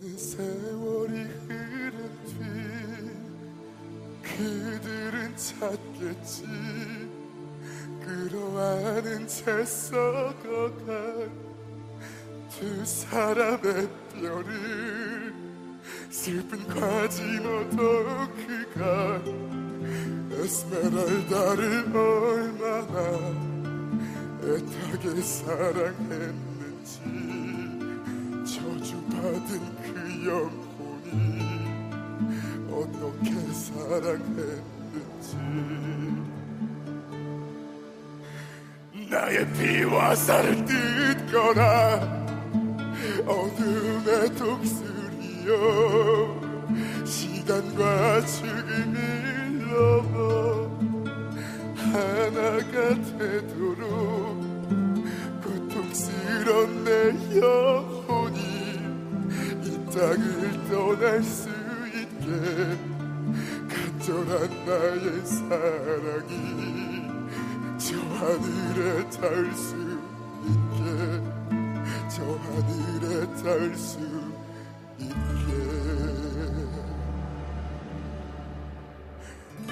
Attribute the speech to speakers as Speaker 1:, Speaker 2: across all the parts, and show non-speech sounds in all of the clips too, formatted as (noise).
Speaker 1: 그 세월이 흐른 뒤 그들은 찾겠지 끌어안은 채 썩어간 두 사람의 뼈를 슬픈 과지노도 그가 에스메랄다를 얼마나 애타게 사랑했는지 저주받은 그 영혼이 어떻게 사랑했는지 나의 피와 살을 뜯거라 어둠의 독수리여 시간과 죽음을 넘어 하나가 되도록 고통스러운 내 영혼이 이 땅을 떠날 수 있게 간절한 나의 사랑이 저 하늘에 닿을 수 있게 저 하늘에 닿을 수 있게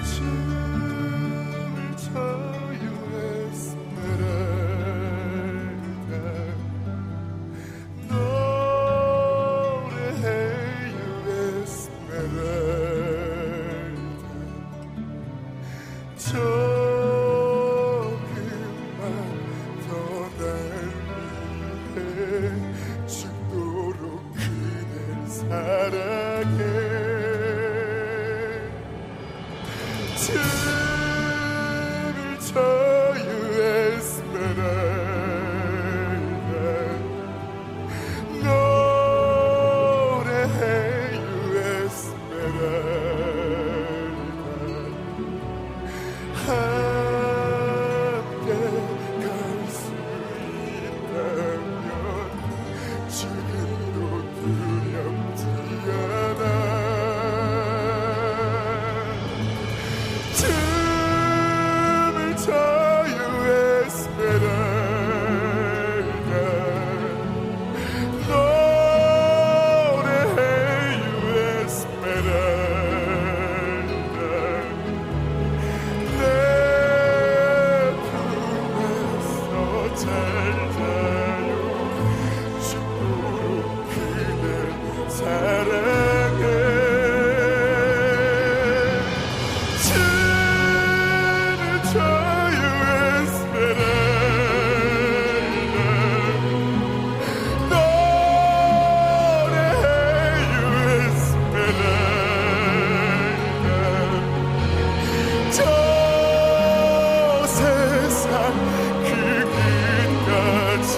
Speaker 1: 춤을 춰요 에스메랄다 노래해요 에스메랄다 조금만 더날 위해 죽도록 그댈 사랑해 춤을 춰요 에스메랄다 노래해요 에스메랄다 함께 갈 수 있다면 지금도 두렵지 않아 춤을 춰요 에스페랄다 노래해요 에스페랄다 내 품에서 잘 자요 죽도록 그댈 사랑해 춤을 춰요 에스페랄다 노래해요 에스페랄다 저 세상 그 끝까지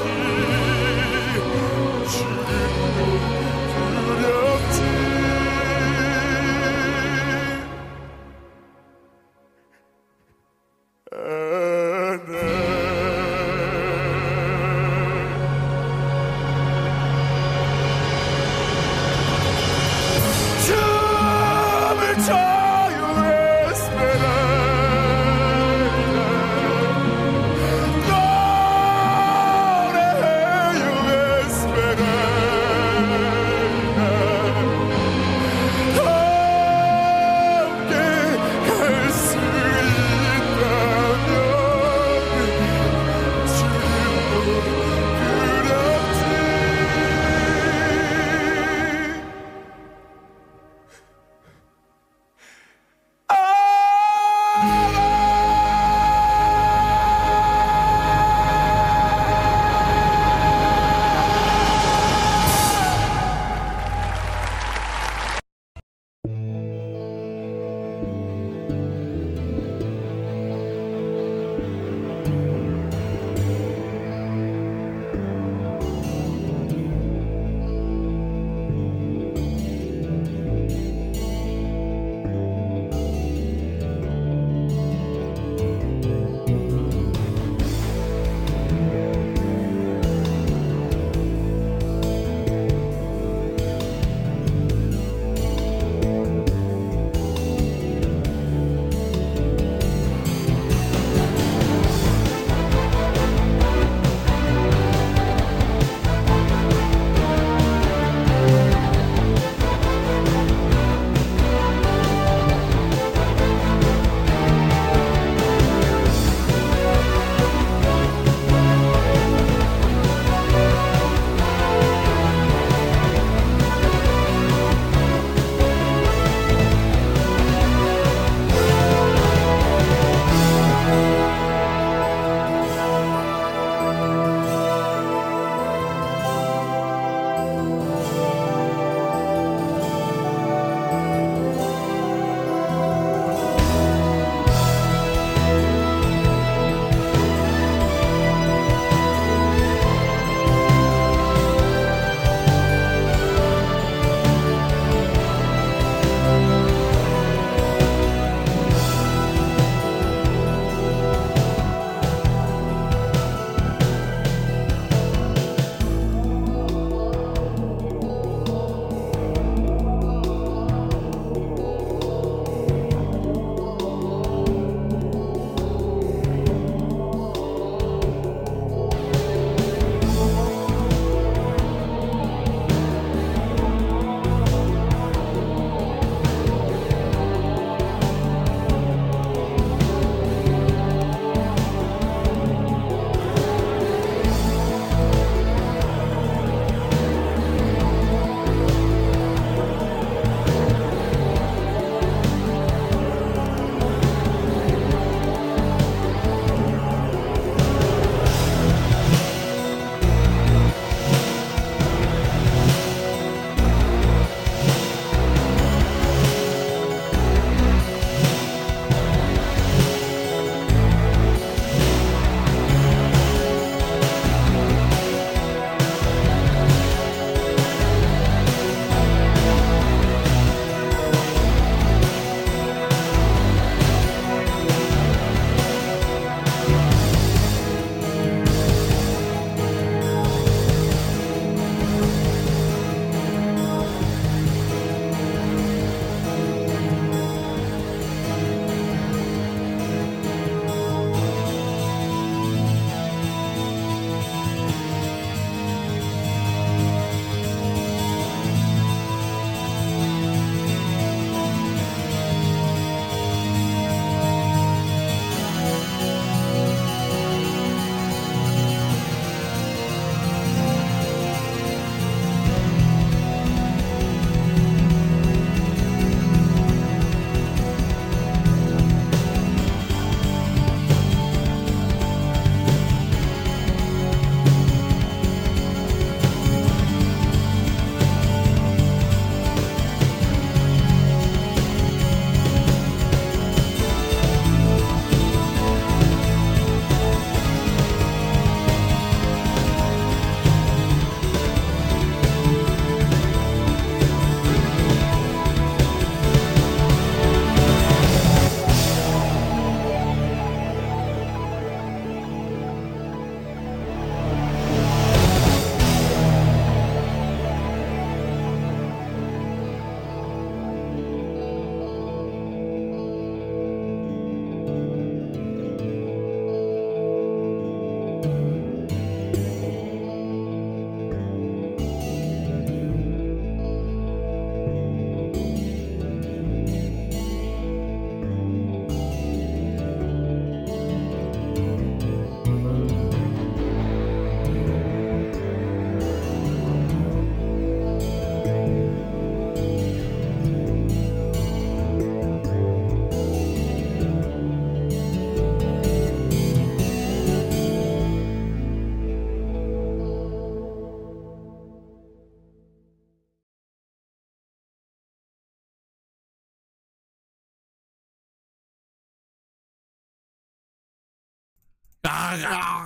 Speaker 2: 아, 아.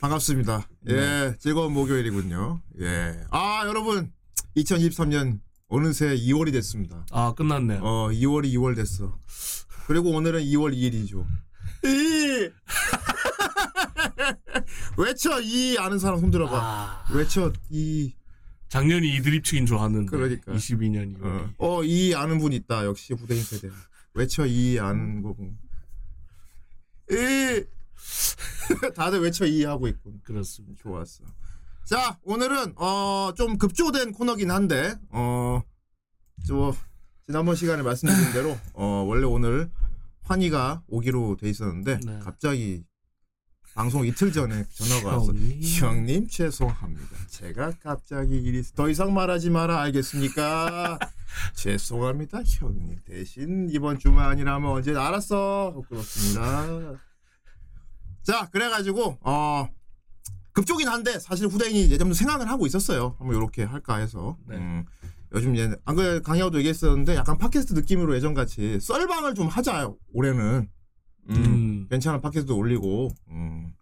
Speaker 3: 반갑습니다. 예, 즐거운 목요일이군요. 예. 아, 여러분. 2023년 어느새 2월이 됐습니다.
Speaker 2: 아, 끝났네요.
Speaker 3: 어, 2월이 2월 됐어. 그리고 오늘은 2월 2일이죠. 이! (laughs) 외쳐, 이! 아는 사람 손들어봐.
Speaker 2: 아,
Speaker 3: 외쳐, 이!
Speaker 2: 작년이 이드립치긴 좋았는데.
Speaker 3: 그러니까.
Speaker 2: 22년이.
Speaker 3: 어,
Speaker 2: 요
Speaker 3: 어, 이 아는 분 있다. 역시 후대인 세대. 외쳐, 이 아는 거. 보면. 이! (laughs) 다들 외쳐, 이 하고 있군.
Speaker 2: 그렇습니다.
Speaker 3: 좋았어. 자, 오늘은 어 좀 급조된 코너긴 한데 어저 지난번 시간에 말씀드린 대로 어 원래 오늘 환희가 오기로 돼 있었는데
Speaker 2: 네.
Speaker 3: 갑자기 방송 이틀 전에 전화가 와서
Speaker 2: 형님.
Speaker 3: 형님 죄송합니다. 제가 갑자기 일이 있- 더 이상 말하지 마라 알겠습니까? 죄송합니다 형님 대신 이번 주말 아니라면 언제 알았어 그렇습니다. 자 그래가지고 어 급조긴 한데 사실 후대인이 예전부터 생각을 하고 있었어요. 한번 이렇게 할까 해서.
Speaker 2: 네.
Speaker 3: 음, 요즘 얘, 안 그래 강의하고도 얘기했었는데 약간 팟캐스트 느낌으로 예전같이 썰방을 좀 하자 올해는. 음,
Speaker 2: 음.
Speaker 3: 괜찮은 팟캐스트 올리고 음,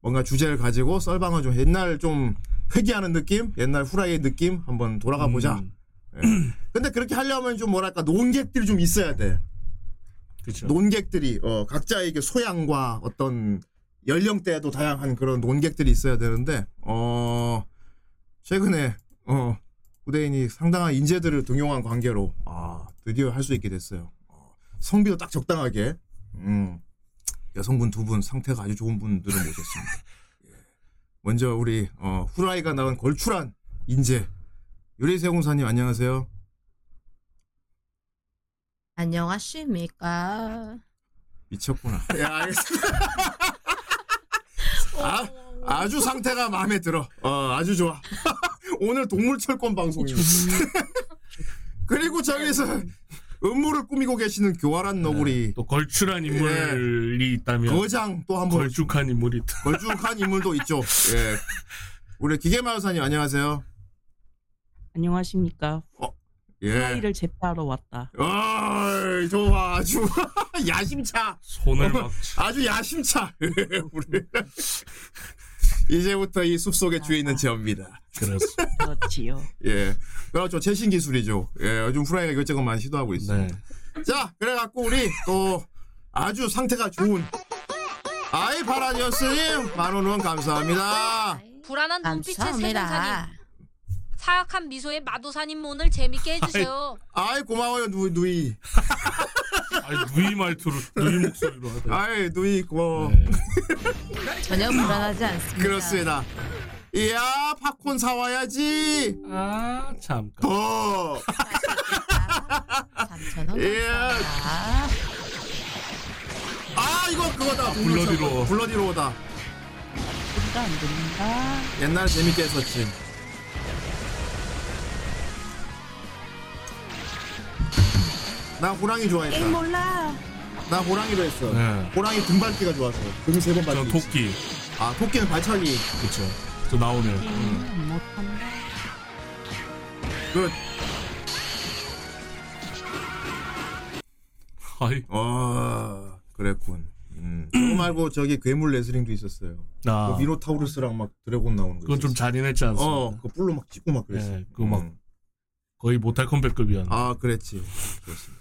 Speaker 3: 뭔가 주제를 가지고 썰방을 좀 옛날 좀 회귀하는 느낌, 옛날 후라이의 느낌 한번 돌아가 보자.
Speaker 2: 음,
Speaker 3: 근데 그렇게 하려면 좀 뭐랄까 논객들이 좀 있어야 돼.
Speaker 2: 그쵸.
Speaker 3: 논객들이 어, 각자의 그 소양과 어떤 연령대도 다양한 그런 논객들이 있어야 되는데 어, 최근에 어, 후대인이 상당한 인재들을 등용한 관계로 아, 드디어 할 수 있게 됐어요. 어, 성비도 딱 적당하게 음, 여성분 두 분 상태가 아주 좋은 분들을 모셨습니다. (laughs) 예. 먼저 우리 어, 후라이가 나온 걸출한 인재 유리세공사님 안녕하세요.
Speaker 4: 안녕하십니까.
Speaker 3: 미쳤구나. 예, 알겠습니다. 아, 아주 상태가 마음에 들어. 어, 아주 (laughs) 좋아. 오늘 동물철권 방송입니다. 그리고 저기서 음모를 꾸미고 계시는 교활한 너구리
Speaker 2: 또 걸출한 인물이 있다면.
Speaker 3: 예. 거장 네, 또 한번
Speaker 2: 걸쭉한 인물이 있다.
Speaker 3: 걸쭉한 인물도 있죠. 예. 우리 기계마요사님 안녕하세요.
Speaker 5: 안녕하십니까.
Speaker 3: 예.
Speaker 5: 파일을 제패하러 왔다.
Speaker 3: 어이, 좋아 아주 (laughs) 야심차.
Speaker 2: 손을 막.
Speaker 3: 아주 야심차. (laughs) 우리 이제부터 이 숲속의 주인은 저입니다.
Speaker 2: 그렇습니다.
Speaker 4: (laughs)
Speaker 5: 그렇지요.
Speaker 3: 예. 그렇죠. 최신 기술이죠. 예. 요즘 후라이가 이것저것 많이 시도하고 있어요.
Speaker 2: 네.
Speaker 3: 자, 그래갖고 우리 또 아주 상태가 좋은 아이 파라디오스님 만원 후원 감사합니다.
Speaker 6: 불안한 눈빛의 세상사님
Speaker 4: 감사합니다.
Speaker 6: 사악한 미소의 마도사님 오늘 재밌게 해주세요
Speaker 3: 아이 고마워요 누이 누이.
Speaker 2: 아니, 누이 말투로, 누이 목소리로 하다.
Speaker 3: 아이 누이 고마워.
Speaker 2: 네.
Speaker 4: 전혀 불안하지 않습니다.
Speaker 3: 그렇습니다. 이야 팝콘 사와야지.
Speaker 2: 아, 잠깐.
Speaker 3: 더.
Speaker 4: 3,000원.
Speaker 3: 예.
Speaker 4: 아,
Speaker 3: 아 이거 그거다.
Speaker 2: 블러디로.
Speaker 3: 블러디로다.
Speaker 5: 소리가 안 들린다.
Speaker 3: 옛날 재밌게 했었지. 나 호랑이 좋아했다.
Speaker 5: 몰라.
Speaker 3: 나 호랑이로 했어.
Speaker 2: 네.
Speaker 3: 호랑이 등발기가 좋아서 등세번
Speaker 2: 저
Speaker 3: 발기.
Speaker 2: 토끼.
Speaker 3: 아 토끼는 발차기.
Speaker 2: 그쵸. 저 나오네요.
Speaker 5: 음, 못한다.
Speaker 3: 그
Speaker 2: 아이,
Speaker 3: 어 그랬군. 음. 그거 말고 저기 괴물 레슬링도 있었어요.
Speaker 2: 나.
Speaker 3: 그 미노타우루스랑 막 드래곤 나오는 거.
Speaker 2: 아. 그건 좀
Speaker 3: 있었어.
Speaker 2: 잔인했지 않습니까?
Speaker 3: 어, 그 뿔로 막 찍고 막 그랬어.
Speaker 2: 예, 그거 막
Speaker 3: 음.
Speaker 2: 거의 모탈 컴백급이었네.
Speaker 3: 아, 그랬지. 그렇습니다.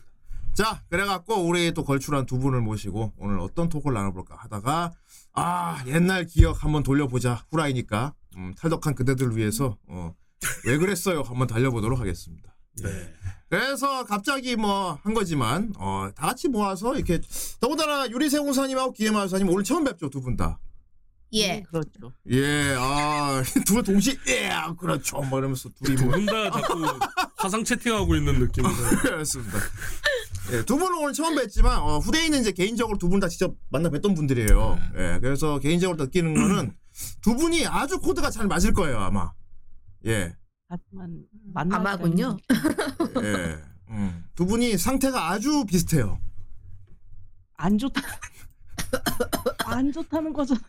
Speaker 3: 자, 그래갖고 우리 또 걸출한 두 분을 모시고 오늘 어떤 톡을 나눠볼까 하다가 아 옛날 기억 한번 돌려보자 후라이니까 음, 탈덕한 그대들을 위해서 어, 왜 그랬어요 한번 달려보도록 하겠습니다. 예.
Speaker 2: 네.
Speaker 3: 그래서 갑자기 뭐 한 거지만 어, 다 같이 모아서 이렇게 더군다나 유리세공사님하고 기예마사님 오늘 처음 뵙죠 두 분 다.
Speaker 4: 예.
Speaker 5: 그렇죠.
Speaker 3: 예, 아, (laughs) 두 분 동시에 예, 그렇죠. 뭐 이러면서 둘이 뭐
Speaker 2: 두분 다 자꾸 화상 채팅하고 있는 느낌인데.
Speaker 3: 그렇습니다. 예, 두 분은 오늘 처음 뵀지만 어, 후대인은 이제 개인적으로 두 분 다 직접 만나 뵀던 분들이에요. 예, 그래서 개인적으로 느끼는 거는 두 분이 아주 코드가 잘 맞을 거예요 아마. 예,
Speaker 5: 하지만 만나.
Speaker 4: 아마군요.
Speaker 3: 예. 음. 두 분이 상태가 아주 비슷해요.
Speaker 5: 안 좋다. (laughs) 안 좋다는 거잖아.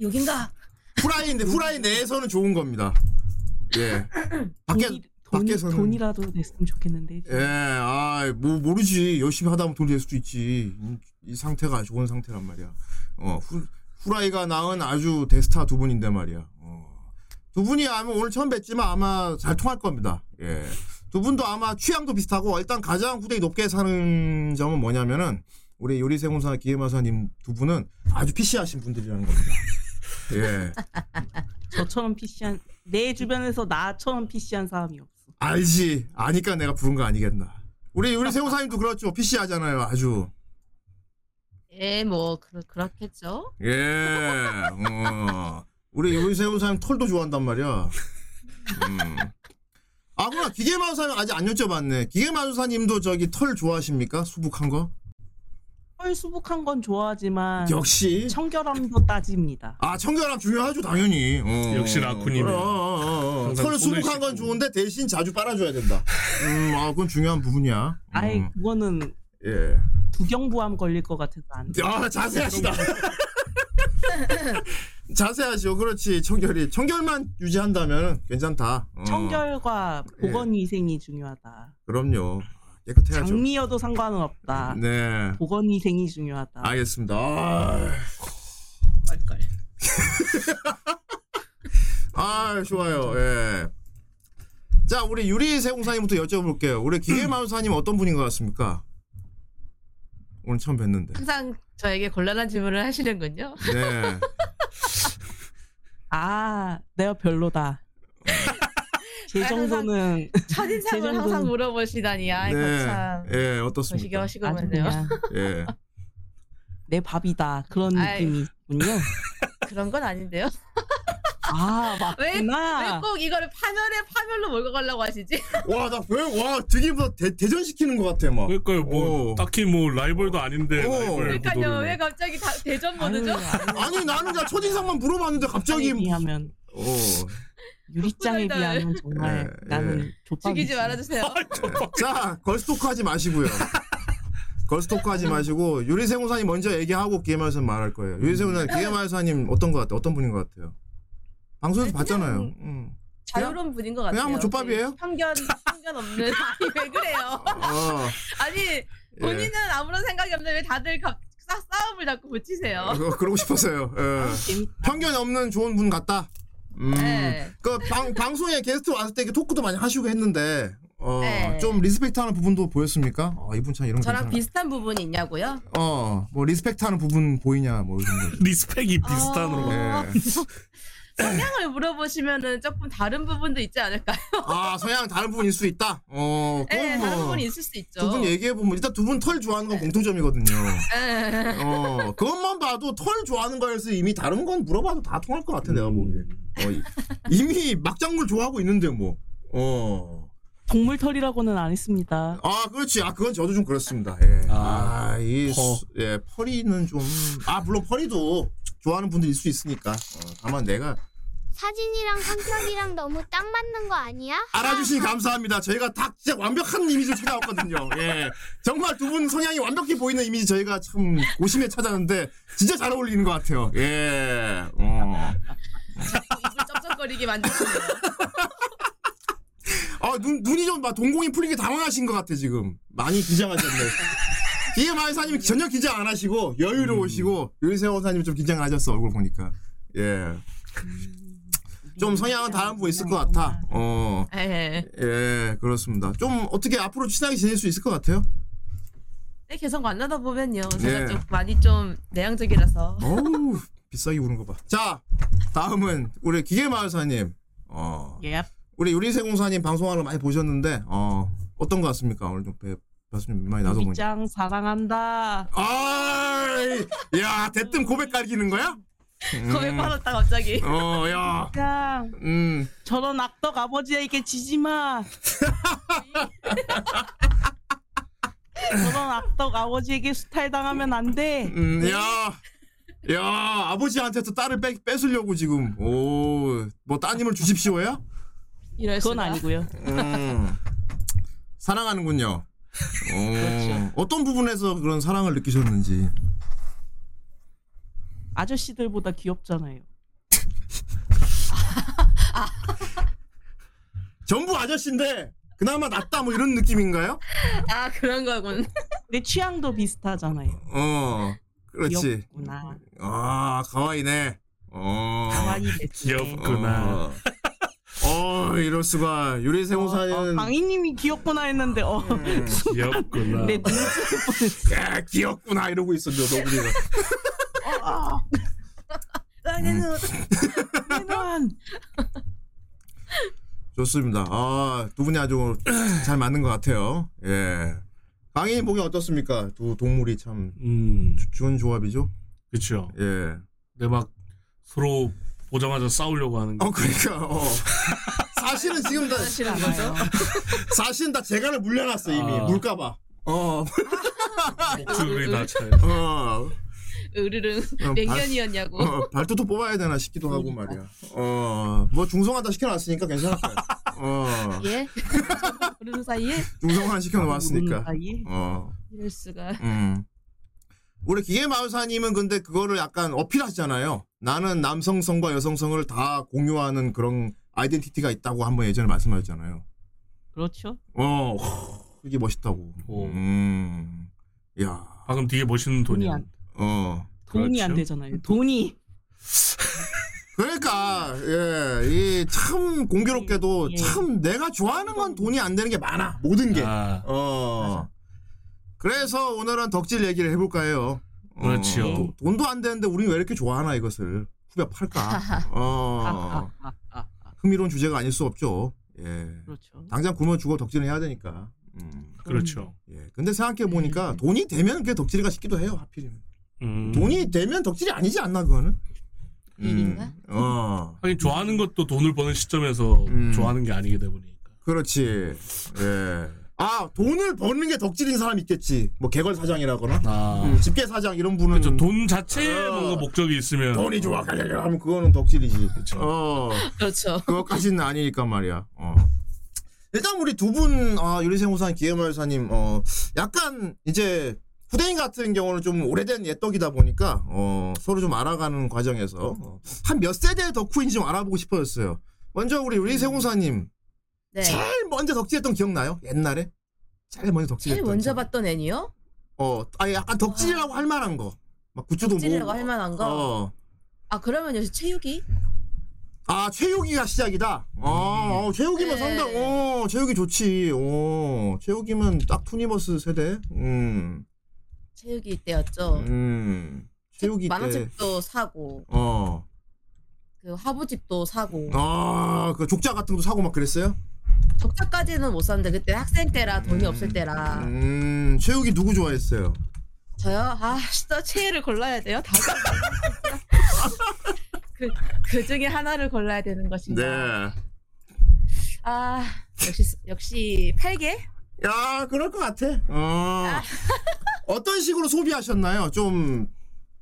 Speaker 4: 여긴가?
Speaker 3: 후라이인데 후라이 내에서는 좋은 겁니다. 예, 밖에
Speaker 5: 돈이, 돈이,
Speaker 3: 밖에서는-
Speaker 5: 돈이라도 냈으면 좋겠는데.
Speaker 3: 예, 아, 뭐 음, 모르지 열심히 하다 보면 돈이 될 수도 있지. 이, 이 상태가 좋은 상태란 말이야. 어, 후, 후라이가 낳은 아주 대스타 두 분인데 말이야. 어. 두 분이 아마 오늘 처음 뵙지만 아마 잘 통할 겁니다. 예. 두 분도 아마 취향도 비슷하고 일단 가장 후대이 높게 사는 점은 뭐냐면은 우리 요리세공사 기계마사님 두 분은 아주 PC하신 분들이라는 겁니다. 예.
Speaker 5: 저처럼 PC한 내 주변에서 나처럼 PC한 사람이 없어.
Speaker 3: 알지. 아니까 내가 부른 거 아니겠나. 우리 요리세공사님도 그렇죠. PC하잖아요. 아주.
Speaker 4: 예, 뭐 그렇 그렇겠죠.
Speaker 3: 예. 어. 우리 요리세훈 사님 털도 좋아한단 말이야. 음. 아구나 기계마술사님 아직 안 여쭤봤네. 기계마술사님도 저기 털 좋아하십니까? 수북한 거?
Speaker 5: 헐 수북한 건 좋아하지만
Speaker 3: 역시.
Speaker 5: 청결함도 따집니다.
Speaker 3: 아 청결함 중요하죠 당연히. 어.
Speaker 2: 역시 라쿤이네.
Speaker 3: 그럼, 어, 어, 어.
Speaker 2: 항상
Speaker 3: 털
Speaker 2: 손을
Speaker 3: 수북한 건
Speaker 2: 씻고.
Speaker 3: 좋은데 대신 자주 빨아줘야 된다. 음, 아 그건 중요한 부분이야. 음,
Speaker 5: 아예 그거는
Speaker 3: 예.
Speaker 5: 구경부함 걸릴 것 같아서 안 돼.
Speaker 3: 아 자세하시다. (laughs) 자세하시오. 그렇지 청결이 청결만 유지한다면 괜찮다. 어.
Speaker 5: 청결과
Speaker 3: 예.
Speaker 5: 보건위생이 중요하다.
Speaker 3: 그럼요. 깨끗해야죠.
Speaker 5: 장미여도 상관은 없다.
Speaker 3: 그렇죠. 네.
Speaker 5: 보건위생이 중요하다.
Speaker 3: 알겠습니다. 아,
Speaker 4: 껄껄.
Speaker 3: (laughs) 아, 좋아요. 예. 자, 우리 유리 세공사님부터 여쭤볼게요. 우리 기계마우사님 어떤 분인 것 같습니까? 오늘 처음 뵀는데.
Speaker 4: 항상 저에게 곤란한 질문을 하시는군요.
Speaker 3: 네.
Speaker 5: 아,
Speaker 3: (laughs)
Speaker 5: 내가 별로다. 제 정도는 제
Speaker 4: (laughs) 첫인상을
Speaker 5: 정도는-
Speaker 4: 항상 물어보시다니 아이
Speaker 3: 네.
Speaker 4: 거참
Speaker 3: 예,
Speaker 4: 거시기
Speaker 3: 어떻습니까?
Speaker 5: 아주
Speaker 4: 하시고만요.
Speaker 5: 그냥
Speaker 3: 예.
Speaker 5: 내 밥이다 그런
Speaker 4: 아이.
Speaker 5: 느낌이군요.
Speaker 4: 그런 건 아닌데요.
Speaker 5: 아
Speaker 4: (laughs) 왜- 왜
Speaker 5: 맞구나.
Speaker 4: 꼭 이거를 파멸에 파멸로 몰고 가려고 하시지?
Speaker 3: 와, 나 왜, 와, 드기보다 대, 대전시키는 것 같아, 막.
Speaker 2: 그러니까요. 뭐
Speaker 3: 오.
Speaker 2: 딱히 뭐 라이벌도 아닌데
Speaker 3: 오.
Speaker 2: 라이벌
Speaker 4: 그러니까요.
Speaker 2: 구도를.
Speaker 4: 왜 갑자기 다, 대전
Speaker 5: 아유,
Speaker 4: 모드죠?
Speaker 3: 아니, 나는 그냥 첫인상만 물어봤는데 갑자기. 어,
Speaker 5: 유리장에 비하면
Speaker 3: 오.
Speaker 5: 유리장에
Speaker 4: 후덜덜.
Speaker 5: 비하면 정말
Speaker 3: 예,
Speaker 5: 나는 족밥
Speaker 4: 죽이지 말아주세요.
Speaker 3: 자, 걸스토크 하지 마시고요. 걸스토크 하지 마시고 유리세공사님 먼저 얘기하고 기회마사님 말할 거예요. 유리세공사님, 기회마사님 어떤 것 같아요? 어떤 분인 것 같아요? 방송에서 봤잖아요. 음.
Speaker 4: 자유로운 분인 것 같아요. 네.
Speaker 3: 그냥 뭐 족밥이에요?
Speaker 4: 편견 편견
Speaker 3: (laughs)
Speaker 4: 없는 아니 왜 그래요?
Speaker 3: 어,
Speaker 4: 아니
Speaker 3: 예.
Speaker 4: 본인은 아무런 생각이 없는데 왜 다들 갑- 싸, 싸움을 자꾸 붙이세요?
Speaker 3: 아, 그거 그러고 싶었어요. 예.
Speaker 5: 재밌다.
Speaker 3: 편견 없는 좋은 분 같다. 음.
Speaker 4: 아, 네.
Speaker 3: 그 방, 방송에 게스트 왔을 때 이렇게 토크도 많이 하시고 했는데 어,
Speaker 4: 네.
Speaker 3: 좀 리스펙트하는 부분도 보였습니까? 어, 이분 참 이런 거
Speaker 4: 저랑
Speaker 3: 괜찮아.
Speaker 4: 비슷한 부분이 있냐고요?
Speaker 3: 어, 뭐 리스펙트하는 부분 보이냐 뭐 이런
Speaker 4: (laughs)
Speaker 3: 거.
Speaker 2: 리스펙이
Speaker 4: 아.
Speaker 2: 비슷한 으로
Speaker 4: 어,
Speaker 3: 예.
Speaker 4: (laughs) 성향을 물어보시면은 조금 다른 부분도 있지 않을까요?
Speaker 3: 아 성향 다른 부분일 수 있다. 어, 그건
Speaker 4: 네,
Speaker 3: 뭐
Speaker 4: 다른 부분이 있을 수 있죠.
Speaker 3: 두 분
Speaker 7: 그렇죠.
Speaker 3: 얘기해 보면 일단 두 분 털 좋아하는 건 공통점이거든요.
Speaker 4: 예.
Speaker 3: 어 그것만 봐도 털 좋아하는 거에서 이미 다른 건 물어봐도 다 통할 것 같아 내가 보기에. 어, 이- 이미 막장물 좋아하고 있는데 뭐. 어.
Speaker 5: 동물털이라고는 안 했습니다.
Speaker 3: 아 그렇지. 아 그건 저도 좀 그렇습니다. 예.
Speaker 2: 아,
Speaker 3: 아이
Speaker 2: 퍼.
Speaker 3: 예, 펄이는 좀 아 물론 펄이도 좋아하는 분들 있을 수 있으니까. 어, 다만 내가
Speaker 8: 사진이랑 성격이랑 너무 딱 맞는 거 아니야?
Speaker 3: 알아주시니 감사합니다. 저희가 다 진짜 완벽한 이미지를 찾아왔거든요. 예. 정말 두 분 성향이 완벽히 보이는 이미지 저희가 참 고심해 찾았는데 진짜 잘 어울리는 것 같아요. 예. 어.
Speaker 4: 입을 쩝쩝거리게 만드시네요.
Speaker 3: 아, 눈, 눈이 좀 막 동공이 풀리게 당황하신 것 같아, 지금. 많이 긴장하셨네. DMI 사님이 전혀 긴장 안 하시고 여유로우시고 요리세호 사님이 좀 긴장하셨어, 얼굴 보니까. 예. 좀 성향은 다른 분 있을 것 같아. 어.
Speaker 4: 예.
Speaker 3: 예, 그렇습니다. 좀 어떻게 앞으로 친하게 지낼 수 있을 것 같아요?
Speaker 4: 네, 계속 만나다 보면요. 제가
Speaker 3: 예.
Speaker 4: 좀 많이 좀 내향적이라서.
Speaker 3: 어우 비싸게 우는 거 봐. 자 다음은 우리 기계마을사님. 어
Speaker 5: 예.
Speaker 3: 우리 요리세공사님 방송하는 거 많이 보셨는데 어 어떤 거 같습니까 오늘 좀 배, 말씀 많이 나눠 보니.
Speaker 5: 유리장 사랑한다.
Speaker 3: 아야 대뜸 고백 깔기는 거야?
Speaker 4: (laughs)
Speaker 3: 음.
Speaker 4: 고백 받았다 갑자기.
Speaker 3: 어야
Speaker 5: 유리장
Speaker 3: 음.
Speaker 5: 저런 악덕 아버지에게 지지
Speaker 3: (laughs)
Speaker 5: 마. 저런 악덕 아버지에게 수탈 당하면 안 돼.
Speaker 3: 음,
Speaker 4: 네.
Speaker 3: 야. 야, 아버지한테서 딸을 뺏, 뺏으려고 지금. 오, 뭐 따님을 주십시오야?
Speaker 4: 이럴
Speaker 5: 그건
Speaker 4: 수가.
Speaker 5: 아니고요.
Speaker 3: 음. 사랑하는군요. 어,
Speaker 5: 그렇죠.
Speaker 3: 어떤 부분에서 그런 사랑을 느끼셨는지.
Speaker 5: 아저씨들보다 귀엽잖아요.
Speaker 3: 전부 아저씨인데 그나마 낫다 뭐 이런 느낌인가요? 음.
Speaker 4: 아 그런 거군.
Speaker 5: 내 취향도 비슷하잖아요.
Speaker 3: 어. 그렇지.
Speaker 5: 귀엽구나.
Speaker 3: 아, 가와이네. 어.
Speaker 5: 가만히 됐네.
Speaker 2: 귀엽구나.
Speaker 3: 어. 어, 이럴 수가. 유리생우사는
Speaker 5: 어, 강희님이 귀엽구나 했는데 어.
Speaker 3: 음.
Speaker 2: 귀엽구나.
Speaker 5: (laughs)
Speaker 4: 네.
Speaker 5: 내 눈을 찔 뻔했어.
Speaker 3: 야, 귀엽구나 이러고 있었는데 너구리가.
Speaker 5: 내 눈.
Speaker 3: 어.
Speaker 5: 내 눈.
Speaker 3: 좋습니다. 아, 두 분이 아주 잘 맞는 것 같아요. 예. 강인 보기 어떻습니까? 두 동물이 참
Speaker 2: 음,
Speaker 3: 좋은 조합이죠.
Speaker 2: 그렇죠.
Speaker 3: 예.
Speaker 2: 근데 막 서로 보자마자 싸우려고 하는 게.
Speaker 3: 어, 그러니까 어. 사실은 지금 다
Speaker 7: 하시는 거죠?
Speaker 3: 사실은 다 재간을 물려놨어 이미
Speaker 2: 아.
Speaker 3: 물까봐. 어,
Speaker 4: 아. (laughs)
Speaker 2: 목줄이 낮아요.
Speaker 3: 어, 어,
Speaker 7: 으르릉
Speaker 3: 발-
Speaker 7: 냉면이었냐고.
Speaker 3: 어, 발톱도 뽑아야 되나 싶기도 하고 말이야. 어, 뭐 중성화다 시켜놨으니까 괜찮을 거야. 어,
Speaker 7: (laughs) 예?
Speaker 5: 부르는 사이에
Speaker 3: 중성화
Speaker 5: 부르는
Speaker 3: 시켜놓았으니까.
Speaker 5: 사이에
Speaker 3: 어,
Speaker 7: 이럴 수가.
Speaker 3: 음. 우리 기계마을사님은 근데 그거를 약간 어필하시잖아요. 나는 남성성과 여성성을 다 공유하는 그런 아이덴티티가 있다고 한번 예전에 말씀하셨잖아요.
Speaker 5: 그렇죠.
Speaker 3: 어, 그게 멋있다고.
Speaker 2: 오.
Speaker 3: 음, 야,
Speaker 2: 방금 아, 되게 멋있는 돈이.
Speaker 5: 돈이 안,
Speaker 3: 어.
Speaker 5: 돈이 안
Speaker 2: 그렇죠.
Speaker 5: 되잖아요. 돈이
Speaker 3: 그러니까 예, 이 참 공교롭게도
Speaker 5: 예.
Speaker 3: 참 내가 좋아하는 건 돈이 안 되는 게 많아. 모든 게.
Speaker 2: 아,
Speaker 3: 어. 그래서 오늘은 덕질 얘기를 해볼까 해요. 어,
Speaker 2: 그렇지요.
Speaker 3: 도- 돈도 안 되는데 우린 왜 이렇게 좋아하나 이것을 후벼 팔까. 어.
Speaker 5: 아, 아, 아,
Speaker 3: 흥미로운 주제가 아닐 수 없죠. 예.
Speaker 5: 그렇죠.
Speaker 3: 당장 굶어 죽어 덕질은 해야 되니까. 음.
Speaker 2: 그렇죠.
Speaker 3: 예. 근데 생각해 보니까 돈이 되면 그게 덕질이가 싶기도 해요. 하필이면
Speaker 2: 음.
Speaker 3: 돈이 되면 덕질이 아니지 않나 그거는. 음.
Speaker 7: 일인가?
Speaker 3: 어.
Speaker 2: 하긴 좋아하는 것도 돈을 버는 시점에서
Speaker 3: 음.
Speaker 2: 좋아하는 게 아니게 되다 보니까.
Speaker 3: 그렇지. 예. 아 돈을 버는 게 덕질인 사람 있겠지. 뭐 개걸 사장이라거나
Speaker 2: 아,
Speaker 3: 음, 집게 사장 이런 분은
Speaker 2: 그렇죠. 돈 자체에
Speaker 3: 음. 어.
Speaker 2: 뭔가 목적이 있으면
Speaker 3: 돈이 좋아 가려려 하면 그거는 덕질이지.
Speaker 2: 그렇죠.
Speaker 3: 어.
Speaker 7: 그렇죠.
Speaker 3: 그것까지는 아니니까 말이야. 어. 일단 우리 두 분 아, 유리생호사님, 기회마을사님 어, 약간 이제 후대인 같은 경우는 좀 오래된 옛떡이다 보니까 어, 서로 좀 알아가는 과정에서 어, 한 몇 세대 덕후인지 좀 알아보고 싶어졌어요. 먼저 우리 유리생호사님
Speaker 7: 네.
Speaker 3: 제일 먼저 덕질했던 기억나요? 옛날에? 제일 먼저
Speaker 7: 제일
Speaker 3: 덕질했던
Speaker 7: 먼저 봤던 애니요?
Speaker 3: 어, 아니 약간 덕질이라고 할 만한 거. 막 굿즈도
Speaker 7: 찌르라고
Speaker 3: 모으고.
Speaker 7: 할 만한 거?
Speaker 3: 뭐, 어.
Speaker 7: 아 그러면 요새 체육이?
Speaker 3: 아 최욱이가 시작이다. 아 어, 최욱이면
Speaker 7: 네.
Speaker 3: 상당. 어 최욱이 좋지. 어 최욱이면 딱 투니버스 세대. 음.
Speaker 7: 체육이 때였죠.
Speaker 3: 음. 최욱이 때.
Speaker 7: 만화책도 사고
Speaker 3: 어.
Speaker 7: 그 화보집도 사고
Speaker 3: 아그 족자 같은 것도 사고 막 그랬어요?
Speaker 7: 적자까지는 못 샀는데 그때 학생 때라 돈이
Speaker 3: 음.
Speaker 7: 없을 때라
Speaker 3: 음. 최욱이 누구 좋아했어요?
Speaker 7: 저요? 아 진짜 체육을 골라야 돼요? 다 그, 그 중에 하나를 골라야 되는 것인가
Speaker 3: 네.
Speaker 7: 아 역시 역시 8개?
Speaker 3: 야 그럴 것 같아. 어.
Speaker 7: (laughs)
Speaker 3: 어떤 식으로 소비하셨나요? 좀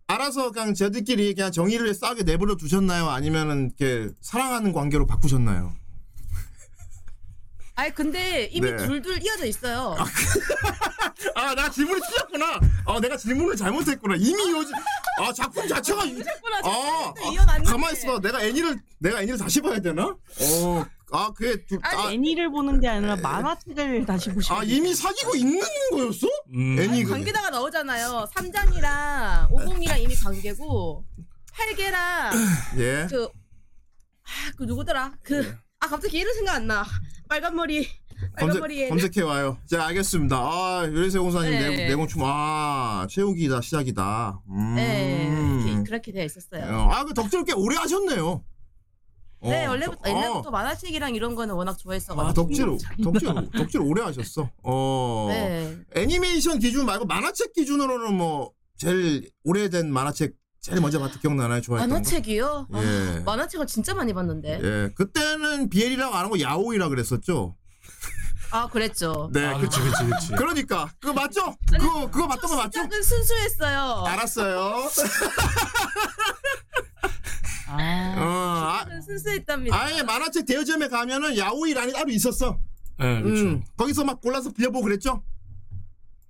Speaker 3: 알아서 그냥 저들끼리 그냥 정의를 싸게 내버려 두셨나요? 아니면은 이렇게 사랑하는 관계로 바꾸셨나요?
Speaker 7: 아니 근데 이미
Speaker 3: 네.
Speaker 7: 둘둘 이어져 있어요
Speaker 3: 아, 나 질문이 틀렸구나. 아, 내가 질문을 잘못했구나. 이미 요즘 아 작품 자체가
Speaker 7: 했구나
Speaker 3: 아,
Speaker 7: 또 이어놨는데
Speaker 3: 아, 가만 있어봐. 내가 애니를 내가 애니를 다시 봐야 되나? 어, 아, 그게 두, 아,
Speaker 5: 애니를 보는 게 아니라 만화책을 다시 보시면
Speaker 3: 아 이미 사귀고 있는 거였어?
Speaker 2: 음.
Speaker 3: 애니 그
Speaker 7: 관계다가 나오잖아요 3장이랑 50이랑 이미 관계고 8개랑
Speaker 3: 예.
Speaker 7: 그, 아, 그 누구더라? 그, 아, 갑자기 이름 생각 안 나. 빨간 머리, 빨간 머리에.
Speaker 3: 네. 검색해 와요. 자, 알겠습니다. 아, 유리세 공사님
Speaker 7: 네.
Speaker 3: 내공 내공춤 아 최욱이다 시작이다. 음.
Speaker 7: 네, 이렇게, 그렇게 되어 있었어요.
Speaker 3: 어, 아, 그 덕질 꽤 오래 하셨네요. 어,
Speaker 7: 네, 원래부터,
Speaker 3: 저-
Speaker 7: 옛날부터 만화책이랑 이런 거는 워낙
Speaker 3: 어. 아,
Speaker 7: 좋아했어가지고.
Speaker 3: 덕질, 덕질, 덕질 오래 하셨어. 어.
Speaker 7: 네.
Speaker 3: 애니메이션 기준 말고 만화책 기준으로는 뭐 제일 오래된 만화책 제일 먼저 봤던 기억나나요? 좋아했던
Speaker 7: 만화책이요?
Speaker 3: 거.
Speaker 7: 아,
Speaker 3: 예.
Speaker 7: 만화책을 진짜 많이 봤는데.
Speaker 3: 예. 그때는 비엘이라고 안 하고 야오이라 그랬었죠.
Speaker 7: 아, 그랬죠.
Speaker 3: 네.
Speaker 2: 아,
Speaker 3: 그,
Speaker 2: 그치, 그치, 그치.
Speaker 3: 러니까 그거 맞죠? 그거 그거 맞던 거 맞죠?
Speaker 7: 시작은 순수했어요.
Speaker 3: 알았어요. 어,
Speaker 5: 아,
Speaker 3: 아,
Speaker 7: 시작은 순수했답니다.
Speaker 3: 아예 만화책 대여점에 가면은 야오이란이 따로 있었어.
Speaker 2: 네, 그렇죠.
Speaker 3: 음. 거기서 막 골라서 빌려보고 그랬죠?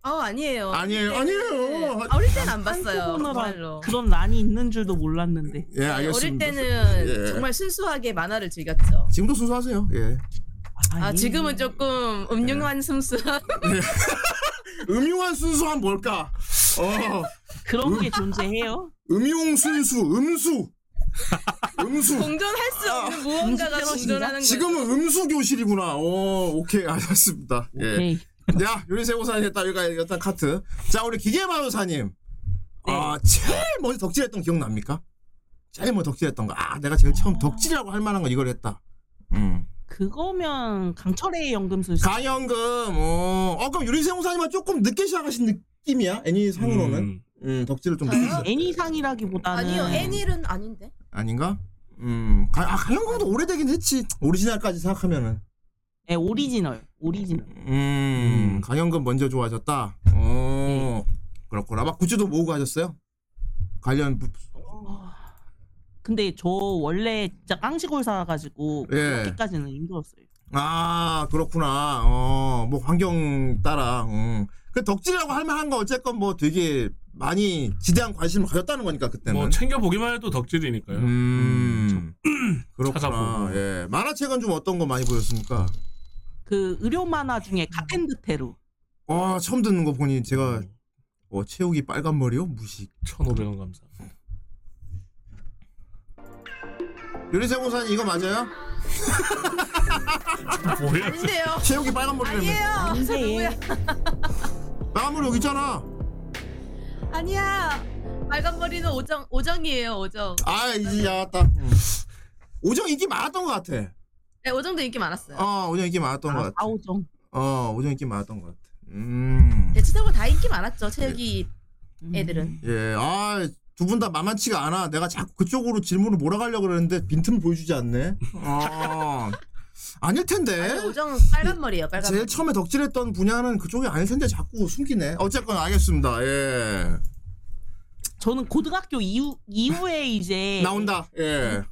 Speaker 7: 어, 아니에요.
Speaker 3: 아니에요.
Speaker 7: 네.
Speaker 3: 아니에요.
Speaker 7: 아, 어릴 때는 안 봤어요.
Speaker 5: 한꺼번으로
Speaker 7: 정말로.
Speaker 5: 그런 난이 있는 줄도 몰랐는데
Speaker 3: 예,
Speaker 7: 네,
Speaker 3: 알겠습니다.
Speaker 7: 어릴 때는
Speaker 3: 예.
Speaker 7: 정말 순수하게 만화를 즐겼죠.
Speaker 3: 지금도 순수하세요. 예.
Speaker 7: 아
Speaker 5: 예.
Speaker 7: 지금은 조금
Speaker 3: 예.
Speaker 7: 음흉한 숨수
Speaker 3: 음흉한 순수한 뭘까? 어.
Speaker 5: 그런 게 존재해요?
Speaker 3: 음용순수 음수
Speaker 7: (laughs)
Speaker 4: (laughs)
Speaker 3: 음수
Speaker 4: 공존할 수 없는 무언가가
Speaker 5: 음식
Speaker 4: 공존하는 거예요.
Speaker 3: 아. 지금은 음수 교실이구나. 어 오케이 알겠습니다. 예.
Speaker 5: 오케이.
Speaker 3: 야 요리세고사님 했다 여기가 일단 카트. 자 우리 기계마루사님.
Speaker 5: 네.
Speaker 3: 아 제일 먼저 덕질했던 기억 납니까? 제일 먼저 덕질했던 거. 아 내가 제일 처음 덕질이라고 할 만한 거 이걸 했다. 음.
Speaker 5: 그거면 강철의 연금술.
Speaker 3: 강연금. 어, 어 그럼 유리세고사님은 조금 늦게 시작하신 느낌이야 애니상으로는. 음.
Speaker 2: 음.
Speaker 3: 덕질을 좀
Speaker 4: 저요?
Speaker 3: 늦게 시작-
Speaker 5: 애니상이라기보다는
Speaker 4: 아니요 애닐은 아닌데.
Speaker 3: 아닌가? 음. 가, 아 강연금도 오래되긴 했지. 오리지널까지 생각하면은.
Speaker 5: 네, 오리지널. 오리지널.
Speaker 3: 음,
Speaker 2: 음.
Speaker 3: 강연금 먼저 좋아하셨다. 어, 그렇구나. 막 굿즈도 모으고 하셨어요? 관련 부-
Speaker 5: 근데 저 원래 진짜 깡시골 사가지고
Speaker 3: 예.
Speaker 5: 그렇게까지는 힘들었어요.
Speaker 3: 아 그렇구나. 어, 뭐 환경 따라. 음. 그 덕질이라고 할 만한 거 어쨌건 뭐 되게 많이 지대한 관심을 가졌다는 거니까 그때는.
Speaker 2: 뭐 챙겨 보기만 해도 덕질이니까요.
Speaker 3: 음, (clears throat) 그렇구나.
Speaker 2: 찾아보고.
Speaker 3: 예, 만화책은 좀 어떤 거 많이 보셨습니까?
Speaker 5: 그 의료 만화 중에 가텐드 테루.
Speaker 3: 아 처음 듣는 거 보니 제가 어, 채우기 빨간 머리요 무식.
Speaker 2: 1,500원 감사.
Speaker 3: 요리세공사님 이거 맞아요?
Speaker 2: 뭐야?
Speaker 3: (laughs)
Speaker 4: 아닌데요.
Speaker 3: 채우기 빨간 머리라며.
Speaker 4: 아니에요.
Speaker 5: 아닌데.
Speaker 4: 저 누구야?
Speaker 3: 빨간 머리 여기 있잖아.
Speaker 4: 아니야. 빨간 머리는 오정 오정이에요 오정.
Speaker 3: 아 이제 야왔다 오정 인기 많았던 것 같아
Speaker 4: 네 오정도 인기 많았어요.
Speaker 3: 어 오정 인기 많았던 것
Speaker 5: 아,
Speaker 3: 같아
Speaker 5: 아오정.
Speaker 3: 어 오정 인기 많았던 것 같아 음
Speaker 4: 대체적으로 네, 다 인기 많았죠 체육이
Speaker 5: 음.
Speaker 4: 애들은.
Speaker 3: 예, 아, 두 분 다 만만치가 않아. 내가 자꾸 그쪽으로 질문을 몰아가려고 그러는데 빈틈 보여주지 않네. 아, 아닐 텐데.
Speaker 4: 아니, 오정은 빨간 머리예요 빨간
Speaker 3: 예? 제일
Speaker 4: 머리. (laughs)
Speaker 3: 처음에 덕질했던 분야는 그쪽이 아닐 텐데 자꾸 숨기네. 어쨌건 알겠습니다. 예.
Speaker 5: 저는 고등학교 이후 이후에 이제
Speaker 3: 나온다. 예.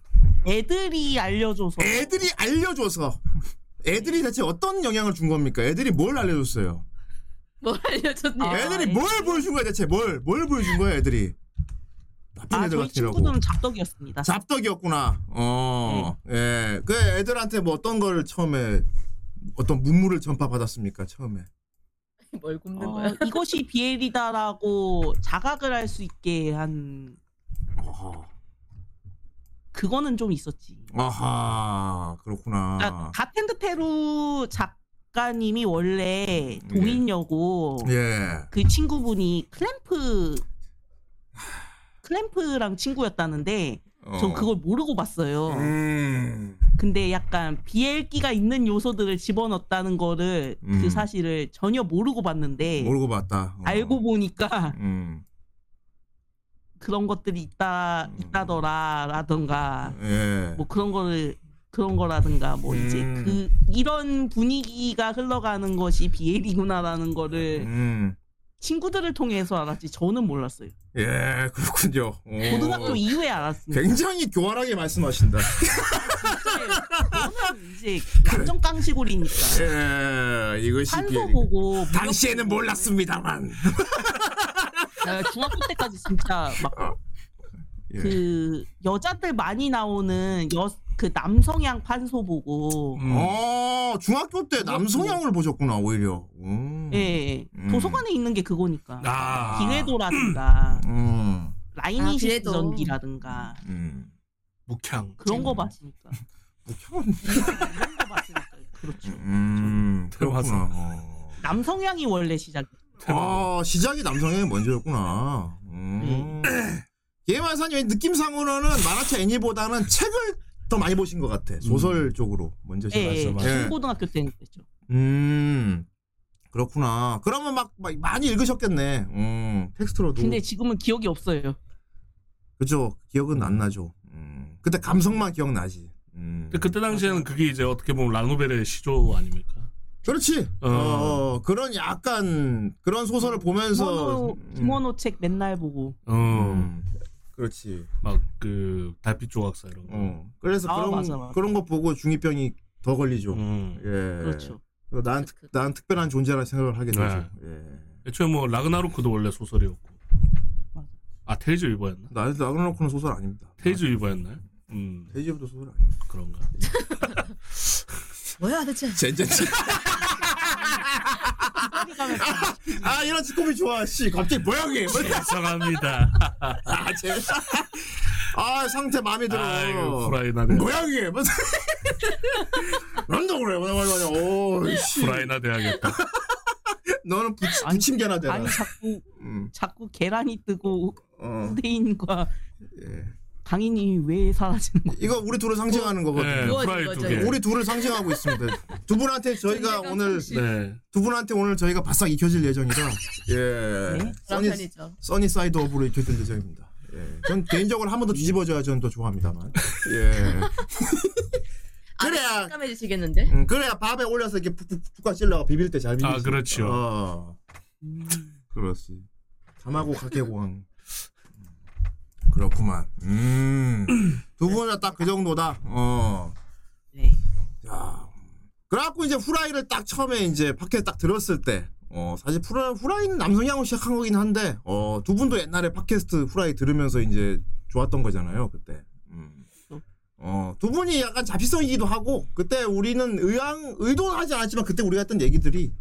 Speaker 5: 애들이 알려줘서
Speaker 3: 애들이 알려줘서. 애들이 대체 어떤 영향을 준 겁니까? 애들이 뭘 알려줬어요?
Speaker 4: 뭘 알려줬네요.
Speaker 5: 아,
Speaker 3: 애들이 뭘 보여준 거야 대체 뭘, 뭘 보여준 거야 애들이 나쁜
Speaker 5: 아
Speaker 3: 애들
Speaker 5: 저희
Speaker 3: 같으라고
Speaker 5: 친구들은 잡덕이었습니다.
Speaker 3: 잡덕이었구나 어,
Speaker 5: 네.
Speaker 3: 어예그 애들한테 뭐 어떤 걸 처음에 어떤 문물을 전파받았습니까 처음에
Speaker 4: 아, 뭘 굽는
Speaker 5: 어,
Speaker 4: 거야?
Speaker 5: 이것이 비엘이다라고 자각을 할 수 있게 한 그거는 좀 있었지.
Speaker 3: 아하 그렇구나
Speaker 5: 그러니까 가텐드 테루 작가님이 원래 동인여고
Speaker 3: 예
Speaker 5: 그 친구분이 클램프 클램프랑 친구였다는데
Speaker 3: 어.
Speaker 5: 전 그걸 모르고 봤어요.
Speaker 3: 음
Speaker 5: 근데 약간 비엘기가 있는 요소들을 집어넣었다는 거를
Speaker 3: 음.
Speaker 5: 그 사실을 전혀 모르고 봤는데
Speaker 3: 모르고 봤다 어.
Speaker 5: 네.
Speaker 3: 음.
Speaker 5: 알고 보니까 그런 것들이 있다
Speaker 3: 음.
Speaker 5: 있다더라라던가
Speaker 3: 음예
Speaker 5: 뭐 그런 거를 그런 거라든가 뭐 이제
Speaker 3: 음.
Speaker 5: 그 이런 분위기가 흘러가는 것이 비엘이구나라는 거를
Speaker 3: 음.
Speaker 5: 친구들을 통해서 알았지 저는 몰랐어요.
Speaker 3: 예, 그렇군요. 오.
Speaker 5: 고등학교 이후에 알았습니다.
Speaker 3: 굉장히 교활하게 말씀하신다. 그
Speaker 5: 저는 이제 완전 깡시골이니까
Speaker 3: 예, 이것이
Speaker 5: 산소
Speaker 3: 비엘이군요.
Speaker 5: 보고 무력
Speaker 3: 당시에는
Speaker 5: 보고
Speaker 3: 몰랐습니다만.
Speaker 5: 내가 네, 중학교 때까지 진짜
Speaker 3: 예.
Speaker 5: 막 그 여자들 많이 나오는 여 그 남성향 판소 보고
Speaker 2: 음.
Speaker 3: 어, 중학교 때 남성향을 보셨구나, 오히려. 음.
Speaker 5: 예
Speaker 3: 음.
Speaker 5: 도서관에 있는 게 그거니까
Speaker 2: 아.
Speaker 5: 기회도라든가
Speaker 3: 음.
Speaker 5: 라이니시
Speaker 4: 아, 기회도.
Speaker 5: 전기라든가
Speaker 3: 음.
Speaker 2: 묵향.
Speaker 5: 그런 거 봤으니까 그런 거 봤으니까 그렇죠
Speaker 3: 뭐 음. 그렇구나. 어.
Speaker 5: 남성향이 원래 시작
Speaker 2: 대박.
Speaker 3: 아, 시작이 남성향이 먼저였구나. 음.
Speaker 5: 예.
Speaker 3: 예마사님 느낌상으로는 만화책 애니보다는 책을 더 많이 보신 것 같아. 소설 쪽으로 먼저
Speaker 5: 예, 예
Speaker 3: 시작하셨죠. 음. 예.
Speaker 5: 중고등학교 때는 그랬죠
Speaker 3: 음. 그렇구나. 그러면 막, 막 많이 읽으셨겠네. 음. 텍스트로도.
Speaker 5: 근데 지금은 기억이 없어요
Speaker 3: 그죠. 기억은 안 나죠. 음. 그때 감성만 기억나지. 음.
Speaker 2: 근데 그때 당시에는 그게 이제 어떻게 보면 라노벨의 시조 아닙니까?
Speaker 3: 그렇지. 어.
Speaker 2: 어.
Speaker 3: 어, 그런 약간 그런
Speaker 5: 음.
Speaker 3: 소설을 보면서
Speaker 5: 김원호, 김원호 책 맨날 보고
Speaker 2: 어.
Speaker 3: 음. 그렇지.
Speaker 2: 막 그 달빛 조각사 이런 거.
Speaker 3: 어. 그래서
Speaker 5: 아,
Speaker 3: 그런
Speaker 5: 맞아, 맞아.
Speaker 3: 그런 거 보고 중이병이 더 걸리죠.
Speaker 2: 음.
Speaker 3: 예.
Speaker 5: 그렇죠
Speaker 3: 그래서 난, 특, 난 특별한 존재라 생각을 하게 되죠.
Speaker 2: 네.
Speaker 3: 예.
Speaker 2: 애초에 뭐 라그나로크도 원래 소설이었고.
Speaker 5: 맞아.
Speaker 2: 아 테이즈 위버였나?
Speaker 3: 나 나그나코는 소설 아닙니다.
Speaker 2: 테이즈 위버였나요? 음
Speaker 3: 테이지부터 소설 아닙니다.
Speaker 2: 그런가.
Speaker 4: 뭐야 대체?
Speaker 3: (laughs) 젠젠젠.
Speaker 5: 딸이 가면
Speaker 3: 아 이런 지코미 좋아. 씨 갑자기 뭐야
Speaker 2: (laughs)
Speaker 3: 이게?
Speaker 2: 죄송합니다.
Speaker 3: 아, 제... 아 상태 마음에 들어.
Speaker 2: 아이고 후라이나 대
Speaker 3: 고양이. 무슨? 런던 그래. 맞아 맞아. 오 씨.
Speaker 2: 후라이나 돼야겠다.
Speaker 3: 너는 부,
Speaker 5: 아니,
Speaker 3: 부침개나 되나?
Speaker 5: 아니 자꾸
Speaker 3: 네. 음.
Speaker 5: 자꾸 계란이 뜨고
Speaker 3: 어.
Speaker 5: 후대인과
Speaker 3: 예.
Speaker 5: 강인이 왜 사라지는 거야?
Speaker 3: 이거 우리 둘을 상징하는
Speaker 2: 네,
Speaker 3: 거거든요.
Speaker 4: 누워진
Speaker 2: 후라이
Speaker 4: 거죠,
Speaker 2: 두 개.
Speaker 4: 이제.
Speaker 3: 우리 둘을 상징하고 있습니다. 두 분한테 저희가
Speaker 4: 존재감
Speaker 3: 오늘
Speaker 4: 상실.
Speaker 2: 네.
Speaker 3: 두 분한테 오늘 저희가 바싹 익혀질 예정이라 예.
Speaker 5: 네.
Speaker 4: 그런
Speaker 3: 써니
Speaker 4: 편이죠.
Speaker 3: 써니 사이드 업으로 익혀질 예정입니다. 예. 전 개인적으로 한 번 더 뒤집어져야 저는 더 좋아합니다만. 예.
Speaker 4: 아, 네,
Speaker 3: 그래야
Speaker 4: 깜깜해지시겠는데?
Speaker 3: 음, 그래야 밥에 올려서 이렇게 푹푹푹 찔러가 비빌 때 잘 비비지.
Speaker 2: 아, 그렇죠.
Speaker 3: 어.
Speaker 4: 음,
Speaker 3: 그렇지. 담하고 각계공항. 그렇구만. 음. 두 분은 딱 그 정도다. 어.
Speaker 5: 네.
Speaker 3: 야. 그래갖고 이제 후라이를 딱 처음에 이제 팟캐스트 딱 들었을 때, 어, 사실 후라, 후라이는 남성향으로 시작한 거긴 한데, 어, 두 분도 옛날에 팟캐스트 후라이 들으면서 이제 좋았던 거잖아요, 그때. 음. 어, 두 분이 약간 잡시성이기도 하고, 그때 우리는 의향, 의도하지 않았지만 그때 우리가 했던 얘기들이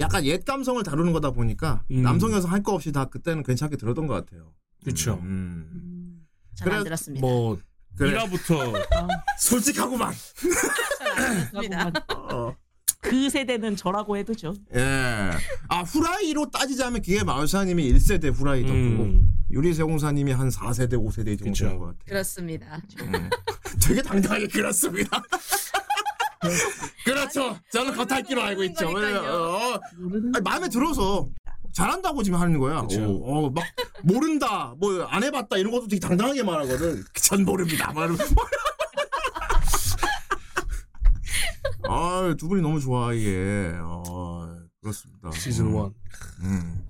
Speaker 3: 약간 옛 감성을 다루는 거다 보니까
Speaker 2: 음.
Speaker 3: 남성 여성 할 거 없이 다 그때는 괜찮게 들었던 것 같아요.
Speaker 2: 그쵸.
Speaker 3: 음.
Speaker 4: 잘
Speaker 3: 그래,
Speaker 4: 안 들었습니다.
Speaker 2: 뭐
Speaker 3: 그래.
Speaker 2: (laughs) 1화부터
Speaker 5: 아,
Speaker 3: 솔직하고만.
Speaker 4: 맞습니다.
Speaker 5: 라고만.
Speaker 3: 어.
Speaker 5: 그러니까 그 세대는 저라고 해도죠.
Speaker 3: 예. 아, 후라이로 따지자면 기계 마우사님이 1세대 후라이던 거고,
Speaker 2: 음,
Speaker 3: 유리세공사님이 한 4세대, 5세대 정도
Speaker 2: 그쵸.
Speaker 3: 되는 것 같아요.
Speaker 4: 그렇습니다.
Speaker 3: 음. (laughs) 되게 당당하게 그렇습니다. (laughs) 그렇죠. 저는 겉핥기로 알고 있죠.
Speaker 4: 거니까요.
Speaker 3: 왜냐면, 어,
Speaker 5: 모르는
Speaker 3: 아니, 마음에 들어서 잘한다고 지금 하는 거야.
Speaker 2: 그쵸.
Speaker 3: 어, 어, 막 모른다, 뭐 안 해봤다 이런 것도 되게 당당하게 말하거든. (laughs) 전 모릅니다. 말하면. (laughs) 아, 두 분이 너무 좋아 이게. 어, 그렇습니다.
Speaker 2: 시즌 1.
Speaker 3: 음.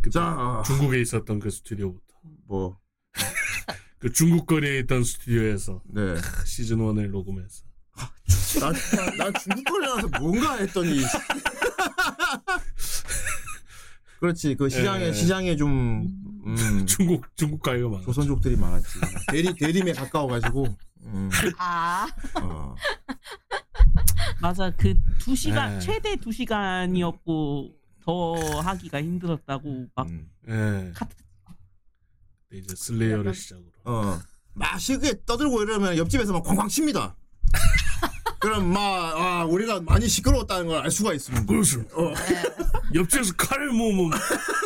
Speaker 2: 그
Speaker 3: 자, 아,
Speaker 2: 중국에 있었던 그 스튜디오부터
Speaker 3: 뭐,
Speaker 2: 그 중국 거리에 있던 스튜디오에서
Speaker 3: 네.
Speaker 2: 시즌 1을 녹음해서
Speaker 3: 나, 나 중국 거리 나서 뭔가 했더니. (laughs) 그렇지, 그 시장에,
Speaker 2: 예.
Speaker 3: 시장에 좀, 음,
Speaker 2: 중국 중국 가요가 많아.
Speaker 3: 조선족들이 많았지. 대리, 대림에 가까워가지고, 음,
Speaker 4: 아,
Speaker 3: 어.
Speaker 5: 맞아 그 두 시간
Speaker 2: 네.
Speaker 5: 최대 두 시간이었고 더 하기가 힘들었다고 막
Speaker 3: 음.
Speaker 2: 예.
Speaker 5: 카트
Speaker 2: 근데 이제 슬레이어를 시작으로.
Speaker 3: 어. 막 시크에 떠들고 이러면 옆집에서 막 쾅쾅 칩니다. 그럼 막, 아, 우리가 많이 시끄러웠다는 걸 알 수가 있습니다.
Speaker 2: 그렇죠.
Speaker 3: 어.
Speaker 2: 옆집에서 칼을 모으면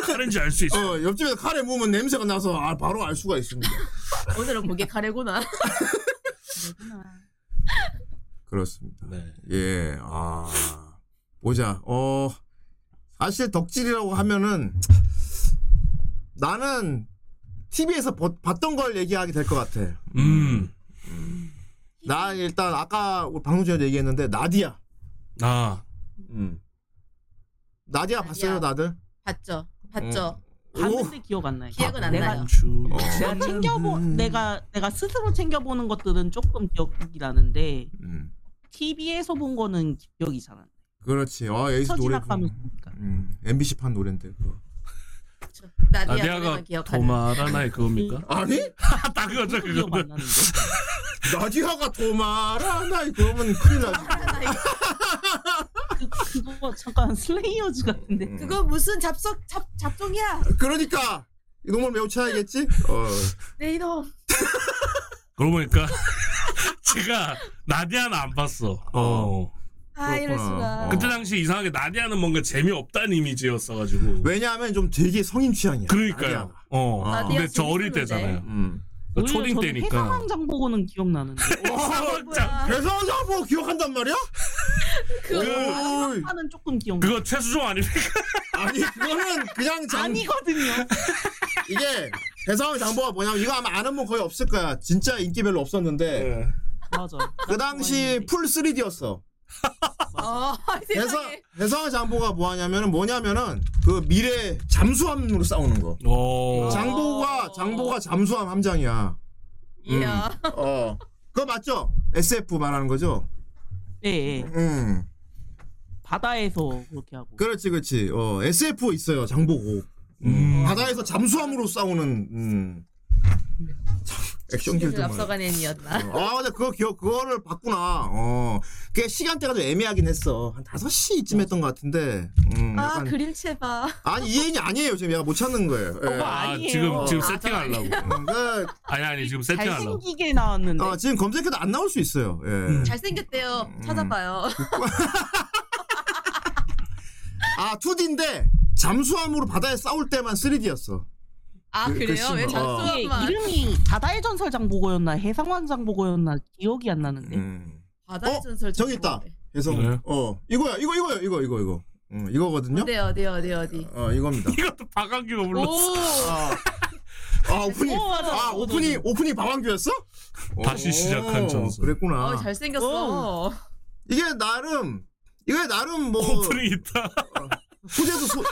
Speaker 2: 칼인지 알 수 있어.
Speaker 3: 어, 옆집에서 카레 모으면 냄새가 나서 아, 바로 알 수가 있습니다.
Speaker 4: 오늘은 고개 가래구나. (laughs)
Speaker 3: 그렇습니다.
Speaker 2: 네.
Speaker 3: 예, 아. 보자. 어, 사실 덕질이라고 하면은 나는 TV에서 봤던 걸 얘기하게 될 것 같아.
Speaker 2: 음.
Speaker 3: 나 일단 아까 우리 방송 전에 얘기했는데 나디아.
Speaker 2: 아.
Speaker 3: 음. 나디아 그 봤어요, 다들?
Speaker 4: 봤죠? 봤죠?
Speaker 3: 음.
Speaker 5: 봤는데 기억 안 나요.
Speaker 4: 기억은 안
Speaker 5: 내가
Speaker 4: 나요.
Speaker 2: 주.
Speaker 5: 내가 챙겨보
Speaker 2: 그 음.
Speaker 5: 내가 내가 스스로 챙겨보는 것들은 조금 기억이 나는데
Speaker 3: 음.
Speaker 5: TV에서 본 거는 기억이 잘 안 나.
Speaker 3: 그렇지. 아, 에이스 노래.
Speaker 5: 서진학 하면서 보니까
Speaker 3: 음, MBC 판 노랜데. 그거.
Speaker 4: 그렇죠. 나디아
Speaker 2: 나디아가
Speaker 4: 노래만 기억하는.
Speaker 2: 도마라나의 그겁니까?
Speaker 3: (laughs) 아니?
Speaker 2: 아, 딱 그거죠,
Speaker 5: 기억 안
Speaker 2: 그거.
Speaker 5: 나는데
Speaker 3: 나디아가 도마라나 그러면 큰일 나지.
Speaker 4: 아, 나 이거-
Speaker 5: 그, 그거 잠깐 슬레이어즈 같은데
Speaker 4: (laughs)
Speaker 2: 음.
Speaker 4: 그거
Speaker 3: 음.
Speaker 4: 무슨 잡석 잡 잡종이야?
Speaker 3: 그러니까 이놈을 매우 쳐야겠지? 어.
Speaker 4: 내 네, 이놈.
Speaker 2: 그러고 보니까 (laughs) 제가 나디아는 안 봤어. 어.
Speaker 4: 아 이럴
Speaker 3: 그렇구나.
Speaker 4: 수가.
Speaker 3: 어.
Speaker 2: 그때 당시 이상하게 나디아는 뭔가 재미없다는 이미지였어가지고.
Speaker 3: 왜냐하면 좀 되게 성인 취향이야.
Speaker 2: 그러니까요. 어.
Speaker 3: 아,
Speaker 2: 근데
Speaker 4: 나디아
Speaker 2: 저 어릴
Speaker 4: 재밌었는데.
Speaker 2: 때잖아요.
Speaker 3: 음.
Speaker 2: 그 초딩
Speaker 5: 오히려 저는
Speaker 2: 때니까.
Speaker 5: 해상왕장 보고는 기억나는데
Speaker 2: 어, 자,
Speaker 4: 뭐야?
Speaker 3: 그래서 뭐 기억한단 말이야?
Speaker 4: 그
Speaker 3: 오이.
Speaker 5: 하는 조금 기억 나.
Speaker 2: 그거 최수종 아닙니까?
Speaker 3: 아니 그거는 그냥 장
Speaker 5: 아니거든요.
Speaker 3: 이게 대상의 장부가 뭐냐면 이거 아마 아는 분 거의 없을 거야. 진짜 인기 별로 없었는데
Speaker 2: 네.
Speaker 5: 맞아.
Speaker 3: 그 당시 풀 3D였어.
Speaker 4: 어, (laughs)
Speaker 3: 대상
Speaker 4: 세상에.
Speaker 3: 대상의 장부가 뭐하냐면은 뭐냐면은 그 미래 잠수함으로 싸우는 거.
Speaker 2: 오.
Speaker 5: 아,
Speaker 3: 장보가 장보가 잠수함 함장이야.
Speaker 4: 이야.
Speaker 3: 어. 그거 맞죠? SF 말하는 거죠?
Speaker 5: 네, 네.
Speaker 3: 음.
Speaker 5: 바다에서 그렇게 하고.
Speaker 3: 그렇지, 그렇지. 어, SF 있어요, 장보고.
Speaker 2: 음.
Speaker 3: 바다에서 잠수함으로 싸우는, 음. 참, 액션 길드 말.
Speaker 4: 앞서간 애니였나?
Speaker 3: 아, 맞아. 그거 기억, 그거를 봤구나. 어. 그게 시간대가 좀 애매하긴 했어. 한 5시쯤 했던 것 같은데. 음,
Speaker 4: 아
Speaker 3: 약간.
Speaker 4: 그림체 봐.
Speaker 3: 아니, 이 얘기 아니에요. 지금 얘가 못 찾는 거예요. 예.
Speaker 2: 아,
Speaker 5: 아니에요.
Speaker 2: 지금 지금
Speaker 4: 아,
Speaker 2: 세팅하려고.
Speaker 3: 음, 그,
Speaker 2: 아니 아니 지금 세팅하려고.
Speaker 5: 잘생기게 나왔는데
Speaker 3: 아, 지금 검색해도 안 나올 수 있어요. 예.
Speaker 7: 음.
Speaker 4: 잘생겼대요.
Speaker 3: 음,
Speaker 4: 찾아봐요.
Speaker 3: 그, 아, 2D인데, 잠수함으로 바다에 싸울 때만 3D였어.
Speaker 4: 아
Speaker 3: 그-
Speaker 4: 그래요?
Speaker 3: 글씨만.
Speaker 4: 왜
Speaker 5: 이게
Speaker 4: 잠수함만?
Speaker 5: 이름이 바다의 전설 장보고였나 해상환장 보고였나 기억이 안 나는데
Speaker 3: 음.
Speaker 4: 바다의
Speaker 3: 어?
Speaker 4: 전설
Speaker 3: 저기
Speaker 7: 뭐,
Speaker 3: 있다.
Speaker 7: 네.
Speaker 3: 그래서,
Speaker 2: 그래요?
Speaker 3: 어, 이거야, 이거요, 이거요, 이거, 이거, 이거. 음, 이거거든요.
Speaker 4: 어디 어디 어디 어디.
Speaker 3: 어, 이겁니다.
Speaker 2: 이것도 박한규가 불렀어.
Speaker 4: 오.
Speaker 3: 아, 아 오프닝
Speaker 5: 어, 맞아.
Speaker 3: 아 오프닝 오프닝 방황규였어?
Speaker 2: 다시
Speaker 3: 오,
Speaker 2: 시작한 전설.
Speaker 3: 그랬구나.
Speaker 4: 어 잘생겼어.
Speaker 3: 이게 나름 이게 나름 뭐
Speaker 2: 오프닝 있다.
Speaker 3: 소재도 소,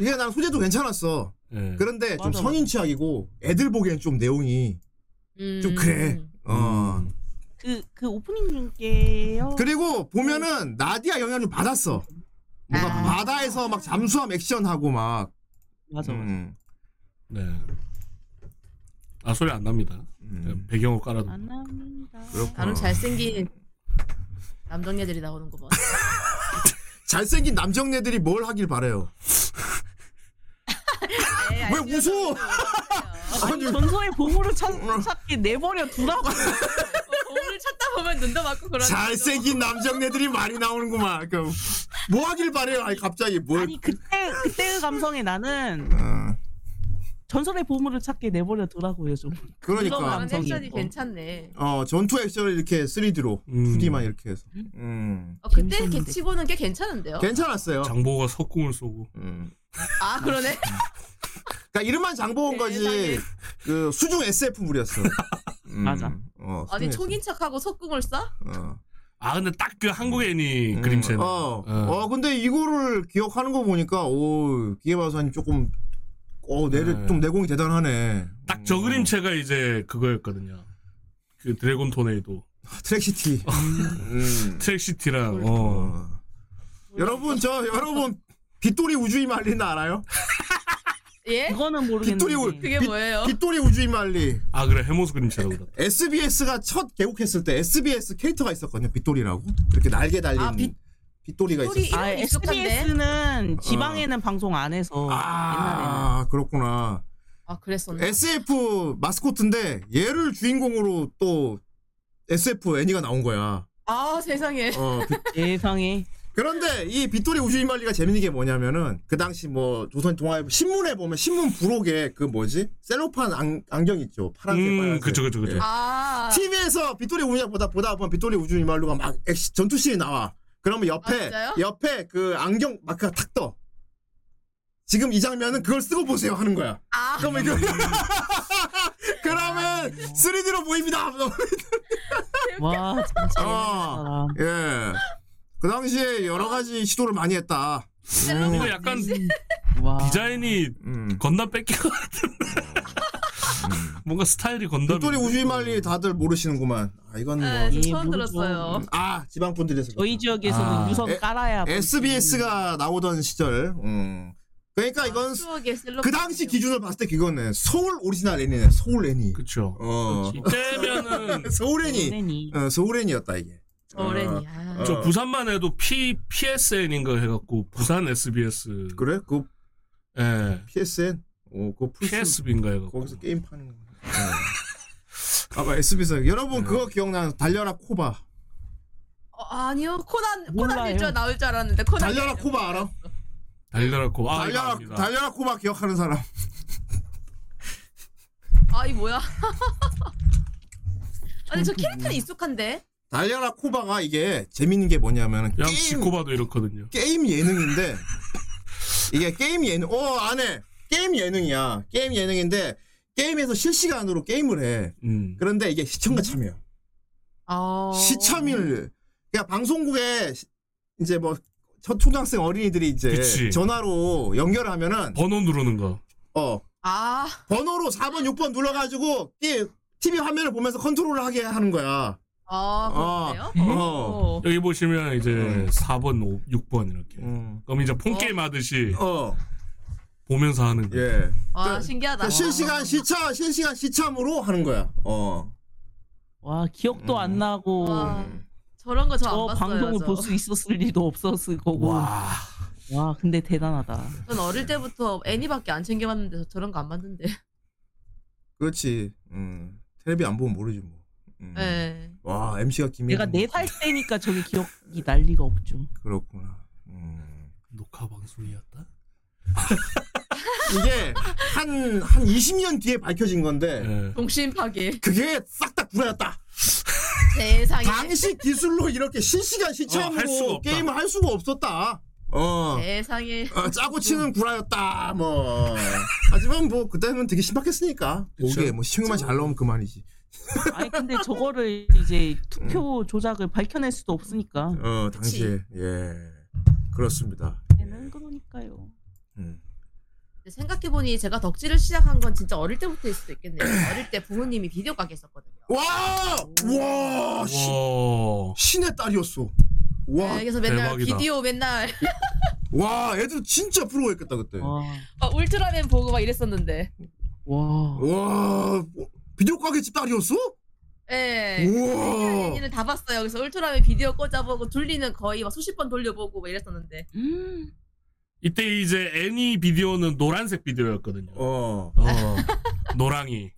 Speaker 3: 이게 난 소재도 괜찮았어.
Speaker 2: 예.
Speaker 3: 그런데 좀
Speaker 5: 맞아,
Speaker 3: 성인 취향이고 애들 보기엔 좀 내용이
Speaker 4: 음.
Speaker 3: 좀 그래. 어
Speaker 2: 음.
Speaker 5: 그, 그 오프닝 중계요
Speaker 3: 그리고 보면은 나디아 영향 좀 받았어. 뭔가
Speaker 4: 아.
Speaker 3: 바다에서 막 잠수함 액션하고 막.
Speaker 5: 맞아 맞아
Speaker 3: 음,
Speaker 2: 네. 아 소리 안 납니다. 네,
Speaker 3: 음.
Speaker 2: 배경을 깔아도.
Speaker 5: 안 합니다
Speaker 3: 그렇구나.
Speaker 4: 나름 잘생긴 남동네들이 나오는 거 봐.
Speaker 3: 잘생긴 남정네들이 뭘 하길 바래요. 왜 웃어? 그 (laughs)
Speaker 5: 아니 전설의 보물을 찾, 찾게 내버려 두라고
Speaker 4: 오늘 찾다 보면 눈도 맞고 그러는.
Speaker 7: 그렇죠.
Speaker 3: 잘생긴 남정네들이 많이 나오는구만. 그 뭐 하길 바래요? 아니 갑자기 뭘?
Speaker 5: 아니 그때 그때의 감성에 나는
Speaker 3: 어,
Speaker 5: 전설의 보물을 찾게 내버려 두라고요 좀
Speaker 3: 그러니까
Speaker 5: 그거만.
Speaker 4: 그런 액션이
Speaker 5: 감성이고.
Speaker 4: 괜찮네.
Speaker 3: 어 전투 액션을 이렇게 3D로
Speaker 2: 음.
Speaker 3: 2D만 이렇게 해서 음.
Speaker 4: 어, 그때
Speaker 5: 괜찮은데.
Speaker 4: 개치고는 꽤 괜찮은데요.
Speaker 3: 괜찮았어요.
Speaker 2: 장보가 석궁을 쏘고.
Speaker 3: 음.
Speaker 4: 아 그러네.
Speaker 3: 그러니까 이름만 장보온 거지
Speaker 4: 세상에.
Speaker 3: 그 수중 SF물이었어. 음.
Speaker 5: 맞아.
Speaker 3: 어,
Speaker 4: 아니
Speaker 3: 수중
Speaker 4: 총인 척하고 속궁을 쏴?
Speaker 3: SF. 어.
Speaker 2: 아 근데 딱 그 한국 애니
Speaker 3: 음.
Speaker 2: 그림체.
Speaker 3: 어. 어 근데 이거를 기억하는 거 보니까 오 기계바사님 조금 어 내를
Speaker 2: 네.
Speaker 3: 좀 내공이 대단하네. 음.
Speaker 2: 딱 저 그림체가 이제 그거였거든요. 그 드래곤 토네이도.
Speaker 3: 트랙시티.
Speaker 2: 어.
Speaker 3: 음.
Speaker 2: 트랙시티랑 어.
Speaker 3: 어. 여러분 저 여러분 빗돌이 우주이 말리는 알아요?
Speaker 4: 예?
Speaker 5: 그거는
Speaker 3: 빗돌이 우
Speaker 5: 모르겠는데
Speaker 4: 그게
Speaker 3: 빗-
Speaker 4: 뭐예요?
Speaker 3: 빗돌이 우주이 말리.
Speaker 2: 아 그래 해모스 그림체라고 그러다.
Speaker 3: SBS가 첫 개국했을 때 SBS 캐릭터가 있었거든요. 빗돌이라고. 이렇게 날개 달린
Speaker 4: 아, 빗-
Speaker 3: 빗돌이가
Speaker 4: 빗돌이?
Speaker 3: 있었어.
Speaker 5: 아
Speaker 4: 이름이 익숙한데?
Speaker 5: SBS는 지방에는 방송 안 해서 옛날에는
Speaker 3: 아, 그렇구나.
Speaker 4: 아 그랬었네.
Speaker 3: SF 마스코트인데 얘를 주인공으로 또 SF 애니가 나온 거야.
Speaker 4: 아 세상에.
Speaker 3: 어, 빗-
Speaker 5: 세상에
Speaker 3: 그런데 이 빗돌이 우주인 말리가 재밌는 게 뭐냐면은 그 당시 뭐 조선 동아일보 신문에 보면 신문 부록에 그 뭐지 셀로판 안, 안경 있죠 파란색
Speaker 2: 음
Speaker 3: 빨간색 예.
Speaker 2: 그쵸 그쵸 그쵸.
Speaker 4: 아
Speaker 3: TV에서 빗돌이 우주인 보다 보다 보면 빗돌이 우주인 말로가 막 액시- 전투씬이 나와 그러면
Speaker 4: 아,
Speaker 3: 옆에
Speaker 4: 진짜요?
Speaker 3: 옆에 그 안경 마크가 탁 떠 지금 이 장면은 그걸 쓰고 보세요 하는 거야
Speaker 4: 아.
Speaker 3: 그러면 이거 그러면
Speaker 4: 네.
Speaker 3: 3D로 보입니다
Speaker 5: 와 진짜
Speaker 3: 어,
Speaker 5: 사람.
Speaker 4: 네.
Speaker 3: 예그 당시에 여러 가지 시도를 많이 했다
Speaker 2: 이거
Speaker 5: 아,
Speaker 2: 약간
Speaker 5: 와
Speaker 2: 디자인이
Speaker 3: 음.
Speaker 2: 건담 뺏긴 것 같은. 뭔가 스타일이 건담.
Speaker 3: 빅토리 우주말리 다들 모르시는구만. 아 이건 뭐.
Speaker 4: 네, 저 처음
Speaker 5: 예,
Speaker 4: 들었어요.
Speaker 3: 음, 아 지방 분들에서.
Speaker 5: 저희 지역에서는
Speaker 2: 아.
Speaker 5: 유선
Speaker 3: 에-
Speaker 5: 깔아야
Speaker 3: SBS가 나오던 시절. 음. 그러니까 이건
Speaker 4: 아, 추억의 셀럽.
Speaker 3: 그 당시 기준을 봤을 때 그거네. 서울 오리지널 애니네. 서울 애니.
Speaker 2: 그쵸.
Speaker 3: 어.
Speaker 2: 이때면은
Speaker 3: 서울 애니.
Speaker 5: 보이니.
Speaker 3: 어, 서울 애니였다 이게.
Speaker 4: 어레니. 아.
Speaker 3: 어.
Speaker 2: 저 부산만 해도 P PSN인가 해갖고 부산 SBS.
Speaker 3: 그래? 그거
Speaker 2: 예.
Speaker 3: PSN? 어, 그거 플스.
Speaker 2: PSB인가 해갖고.
Speaker 3: 거기서 게임 파는 거.
Speaker 2: (laughs)
Speaker 3: 아까 SBS 여러분
Speaker 2: 네.
Speaker 3: 그거 기억나? 달려라 코바.
Speaker 4: 어, 아니요 코난
Speaker 5: 몰라요.
Speaker 4: 코난 일자 나올 줄 알았는데 코난
Speaker 3: 달려라
Speaker 4: 일자.
Speaker 3: 코바 알아?
Speaker 2: 달려라 코. 아 이거
Speaker 3: 달려라
Speaker 2: 압니다.
Speaker 3: 달려라 코바 기억하는 사람.
Speaker 4: 아이 뭐야? (laughs) 아니
Speaker 3: 어, 그
Speaker 4: 저 캐릭터는
Speaker 3: 뭐.
Speaker 4: 익숙한데.
Speaker 3: 달려라 코바가 이게 재밌는 게 뭐냐면
Speaker 2: 양
Speaker 3: 게임
Speaker 2: 지코바도 이렇거든요.
Speaker 3: 게임 예능인데 (laughs) 이게 게임 예능 어 안해 게임 예능이야 게임 예능인데 게임에서 실시간으로 게임을 해
Speaker 2: 음.
Speaker 3: 그런데 이게 시청자 참여
Speaker 4: 아.
Speaker 7: 어.
Speaker 3: 시참일 그러니까 방송국에 시- 이제 뭐 초- 초등학생 어린이들이 이제
Speaker 2: 그치.
Speaker 3: 전화로 연결을 하면은
Speaker 2: 번호 누르는 거.
Speaker 3: 어
Speaker 4: 아
Speaker 3: 번호로 4번 6번 눌러가지고 이 TV 화면을 보면서 컨트롤을 하게 하는 거야
Speaker 4: 아, 그래요?
Speaker 3: 어.
Speaker 4: 어.
Speaker 2: 여기 보시면 이제
Speaker 3: 음.
Speaker 2: 4번, 5, 6번 이렇게.
Speaker 3: 음.
Speaker 2: 그럼 이제 폰
Speaker 4: 어?
Speaker 2: 게임 하듯이
Speaker 3: 어
Speaker 2: 보면서 하는 거.
Speaker 3: 예.
Speaker 7: 와
Speaker 3: 네.
Speaker 7: 아, 신기하다.
Speaker 3: 그러니까 실시간 시청, 실시간 시참으로 하는 거야. 어.
Speaker 5: 와 기억도 안
Speaker 3: 음.
Speaker 5: 나고
Speaker 7: 와, 저런 거 저
Speaker 5: 저
Speaker 7: 안 봤어요.
Speaker 5: 방송을
Speaker 7: 저.
Speaker 5: 볼 수 있었을 리도 없었을 거고 와,
Speaker 2: 와.
Speaker 5: 근데 대단하다
Speaker 7: 전 어릴 때부터 애니밖에 안 챙겨봤는데 저- 저런 거 안 봤는데.
Speaker 3: 음. 그렇지. 음. 텔레비 안 보면 모르지 뭐. 음.
Speaker 7: 예.
Speaker 3: 와, MC가 김혜
Speaker 5: 네. 내가 네 살 때니까 저게 기억이 날 리가 없죠
Speaker 3: 그렇구나. 음.
Speaker 2: 녹화 방송이었다.
Speaker 3: 이게 한, 한 20년 뒤에 밝혀진 건데,
Speaker 2: 예.
Speaker 7: 동심 파괴.
Speaker 3: 그게 싹 다 구라였다.
Speaker 5: 아,
Speaker 7: 세상에.
Speaker 5: (laughs)
Speaker 3: 당시 기술로 이렇게 실시간
Speaker 2: 어, 할 수가
Speaker 3: 시참으로
Speaker 2: 없다.
Speaker 3: 게임을 할 수가 없었다. 어.
Speaker 5: 네.
Speaker 7: 세상에.
Speaker 3: 어, 짜고 치는 구라였다, 뭐. 하지만 뭐, 그때는 되게 심각했으니까.
Speaker 2: 그쵸.
Speaker 3: 오게, 뭐, 시청률만 잘 나오면 그만이지.
Speaker 5: 아니 근데 저거를 이제 투표 조작을 밝혀낼 수도
Speaker 7: 음.
Speaker 5: 없으니까
Speaker 3: 어, 당시에. 예. 그렇습니다.
Speaker 5: 얘는 그러니까요
Speaker 3: 음.
Speaker 7: 생각해보니 제가 덕질을 시작한 건 진짜 어릴 때부터일 수도 있겠네요. 어릴 때 부모님이 비디오 가게 했었거든요.
Speaker 3: 와! 와! 시,
Speaker 2: 와.
Speaker 3: 신의 딸이었어. 와!
Speaker 7: 네, 그래서 맨날
Speaker 2: 대박이다.
Speaker 7: 비디오 맨날 (laughs)
Speaker 3: 와, 애들 진짜 부러워했겠다, 그때.
Speaker 5: 와,
Speaker 7: 막 울트라맨 보고 막 이랬었는데.
Speaker 5: 와.
Speaker 3: 와, 뭐, 비디오 가게 집 딸이었어?
Speaker 7: 예.
Speaker 3: 우와.
Speaker 7: 애니를 다 봤어요. 그래서 울트라맨 비디오 꽂아보고 둘리는 거의 막 수십 번 돌려보고 막 이랬었는데.
Speaker 5: 음.
Speaker 2: 이때 이제 애니 비디오는 노란색 비디오였거든요. 어.
Speaker 3: 어.
Speaker 2: 노랑이.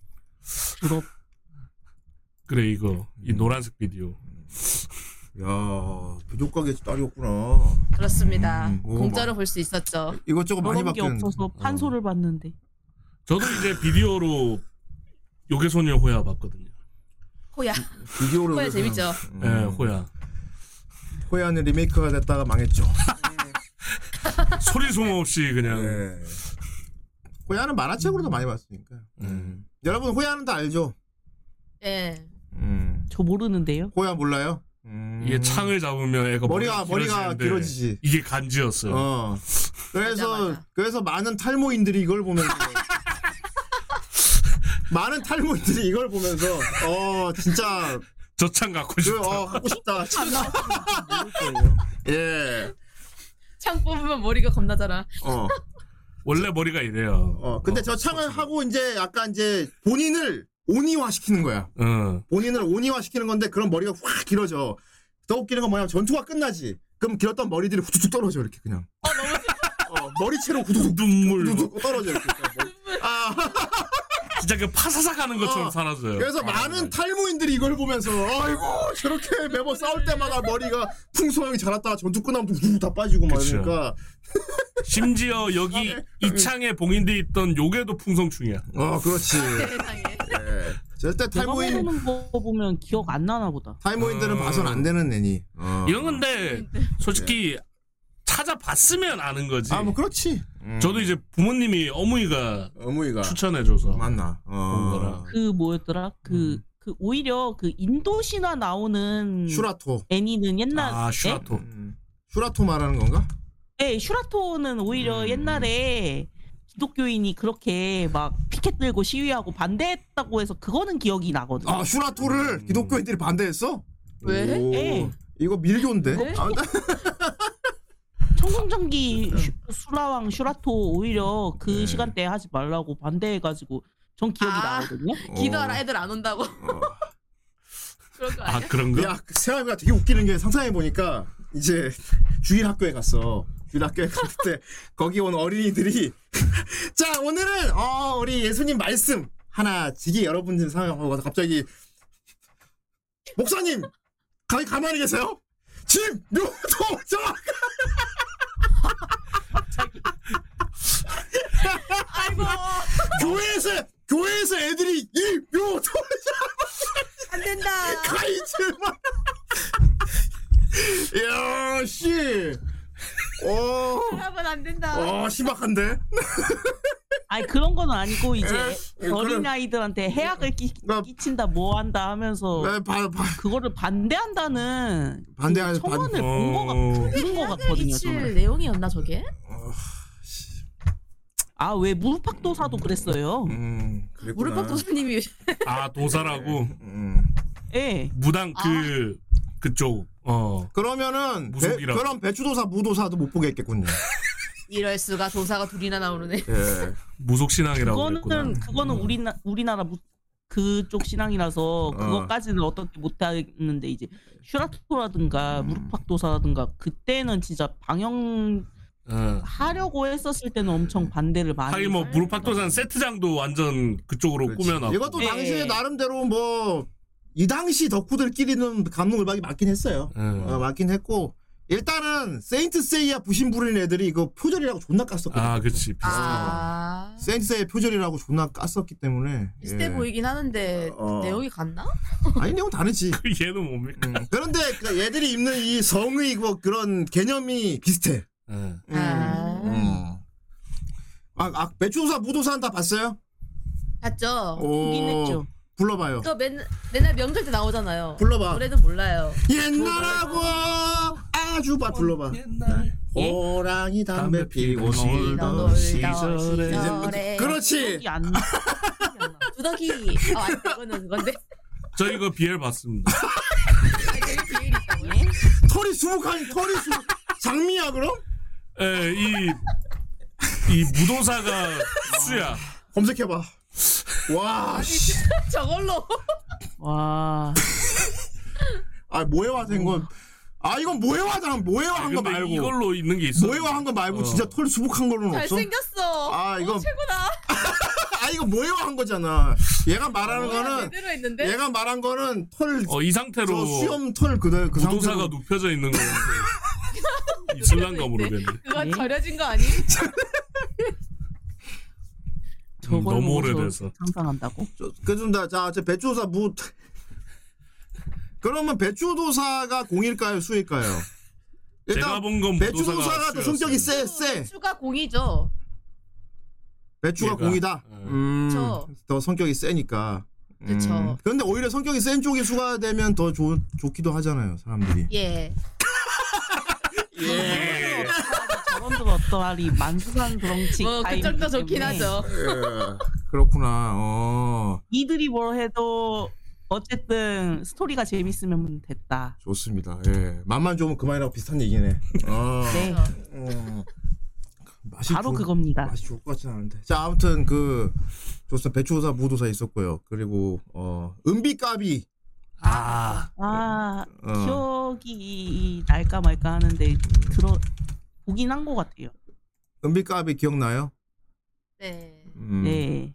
Speaker 5: 부럽.
Speaker 2: 그래 이거
Speaker 3: 음.
Speaker 2: 이 노란색 비디오.
Speaker 3: 야, 비디오 가게 집 딸이었구나.
Speaker 7: 그렇습니다.
Speaker 3: 음, 오,
Speaker 7: 공짜로 볼 수 있었죠.
Speaker 3: 이것저것 많이
Speaker 5: 그런 게
Speaker 3: 바뀌었는데.
Speaker 5: 없어서 판소를 봤는데
Speaker 2: 저도 이제 비디오로 요괴소녀 호야 봤거든요.
Speaker 7: 호야.
Speaker 3: 비디오로.
Speaker 7: 호야
Speaker 3: 그냥-
Speaker 7: 재밌죠.
Speaker 3: 음.
Speaker 2: 예, 호야.
Speaker 3: 호야는 리메이크가 됐다가 망했죠.
Speaker 2: 소리 소모 없이 그냥
Speaker 3: 예. 호야는 만화책으로도 많이 봤으니까. 음. 여러분 호야는 다 알죠?
Speaker 7: 예.
Speaker 3: 음.
Speaker 5: 저 모르는데요
Speaker 3: 호야 몰라요? 음.
Speaker 2: 이게 창을 잡으면 애가
Speaker 3: 머리가 머리가
Speaker 2: 길어지는데 네.
Speaker 3: 길어지지.
Speaker 2: 이게 간지였어요.
Speaker 3: 어. 그래서
Speaker 7: 맞아, 맞아.
Speaker 3: 그래서 많은 탈모인들이
Speaker 2: (laughs)
Speaker 3: 이걸 보면서 많은 탈모인들이 이걸 보면서 어 진짜
Speaker 2: 저 창 갖고 싶다.
Speaker 3: 그어 하고
Speaker 7: 아,
Speaker 3: 싶다. 예.
Speaker 7: 창 뽑으면 머리가 겁나잖아.
Speaker 3: 어.
Speaker 2: 원래 머리가 이래요.
Speaker 3: 어. 근데 저 창을 하고 이제 약간 이제 본인을 온이화 시키는 거야.
Speaker 2: 어.
Speaker 3: 본인을 온이화 시키는 건데 그런 머리가 확 길어져. 더 웃기는 건 뭐냐면 전투가 끝나지. 그럼 길었던 머리들이 후두둑 떨어져 이렇게 그냥. 어, 머리채로 후두둑
Speaker 2: 눈물 막
Speaker 3: 후두둑 떨어져 이렇게. 그냥 머리- 아.
Speaker 2: 진짜 그 파사삭 하는 것처럼
Speaker 3: 어.
Speaker 2: 사라져요. 아, 네.
Speaker 3: 그래서 많은 탈모인들이 이걸 보면서 아이고 저렇게 매번 싸울 때마다 머리가 풍성하게 자랐다가 전투 끝나면 우르르 다 빠지고 막
Speaker 2: 그쵸.
Speaker 3: 그러니까
Speaker 2: 심지어 여기 이 창에 봉인돼 있던 요괴도 풍성충이야.
Speaker 3: 어 그렇지
Speaker 7: 세상에.
Speaker 3: 예. 절대
Speaker 5: 내가
Speaker 3: 탈모인
Speaker 5: 모르는 거 보면 기억 안 나나 보다
Speaker 3: 탈모인들은
Speaker 2: 음.
Speaker 3: 봐선 안 되는 애니 어.
Speaker 2: 이런 건데 솔직히 찾아봤으면 아는 거지.
Speaker 3: 네. 아뭐 그렇지
Speaker 2: 저도 이제 부모님이 어머니가
Speaker 3: 어무이가
Speaker 2: 추천해줘서
Speaker 3: 맞나
Speaker 2: 본
Speaker 3: 어.
Speaker 2: 거라.
Speaker 5: 그 뭐였더라 그
Speaker 3: 음.
Speaker 5: 그 오히려 그 인도 신화 나오는
Speaker 3: 슈라토
Speaker 5: 애니는 옛날
Speaker 2: 아 슈라토.
Speaker 3: 음. 슈라토 말하는 건가
Speaker 5: 에? 네, 슈라토는 오히려
Speaker 3: 음.
Speaker 5: 옛날에 기독교인이 그렇게 막 피켓 들고 시위하고 반대했다고 해서 그거는 기억이 나거든.
Speaker 3: 아 슈라토를 기독교인들이 반대했어
Speaker 7: 왜?
Speaker 3: 오.
Speaker 5: 예.
Speaker 3: 이거 밀교인데
Speaker 7: 왜?
Speaker 3: 아, 나-
Speaker 5: 청송전기 슈- 수라왕 슈라토 오히려 그
Speaker 3: 아, 네.
Speaker 5: 시간대에 하지 말라고 반대해가지고 전 기억이
Speaker 7: 아.
Speaker 5: 나거든요.
Speaker 3: 어.
Speaker 7: 기도하라 애들 안 온다고. (laughs) 그런 거
Speaker 2: 아
Speaker 7: 아니야?
Speaker 2: 그런가?
Speaker 3: 야, 그 생각해보니까 되게 웃기는 게 상상해보니까 이제 주일 학교에 갔어. 주일 학교에 갔을 때 (laughs) 거기 온 어린이들이 (laughs) 자, 오늘은 어, 우리 예수님 말씀 하나 지기 여러분들 상하고 가서 갑자기 목사님! 가만히, 가만히 계세요? 짐! 묘도! 저!
Speaker 7: 아이고.
Speaker 3: (laughs) 교회에서, 교회에서 애들이 이 묘도!
Speaker 4: 안 된다.
Speaker 3: 가이즈만! (laughs) 야, 씨! 오,
Speaker 7: 하면 안 된다.
Speaker 3: 어, 심각한데?
Speaker 5: 아니 그런 건 아니고 이제
Speaker 3: 예,
Speaker 5: 어린
Speaker 3: 그럼-
Speaker 5: 아이들한테 해악을 끼,
Speaker 3: 나-
Speaker 5: 친다뭐 한다
Speaker 7: 어.
Speaker 5: 하면서
Speaker 3: 네, 바, 바,
Speaker 5: 그거를 반대한다는
Speaker 3: 반대하는
Speaker 5: 그 청원을
Speaker 3: 반-
Speaker 5: 본거
Speaker 2: 어.
Speaker 5: 같은 거 같거든요.
Speaker 7: 이칠 내용이었나 저게?
Speaker 3: 네.
Speaker 5: 아왜 무릎팍도사도 그랬어요?
Speaker 3: 음, 그랬구나.
Speaker 7: 무릎팍 도사님이 (laughs)
Speaker 2: 아 도사라고
Speaker 3: 음.
Speaker 5: 예.
Speaker 2: 무당 그 그쪽 어
Speaker 3: 그러면은 배,
Speaker 2: 무속이라고.
Speaker 3: 그럼 배추도사 무도사도 못 보겠겠군요.
Speaker 7: 이럴 수가 조사가 둘이나 나오네.
Speaker 3: 예.
Speaker 2: 무속신앙이라고 그랬구나. 음.
Speaker 5: 그거는 그거는 우리나 우리나라 무, 그쪽
Speaker 2: 어.
Speaker 5: 신앙이라서 그것까지는 어떻게 못하는데 이제 슈라토라든가
Speaker 2: 음.
Speaker 5: 무릎팍도사라든가 그때는 진짜 방영
Speaker 2: 예.
Speaker 5: 하려고 했었을 때는 엄청 반대를 많이.
Speaker 2: 하긴 뭐
Speaker 5: 했어요.
Speaker 2: 무릎팍도산 세트장도 완전 그쪽으로
Speaker 3: 그렇지.
Speaker 2: 꾸며놨고 예.
Speaker 7: 예,
Speaker 3: 이것도
Speaker 5: 네.
Speaker 3: 당시에 나름대로 뭐 이 당시 덕후들끼리는 감동을박이 맞긴 했어요.
Speaker 2: 예.
Speaker 3: 어, 맞긴 했고 일단은 세인트 세이야 부심부리는 애들이 이거 표절이라고 존나 깠었거든.
Speaker 2: 아
Speaker 3: 요
Speaker 2: 그치 비슷한
Speaker 7: 아
Speaker 3: 세인트 세이 표절이라고 존나 깠었기 때문에
Speaker 7: 비슷해
Speaker 3: 예.
Speaker 7: 보이긴 하는데
Speaker 3: 어.
Speaker 7: 내용이 같나?
Speaker 3: 아니 내용 다르지.
Speaker 2: 거. (laughs) 얘는 뭡니까
Speaker 3: 음. 그런데 그 얘들이 입는 이 성의 뭐 그런 개념이 비슷해.
Speaker 2: 예.
Speaker 3: 음.
Speaker 7: 아.
Speaker 3: 음. 아, 아 배추도사 무도사는 다 봤어요?
Speaker 7: 봤죠.
Speaker 3: 어.
Speaker 5: 보긴
Speaker 3: 오,
Speaker 5: 했죠.
Speaker 3: 불러봐요.
Speaker 7: 그거 맨, 맨날 명절 때 나오잖아요.
Speaker 3: 불러봐.
Speaker 7: 노래도 몰라요.
Speaker 3: 옛날하고 아주 봐 불러봐.
Speaker 2: 옛날
Speaker 5: 예?
Speaker 3: 호랑이 담배 피고
Speaker 7: 놀던
Speaker 3: 놀던
Speaker 7: 시절에.
Speaker 3: 시절에
Speaker 7: 시절에.
Speaker 3: 그렇지.
Speaker 2: (laughs)
Speaker 5: 기억이 안 나. 기억이 안 나.
Speaker 7: 두더기. 아, 아니, 그거는 그건데.
Speaker 2: 저 이거 비엘 봤습니다
Speaker 7: 아니, 되게 비밀이 있다고요?
Speaker 3: 털이 수북하니 털이 수북. 장미야 그럼?
Speaker 2: 예, 이, 이 무도사가 수야
Speaker 3: 검색해봐. 와, 씨.
Speaker 7: 저걸로. (laughs)
Speaker 5: 와.
Speaker 3: 아 모해화 된 건. 아 이건 모해화잖아. 모해화 한 거
Speaker 2: 근데
Speaker 3: 말고.
Speaker 2: 이걸로 있는 게 있어
Speaker 3: 모해화 한 거 말고
Speaker 2: 어.
Speaker 3: 진짜 털 수북한 거는 없어.
Speaker 7: 잘생겼어.
Speaker 3: 아, 이거-
Speaker 7: 어, 최고다.
Speaker 3: 아 이거 모해화 한 거잖아. 얘가
Speaker 7: 어,
Speaker 3: 말하는 예? 거는
Speaker 7: 제대로 했는데.
Speaker 3: 얘가 말한 거는 털.
Speaker 2: 어, 이 상태로
Speaker 3: 저 수염 털 그대로 그
Speaker 2: 무도사가
Speaker 3: 상태로
Speaker 2: 눕혀져 있는 거 이슬람감으로 됐네
Speaker 7: 그건
Speaker 5: 예?
Speaker 7: 절여진 거 아니?
Speaker 5: 저걸
Speaker 2: 너무
Speaker 5: 보고서
Speaker 2: 오래돼서.
Speaker 5: 상상한다고.
Speaker 3: 그준다 자저 배추도사 무 (laughs) 그러면 배추도사가 공일까요 수일까요?
Speaker 2: 제가
Speaker 3: 일단
Speaker 2: 본 건
Speaker 3: 배추도사가
Speaker 2: 무도사가
Speaker 3: 더
Speaker 2: 수였어요.
Speaker 3: 성격이 예, 쎄쎄
Speaker 7: 추가 공이죠.
Speaker 3: 배추가
Speaker 2: 얘가.
Speaker 3: 공이다
Speaker 2: 예.
Speaker 3: 음,
Speaker 7: 그쵸.
Speaker 3: 더 성격이 세니까 음.
Speaker 7: 그쵸.
Speaker 3: 그런데 오히려 성격이 센 쪽이 수가 되면 더 좋, 좋기도 하잖아요 사람들이
Speaker 7: 예. 네.
Speaker 2: 예.
Speaker 5: 저런들 어떠하리 만수산 그런치.
Speaker 7: 뭐 그쪽도
Speaker 5: 네.
Speaker 7: 좋긴 하죠.
Speaker 3: 예, 그렇구나 어
Speaker 5: 이들이 뭘 해도 어쨌든 스토리가 재밌으면 됐다.
Speaker 3: 좋습니다 예 맛만 좋으면 그만이라고 비슷한 얘기네 어,
Speaker 5: 네,
Speaker 7: 그렇죠.
Speaker 3: 음. 맛이
Speaker 5: 바로
Speaker 3: 좋-
Speaker 5: 그겁니다.
Speaker 3: 맛이 좋을 것 같진 않은데. 자, 아무튼 그 좋습니다. 배추사 무도사 있었고요. 그리고 어 은비까비.
Speaker 2: 아
Speaker 5: 아
Speaker 3: 어,
Speaker 5: 기억이 날까 말까 하는데 들어 보긴 한 것 같아요.
Speaker 3: 은비까비 기억나요?
Speaker 7: 네.
Speaker 3: 음,
Speaker 5: 네,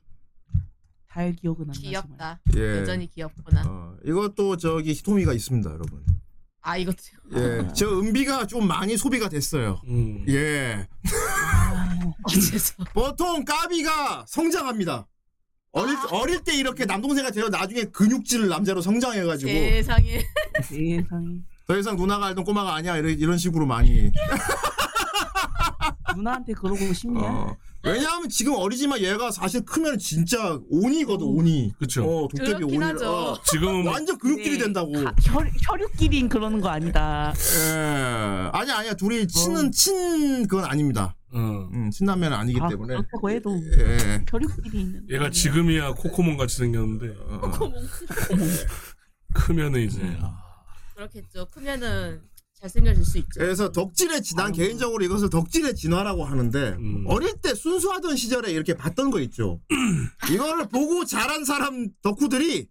Speaker 5: 잘 기억은 안 나지만
Speaker 7: 귀엽다.
Speaker 3: 예.
Speaker 7: 여전히 귀엽구나.
Speaker 3: 어, 이것도 저기 히토미가 있습니다, 여러분.
Speaker 7: 아 이것도 (laughs)
Speaker 3: 예. 저 은비가 좀 많이 소비가 됐어요.
Speaker 2: 음.
Speaker 3: 예.
Speaker 7: 어,
Speaker 3: 음.
Speaker 7: 죄송.
Speaker 3: 보통 까비가 성장합니다. 어릴,
Speaker 7: 아.
Speaker 3: 어릴 때 이렇게 남동생이 되려 나중에 근육질 남자로 성장해가지고
Speaker 7: 예. 세상에
Speaker 5: 세상에
Speaker 3: 더 이상 누나가 알던 꼬마가 아니야 이런, 이런 식으로 많이
Speaker 7: 예.
Speaker 5: 누나한테 그러고 싶냐?
Speaker 3: 어. 왜냐하면 지금 어리지만 얘가 사실 크면 진짜 온이거든 온이.
Speaker 2: 그쵸
Speaker 3: 어, 도깨비
Speaker 7: 그렇긴
Speaker 3: 온이.
Speaker 7: 하죠.
Speaker 3: 어,
Speaker 2: 지금은
Speaker 3: 완전 근육질이
Speaker 5: 네.
Speaker 3: 된다고.
Speaker 5: 가- 혈 혈육끼린 그러는 거 아니다.
Speaker 3: 예. 아니 아니야 둘이 친은 친 그건 아닙니다.
Speaker 2: 어.
Speaker 3: 음, 친남매는 아니기
Speaker 5: 아,
Speaker 3: 때문에.
Speaker 5: 그렇다고 해도
Speaker 3: 예.
Speaker 5: 혈육끼리 있는.
Speaker 2: 얘가 지금이야 코코몬 같이 생겼는데
Speaker 3: 어.
Speaker 2: 어. 크면은
Speaker 3: 네.
Speaker 2: 이제 아,
Speaker 7: 그렇겠죠. 크면은 잘생겨질 수 있죠.
Speaker 3: 그래서 덕질의 진,
Speaker 7: 아.
Speaker 3: 난 개인적으로 이것을 덕질의 진화라고 하는데
Speaker 7: 네.
Speaker 2: 음.
Speaker 3: 어릴 때 순수하던 시절에 이렇게 봤던 거 있죠.
Speaker 7: (clears throat)
Speaker 3: 이거를 보고 자란 사람 덕후들이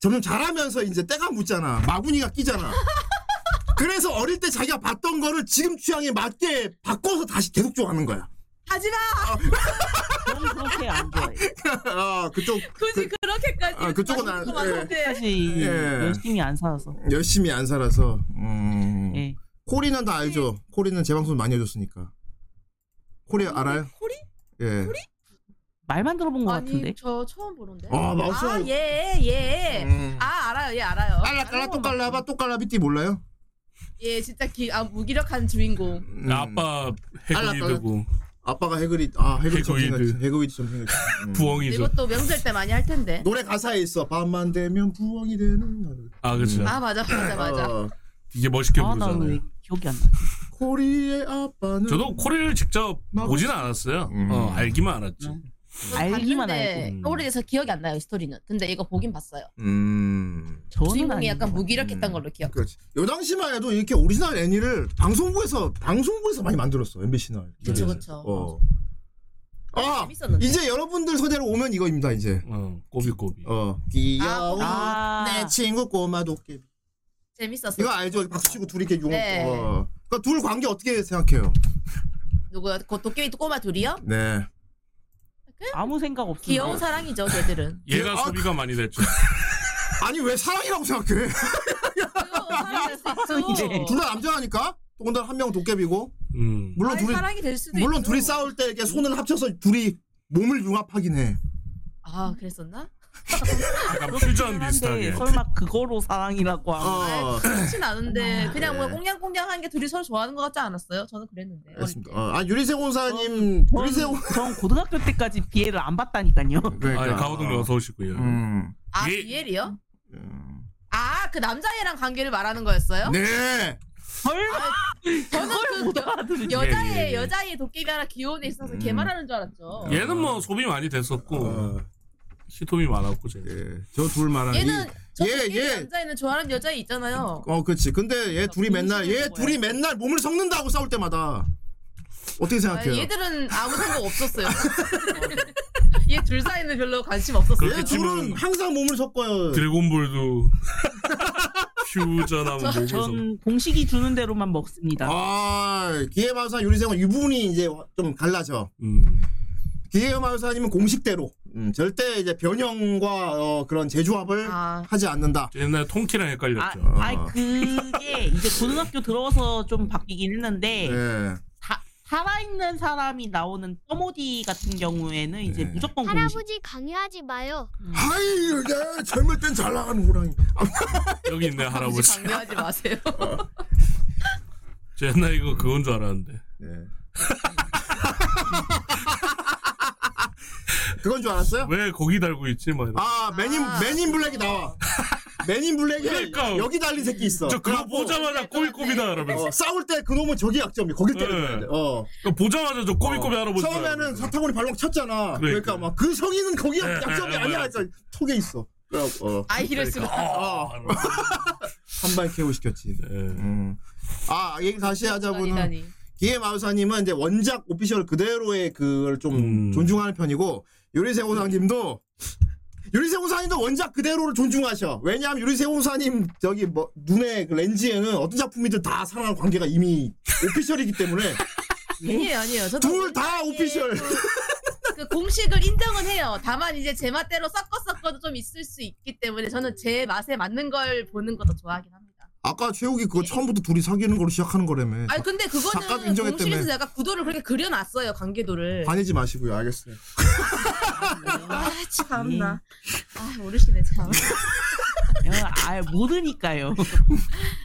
Speaker 3: 점점 자라면서 이제 때가 묻잖아. 마구니가 끼잖아.
Speaker 7: (laughs)
Speaker 3: 그래서 어릴 때 자기가 봤던 거를 지금 취향에 맞게 바꿔서 다시 계속 좋아하는 거야. (laughs)
Speaker 7: 하지마.
Speaker 5: 저는 그렇게 안 좋아해.
Speaker 3: 아, 그쪽
Speaker 7: 굳이 그, 렇게까지
Speaker 3: 아, 그쪽은 안-
Speaker 5: 사실
Speaker 3: 예.
Speaker 5: 열심히 안 살아서.
Speaker 3: 열심히 안 살아서. 음.
Speaker 5: 예.
Speaker 3: 코리는 다 알죠. 코리는 재방송 많이 해줬으니까. 코리 알아요?
Speaker 7: 음, 코리?
Speaker 3: 예.
Speaker 5: 말만 들어본 것 같은데.
Speaker 7: 아니 저 처음 보는데.
Speaker 3: 아, 마우스.
Speaker 7: 아 예, 예.
Speaker 3: 음.
Speaker 7: 아 알아요, 예 알아요.
Speaker 3: 깔라 깔라
Speaker 7: 다른 건
Speaker 3: 똑깔라바 똑깔라비띠 몰라요?
Speaker 7: 예, 진짜 기, 아, 무기력한 주인공.
Speaker 3: 음.
Speaker 2: 아빠
Speaker 3: 알았다,
Speaker 2: 해골이 되고
Speaker 3: 아빠가 해그리 아 해그리 좀
Speaker 2: 해그리드.
Speaker 3: 생각했지 해그리드 좀 (laughs) 생각했지 음.
Speaker 2: 부엉이죠
Speaker 7: 이것도 명절 때 많이 할 텐데.
Speaker 3: 노래 가사에 있어 밤만 되면 부엉이 되는 날
Speaker 2: 아 그쵸
Speaker 7: 아 맞아, 맞아, 맞아.
Speaker 3: 어,
Speaker 2: 이게 멋있게
Speaker 5: 아나 왜
Speaker 2: 부르잖아요
Speaker 5: 기억이 안 나지?
Speaker 3: 코리의 아빠는
Speaker 2: 저도 코리를 직접 보진 않았어요
Speaker 3: 음.
Speaker 2: 어, 알기만 알았지
Speaker 5: 음.
Speaker 7: 아,
Speaker 5: 알기만
Speaker 7: 봤는데
Speaker 2: 알고.
Speaker 7: 오래돼서 기억이 안 나요 스토리는. 근데 이거 보긴 봤어요.
Speaker 3: 음.
Speaker 5: 저는
Speaker 7: 주인공이
Speaker 5: 아닌
Speaker 7: 약간
Speaker 5: 것
Speaker 7: 무기력했던
Speaker 3: 음.
Speaker 7: 걸로 기억.
Speaker 3: 그렇지. 요 당시만 해도 이렇게 오리지널 애니를 방송부에서 방송부에서 많이 만들었어 MBC나.
Speaker 7: 그쵸 그쵸.
Speaker 3: 어. 아
Speaker 7: 재밌었는데.
Speaker 3: 이제 여러분들 소대로 오면 이거입니다 이제.
Speaker 2: 어, 꼬비꼬비.
Speaker 3: 어.
Speaker 7: 아,
Speaker 3: 귀여운
Speaker 5: 아.
Speaker 7: 네,
Speaker 3: 내 친구 꼬마 도깨비.
Speaker 7: 재밌었어.
Speaker 3: 이거 알죠? 박수치고 둘이 이렇게 용.
Speaker 7: 네.
Speaker 3: 어. 그러니까 둘 관계 어떻게 생각해요?
Speaker 7: 누구야? 그 도깨비 또 꼬마 둘이요?
Speaker 3: 네.
Speaker 5: 아무 생각 없어요.
Speaker 7: 귀여운 사랑이죠,
Speaker 5: (laughs)
Speaker 7: 걔들은.
Speaker 2: 얘가
Speaker 3: 아,
Speaker 2: 소비가 많이 됐죠.
Speaker 3: 아니 왜 사랑이라고 생각해?
Speaker 7: 귀여운 사랑일 수 있죠.
Speaker 3: 둘 다 남자니까. 더군다나 한 명 도깨비고.
Speaker 2: 음.
Speaker 3: 물론
Speaker 7: 아니,
Speaker 3: 둘이
Speaker 7: 사랑이 될 수도
Speaker 3: 물론
Speaker 7: 있죠.
Speaker 3: 둘이 싸울 때 이렇게 손을 합쳐서 둘이 몸을 융합하긴 해.
Speaker 7: 아 그랬었나?
Speaker 2: 약간 퓨전
Speaker 7: 네.
Speaker 2: 비슷하게.
Speaker 5: 설마 그거로 사랑이라고 하면
Speaker 3: 어.
Speaker 7: 그렇진 않은데
Speaker 5: 음.
Speaker 7: 그냥 뭐
Speaker 3: 네.
Speaker 7: 꽁냥꽁냥한 게 둘이 서로 좋아하는 것 같지 않았어요? 저는 그랬는데. 어릴 때.
Speaker 3: 알겠습니다. 어, 아 유리세 공사님
Speaker 5: 전,
Speaker 3: 유리세 공
Speaker 5: 전 고등학교 때까지 비애를 안 봤다니까요.
Speaker 2: 아, 예, 가오동님 어서 오시고요.
Speaker 3: 그러니까. 음.
Speaker 7: 아
Speaker 2: 예.
Speaker 7: 비엘이요?
Speaker 3: 음.
Speaker 7: 아 그 남자애랑 관계를 말하는 거였어요?
Speaker 3: 네.
Speaker 5: 설마
Speaker 7: 저는 그
Speaker 5: 하더니
Speaker 7: 여, 여자애
Speaker 2: 예, 예, 예.
Speaker 7: 여자애 도깨비 하나 귀여운 애 있어서 걔
Speaker 3: 음.
Speaker 7: 말하는 줄 알았죠.
Speaker 2: 얘는 뭐 소비 많이 됐었고
Speaker 3: 어,
Speaker 2: 히톰이 많았고 제.
Speaker 3: 예. 저둘 말하는
Speaker 7: 얘는 저
Speaker 3: 예,
Speaker 7: 도깨비
Speaker 3: 예.
Speaker 7: 남자애는 좋아하는 여자애 있잖아요.
Speaker 3: 이- 어, 그렇지. 근데 얘 둘이 맨날 얘
Speaker 5: 공신하는
Speaker 3: 둘이 맨날 몸을 섞는다고 싸울 때마다 어떻게
Speaker 7: 아,
Speaker 3: 생각해요?
Speaker 7: 얘들은 아무
Speaker 3: (laughs)
Speaker 7: 생각 없었어요. (laughs) 얘 둘 사이는 별로 관심 없었어요.
Speaker 3: 얘 둘은
Speaker 2: 치면은
Speaker 3: 항상 몸을 섞어요. (laughs)
Speaker 2: 드래곤볼도 퓨전하고
Speaker 7: 저-
Speaker 2: 모고서
Speaker 5: 전 공식이 주는 대로만 먹습니다.
Speaker 3: 아, 기회마을사 유리세공 이 부분이 이제 좀 갈라져.
Speaker 2: 음.
Speaker 3: 기회마을사님은 공식대로 음, 절대 이제 변형과 어, 그런 재조합을
Speaker 7: 아.
Speaker 3: 하지 않는다.
Speaker 2: 옛날 통키랑
Speaker 5: 아,
Speaker 2: 헷갈렸죠.
Speaker 3: 그렇죠.
Speaker 5: 아니 그게 이제 고등학교 들어서 좀 바뀌긴
Speaker 7: 네.
Speaker 5: 했는데
Speaker 7: 음.
Speaker 3: 예.
Speaker 5: 다, 살아있는 사람이 나오는 떠모디 같은 경우에는 이제
Speaker 3: 네.
Speaker 2: 음.
Speaker 5: 무조건 공식.
Speaker 8: 할아버지 강요하지 마요.
Speaker 3: 하이, 야, 젊을 땐 잘 나가는 호랑이.
Speaker 2: 여기 있네 할아버지.
Speaker 3: (laughs)
Speaker 7: 강요하지 마세요.
Speaker 2: 제 옛날 이거 그건 줄 알았는데.
Speaker 3: 네. (laughs) 그건 줄 알았어요?
Speaker 2: 왜 거기 달고 있지? 막 이러고.
Speaker 3: 아, 맨인,
Speaker 7: 아.
Speaker 3: 맨인 블랙이 나와. 맨인 블랙에
Speaker 2: 그러니까.
Speaker 3: 여기 달린 새끼 아, 뭐 있어.
Speaker 2: 저 그거
Speaker 3: 그래갖고,
Speaker 2: 보자마자 꼬비꼬비다 이러면서
Speaker 3: 어, 싸울 때 그놈은 저기 약점이 거기 때려야 돼.
Speaker 2: 네.
Speaker 3: 어.
Speaker 2: 그거 보자마자 저 꼬비꼬비 할아버지
Speaker 3: 처음에는 사타구니 발로 쳤잖아. 그러니까,
Speaker 2: 그러니까.
Speaker 3: 막 그 성인은 거기
Speaker 2: 네,
Speaker 3: 약점이
Speaker 2: 네,
Speaker 3: 아니야.
Speaker 2: 맞아요.
Speaker 3: 그러니까 턱에 있어. 그래갖고, 어.
Speaker 7: 아 이럴 수가.
Speaker 2: 아,
Speaker 3: 어. 한발 KO 시켰지.
Speaker 2: 예.
Speaker 3: 음. 아, 얘기 다시 하자고는.
Speaker 7: 아니라니.
Speaker 3: 기에 마우사님은 이제 원작 오피셜 그대로의 그걸 좀
Speaker 2: 음.
Speaker 3: 존중하는 편이고 요리세고사님도 요리세고사님도 원작 그대로를 존중하셔. 왜냐하면 요리세고사님 저기 뭐 눈에 그 렌즈에는 어떤 작품이든 다 사랑하는 관계가 이미 오피셜이기
Speaker 7: (laughs)
Speaker 3: 때문에
Speaker 7: 아니에요, 아니에요. 저도
Speaker 3: 둘 다 오피셜.
Speaker 7: 그- 그 공식을 인정은 해요. 다만 이제 제 맛대로 섞어 섞어도 좀 있을 수 있기 때문에 저는 제 맛에 맞는 걸 보는 거 더 좋아하긴 합니다.
Speaker 3: 아까 최욱이 그거 처음부터 둘이 사귀는 걸로 시작하는 거라며.
Speaker 7: 아니 근데
Speaker 3: 작가도
Speaker 7: 그거는
Speaker 3: 인정했다며.
Speaker 7: 공식에서 내가 구도를 그렇게 그려놨어요 관계도를.
Speaker 3: 화내지 마시고요. 알겠어요.
Speaker 7: 아 참나. 아 모르시네 참.
Speaker 5: 아 모르니까요.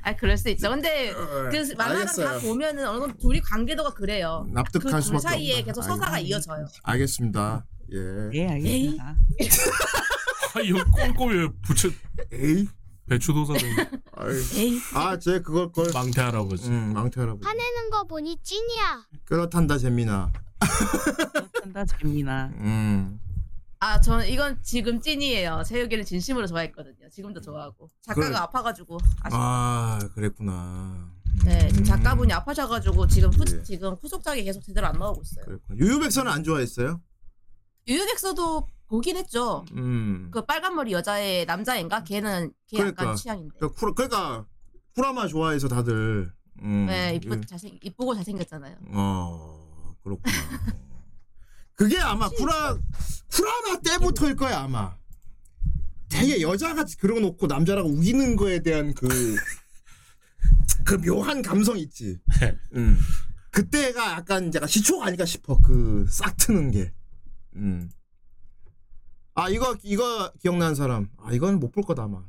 Speaker 7: 아 그럴 수 있죠. 근데 그 만화가 다 보면은 어느 정도 둘이 관계도가 그래요. 그
Speaker 3: 납득할
Speaker 7: 둘
Speaker 3: 수밖에
Speaker 7: 사이에
Speaker 3: 없다.
Speaker 7: 계속
Speaker 3: 알-
Speaker 7: 서사가 이어져요.
Speaker 3: 알겠습니다. 예.
Speaker 5: 네 알겠습니다.
Speaker 2: 아 이거 꼬비꼬비 왜 부채
Speaker 3: 에이.
Speaker 2: 배추도사로
Speaker 7: 에이.
Speaker 3: 아, 제 그걸 걸.
Speaker 2: 망태 할아버지.
Speaker 3: 음, 망태 할아버지.
Speaker 8: 화내는 거 보니 찐이야.
Speaker 3: 그렇단다 재민아.
Speaker 5: 한다 재미나.
Speaker 3: 음.
Speaker 7: 아, 저는 이건 지금 찐이에요. 새우기를 진심으로 좋아했거든요. 지금도 좋아하고. 작가가
Speaker 3: 그래.
Speaker 7: 아파가지고. 아쉽...
Speaker 3: 아 그랬구나.
Speaker 7: 네,
Speaker 3: 음.
Speaker 7: 지금 작가분이 아파셔가지고 지금 후,
Speaker 3: 예.
Speaker 7: 지금 후속작이 계속 제대로 안 나오고 있어요.
Speaker 3: 그랬구나. 유유백선은 안 좋아했어요?
Speaker 7: 유유백서도 보긴 했죠.
Speaker 3: 음.
Speaker 7: 그 빨간 머리 여자애 남자애인가? 걔는 걔
Speaker 3: 그러니까.
Speaker 7: 약간 취향인데.
Speaker 3: 그러니까, 쿠라, 그러니까 쿠라마 좋아해서 다들. 음.
Speaker 7: 네,
Speaker 3: 유-
Speaker 7: 이쁘, 잘생, 이쁘고 잘생겼잖아요.
Speaker 3: 어 그렇구나. 그게 아마 쿠라 쿠라마 때부터일 거야 아마. 되게 여자같이 그러고 놓고 남자라고 우기는 거에 대한 그 그 묘한 감성 있지. 음. 그때가 약간 약간 시초가 아닐까 싶어. 그 싹 트는 게. 음. 아 이거 이거 기억나는 사람. 아 이건 못 볼 거다 아마.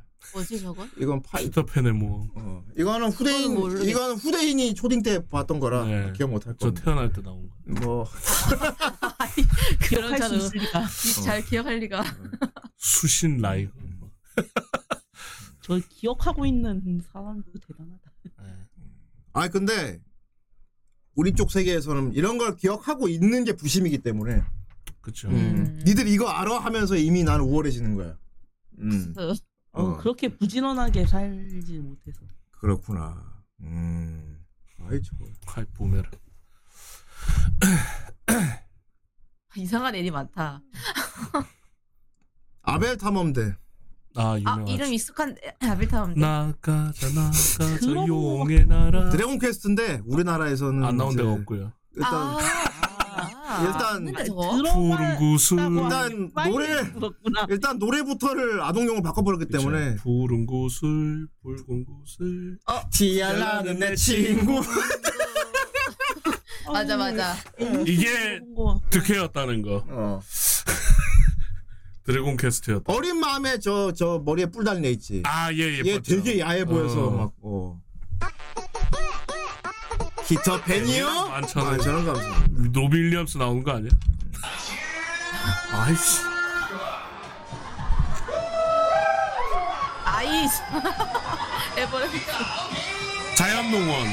Speaker 3: (laughs)
Speaker 7: 뭐지 저건?
Speaker 3: 이건 파
Speaker 2: 피터팬의 뭐.
Speaker 3: 어. 이거는 후대인
Speaker 7: 그건 모르겠-
Speaker 3: 이거는 후대인이 초딩 때 봤던 거라
Speaker 2: 네.
Speaker 3: 기억 못 할
Speaker 2: 저
Speaker 3: 겁니다.
Speaker 2: 태어날 때 나온 거.
Speaker 3: 뭐
Speaker 7: 그런
Speaker 5: 할 수 있으니까.
Speaker 7: (laughs) 잘 기억할 리가.
Speaker 2: 수신 라이브.
Speaker 5: 저 기억하고 있는 사람도 대단하다.
Speaker 3: 아 근데 우리 쪽 세계에서는 이런 걸 기억하고 있는 게 부심이기 때문에
Speaker 2: 그쵸.
Speaker 3: 음. 니들 이거 알아? 하면서 이미 난 우월해지는 거야. 음.
Speaker 5: 어,
Speaker 3: 어.
Speaker 5: 그렇게 부지런하게 살지 못해서.
Speaker 3: 그렇구나. 음. 아이 저거.
Speaker 2: 칼 보메라.
Speaker 7: (laughs) 이상한 애이 많다.
Speaker 3: 아벨 탐험대.
Speaker 2: 아
Speaker 7: 아
Speaker 2: 유명하지.
Speaker 7: 이름 익숙한 아빌타운데.
Speaker 2: 나가자 나가자
Speaker 5: 들어본
Speaker 2: 용의 나라.
Speaker 3: 드래곤 퀘스트인데 우리나라에서는
Speaker 2: 안 나온
Speaker 3: 이제
Speaker 2: 데가 없고요.
Speaker 3: 일단
Speaker 7: 아,
Speaker 3: 일단-
Speaker 7: 맞는데 저거?
Speaker 2: 푸른
Speaker 5: 들어봤다고
Speaker 2: 구슬.
Speaker 5: 하니
Speaker 3: 일단
Speaker 5: 빨리
Speaker 3: 음, 노래-
Speaker 5: 들었구나.
Speaker 3: 일단 노래부터를 아동용으로 바꿔버렸기
Speaker 2: 그쵸.
Speaker 3: 때문에
Speaker 2: 푸른 구슬 붉은 구슬.
Speaker 5: 어.
Speaker 3: 티알라는 내 친구.
Speaker 7: 맞아 맞아.
Speaker 2: 이게
Speaker 5: 들어본 거.
Speaker 2: 득해였다는 거.
Speaker 3: 음. 어.
Speaker 2: (laughs) 드래곤 퀘스트였다.
Speaker 3: 어린 마음에 저 저 머리에 뿔 달린 애 있지.
Speaker 2: 아, 예, 예.
Speaker 3: 얘 되게 야해 보여서
Speaker 2: 어.
Speaker 3: 막 어. 기타 팬이요?
Speaker 2: 많잖아.
Speaker 3: 아 저런 감성.
Speaker 2: 노빌리엄스 나오는 거 아니야? 아이씨.
Speaker 7: 아이스 (laughs) 에버랜드.
Speaker 2: 자연농원.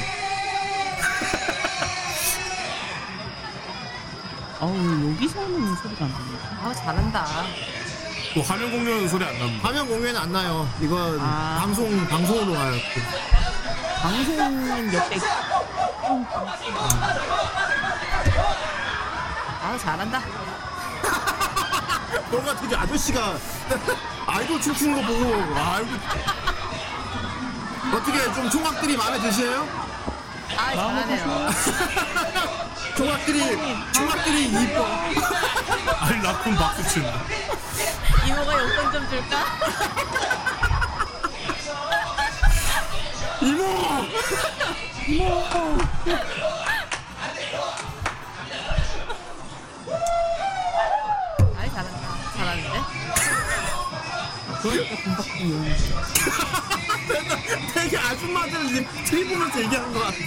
Speaker 5: 아우 여기서는 소리가 안 들려.
Speaker 7: 아 잘한다.
Speaker 2: 또 화면 공유는 소리 안 납니다.
Speaker 3: 화면 공유는 안 나요. 이건
Speaker 5: 아.
Speaker 3: 방송 방송으로 가요.
Speaker 5: 방송은 몇백.
Speaker 7: 아 잘한다.
Speaker 3: 뭔가 되게 아저씨가 (laughs) 아이돌 춤추는 거 보고 아 이거 어떻게 좀 총각들이 마음에 드세요?
Speaker 7: 아 잘하네요.
Speaker 3: 총각들이 총각들이 이뻐.
Speaker 2: 아니, 나쁜 박수 친다.
Speaker 7: 이모가 용돈 좀 줄까?
Speaker 3: 이모.
Speaker 7: 아이 잘한다. 잘하는데?
Speaker 3: 되게 아줌마들 이제 트리보면서 얘기하는 것 같아. (laughs)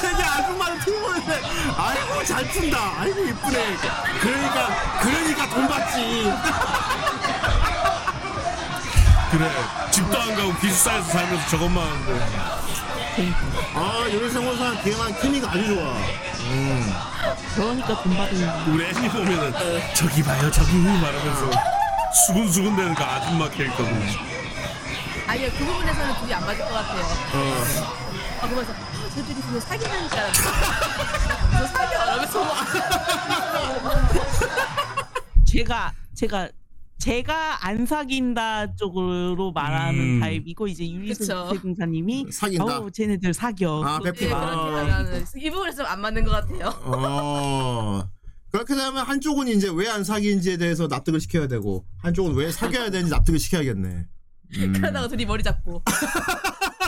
Speaker 3: 되게 아줌마들 트리보면서 아이고 잘 푼다. 아이고 이쁘네. 그러니까 그러니까 돈 받지.
Speaker 2: 그래. 집도 안 가고 기숙사에서 살면서 저것만 하는데.
Speaker 3: 아 요리생활사 걔만 케미가 아주 좋아.
Speaker 5: 그러니까 돈 받은 거.
Speaker 2: 우리 애니 보면은, 저기 봐요, 저기, 말하면서. 수근수근 되는 그 아줌마 캐릭터거든요.
Speaker 7: 아니요 그 부분에서는 둘이 안 맞을 것 같아요. 아 그러면서 아, 쟤들이 그냥 사귀는 줄 알았어. 저 사겨. 이러면서
Speaker 5: 제가 제가 제가 안 사귄다 쪽으로 말하는
Speaker 2: 음.
Speaker 5: 타입이고 이제 유리수
Speaker 7: 그쵸.
Speaker 5: 공사님이
Speaker 3: 사귄다.
Speaker 5: 아우 쟤네들 사겨.
Speaker 3: 아,
Speaker 7: 예,
Speaker 3: 백분.
Speaker 7: 그렇게 말하는. 이 부분에서 좀안 맞는 것 같아요. (laughs)
Speaker 3: 어. 그렇게 되면 한쪽은 이제 왜 안 사귀는지에 대해서 납득을 시켜야 되고 한쪽은 왜 사귀어야 되는지 납득을 시켜야겠네. 음.
Speaker 7: 그러다가 둘이 머리 잡고.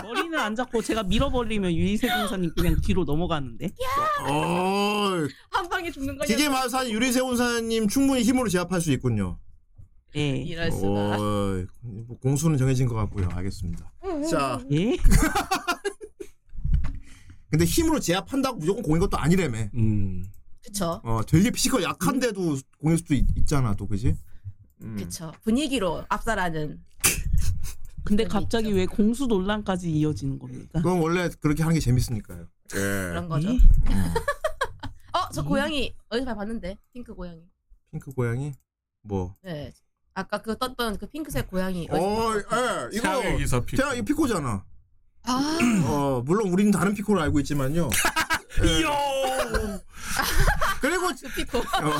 Speaker 5: 머리는 안 잡고 제가 밀어버리면 유리세 공사님 그냥 뒤로 넘어가는데
Speaker 3: 어,
Speaker 7: 한 방에 죽는 거냐?
Speaker 3: 기계 마산 유리세 온사님 충분히 힘으로 제압할 수 있군요.
Speaker 5: 예.
Speaker 7: 이럴 수가.
Speaker 3: 어, 뭐 공수는 정해진 것 같고요. 알겠습니다. 자,
Speaker 5: 예?
Speaker 3: 근데 힘으로 제압한다고 무조건 공인 것도 아니라며.
Speaker 2: 음.
Speaker 7: 그쵸.
Speaker 3: 어, 되게 피지컬 약한데도 공일 수도 있, 있잖아, 또 그지?
Speaker 2: 음.
Speaker 3: 음.
Speaker 7: 그쵸. 분위기로 압살하는.
Speaker 5: 근데 갑자기 왜 공수 논란까지 이어지는 겁니까?
Speaker 3: 그건 원래 그렇게 하는 게 재밌으니까요.
Speaker 7: 그런 거죠.
Speaker 5: 예?
Speaker 3: 음.
Speaker 7: 어, 저 고양이 어디서 봤는데? 핑크 고양이.
Speaker 3: 핑크 고양이 뭐?
Speaker 7: 네. 아까 그 떴던 그 핑크색 고양이.
Speaker 3: 어,
Speaker 7: 어디서
Speaker 3: 예, 이거
Speaker 2: 태양의 기사 피.
Speaker 3: 태양 이 피코잖아.
Speaker 7: 아,
Speaker 3: 어, 물론 우리는 다른 피코를 알고 있지만요. 그
Speaker 2: 이요!
Speaker 3: 그리고
Speaker 7: 그 피코.
Speaker 3: 어,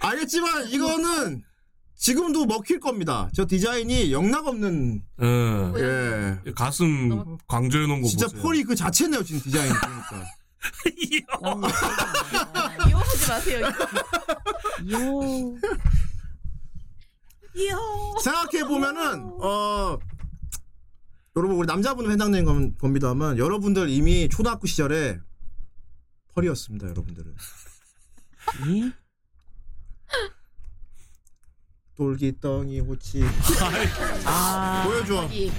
Speaker 3: 알겠지만 이거는 지금도 먹힐 겁니다. 저 디자인이 영락 없는
Speaker 2: 응.
Speaker 3: 예.
Speaker 2: 가슴
Speaker 7: 너무-
Speaker 2: 강조해 놓은 거
Speaker 3: 진짜
Speaker 2: 뭐 보세요. (laughs)
Speaker 3: 폴이 그 자체네요, 지금 디자인. 그러니까.
Speaker 7: 아, 이용하지 마세요.
Speaker 5: 요.
Speaker 7: 이용.
Speaker 3: 생각해 보면은 어 여러분 우리 남자분 해당되는 건- 겁니다만 여러분들 이미 초등학교 시절에 펄이었습니다, 여러분들은.
Speaker 5: 예?
Speaker 3: 돌기덩이 호치
Speaker 5: 아
Speaker 3: 보여줘.
Speaker 7: 이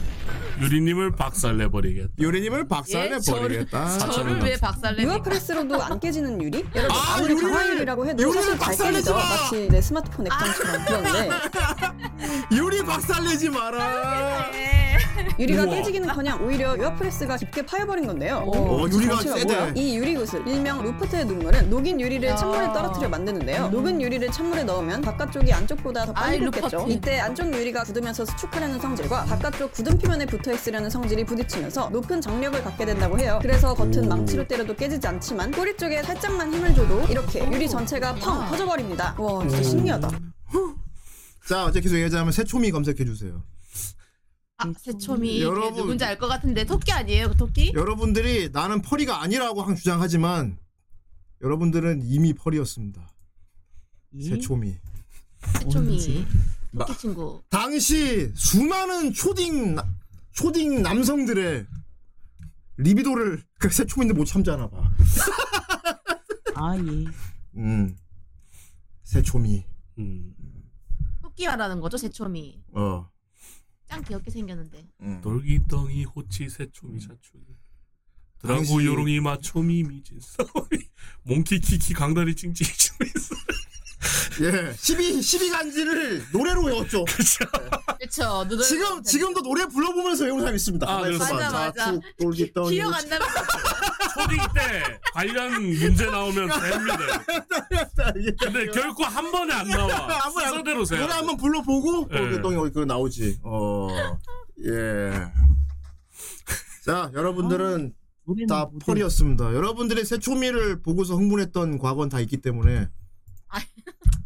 Speaker 2: 유리님을 박살내버리겠다.
Speaker 3: 요리님을
Speaker 7: 예,
Speaker 3: 박살내
Speaker 7: 저를-
Speaker 3: 버리겠다.
Speaker 7: 저를 왜 박살내니까?
Speaker 9: 유아프레스로도 안 깨지는 유리? 여러분
Speaker 3: 네. 아,
Speaker 9: 아무리
Speaker 3: 유리를-
Speaker 9: 강화유리라고 해도
Speaker 3: 유리를
Speaker 9: 사실 잘
Speaker 3: 박살내지
Speaker 9: 깨지죠
Speaker 3: 마! 아.
Speaker 9: 마치 내 스마트폰 액정처럼 그런데
Speaker 3: 요리 박살내지 마라.
Speaker 7: 네.
Speaker 9: 유리가
Speaker 2: 우와.
Speaker 9: 깨지기는커녕 오히려 유아프레스가 깊게 파여버린 건데요.
Speaker 7: 어,
Speaker 3: 오, 어, 유리가
Speaker 9: 정체가
Speaker 3: 세대.
Speaker 9: 뭐야? 이 유리구슬, 일명 루프트의 눈물은 녹인 유리를
Speaker 7: 아.
Speaker 9: 찬물에 떨어뜨려 만드는데요. 녹은 유리를 찬물에 넣으면 바깥쪽이 안쪽보다 더 빨리
Speaker 7: 아이,
Speaker 9: 녹겠죠.
Speaker 7: 루퍼트.
Speaker 9: 이때 안쪽 유리가 굳으면서 수축하려는 성질과 바깥쪽 굳은 표면에 붙어있으려는 성질이 부딪히면서 높은 정력을 갖게 된다고 해요. 그래서 겉은 망치로 때려도 깨지지 않지만 꼬리 쪽에 살짝만 힘을 줘도 이렇게 유리 전체가 펑 터져버립니다. 와
Speaker 3: 음.
Speaker 9: 진짜 신기하다.
Speaker 3: 자 어제 계속 얘기하자면 새초미 검색해 주세요.
Speaker 7: 아 새초미 걔
Speaker 3: 여러분.
Speaker 7: 누군지 알 것 같은데 토끼 아니에요 그 토끼?
Speaker 3: 여러분들이 나는 펄이가 아니라고 항 주장하지만 여러분들은 이미 펄이었습니다. 예?
Speaker 5: 예?
Speaker 3: 새초미.
Speaker 7: 새초미
Speaker 3: 마-
Speaker 7: 토끼 친구
Speaker 3: 당시 수많은 초딩 나- 초딩 남성들의 리비도를 그 새초미인데 못 참잖아 봐.
Speaker 5: 아 예.
Speaker 3: 음. 새초미.
Speaker 2: 음,
Speaker 7: 토끼 말하는 거죠 새초미
Speaker 3: 어.
Speaker 7: 짱 귀엽게 생겼는데
Speaker 3: 음.
Speaker 2: 돌기덩이 호치 새초미 사초미 드라고
Speaker 3: 당시-
Speaker 2: 요롱이 마초미 미진 (laughs) 싸오미 몽키 키키 강다리 찡찡이 쭈미스
Speaker 3: 예. 12 12 간지를 노래로 외웠죠.
Speaker 2: 그쵸
Speaker 7: 그쵸 누들
Speaker 3: 지금 지금도 노래 불러보면서 외우는 사람 있습니다.
Speaker 2: 아,
Speaker 3: 가만히 있어봐.
Speaker 7: 네. 맞아, 맞아.
Speaker 3: 자축 돌기덩이
Speaker 7: 기억 안 나면
Speaker 2: 초딩 때 관련 문제 나오면 됩니다
Speaker 3: 이게
Speaker 2: 근데 결코 한 번에 안 나와
Speaker 3: (laughs) 한 번에 안-
Speaker 2: 아, 순서대로 세요
Speaker 3: 노래 한번 불러보고
Speaker 2: 예.
Speaker 3: 돌기덩이 그 나오지. 어. 예. 자, 여러분들은
Speaker 7: 어?
Speaker 5: 노래는
Speaker 3: 다
Speaker 5: 모두-
Speaker 3: 펄이었습니다. 여러분들의 새초미를 보고서 흥분했던 과거는 다 있기 때문에
Speaker 7: 아.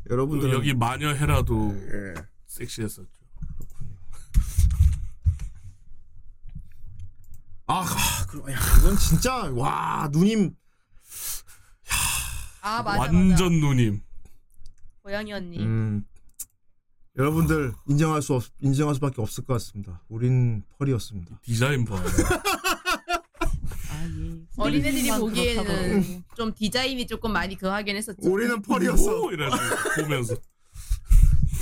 Speaker 3: 여러분들은
Speaker 2: 여기 마녀해라도
Speaker 3: 예.
Speaker 2: 섹시했었죠
Speaker 3: 아, 아, 그럼 야, 이건 진짜 와, 누님
Speaker 7: 아 맞아 맞아
Speaker 2: 완전 누님
Speaker 7: 고양이 언니
Speaker 3: 음, 여러분들 인정할 수 없, 인정할 수밖에 없을 것 같습니다. 우린 펄이었습니다.
Speaker 2: 디자인 (laughs) 봐
Speaker 5: 아 예.
Speaker 7: 어린애들이
Speaker 5: 선생님만 그렇다고.
Speaker 7: 보기에는 좀 디자인이 조금 많이 그 하긴 했었죠
Speaker 3: 우리는 펄이었어.
Speaker 2: 오 이래서 보면서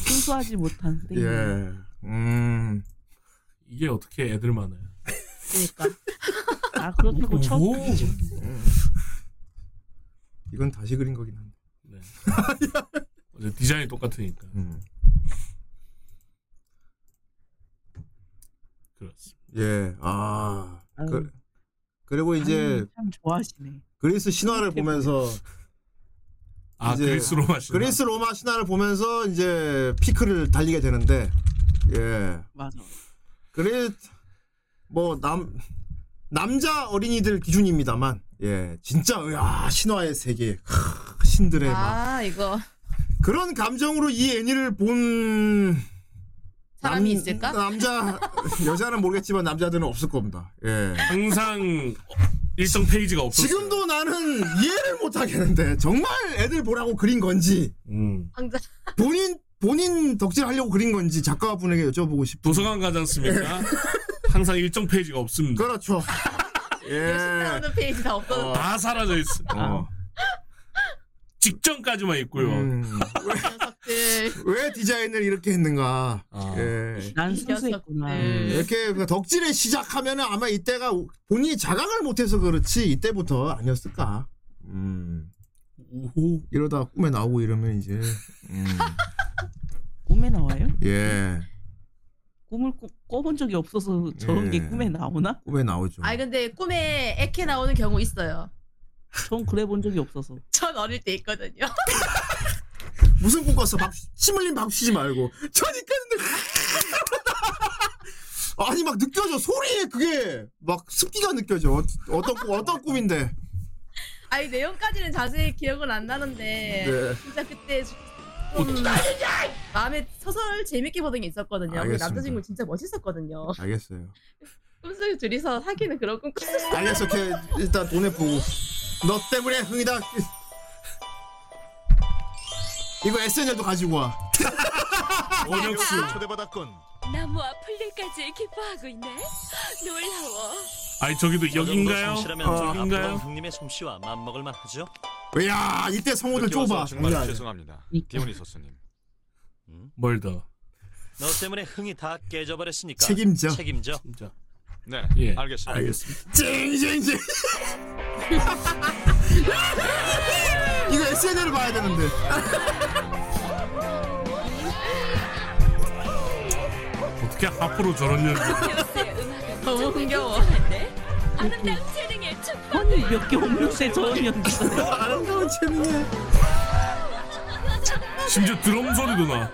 Speaker 5: 순수하지 못한 선생님.
Speaker 3: 예. 음.
Speaker 2: 이게 어떻게 애들 많아요
Speaker 7: 그러니까
Speaker 5: 아 그렇다고 첫
Speaker 2: 오.
Speaker 3: 이건 다시 그린 거긴 한데.
Speaker 2: (laughs) 네. 어제 디자인이 똑같으니까
Speaker 3: 음.
Speaker 2: 그렇습니다
Speaker 3: 예. 아.
Speaker 5: 아유.
Speaker 3: 그, 그리고 이제
Speaker 5: 아유, 참 좋아하시네.
Speaker 3: 그리스 신화를 보면서
Speaker 2: 아
Speaker 3: 이제
Speaker 2: 그리스 로마 신화
Speaker 3: 그리스 로마 신화를 보면서 이제 피크를 달리게 되는데 예.
Speaker 5: 맞아.
Speaker 3: 그래 뭐 남 남자 어린이들 기준입니다만 예 진짜 야 신화의 세계 크, 신들의 막
Speaker 7: 아 이거
Speaker 3: 그런 감정으로 이 애니를 본
Speaker 7: 사람이 있을까?
Speaker 3: 남자 여자는 모르겠지만 남자들은 없을 겁니다 예
Speaker 2: 항상 일정 페이지가 없었어요
Speaker 3: 지금도 나는 이해를 못 하겠는데 정말 애들 보라고 그린 건지
Speaker 2: 음.
Speaker 7: 항상
Speaker 3: 본인 본인 덕질하려고 그린 건지 작가분에게 여쭤보고 싶
Speaker 2: 도서관 가지 않습니까? 항상 일정 페이지가 없습니다.
Speaker 3: (laughs) 그렇죠 예
Speaker 7: 나오는 페이지 다 없거든
Speaker 3: 어,
Speaker 2: 다 사라져 있어.
Speaker 3: 어.
Speaker 2: 직전까지만 있고요.
Speaker 3: 음.
Speaker 7: 녀석들
Speaker 3: 왜 디자인을 이렇게 했는가.
Speaker 2: 아.
Speaker 3: 예.
Speaker 5: 난 순수했구나.
Speaker 7: 음.
Speaker 3: 이렇게 그 덕질을 시작하면 아마 이때가 본인이 자각을 못해서 그렇지 이때부터 아니었을까. 음.
Speaker 2: 오호.
Speaker 3: 이러다 꿈에 나오고 이러면 이제. 음.
Speaker 5: 꿈에 나와요?
Speaker 3: 예.
Speaker 5: 꿈을 꾸, 꿔본 적이 없어서 저런
Speaker 3: 예.
Speaker 5: 게 꿈에 나오나?
Speaker 3: 꿈에 나오죠.
Speaker 7: 아니 근데 꿈에 애캐 나오는 경우 있어요
Speaker 5: 전 그래 본 적이 없어서.
Speaker 7: 전 어릴 때 있거든요 (laughs)
Speaker 3: 무슨 꿈 꿨어? 밥, 침 흘린 밥 쉬지 말고. 저니까 근데. (laughs) 아니 막 느껴져 소리에 그게 막 습기가 느껴져 어, 어떤 꿈- 어떤 꿈인데
Speaker 7: 아니 내용까지는 자세히 기억은 안 나는데
Speaker 3: 네. 어,
Speaker 7: 진짜 그때 좀 마음에 서설 재밌게 보던 게 있었거든요 우리
Speaker 3: 알겠습니다.
Speaker 7: 남자친구 진짜 멋있었거든요
Speaker 3: 알겠어요
Speaker 7: 꿈속에 둘이서 사귀는 그런 꿈 (laughs) 꿨어요
Speaker 3: 알겠어 걔 일단 돈에 보고 너 때문에 흥이다 이거 SNL도 가지고 와 아,
Speaker 2: 원혁수.
Speaker 1: 초대받았군.
Speaker 6: 나무와 풀들까지 기뻐하고 있네. 놀라워.
Speaker 2: 아니 저기도 여긴가요?
Speaker 3: 어.
Speaker 2: 여긴가요?
Speaker 10: 형님의 솜씨와 맞먹을만 하죠?
Speaker 3: 이야 이때 성우들 좁아
Speaker 1: 정말 죄송합니다.
Speaker 5: 그러니까.
Speaker 1: 기훈이 소스님.
Speaker 2: 뭘 더?
Speaker 10: 너 때문에 흥이 다 깨져버렸으니까
Speaker 3: 책임져
Speaker 10: 책임져.
Speaker 2: 진짜.
Speaker 1: 네,
Speaker 2: 예.
Speaker 1: 알겠습니다.
Speaker 2: 알겠습니다.
Speaker 3: 찡찡찡 (laughs) 이거 SNL을 봐야 되는데
Speaker 2: 어떻게 앞으로 저런 연기?
Speaker 6: 요새 음악
Speaker 7: 너무 흥겨워.
Speaker 6: 아름다운 재능에 축복.
Speaker 5: 아니 몇개 홈쇼에 저음이 없어.
Speaker 3: 아름다운 재능에
Speaker 2: 심지어 드럼 소리도 나.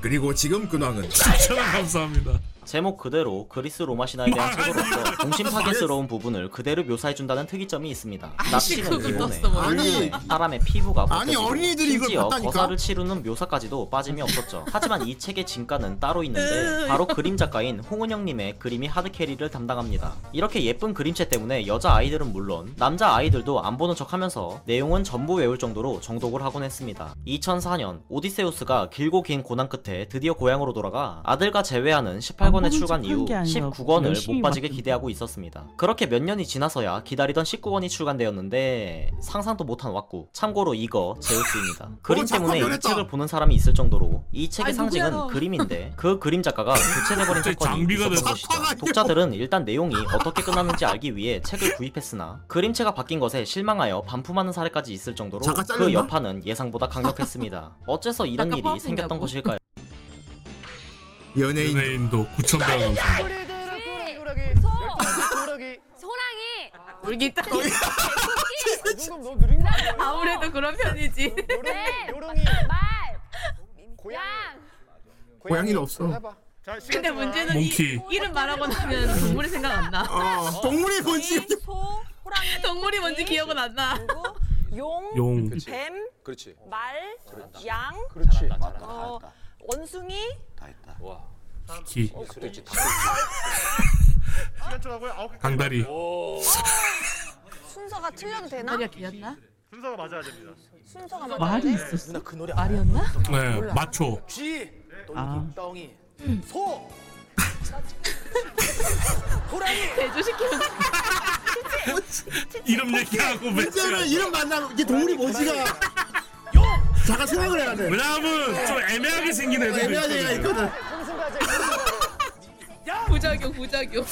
Speaker 3: 그리고 지금 근황은
Speaker 2: 추천은 감사합니다.
Speaker 11: 제목 그대로 그리스 로마 신화에 대한
Speaker 3: (laughs)
Speaker 11: 책으로서 동심 파괴스러운 부분을 그대로 묘사해준다는 특이점이 있습니다.
Speaker 7: 아이씨,
Speaker 11: 납치는
Speaker 7: 그걸
Speaker 11: 일본에
Speaker 7: 떴어, 뭐.
Speaker 3: 아니
Speaker 11: 사람의 피부가
Speaker 3: 아니,
Speaker 11: 벗겨지고
Speaker 3: 어린이들이 이걸
Speaker 11: 심지어
Speaker 3: 봤다니까?
Speaker 11: 거사를 치르는 묘사까지도 빠짐이 없었죠. 하지만 이 책의 진가는 따로 있는데 바로 그림 작가인 홍은영님의 그림이 하드캐리를 담당합니다. 이렇게 예쁜 그림체 때문에 여자 아이들은 물론 남자 아이들도 안 보는 척하면서 내용은 전부 외울 정도로 정독을 하곤 했습니다. 2004년 오디세우스가 길고 긴 고난 끝에 드디어 고향으로 돌아가 아들과 재회하는
Speaker 5: 안 보는
Speaker 11: 18권의 출간
Speaker 5: 척한
Speaker 11: 이후
Speaker 5: 게 아니라
Speaker 11: 19권을
Speaker 5: 열심히
Speaker 11: 못 빠지게
Speaker 5: 봤던
Speaker 11: 기대하고 있었습니다. 그렇게 몇 년이 지나서야 기다리던 19권이 출간되었는데 상상도 못한 왁구. 참고로 이거 제우스입니다. 그림
Speaker 3: 작가
Speaker 11: 때문에 이
Speaker 3: 변했다.
Speaker 11: 책을 보는 사람이 있을 정도로 이 책의
Speaker 7: 아이,
Speaker 11: 상징은
Speaker 7: 누구야, 너.
Speaker 11: 그림인데 그 그림 작가가 교체돼버린
Speaker 2: 갑자기
Speaker 11: 사건이
Speaker 2: 장비가
Speaker 11: 있었던
Speaker 2: 돼서.
Speaker 11: 것이죠. 독자들은 일단 내용이 어떻게 끝나는지 알기 위해 책을 구입했으나 그림체가 바뀐 것에 실망하여 반품하는 사례까지 있을 정도로
Speaker 3: 작가
Speaker 11: 그
Speaker 3: 잘렸나?
Speaker 11: 여파는 예상보다 강력했습니다. 어째서 이런
Speaker 7: 작가
Speaker 11: 일이
Speaker 7: 파업했냐고.
Speaker 11: 생겼던 것일까요?
Speaker 3: 연예인
Speaker 11: 네.
Speaker 2: 연예인도 9천 원 감사.
Speaker 6: 소. 소랑이.
Speaker 3: (laughs)
Speaker 7: 울기 딱.
Speaker 3: 그
Speaker 1: 아, 너 느린 거 아니야?
Speaker 7: 아무래도 그런 편이지.
Speaker 6: 네.
Speaker 1: 요롱이
Speaker 6: 말. 양.
Speaker 3: 고양이는 없어.
Speaker 1: 해봐. 자, 시간
Speaker 7: 근데
Speaker 1: 좀 와.
Speaker 7: 문제는
Speaker 2: 몽키.
Speaker 7: 이 이름 말하고 나면 동물이 생각
Speaker 3: (laughs)
Speaker 7: 안 나.
Speaker 3: 어, 동물이 뭔지
Speaker 6: 소. 호랑이.
Speaker 7: 동물이 뭔지 기억은 안 나.
Speaker 6: 그리고 용.
Speaker 3: 음,
Speaker 2: 용.
Speaker 6: 뱀.
Speaker 1: 그렇지.
Speaker 6: 말. 양.
Speaker 1: 그렇지.
Speaker 6: 어, 원숭이.
Speaker 2: 기.
Speaker 3: 어,
Speaker 1: 시간 좀 하고요. 아홉 개.
Speaker 2: (laughs) 강다리.
Speaker 6: 순서가 틀려도 되나?
Speaker 7: 머리가 귀엽나?
Speaker 1: 순서가 맞아야 됩니다.
Speaker 6: 순서가 맞아.
Speaker 5: 말이 있었어.
Speaker 7: 말이었나?
Speaker 2: 네. 마초.
Speaker 5: 아.
Speaker 7: 대조시키면
Speaker 2: 이름 얘기하고
Speaker 3: 문제는
Speaker 2: 매치하고.
Speaker 3: 이름 만나면 이게 동물이 뭔지가 (laughs) 잠깐 생각을 해야 돼.
Speaker 2: 왜냐하면 좀 애매하게 생긴 애들.
Speaker 3: 애매한 애가 있거든.
Speaker 7: 부작용 부작용.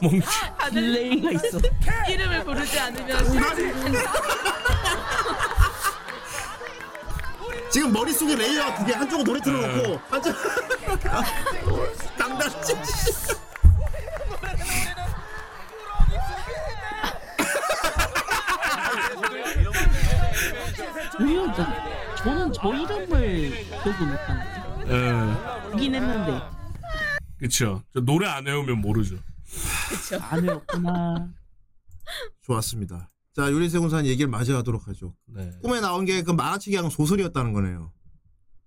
Speaker 2: 몽키.
Speaker 7: 다들
Speaker 5: 딜레이가 있어.
Speaker 7: 이름을 부르지 않으면 실패한다.
Speaker 3: 지금 머릿속에 레이어가 두 개. 한쪽은 노래 틀어놓고
Speaker 2: 네.
Speaker 3: 한쪽 (laughs) 당당
Speaker 5: 왜요? 저- 저는 저 이름을 기억을 못하는데.
Speaker 2: 예.
Speaker 5: 보긴 했는데
Speaker 2: 그렇죠. 노래 안 외우면 모르죠.
Speaker 5: 안 외웠구나.
Speaker 3: 좋았습니다. 자 유리세 군사님 얘기를 마저하도록 하죠.
Speaker 2: 네.
Speaker 3: 꿈에 나온 게 그 만화책이랑 소설이었다는 거네요.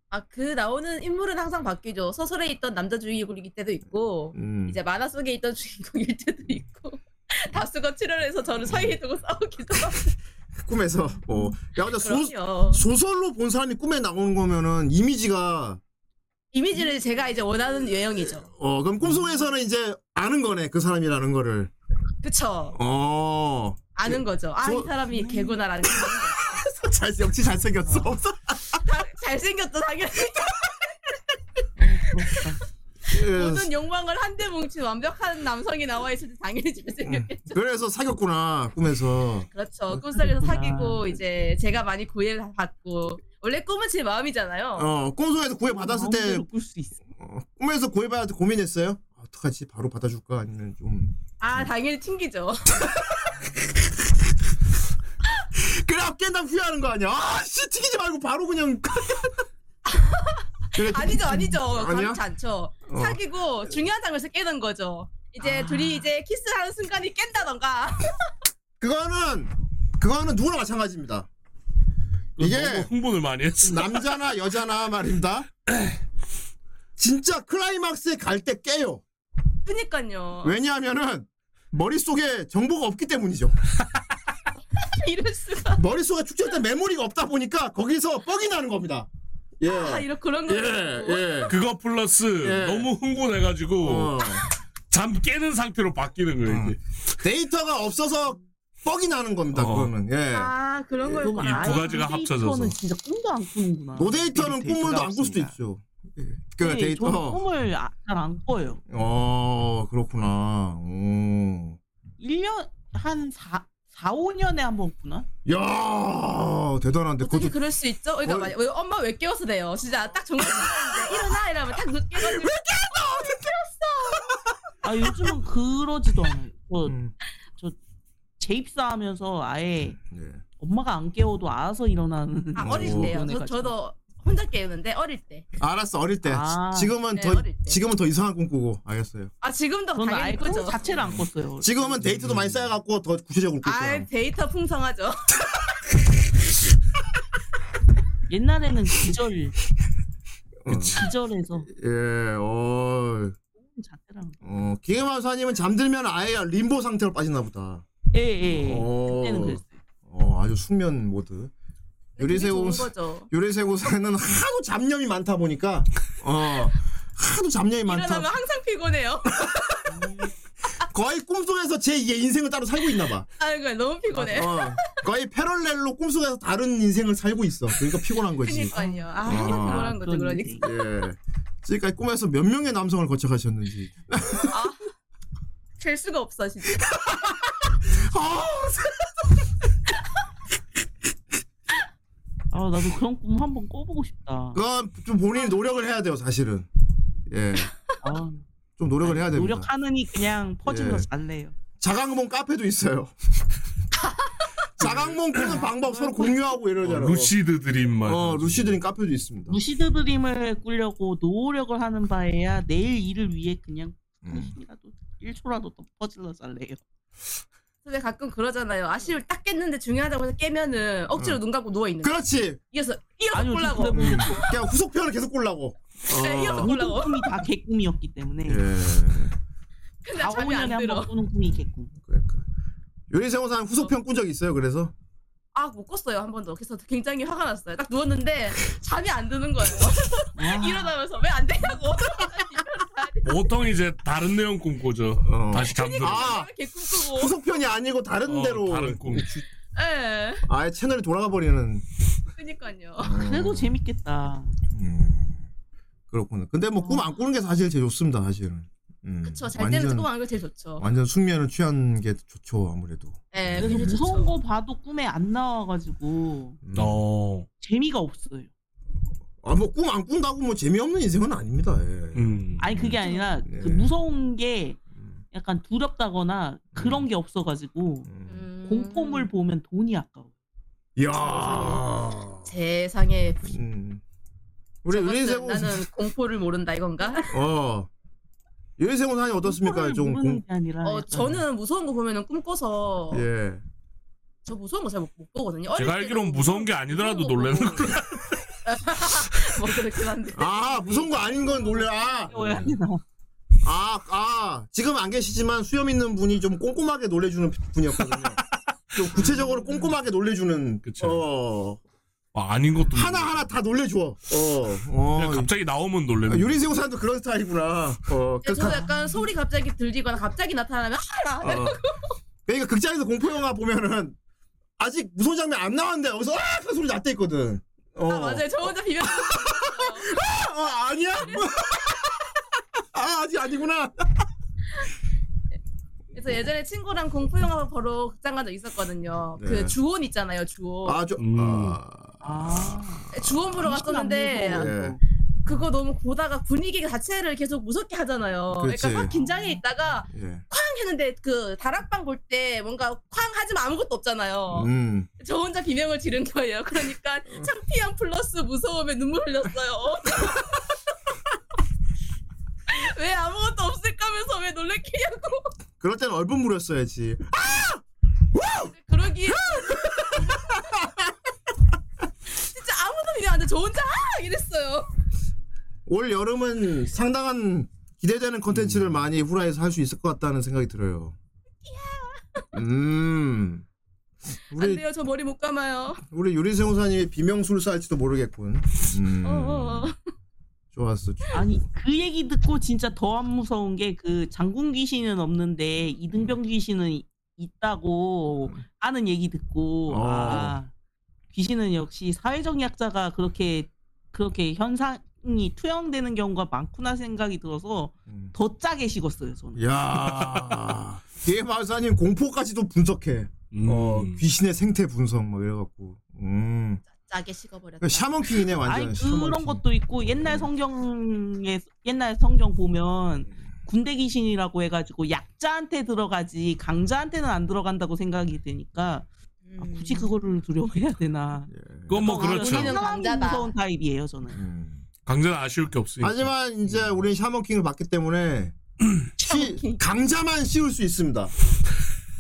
Speaker 7: 아 그 나오는 인물은 항상 바뀌죠. 소설에 있던 남자 주인공일 때도 있고
Speaker 3: 음.
Speaker 7: 이제 만화 속에 있던 주인공일 때도 있고 (laughs) 다수가 출연해서 저를 사이에 두고 싸우기도 하고
Speaker 3: 꿈에서 어. 야 근데 소,
Speaker 7: 그럼요.
Speaker 3: 소설로 본 사람이 꿈에 나오는 거면은 이미지가
Speaker 7: 이미지를 제가 이제 원하는 유형이죠.
Speaker 3: 어 그럼 꿈속에서는 이제 아는 거네 그 사람이라는 거를.
Speaker 7: 그쵸?
Speaker 3: 어. (laughs)
Speaker 7: 아는 거죠. 아 이
Speaker 3: 저-
Speaker 7: 사람이 개구나라는 거.
Speaker 3: 잘 역시 잘생겼어. (laughs)
Speaker 7: 다- 잘생겼죠 당연히.
Speaker 3: 예.
Speaker 7: 모든 욕망을 한데 뭉친 완벽한 남성이 나와 있을 때 당연히 잘생겼겠죠.
Speaker 3: 음. 그래서 사귀었구나 꿈에서.
Speaker 7: 그렇죠. 꿈속에서
Speaker 5: 그렇구나.
Speaker 7: 사귀고 이제 제가 많이 구애를 받고 원래 꿈은 제 마음이잖아요.
Speaker 3: 어 꿈속에서 구애 받았을 때
Speaker 5: 마음대로 꿀수 있어.
Speaker 3: 어, 꿈에서 구애받을 때 고민했어요. 아, 어떡하지 바로 받아줄까 아니면 좀
Speaker 7: 아 당연히 튕기죠.
Speaker 3: 그래 깬다 후회하는 거 아니야? 아씨 튀기지 말고 바로 그냥 (laughs) 그래,
Speaker 7: 아니죠, 아니죠.
Speaker 3: 아니야?
Speaker 7: 그렇지 않죠.
Speaker 3: 어.
Speaker 7: 사귀고 중요한 장면에서 깨는 거죠. 이제 둘이 이제 키스하는 순간이 깬다던가. (laughs)
Speaker 3: 그거는 그거는 누구나 마찬가지입니다. 이게
Speaker 2: 너무 흥분을 많이 했어.
Speaker 3: 남자나 여자나 말입니다. (clears throat) 진짜 클라이막스에 갈 때 깨요.
Speaker 7: 그니까요.
Speaker 3: 왜냐하면은 머릿속에 정보가 없기 때문이죠.
Speaker 7: (laughs) 이럴 수가.
Speaker 3: 머릿속에 축적된 메모리가 없다 보니까 거기서 뻑이 나는 겁니다. 예.
Speaker 7: 아, 이런 그런 거.
Speaker 3: 예, 예.
Speaker 2: 그거 플러스
Speaker 3: 예.
Speaker 2: 너무 흥분해가지고
Speaker 3: 어.
Speaker 7: 뭐.
Speaker 3: 음.
Speaker 2: 잠 깨는 상태로 바뀌는 거예요. 이제.
Speaker 3: 데이터가 없어서 뻑이 나는 겁니다.
Speaker 2: 어.
Speaker 3: 그거는. 예.
Speaker 7: 아, 그런 걸.
Speaker 5: 그럼
Speaker 2: 이두
Speaker 5: 아예
Speaker 2: 가지가
Speaker 5: 이
Speaker 2: 합쳐져서.
Speaker 5: 데이터는 진짜 꿈도 안 꾸는구나.
Speaker 3: 노 데이터는
Speaker 11: 데이터가
Speaker 3: 꿈을도 안 꿀 수도
Speaker 11: 없습니다.
Speaker 3: 있죠. 예. 그
Speaker 5: 네,
Speaker 3: 데이터.
Speaker 5: 저는 꿈을 잘안 꿔요.
Speaker 3: 어 그렇구나. 오.
Speaker 5: 1년 한 4, 4, 5년에 한 번 구나?
Speaker 3: 야 대단한데
Speaker 7: 어떻게
Speaker 3: 그것도
Speaker 7: 그럴 수 있죠? 그러니까
Speaker 3: 거의-
Speaker 7: 막, 왜 엄마 왜 깨웠어 돼요? 진짜 딱 정말 (laughs) 싫은데 일어나 이러면 딱 늦게 왜 깨웠어?
Speaker 5: 아 요즘은 그러지도 않아요. 저,
Speaker 11: 음.
Speaker 5: 저 재입사하면서 아예 엄마가 안 깨워도 알아서 일어나는.
Speaker 3: 음.
Speaker 7: 아 어릴 때요. 저, 저도 혼자 깨우는데 어릴 때.
Speaker 3: 알았어 어릴 때
Speaker 5: 아.
Speaker 3: 지- 지금은
Speaker 7: 네,
Speaker 3: 더
Speaker 7: 어릴 때.
Speaker 3: 지금은 더 이상한 꿈 꾸고 알겠어요
Speaker 7: 아 지금도
Speaker 5: 저는 아예
Speaker 7: 당연히 그렇죠.
Speaker 5: 꿈
Speaker 7: 꾸죠.
Speaker 5: 자체를 안 꿨어요.
Speaker 3: 지금은 데이트도
Speaker 7: 음.
Speaker 3: 많이 쌓여갖고 더 구체적으로 꿀 거야
Speaker 7: 아 데이터 풍성하죠.
Speaker 5: 옛날에는 기절.
Speaker 3: 어.
Speaker 5: 기절해서.
Speaker 3: 예, 예어
Speaker 5: 자체랑.
Speaker 3: 어, 김혜만 사님은 잠들면 아예 림보 상태로 빠지나 보다
Speaker 5: 예예.
Speaker 3: 어,
Speaker 5: 그때는 그랬어요.
Speaker 3: 어 아주 숙면 모드 유리세고
Speaker 7: 좋은 거죠.
Speaker 3: 유리세고사는 하도 잡념이 많다 보니까 어 하도 잡념이 많다
Speaker 7: 일어나면 항상 피곤해요.
Speaker 3: 거의 꿈속에서 제 2의 인생을 따로 살고 있나 봐
Speaker 7: 아이고 너무 피곤해.
Speaker 3: 어, 거의 패럴렐로 꿈속에서 다른 인생을 살고 있어. 그러니까 피곤한 거지.
Speaker 7: 그러니까요. 아 항상
Speaker 3: 아,
Speaker 7: 피곤한 거죠. 그러니까.
Speaker 3: 예. 지금까지 꿈에서 몇 명의 남성을 거쳐가셨는지.
Speaker 7: 될 수가 없어 진짜.
Speaker 5: 아 나도 그런 꿈 한 번 꿔보고 싶다.
Speaker 3: 그건 좀 본인이 노력을 해야 돼요, 사실은. 예.
Speaker 5: 아,
Speaker 3: 좀 노력을 해야 됩니다.
Speaker 5: 노력하느니 그냥 퍼진
Speaker 3: 네. 예.
Speaker 5: 거 잘래요.
Speaker 3: 자강몽 카페도
Speaker 5: (laughs)
Speaker 3: 있어요. 자강몽 꾸는 방법 서로 공유하고
Speaker 11: 어,
Speaker 3: 이러잖아요.
Speaker 2: 루시드 드림 말.
Speaker 3: 어, 루시드림 카페도 있습니다.
Speaker 5: 루시드 드림을 꾸려고 노력을 하는 바에야 내일 일을 위해 그냥
Speaker 3: 음.
Speaker 5: 한심이라도 1초라도 더 퍼질러 잘래요.
Speaker 7: 근데 가끔 그러잖아요. 아쉬울 딱 깼는데 중요하다고 해서 깨면은 억지로 눈 감고 누워 있는. 거.
Speaker 3: 음. 그렇지.
Speaker 7: 이어서 이어서
Speaker 5: 아니요,
Speaker 7: 꼴라고.
Speaker 5: 근데
Speaker 3: 음.
Speaker 5: 뭐
Speaker 3: 그냥 후속편을 계속 꼴라고.
Speaker 7: 네, 이어서 꼴라고.
Speaker 5: 모든 꿈이 다 개꿈이었기
Speaker 3: 예.
Speaker 5: 때문에
Speaker 7: 근데
Speaker 5: 4,
Speaker 7: 잠이
Speaker 5: 5년에
Speaker 7: 안
Speaker 5: 한 번
Speaker 7: 들어.
Speaker 5: 꾸는 꿈이 개꿈.
Speaker 3: 그러니까. 요리세고사는 후속편 꾼 적 있어요, 그래서?
Speaker 7: 아못 꿨어요 한 번도. 그래서 굉장히 화가 났어요. 딱 누웠는데 잠이 안 드는 거예요.
Speaker 5: 아.
Speaker 7: (laughs) 일어나면서 왜 안 되냐고. (laughs)
Speaker 2: 보통 이제 다른 내용 꿈꾸죠. 다시 잠들어.
Speaker 3: 아,
Speaker 7: 개꿈꾸고.
Speaker 3: 후속편이 아니고 다른
Speaker 2: 어,
Speaker 3: 데로 아,
Speaker 2: 다른 꿈.
Speaker 7: 예.
Speaker 3: 아예 채널이 돌아가 버리는
Speaker 7: 아,
Speaker 3: 어.
Speaker 7: 그니까요.
Speaker 3: 네,
Speaker 5: 그래도 재밌겠다.
Speaker 3: 음. 그렇구나. 근데 뭐 꿈 안 꾸는 게 사실 제일 좋습니다, 사실은. 음.
Speaker 7: 그쵸. 잘 때는
Speaker 3: 완전-
Speaker 7: 꿈안 하는 게 제일 좋죠.
Speaker 3: 완전 숙면을 취한 게 좋죠, 아무래도.
Speaker 7: 예.
Speaker 5: 그래서
Speaker 7: 그게 좋죠.
Speaker 5: 무서운 거 봐도 꿈에 안 나와가지고
Speaker 3: 음.
Speaker 2: 어.
Speaker 5: 재미가 없어요.
Speaker 3: 아, 뭐 꿈 안 꾼다고 뭐 재미없는 인생은 아닙니다. 예.
Speaker 2: 음.
Speaker 5: 아니 그게 아니라 그
Speaker 3: 예.
Speaker 5: 무서운 게 약간 두렵다거나 그런 게 없어가지고
Speaker 7: 음.
Speaker 5: 공포물 보면 돈이 아까워.
Speaker 3: 야.
Speaker 7: 세상에
Speaker 3: 음. 우리
Speaker 7: 저것은
Speaker 3: 유리세고
Speaker 7: 나는 공포를 모른다 이건가?
Speaker 3: 어. 유리세고 사이 어떻습니까?
Speaker 5: 공포를
Speaker 3: 그러니까 좀
Speaker 5: 모르는
Speaker 3: 공...
Speaker 5: 게 아니라
Speaker 7: 어
Speaker 5: 약간
Speaker 7: 저는 무서운 거 보면은 꿈꿔서
Speaker 3: 네. 예.
Speaker 7: 저 무서운 거 잘 못 보거든요. 어릴
Speaker 2: 제가
Speaker 7: 때는
Speaker 2: 알기로는 무서운 게 아니더라도
Speaker 7: 무서운 거
Speaker 2: 놀라는
Speaker 7: 보고.
Speaker 2: 거.
Speaker 7: (laughs) 뭐 그렇긴 한데.
Speaker 3: 아, 무서운 거 아닌 건 놀래. 아.
Speaker 5: 어려워야 되나.
Speaker 3: 아, 아, 지금 안 계시지만 수염 있는 분이 좀 꼼꼼하게 놀래주는 분이었거든요. 좀 구체적으로 꼼꼼하게 놀래주는.
Speaker 2: 그쵸.
Speaker 3: 어,
Speaker 2: 아, 아닌 것도
Speaker 3: 하나 하나 다 놀래줘. 어, 어. 아,
Speaker 2: 그냥 갑자기 나오면 놀래는. 거.
Speaker 3: 유리세고 사람도 그런 스타일이구나. 어, 그,
Speaker 7: 근데 저도 약간 소리 갑자기 들리거나 갑자기 나타나면 하라.
Speaker 3: 어. 그러니까 극장에서 공포 영화 보면은 아직 무서운 장면 안 나왔는데 여기서 아, 그 소리 났대 있거든. 어.
Speaker 7: 아 맞아요. 저 혼자 비벼.
Speaker 3: 어, 아니야? (laughs) 아, 아직 아니구나.
Speaker 7: 그래서 예전에 친구랑 공포 영화 보러 극장 간 적 있었거든요.
Speaker 3: 네.
Speaker 7: 그 주온 있잖아요. 주온.
Speaker 3: 아, 좀.
Speaker 2: 음.
Speaker 3: 아,
Speaker 5: (laughs) 아,
Speaker 7: 주온 보러 갔었는데
Speaker 3: 무서워. 예.
Speaker 7: 그거 너무 보다가 분위기 자체를 계속 무섭게 하잖아요. 그러
Speaker 3: 그치.
Speaker 7: 니까확 긴장해 있다가
Speaker 3: 예.
Speaker 7: 쾅 했는데 그 다락방 볼 때 뭔가 쾅 하지만 아무것도 없잖아요.
Speaker 3: 음. 어.
Speaker 7: 저 혼자 비명을 지른 거예요.
Speaker 3: (laughs)
Speaker 7: 그러니까 창피함 플러스 무서움에 눈물 흘렸어요. (laughs) 왜 아무것도 없을까면서 왜 놀래키냐고.
Speaker 3: 그럴 땐 얼분 물었어야지. (laughs)
Speaker 7: 그러기. 진짜 아무도 비명 안 돼. 저 혼자 아! 이랬어요.
Speaker 3: 올 여름은 상당한 기대되는 컨텐츠를 많이 후라이에서 할 수 있을 것 같다는 생각이 들어요. 음.
Speaker 7: 안
Speaker 3: 우리
Speaker 7: 돼요. 저 머리 못 감아요.
Speaker 3: 우리 유리세호사님이 비명술사 할지도 모르겠군. 음.
Speaker 7: 어, 어, 어.
Speaker 3: 좋았어.
Speaker 5: 아니 그 얘기 듣고 진짜 더 안 무서운 게 그 장군 귀신은 없는데 이등병 귀신은 이- 있다고 하는 얘기 듣고
Speaker 3: 어.
Speaker 5: 아 귀신은 역시 사회적 약자가 그렇게 그렇게 현상이 투영되는 경우가 많구나 생각이 들어서
Speaker 3: 음. 예,
Speaker 5: 더 짜게 식었어요
Speaker 3: (laughs)
Speaker 5: 저는.
Speaker 3: 야. 게마사님 공포까지도 예, 분석해.
Speaker 2: 음.
Speaker 3: 어, 귀신의 생태 분석 뭐 이래갖고 음.
Speaker 7: 짜게 식어버렸다.
Speaker 3: 샤먼킹이네 음. 완전
Speaker 5: 아니 그런 것도 있고 옛날 성경에 옛날 성경 보면 군대 귀신이라고 해가지고 약자한테 들어가지 강자한테는 안 들어간다고 생각이 되니까 아,
Speaker 7: 음.
Speaker 5: 굳이 그거를 두려워해야 되나?
Speaker 3: 예.
Speaker 5: 아,
Speaker 2: 그건 뭐 그렇죠.
Speaker 5: 저는 강자다. 음. 무서운 타입이에요 저는.
Speaker 2: 강자는 아쉬울 게 없으니까.
Speaker 3: 음. 하지만 이제 우린 샤먼킹을 봤기
Speaker 5: (clears throat)
Speaker 3: 때문에 시- 강자만 씌울 수 있습니다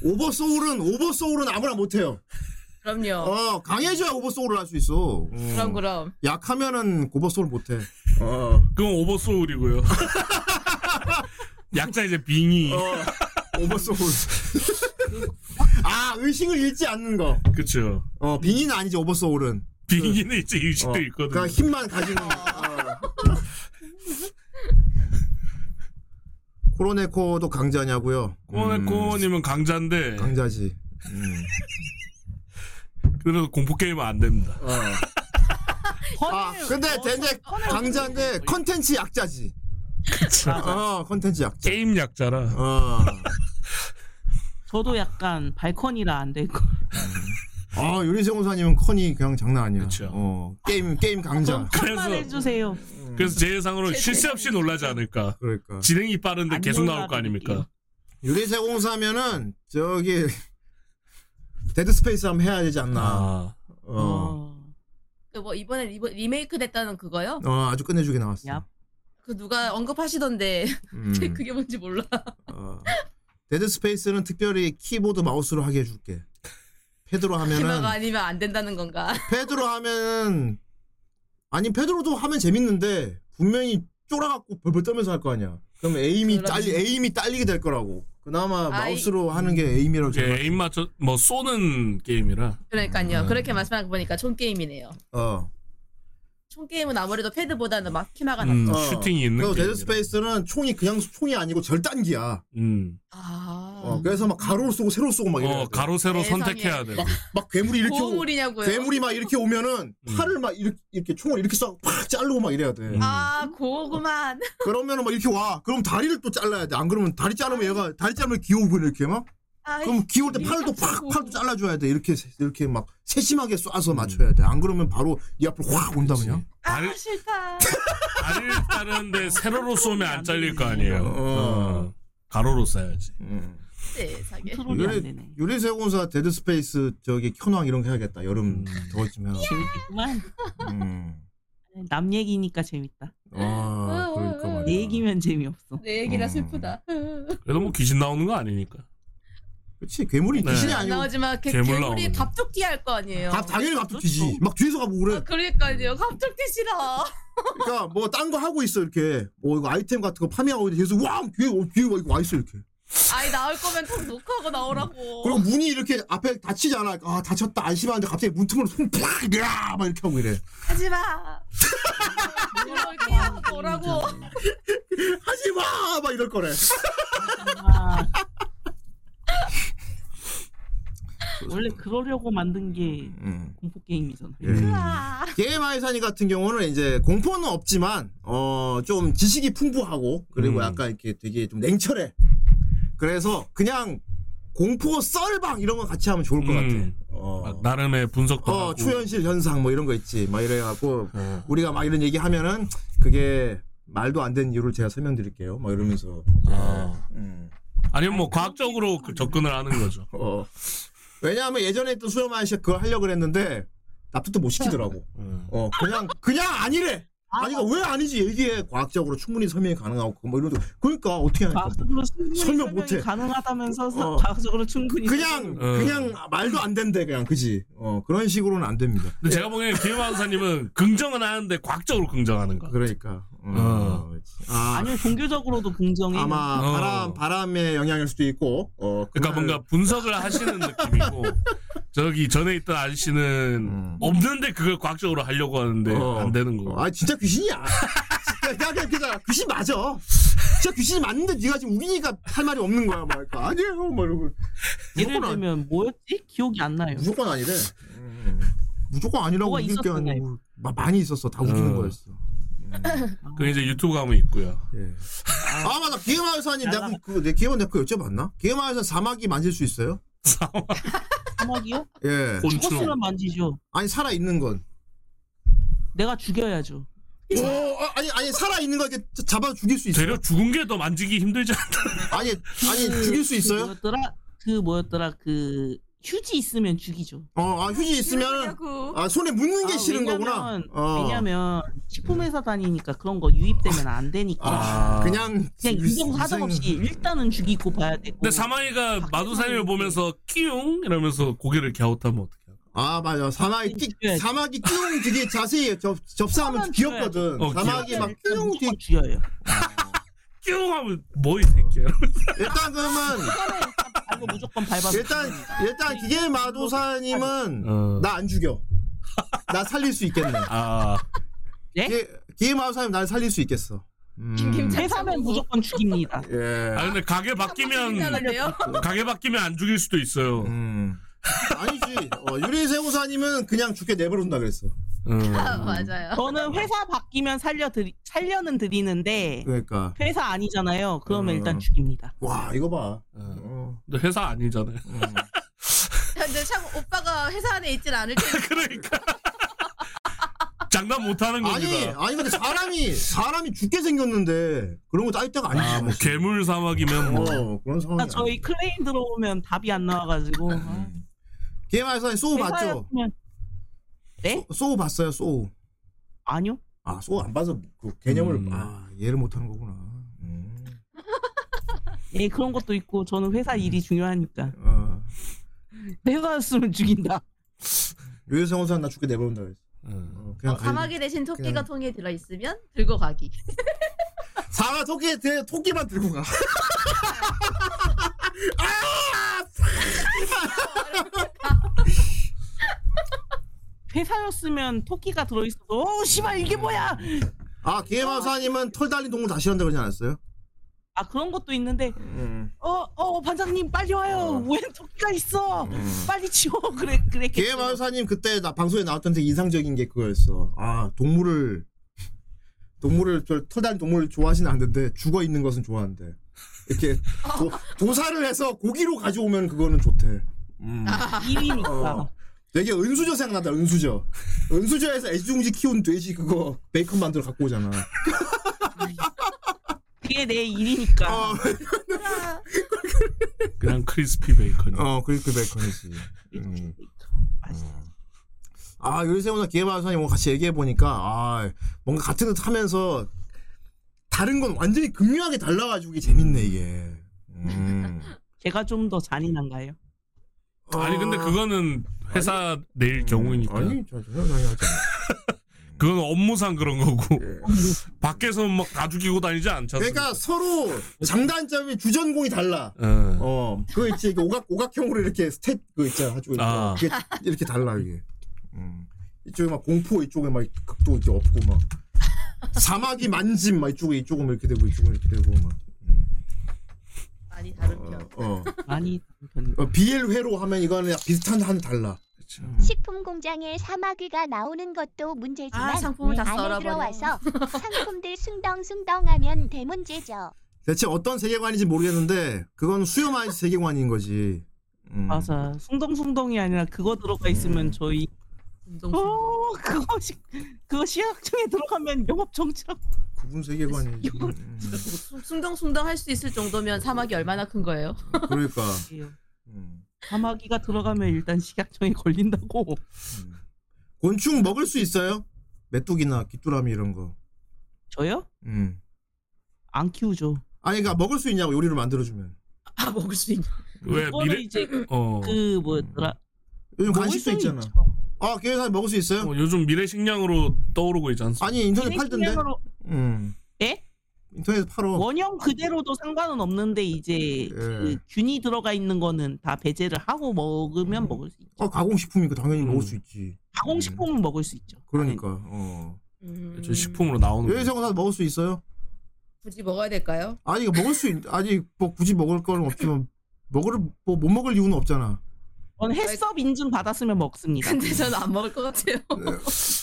Speaker 3: 오버소울은 오버소울은 아무나 못해요
Speaker 4: 그럼요
Speaker 3: 어 강해져야 오버소울을 할 수 있어 음.
Speaker 4: 그럼 그럼
Speaker 3: 약하면은 오버소울 못해
Speaker 2: 그건 오버소울이고요. (laughs) 약자 이제 빙이.
Speaker 5: (laughs)
Speaker 3: 오버소울. 아 의식을 잃지 않는 거
Speaker 2: 그쵸.
Speaker 3: 어 빙의는 아니지 오버소울은
Speaker 2: 빙의는 이제 의식도
Speaker 3: 어,
Speaker 2: 있거든.
Speaker 3: 그러니까 힘만 가지는 어. 코로네코도 강자냐고요?
Speaker 2: 그러니까 음.
Speaker 3: 음,
Speaker 2: 코네코님은 강자인데.
Speaker 3: 강자지.
Speaker 2: 그래서 공포 게임은 안 됩니다.
Speaker 3: 아 근데 대제 강자인데 컨텐츠 약자지. 어 컨텐츠 약자.
Speaker 2: 게임 약자라. 아,
Speaker 3: 어.
Speaker 5: 저도 약간 발컨이라 안 될 거.
Speaker 3: 아 요리세 공사님은 컨이 그냥 장난 아니야. 어 게임 게임 강자.
Speaker 5: 그만 해주세요.
Speaker 2: 그래서 제 예상으로 실세 없이 놀라지 않을까.
Speaker 3: 그러니까.
Speaker 2: 진행이 빠른데
Speaker 3: 안
Speaker 2: 계속 나올
Speaker 3: 놀라는
Speaker 2: 거 아닙니까?
Speaker 3: 유리세 공사면은 저기 데드 스페이스 한번 해야 되지
Speaker 2: 아.
Speaker 3: 않나. 아. 어.
Speaker 7: 그뭐 이번에 리버, 리메이크 됐다는 그거요?
Speaker 3: 어, 아주 끝내주게 나왔어.
Speaker 7: 그 누가 언급하시던데 (laughs)
Speaker 3: 음.
Speaker 7: 그게 뭔지 몰라.
Speaker 3: 어. 데드 스페이스는 특별히 키보드 마우스로 하게 해줄게. 패드로
Speaker 7: 키마가
Speaker 3: 하면은
Speaker 7: (laughs) 아니면 안 된다는 건가? (laughs)
Speaker 3: 패드로 하면은 아니 패드로도 하면 재밌는데 분명히 쫄아갖고 벌벌 떨면서 할 거 아니야. 그럼 에임이 딸 에임이 딸리게 될 거라고. 그나마
Speaker 7: 아이.
Speaker 3: 마우스로 하는 게 에임이라고
Speaker 2: 이제 에임 맞춰 뭐 쏘는 게임이라.
Speaker 7: 그러니까요.
Speaker 2: 음.
Speaker 7: 그렇게 말씀하고 보니까 총 게임이네요.
Speaker 3: 어.
Speaker 7: 총 게임은 아무래도 패드보다는 막
Speaker 3: 아,
Speaker 7: 키마가
Speaker 2: 음,
Speaker 7: 낫죠.
Speaker 2: 슈팅이 있는
Speaker 3: 그리고 데드
Speaker 2: 게임이라.
Speaker 3: 스페이스는 총이 그냥 총이 아니고 절단기야.
Speaker 2: 음.
Speaker 7: 아,
Speaker 3: 어, 그래서 막 가로로 쏘고 세로 쏘고 막 이래.
Speaker 2: 어, 가로 세로
Speaker 3: 세상에.
Speaker 2: 선택해야
Speaker 3: (laughs)
Speaker 2: 돼.
Speaker 3: 막, 막 괴물이 이렇게 오고
Speaker 7: 고물이냐고요?
Speaker 3: 괴물이 막 이렇게 오면은 팔을 막 이렇게, 이렇게 총을 이렇게 쏴 팍 자르고 막 이래야 돼. 음.
Speaker 7: 아 고구만.
Speaker 3: 그러면은 막 이렇게 와. 그럼 다리를 또 잘라야 돼. 안 그러면 다리 자르면 얘가 다리 자르면 기어오고 이렇게 막.
Speaker 7: 아,
Speaker 3: 그럼 기어올 때 팔도 팍 팔도 잘라줘야 돼. 이렇게 세- 이렇게 막 세심하게 쏴서 맞춰야 돼. 안 그러면 바로 네 앞으로 확 온다 그냥.
Speaker 2: 아
Speaker 7: 싫다.
Speaker 2: 다리를 자르는데 아, 세로로 쏘면 안 잘릴 거 아니에요. 어. 가로로 쏴야지.
Speaker 5: 음. 예.
Speaker 3: (laughs)
Speaker 7: 세상에.
Speaker 3: 음. 유리세 공사 데드 스페이스 저기 현황 이런 거 해야겠다. 여름
Speaker 5: 음.
Speaker 3: 더워지면.
Speaker 5: 그만.
Speaker 3: 음.
Speaker 5: 남 얘기니까 재밌다.
Speaker 7: 어,
Speaker 3: 아, 그러니까 말이야.
Speaker 5: 내 얘기면 재미없어.
Speaker 7: 내 얘기라 슬프다.
Speaker 2: 그래도 뭐 귀신 나오는 거 아니니까.
Speaker 3: 그렇지 괴물이
Speaker 5: 네.
Speaker 7: 귀신이 나오지만 그
Speaker 2: 괴물
Speaker 7: 괴물이
Speaker 2: 나오는 거.
Speaker 7: 갑툭튀 할 거 아니에요.
Speaker 3: 갑- 당연히 갑툭튀지. 막 뒤에서 가고 그래.
Speaker 7: 그러니까요. 갑툭튀 싫어.
Speaker 3: 그러니까 뭐 딴 거 하고 있어 이렇게. 뭐 이거 아이템 같은 거 파밍하고 있는데 계속 와 뒤에 어, 뒤에 와 이거 와 있어 이렇게.
Speaker 7: 아이 나올 거면 턱 녹화하고 나오라고.
Speaker 3: 그리고 문이 이렇게 앞에 닫히잖아. 아 닫혔다 안심하는데 갑자기 문틈으로 손팍 이야 막 이렇게 하고 이래.
Speaker 7: 하지 마. 이걸 깨하고 뭐라고.
Speaker 3: 하지 마! 막 이럴 거래. 아.
Speaker 5: 원래 그러려고 만든 게
Speaker 2: 음.
Speaker 5: 공포 게임이잖아.
Speaker 2: 예.
Speaker 3: 예. 음. 게임 아이사니 같은 경우는 이제 공포는 없지만 어 좀 지식이 풍부하고
Speaker 2: 음.
Speaker 3: 그리고 약간 이렇게 되게 좀 냉철해. 그래서 그냥 공포 썰방 이런 거 같이 하면 좋을 것 같아.
Speaker 2: 막 음. 나름의 분석도
Speaker 3: 어,
Speaker 2: 하고.
Speaker 3: 초현실 현상 뭐 이런 거 있지. 막 이래갖고 우리가 막 이런 얘기 하면은 그게 말도 안 되는 이유를 제가 설명드릴게요. 막 이러면서
Speaker 2: 아. 아니면 뭐 과학적으로 그 접근을 하는 거죠.
Speaker 3: 어. 왜냐하면 예전에 있던 수염 아저씨가 그걸 하려고 그랬는데 납득도 못 시키더라고. 어 그냥 그냥 아니래. 아니 이거 왜 아니지 얘기해 과학적으로 충분히 설명이 가능하고 뭐 이런 거. 그러니까 어떻게
Speaker 5: 아,
Speaker 3: 하니까 설명 못해.
Speaker 5: 가능하다면서
Speaker 3: 어.
Speaker 5: 과학적으로 충분히
Speaker 3: 그냥 그냥 말도 안 된대 그냥 그지. 어 그런 식으로는 안 됩니다.
Speaker 2: 근데 제가 보기에는 김한사님은 긍정은 하는데 과학적으로 긍정하는 거.
Speaker 3: 그러니까.
Speaker 5: 아. 니면 종교적으로도 긍정해.
Speaker 3: 아마
Speaker 2: 어.
Speaker 3: 바람 바람의 영향일 수도 있고. 어
Speaker 2: 그러니까 뭔가 분석을 하시는 느낌이고 저기 전에 있던 아저씨는 없는데 그걸 과학적으로 하려고 하는데
Speaker 3: 음. 어.
Speaker 2: 안 되는 거.
Speaker 3: 아 진짜 귀신이야. 진짜 그냥 그냥 귀신 맞아. 진짜 귀신이 맞는데 네가 지금 우기니까 할 말이 없는 거야 막 이러니까 아니에요 막 이러고.
Speaker 5: 예를 들면 뭐였지? 기억이 안 나요.
Speaker 3: 무조건 아니래.
Speaker 2: 음.
Speaker 3: 무조건 아니라고
Speaker 5: 뭐가
Speaker 3: 우길 게
Speaker 5: 있었던
Speaker 3: 아니고 마- 많이 있었어 다 우기는
Speaker 2: 어.
Speaker 3: 거였어.
Speaker 2: 그 이제 유튜브 가면 있고요.
Speaker 3: 아 맞아 그, 기계마을사님 내가 그내 기계마 내가 그거 여쭤봤나? 기계마을사 사마귀 만질 수 있어요?
Speaker 5: 주먹이요?
Speaker 3: 예.
Speaker 5: 죽었으면 만지죠.
Speaker 3: 아니 살아 있는 건.
Speaker 5: 내가 죽여야죠.
Speaker 3: 오, 아, 아니 아니 살아 있는 거 이렇게 잡아 죽일 수 있어요.
Speaker 2: 되려 죽은 게 더 만지기 힘들지 않나?
Speaker 3: 아니
Speaker 5: 그-
Speaker 3: 아니 죽일 수
Speaker 5: 그
Speaker 3: 있어요?
Speaker 5: 뭐였더라? 그 뭐였더라? 그 휴지 있으면 죽이죠.
Speaker 3: 어, 아 휴지 있으면 아 손에 묻는 게
Speaker 5: 아,
Speaker 3: 싫은 거구나.
Speaker 5: 왜냐면,
Speaker 3: 어.
Speaker 5: 왜냐면 식품회사 다니니까 그런 거 유입되면 안 되니까.
Speaker 2: 아,
Speaker 3: 그냥
Speaker 5: 그냥 유정 사정 없이 일단은 죽이고 봐야 되고.
Speaker 2: 근데 사마이가 마두사님을 보면서 끼용 이러면서 고개를 갸웃하면 어떡해?
Speaker 3: 아 맞아 사마귀 끼, 사마귀 끼웅 되게 자세히 접 접사하면 귀엽거든.
Speaker 2: 어,
Speaker 3: 사마귀
Speaker 2: 귀여워.
Speaker 3: 막 끼웅 되게
Speaker 5: 귀여요.
Speaker 2: 끼용 하면 뭐이 새끼야?
Speaker 3: 일단 그러면
Speaker 5: 무조건 밟아.
Speaker 3: 일단 일단 기계 마도사님은
Speaker 2: 어.
Speaker 3: 나 안 죽여. 나 살릴 수 있겠네.
Speaker 2: 아.
Speaker 3: 기, 기계 마도사님 날 살릴 수 있겠어. 음,
Speaker 5: 회사면 무조건 죽입니다.
Speaker 3: 예.
Speaker 2: 아 근데 가게 바뀌면 가게 바뀌면 안 죽일 수도 있어요.
Speaker 3: 음. 아니지. 어, 유리세우사님은 그냥 죽게 내버려둔다 그랬어.
Speaker 7: 맞아요.
Speaker 5: 저는 회사 바뀌면 살려 드리, 살려는 드리는데
Speaker 3: 그러니까.
Speaker 5: 회사 아니잖아요. 그러면
Speaker 2: 음.
Speaker 5: 일단 죽입니다.
Speaker 3: 와 이거 봐. 어.
Speaker 2: 근데 회사 아니잖아요. (laughs)
Speaker 7: 근데 참 오빠가 회사 안에 있진 않을 텐데.
Speaker 2: 그러니까. 장담 못하는
Speaker 3: 아니
Speaker 2: 겁니다. 뭐
Speaker 3: 아니 근데 사람이 사람이 죽게 생겼는데 그런 거 따질 때가 아니지.
Speaker 2: 아, 뭐 괴물 사막이면 뭐
Speaker 3: 어, 그런 상황이
Speaker 5: 나 그러니까 아, 저희 클레임 들어오면 답이 안 나와가지고. 아,
Speaker 3: 기계 마도사님 소우 봤죠?
Speaker 5: 회사였으면- 네?
Speaker 3: 소우 봤어요 소우.
Speaker 5: 아니요.
Speaker 3: 아 소우 안 봐서 그 개념을
Speaker 2: 음.
Speaker 3: 아 이해를 못하는 거구나. 음.
Speaker 5: 예 그런 것도 있고 저는 회사 일이 중요하니까.
Speaker 3: 어.
Speaker 5: 회사였으면 죽인다.
Speaker 3: 유리세우사는 나 죽게 내버려둔다 그랬어. 어, 그냥 가야
Speaker 7: 어,
Speaker 3: 돼.
Speaker 7: 사마귀 대신 토끼가
Speaker 3: 그냥-
Speaker 7: 통에 들어 있으면 들고 가기.
Speaker 3: 사과 토끼 대 토끼만 들고 가.
Speaker 5: 회사였으면 토끼가 들어있어도 어 씨발 이게 뭐야?
Speaker 3: 아 기계마사님은 털 달린 동물 다 싫어한다 그러지 않았어요?
Speaker 5: 아 그런 것도 있는데
Speaker 3: 음.
Speaker 5: 어어 반장님 빨리 와요. 웬 토끼가 있어? 빨리 치워 그래 그래.
Speaker 3: 기계마사님 그때 나 방송에 나왔던 되게 인상적인 게 그거였어. 아 동물을 동물을 별- 털 달린 동물을 좋아하진 않는데 죽어 있는 것은 좋아한대. (laughs) 이렇게 도, 도사를 해서 고기로 가져오면 그거는 좋대.
Speaker 5: 이위니까.
Speaker 3: 어. 되게 은수저 생각난다 은수저. 은수저에서 애지중지 키운 돼지 그거 베이컨 만들어 갖고 오잖아.
Speaker 5: 그게 내 일이니까.
Speaker 2: 그냥 크리스피 베이컨.
Speaker 3: 어 크리스피
Speaker 2: (laughs)
Speaker 3: 베이컨이지. 음. 아 요리세훈아 기회마사님 오늘 같이 얘기해 보니까 아 뭔가 같은 듯 하면서 다른 건 완전히 극명하게 달라가지고 이게 재밌네 이게. 음.
Speaker 5: 제가 좀 더 잔인한가요?
Speaker 2: (laughs) 아니 근데 그거는 회사 내일 경우니까.
Speaker 3: 아니 저 세훈이 하자.
Speaker 2: 그건 업무상 그런 거고
Speaker 3: 예.
Speaker 2: 밖에서 막 다 죽이고 다니지 않잖습니까?
Speaker 3: 그러니까 서로 장단점이 주전공이 달라.
Speaker 2: 어.
Speaker 3: 어, 그 있지 이게 오각 오각형으로 이렇게 스탯 그 있잖아 가지고
Speaker 2: 아.
Speaker 3: 이게 이렇게 달라 이게. 음. 이쪽에 막 공포 이쪽에 막 극도 이제 없고 막 사막이 만짐 막 이쪽에 이쪽은 이렇게 되고 이쪽은 이렇게 되고 막.
Speaker 7: 많이 다른 편.
Speaker 3: 어.
Speaker 5: 많이
Speaker 3: 어, BL 회로 하면 이거는 비슷한 한 달라. 음.
Speaker 8: 식품 공장에 사마귀가 나오는 것도 문제지만
Speaker 7: 아, 상품을 다
Speaker 8: 안에
Speaker 7: 썰어버려.
Speaker 8: 들어와서 상품들 숭덩숭덩하면 대문제죠.
Speaker 3: 대체 어떤 세계관인지 모르겠는데 그건 수요만 세계관인 거지. 음.
Speaker 5: 맞아. 숭덩숭덩이 아니라 그거 들어가 있으면 저희 어 그거 시, 그거 시각청에 들어가면 영업 정지라고.
Speaker 3: 구분 세계관이지. 음.
Speaker 7: 숭- 숭덩숭덩 할 수 있을 정도면 사막이 얼마나 큰 거예요?
Speaker 3: 그러니까. 음.
Speaker 5: 사마귀가 들어가면 일단 시각청에 걸린다고.
Speaker 3: 곤충 먹을 수 있어요? 메뚜기나 귀뚜라미 이런 거.
Speaker 5: 저요?
Speaker 3: 음.
Speaker 5: 안 키우죠.
Speaker 3: 아니 그러니까 먹을 수 있냐고 요리를 만들어 주면.
Speaker 7: 아 먹을 수 있냐?
Speaker 2: 왜
Speaker 5: 그거를
Speaker 2: 미래
Speaker 5: 이제
Speaker 2: 어.
Speaker 5: 그
Speaker 3: 음.
Speaker 5: 뭐더라?
Speaker 3: 요즘
Speaker 2: 먹을
Speaker 3: 간식도
Speaker 2: 수는
Speaker 3: 있잖아. 아, 기회사 먹을 수 있어요?
Speaker 2: 어, 요즘 미래 식량으로 떠오르고 있지 않습니까?
Speaker 3: 아니 인터넷 팔던데.
Speaker 5: 식량으로-
Speaker 3: 음.
Speaker 5: 예? 뭐?
Speaker 3: 인터넷 팔어. 예.
Speaker 5: 원형 그대로도 상관은 없는데 이제 그 균이 들어가 있는 거는 다 배제를 하고 먹으면 먹을 수 있죠.
Speaker 3: 어 가공식품이니까 당연히 먹을 수 있지. 음.
Speaker 5: 가공식품은 먹을 수 있죠.
Speaker 3: 그러니까. 어.
Speaker 2: 저 식품으로 나오는 거.
Speaker 3: 요리사고사 먹을 수 있어요?
Speaker 7: 굳이 먹어야 될까요?
Speaker 3: 아니 이거 먹을 수 있, 아니 뭐 굳이 먹을 거는 없지만 먹을 뭐 못 먹을 이유는 없잖아.
Speaker 5: 저는 햇섭 인증 받았으면 먹습니다.
Speaker 7: 근데 저는 안 먹을 것 같아요.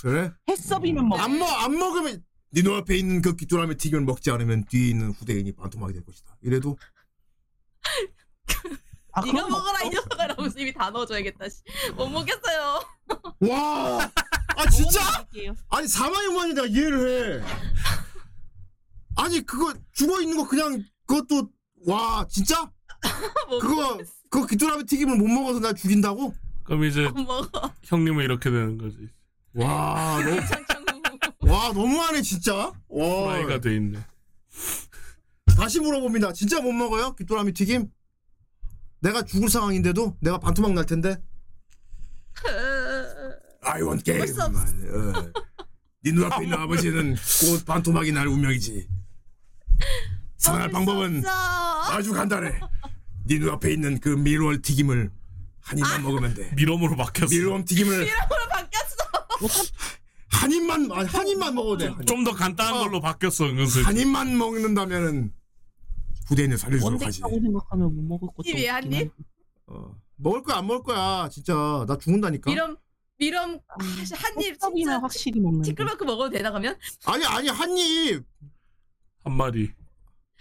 Speaker 3: 그래?
Speaker 5: 햇섭이면 먹.
Speaker 3: 안 먹, 안 먹으면 네 눈앞에 있는 그 귀뚜라미 튀김을 먹지 않으면 뒤에 있는 후대인이 반토막이 될 것이다. 이래도
Speaker 5: 아,
Speaker 7: 네가 먹어라 이 녀석아 라면서 이미 다 넣어줘야겠다 씨. 못 먹겠어요
Speaker 3: 와! 아 진짜? 아니 4만 6만이 내가 이해를 해. 아니 그거 죽어 있는 거 그냥 그것도 와 진짜? 그거 그거 귀뚜라미 튀김을 못 먹어서 나 죽인다고?
Speaker 2: 그럼 이제
Speaker 7: 먹어.
Speaker 2: 형님은 이렇게 되는 거지.
Speaker 3: 와 너무 와 너무하네 진짜. 와.
Speaker 2: 프라이가 돼 있네.
Speaker 3: 다시 물어봅니다. 진짜 못 먹어요? 귀뚜라미 튀김? 내가 죽을 상황인데도 내가 반토막 날 텐데.
Speaker 7: (laughs)
Speaker 3: I want game.
Speaker 7: 벌써
Speaker 3: 어. 네 눈앞에 있는 아버지는 곧 반토막이 날 운명이지. 살아날 방법은 아주 간단해. 네 눈앞에 있는 그 밀월 튀김을 한 입만 먹으면 돼.
Speaker 2: 밀웜으로 바뀌었어.
Speaker 3: 밀웜 튀김을
Speaker 7: 아. 이름으로 바뀌었어
Speaker 3: (laughs) 한 입만 아니, 한 입만 먹어도 돼.
Speaker 2: 좀 더 간단한 걸로 바뀌었어 은근슬.
Speaker 3: 아. 한 입만 먹는다면은 부대인을 살려주도록 하지. 어.
Speaker 5: 원대라고 생각하면 못 먹을 것도
Speaker 7: 이미 한 입?
Speaker 3: 먹을 거야 안 먹을 거야 진짜 나 죽는다니까.
Speaker 7: 미럼 미럼
Speaker 5: 아,
Speaker 7: 한입
Speaker 5: 떡이나
Speaker 7: 진짜
Speaker 5: 확실히 먹는.
Speaker 7: 티끌만큼 어, 먹어도 되나 그러면?
Speaker 3: 아니 아니 한 입. 어.
Speaker 2: 한 마리.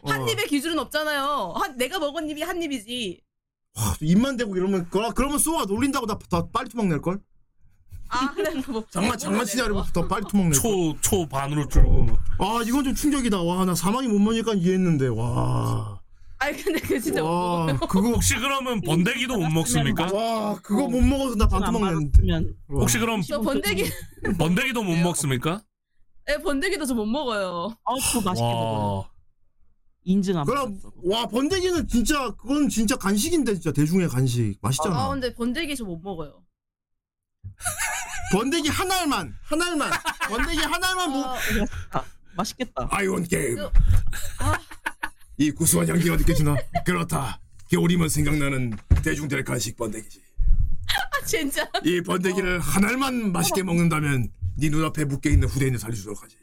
Speaker 12: 어.
Speaker 7: 한 입의 기준은 없잖아요 한 내가 먹은 입이 한 입이지
Speaker 3: 와, 아, 입만 대고 이러면 그러, 그러면 소가 놀린다고 나 더 빨리 투막 낼 걸.
Speaker 7: (laughs) 아 그래 뭐
Speaker 3: 장마 장마 시절이면 더 빨리 투막 낼 걸.
Speaker 2: 초초 반으로 줄고. 막.
Speaker 3: 아 이건 좀 충격이다. 와나 사망이 못 먹으니까 이해했는데 와.
Speaker 7: 아니 근데 그 진짜
Speaker 3: 와 그거
Speaker 2: 혹시 그러면 번데기도 못 먹습니까?
Speaker 3: 와 그거 못 먹어서 나 반토막 냈는데. 와.
Speaker 2: 혹시 그럼
Speaker 7: 저 번데기
Speaker 2: 번데기도 못 먹습니까?
Speaker 7: 에 번데기도 저 못 먹어요
Speaker 5: 아, 그거 맛있게 먹어요.
Speaker 2: 와.
Speaker 5: 인증 안.
Speaker 3: 그럼 와 번데기는 진짜 그건 진짜 간식인데 진짜 대중의 간식 맛있잖아.
Speaker 12: 어,
Speaker 7: 아
Speaker 12: 네.
Speaker 7: 근데 번데기 저 못 먹어요
Speaker 3: 번데기 한 알만 한
Speaker 7: (laughs)
Speaker 3: 알만 번데기 한
Speaker 12: 아,
Speaker 3: 알만
Speaker 12: 뭐.
Speaker 3: 먹.
Speaker 7: 아,
Speaker 5: 맛있겠다.
Speaker 3: 아이온 게임.
Speaker 7: 그-
Speaker 3: 아. 이 구수한 향기가 느껴지나? 그렇다. 겨울이면 생각나는 대중들의 간식 번데기지.
Speaker 7: 아 진짜
Speaker 3: 이
Speaker 7: 어.
Speaker 3: 번데기를 한 알만 맛있게 먹는다면 네 눈앞에 묶여있는 후대인을 살려주도록 하지.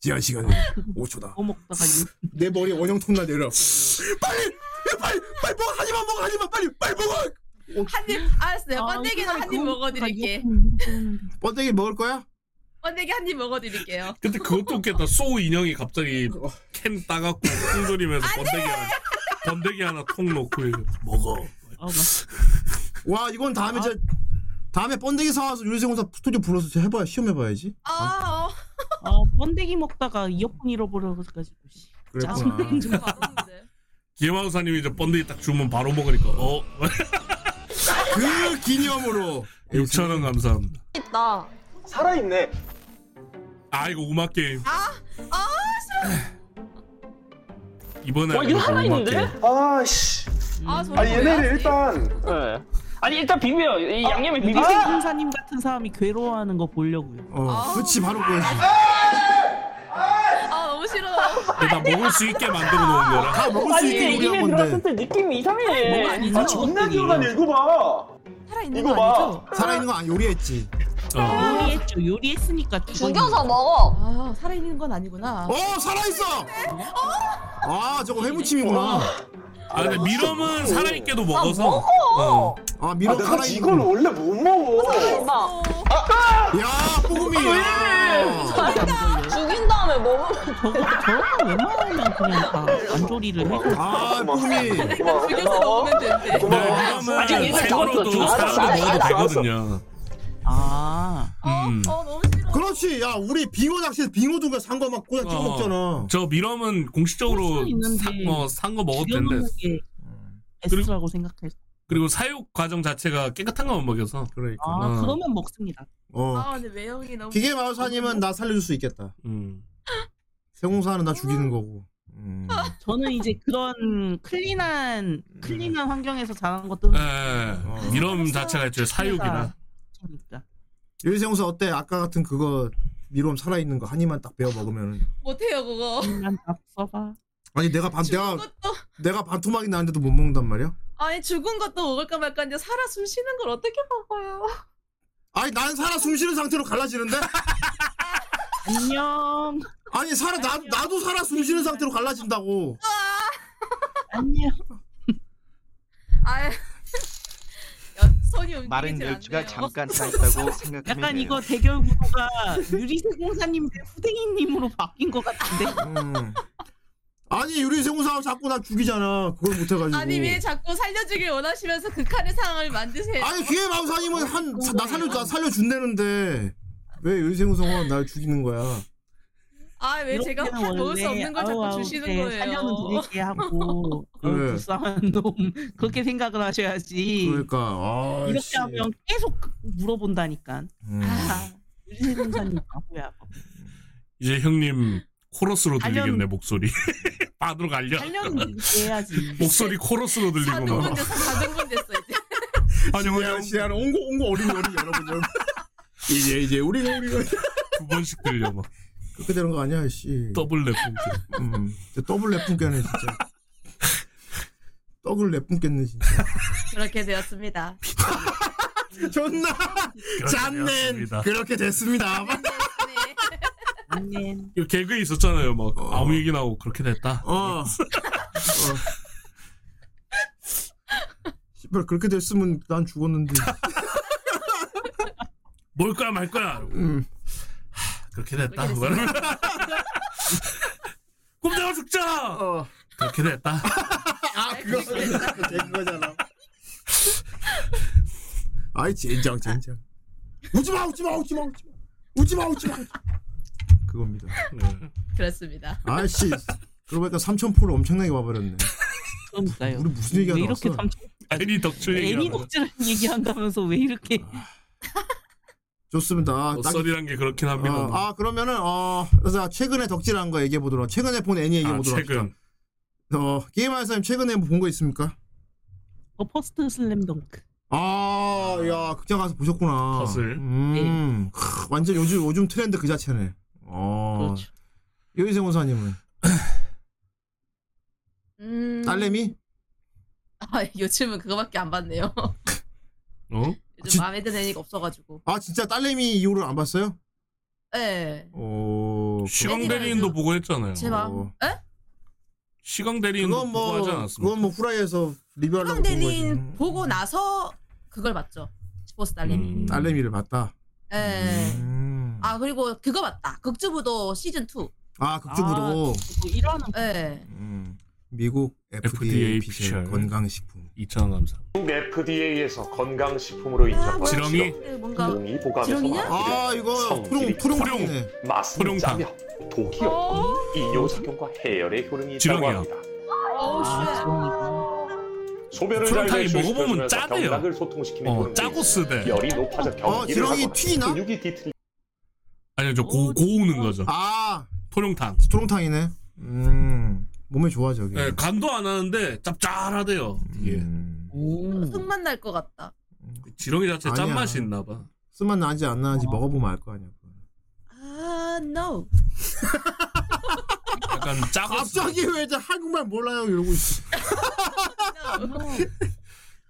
Speaker 3: 제한 시간은 5초다.
Speaker 5: 뭐 먹다가 이-
Speaker 3: 내 머리에 원형통 나 내려. 빨리! 빨리! 빨리 먹어! 하지만 먹어! 하지만 빨리! 빨리 먹어!
Speaker 7: 한입 알았어요
Speaker 5: 아,
Speaker 7: 번데기는 한 입 먹어드릴게
Speaker 3: 번데기 먹을 거야?
Speaker 7: 번데기 한 입 먹어드릴게요
Speaker 2: 근데 그것도 웃겠다. 소 인형이 갑자기 캔 따갖고 쿵소리면서 번데기 하나 번데기 하나 통 넣고 이거.
Speaker 3: 먹어.
Speaker 5: 아, 맛있-
Speaker 3: 와 이건
Speaker 12: 아.
Speaker 3: 다음에 저 다음에 번데기 사와서 유리생 혼사 스튜디오 불러서 저 해봐야 시험해봐야지.
Speaker 7: 아 어.
Speaker 5: 아, 번데기 먹다가 이어폰 잃어버려가지고. 씨.
Speaker 3: 그랬구나.
Speaker 12: 아.
Speaker 5: 짜증.
Speaker 7: 좀 바로인데
Speaker 2: 기마우사님이 이제 번데기 딱 주면 바로 먹으니까 어
Speaker 3: 아, 그 기념으로
Speaker 2: 6천 원 감사합니다.
Speaker 8: 나
Speaker 11: 살아있네.
Speaker 2: 아 이거 음악 게임.
Speaker 7: 아
Speaker 2: 이번에
Speaker 12: 와, 어, 이거
Speaker 2: 하는
Speaker 12: 하나
Speaker 2: 거 음악
Speaker 12: 있는데?
Speaker 2: 게임.
Speaker 12: 아씨.
Speaker 7: 아, 저거
Speaker 12: 아 얘네를
Speaker 7: 뭐야? 음.
Speaker 12: 일단. 예. 아니 일단 비벼요. 이 양념에 비비.
Speaker 5: 미생 아! 군사님 같은 사람이 괴로워하는 거 보려고요.
Speaker 3: 어, 그렇지 바로 그거지.
Speaker 7: 아 너무 싫어
Speaker 2: 근데 나 먹을 수 있게 만들어 놓은 거라.
Speaker 3: 다 먹을 수
Speaker 12: 아니
Speaker 3: 있게
Speaker 12: 얘 입에
Speaker 3: 요리한
Speaker 12: 들어갔을
Speaker 3: 건데
Speaker 12: 때 느낌이 이상해.
Speaker 7: 뭔가 아니죠?
Speaker 12: 아 존나 기억나네. 이거 봐.
Speaker 7: 살아있는
Speaker 12: 이거
Speaker 7: 거 아니죠?
Speaker 12: 봐.
Speaker 3: 살아있는 거 안 요리했지.
Speaker 2: 어.
Speaker 5: 요리했죠. 요리했으니까 죽은
Speaker 8: 죽여서 먹어.
Speaker 7: 아 살아있는 건 아니구나
Speaker 3: 어 살아있어. 아 저거 회무침이구나.
Speaker 12: 어?
Speaker 2: 아 근데 미럼은 살아있게도 먹어서. 어.
Speaker 3: 아
Speaker 12: 아
Speaker 3: 미로
Speaker 12: 내가
Speaker 3: 살아있는
Speaker 12: 이걸
Speaker 3: 거.
Speaker 12: 원래 못 먹어.
Speaker 8: 대박.
Speaker 3: 야 뽀금이.
Speaker 12: 아,
Speaker 3: 야.
Speaker 8: 죽인 다음에 먹으면
Speaker 5: 저거 저거 웬만하면 그냥 다안
Speaker 2: 어,
Speaker 5: 조리를 해줘.
Speaker 3: 아 뽀금이.
Speaker 12: 고마워.
Speaker 7: 죽여서 먹으면 된대
Speaker 2: 근데
Speaker 12: 고마워. 아직
Speaker 2: 네, 미럼은
Speaker 12: 얘들 죽었어.
Speaker 2: 생으로도
Speaker 12: 죽었어.
Speaker 2: 사람도
Speaker 12: 알았어,
Speaker 2: 먹어도
Speaker 12: 알았어.
Speaker 2: 되거든요.
Speaker 5: 아,
Speaker 2: 음.
Speaker 7: 어 너무 싫어
Speaker 3: 그렇지 야 우리 빙어 낚시에서 빙어 두가 산 거 막 꼬야 찍어
Speaker 2: 어.
Speaker 3: 먹잖아.
Speaker 2: 저 미럼은
Speaker 5: 할
Speaker 2: 공식적으로
Speaker 5: 수는 있는데
Speaker 2: 뭐산거 먹어도 음.
Speaker 5: 죽여먹는
Speaker 2: 된대.
Speaker 5: 게 S라고 생각해서.
Speaker 2: 그리고 사육 과정 자체가 깨끗한 것만 먹여서.
Speaker 3: 그러니까.
Speaker 5: 아,
Speaker 2: 어.
Speaker 5: 그러면 먹습니다.
Speaker 3: 어.
Speaker 7: 아 근데 외형이 너무
Speaker 3: 기계 마우사님은 나 살려줄 수 있겠다.
Speaker 2: 음.
Speaker 3: 세공사는 나 죽이는 거고. 음.
Speaker 5: 저는 이제 그런 클린한 클린한 환경에서 자란 것도
Speaker 2: 예. 미럼 자체가 애초에 사육이라.
Speaker 5: 그러니까.
Speaker 3: 유리생사 어때? 아까 같은 그거 미롬 살아있는 거 한 입만 딱 베어 먹으면.
Speaker 7: 못해요 그거
Speaker 5: 난앞서봐
Speaker 3: 아니 내가 반
Speaker 7: 죽은
Speaker 3: 내가
Speaker 7: 것도
Speaker 3: 내가 반토막이 나는데도 못 먹는단 말이야?
Speaker 7: 아니 죽은 것도 먹을까 말까인데 살아 숨 쉬는 걸 어떻게 먹어요
Speaker 3: 아니 난 살아 숨쉬는 상태로 갈라지는데?
Speaker 5: 안녕.
Speaker 3: 아니 살아 나 나도 살아 숨쉬는 상태로 갈라진다고.
Speaker 5: 안녕.
Speaker 7: (laughs) 아 손이 움직이질
Speaker 13: 마른
Speaker 7: 않네요.
Speaker 13: 열주가 잠깐 차
Speaker 7: (laughs)
Speaker 13: 있다고 생각하면
Speaker 5: 약간
Speaker 13: 돼요.
Speaker 5: 이거 대결 구도가 유리세 공사님 대 후댕이님으로 바뀐 것 같은데.
Speaker 3: 음. 아니 유리생우사 자꾸 나 죽이잖아. 그걸 못해가지고.
Speaker 7: 아니 왜 자꾸 살려주길 원하시면서 극한의 상황을 만드세요?
Speaker 3: 아니 귀에 마우사님은 한
Speaker 5: 뭐,
Speaker 3: 나 살려 나 살려준다는데 왜 유리생우사가 날 죽이는 거야?
Speaker 7: 아왜 제가
Speaker 5: 이렇게는
Speaker 7: 한 먹을 수
Speaker 5: 원래
Speaker 7: 없는 걸 자꾸
Speaker 5: 아우아우
Speaker 7: 주시는
Speaker 5: 때
Speaker 7: 거예요?
Speaker 5: 살려는 드릴게 하고
Speaker 3: 그래.
Speaker 5: 불쌍한 놈 그렇게 생각을 하셔야지.
Speaker 3: 그러니까 아,
Speaker 5: 이렇게
Speaker 3: 씨.
Speaker 5: 하면 계속 그 물어본다니까.
Speaker 3: 음.
Speaker 5: 아, 유리생사님 바보야. 뭐
Speaker 2: 이제 형님 코러스로 들리겠네
Speaker 5: 단련-
Speaker 2: 목소리. (laughs) 반으로 갈려.
Speaker 3: (laughs)
Speaker 5: 단련은 해야지.
Speaker 2: 목소리 코러스로 들리구나.
Speaker 5: (laughs)
Speaker 3: 아니 그냥 시안 온거 온거 어린이 어린이 여러분 이제 이제 우리가
Speaker 7: (laughs)
Speaker 3: 우리가
Speaker 2: 두 번씩 들려
Speaker 3: (laughs)
Speaker 2: 막
Speaker 3: (laughs) 그렇게 되는 거 아니야 씨.
Speaker 2: 더블 랩.
Speaker 3: 음, 진짜 더블 랩분께네 (laughs) 진짜. 떡을 내뿜겠네 진짜.
Speaker 7: 그렇게 되었습니다.
Speaker 3: 존나 잔넨 그렇게
Speaker 7: (laughs)
Speaker 3: 됐습니다.
Speaker 7: 네,
Speaker 2: 이거 개그 있었잖아요. 막 아무 얘기 나오고 그렇게 됐다.
Speaker 3: 어. 씨발 그렇게 됐으면 난 죽었는데.
Speaker 2: 뭘 거야 말 거야.
Speaker 3: 음.
Speaker 2: 그렇게 됐다. (laughs) 꼼짝아 죽자. 그렇게 됐다.
Speaker 3: 아 그거 그거잖아. 아이 젠장 젠장. 웃지마 웃지마 웃지마 웃지마 웃지마 웃지마. 그겁니다.
Speaker 2: 네.
Speaker 7: 그렇습니다.
Speaker 3: 아씨 그러고 보니까 삼천포를 엄청나게 와버렸네.
Speaker 5: 그러니까요.
Speaker 3: 우리 무슨 얘기가
Speaker 5: 왜 이렇게
Speaker 3: 나왔어?
Speaker 5: 삼촌
Speaker 2: 애니 뭐- 덕출
Speaker 5: 애니
Speaker 2: 그 얘기하고
Speaker 5: 독질을 (laughs) 얘기한다면서 왜 이렇게
Speaker 3: 좋습니다. 아, 딱-
Speaker 2: 헛소리란 게 그렇긴 합니다.
Speaker 3: 어, 아 그러면은 어 자, 최근에 덕질한 거 얘기해 보도록 최근에 본 애니 얘기해
Speaker 2: 아,
Speaker 3: 보도록
Speaker 2: 최근.
Speaker 3: 합시다. 어 게임하는 사람 최근에 본 거 있습니까?
Speaker 5: 어, 퍼스트 슬램덩크.
Speaker 3: 아야 극장 가서 보셨구나.
Speaker 2: 컷을.
Speaker 7: 예.
Speaker 3: 음 크, 완전 요즘 요즘 트렌드 그 자체네. 어
Speaker 7: 그렇죠.
Speaker 5: 그렇죠.
Speaker 3: 여기생 호사님은
Speaker 7: 음...
Speaker 3: 딸내미?
Speaker 7: 아, 요즘은 그거밖에 안 봤네요. (laughs)
Speaker 2: 어?
Speaker 7: 요즘 마음에 드는 애니가 없어가지고.
Speaker 3: 아 진짜 딸내미 이후로 안 봤어요?
Speaker 7: 예.
Speaker 3: 오
Speaker 2: 시광 대리인도 보고 했잖아요.
Speaker 7: 제 마음. 예?
Speaker 2: 시광 대리인도
Speaker 3: 그건
Speaker 2: 보고
Speaker 3: 뭐
Speaker 2: 하지 않았습니까?
Speaker 3: 그건 뭐 후라이에서 리뷰하려고
Speaker 7: 그럼
Speaker 3: 본 음, 거지.
Speaker 7: 대리인 보고 나서 그걸 봤죠. 보스 딸내미.
Speaker 2: 음.
Speaker 3: 딸내미를 봤다. 음.
Speaker 7: 예. 아 그리고 그거 봤다. 극주부도 시즌 2.
Speaker 3: 아 극주부도
Speaker 5: 일하는.
Speaker 7: 예.
Speaker 3: 미국 FDA,
Speaker 2: FDA
Speaker 3: 피셜
Speaker 2: 피셜. 네.
Speaker 3: 건강식품
Speaker 2: 2천 감사.
Speaker 14: FDA에서 건강식품으로
Speaker 7: 아, 뭐
Speaker 14: 인정받은
Speaker 2: 지렁이?
Speaker 1: 음.
Speaker 14: 이 보감에서
Speaker 2: 지렁이냐?
Speaker 3: 아, 이거
Speaker 14: 성질이
Speaker 3: 푸른- 푸른
Speaker 14: 푸른
Speaker 3: 어,
Speaker 14: 맛은 짜며 독이
Speaker 6: 어,
Speaker 11: 어,
Speaker 14: 없고 이뇨작용과 해열의 효능이 있다고
Speaker 2: 지렁이야.
Speaker 14: 합니다.
Speaker 7: 어우
Speaker 14: 소변을 잘
Speaker 2: 푸른 탕이
Speaker 14: 배출시켜주면서
Speaker 2: 먹으면 짜대요.
Speaker 14: 경락을 소통시키는
Speaker 2: 어,
Speaker 14: 효능이
Speaker 2: 짜고 쓰대.
Speaker 14: 열이 높아져 경기를
Speaker 3: 어, 지렁이
Speaker 14: 하거나
Speaker 3: 튀기나?
Speaker 14: 근육이 뒤틀리
Speaker 2: 아니요 저 고, 고우는 거죠.
Speaker 3: 아
Speaker 2: 토룡탕.
Speaker 3: 토룡탕이네. 음 음. 몸에 좋아 저기.
Speaker 2: 예, 간도 안 하는데 짭짤하대요.
Speaker 3: 예.
Speaker 2: 이게
Speaker 7: 아, 흙만 날 것 같다.
Speaker 2: 지렁이 자체
Speaker 3: 아니야.
Speaker 2: 짠맛이 있나 봐.
Speaker 3: 쓰맛 나는지 안 나는지 먹어보면 알 거 아니야.
Speaker 7: 아, no.
Speaker 3: (laughs)
Speaker 2: 약간 짜고
Speaker 3: 갑자기 왜 이제 한국말 몰라요 이러고 있어.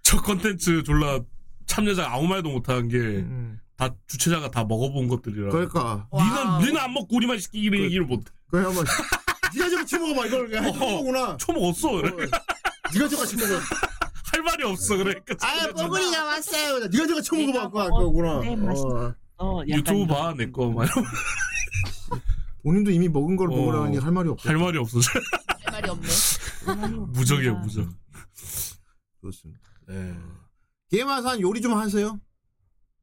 Speaker 2: 저 컨텐츠 졸라 참여자 아무 말도 못한 게 다 주최자가 다 먹어본 것들이라.
Speaker 3: 음. 그러니까.
Speaker 2: 니는 니는 안 먹고 우리만 시키기 그, 얘기를 못.
Speaker 3: 그래 한번. 니가 저거 쳐먹어봐 이걸 그냥 쳐먹구나.
Speaker 2: 쳐먹었어. 그래. (laughs)
Speaker 3: 니가 저거 쳐먹어.
Speaker 2: 할 말이 없어 그러니까.
Speaker 3: 아
Speaker 2: 참여자가.
Speaker 3: 뽀글이가 왔어요. 니가 저거 쳐먹어봐 그거 그거구나.
Speaker 2: 네,
Speaker 3: 어.
Speaker 5: 어,
Speaker 2: 유튜브 봐, 내 거. 막 이러고.
Speaker 3: 본인도 이미 먹은 걸 먹으라니 어. 할 말이 없어.
Speaker 2: 할 말이 없어. (laughs)
Speaker 7: 할 말이 없네.
Speaker 2: 무적이야, 무적.
Speaker 3: 어. 그렇습니다.
Speaker 2: 예.
Speaker 3: 게마산 요리 좀 하세요?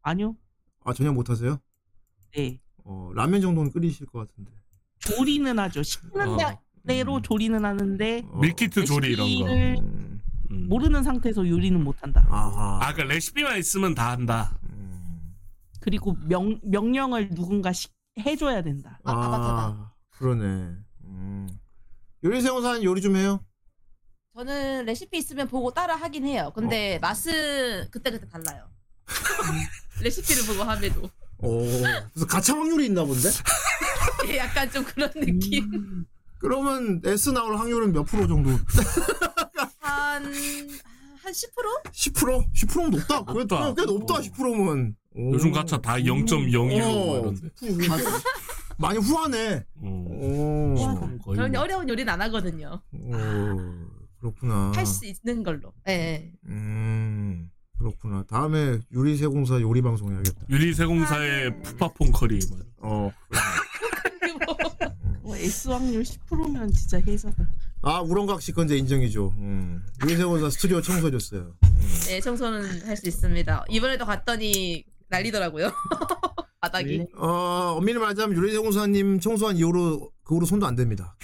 Speaker 5: 아니요.
Speaker 3: 아 전혀 못 하세요?
Speaker 5: 네.
Speaker 3: 어 라면 정도는 끓이실 것 같은데.
Speaker 5: 조리는 하죠. 식는
Speaker 3: 어.
Speaker 5: 대로
Speaker 2: 음.
Speaker 5: 조리는 하는데
Speaker 2: 밀키트 조리 이런 거. 음.
Speaker 5: 레시피를 모르는 상태에서 요리는 못한다.
Speaker 3: 음. 아,
Speaker 2: 그러니까 레시피만 있으면 다 한다.
Speaker 3: 음.
Speaker 5: 그리고 명 명령을 누군가 시, 해줘야 된다.
Speaker 3: 아, 그러네. 음. 요리세원사는 요리 좀 해요?
Speaker 7: 저는 레시피 있으면 보고 따라 하긴 해요. 근데 맛은 그때그때 달라요. 레시피를 보고 함에도.
Speaker 3: 오. 그래서 가차 확률이 있나 본데?
Speaker 7: (laughs) 예, 약간 좀 그런 느낌.
Speaker 3: 그러면 S 나올 확률은 몇 프로 정도?
Speaker 7: 한, 한 10%?
Speaker 3: 10%? 10%면 높다. 그래,
Speaker 2: 높다.
Speaker 3: 그래, 꽤 높다, 10%면.
Speaker 2: 요즘 가차
Speaker 3: 음.
Speaker 2: 다 0.01로 막 이런데. 음.
Speaker 3: 많이 후하네. 오.
Speaker 2: 거의
Speaker 7: 저는 어려운 요리는 안 하거든요.
Speaker 3: 오. 그렇구나.
Speaker 7: 할 수 있는 걸로. 예, 예.
Speaker 3: 음. 그렇구나. 다음에 요리세공사 요리방송 해야겠다.
Speaker 2: 유리세공사의 푸파폰 커리. 막 이런.
Speaker 3: 어.
Speaker 5: 어, S 확률 10%면 진짜 해사다.
Speaker 3: 아 우렁각 씨 건재 인정이죠. 음. 윤세훈 사 스튜디오 청소해줬어요.
Speaker 7: 네, 청소는 할 수 있습니다. 이번에도 갔더니 난리더라고요. (laughs) 바닥이.
Speaker 3: 어 엄밀히 말하자면 윤세훈 사님 청소한 이후로 그 후로 손도 안 됩니다.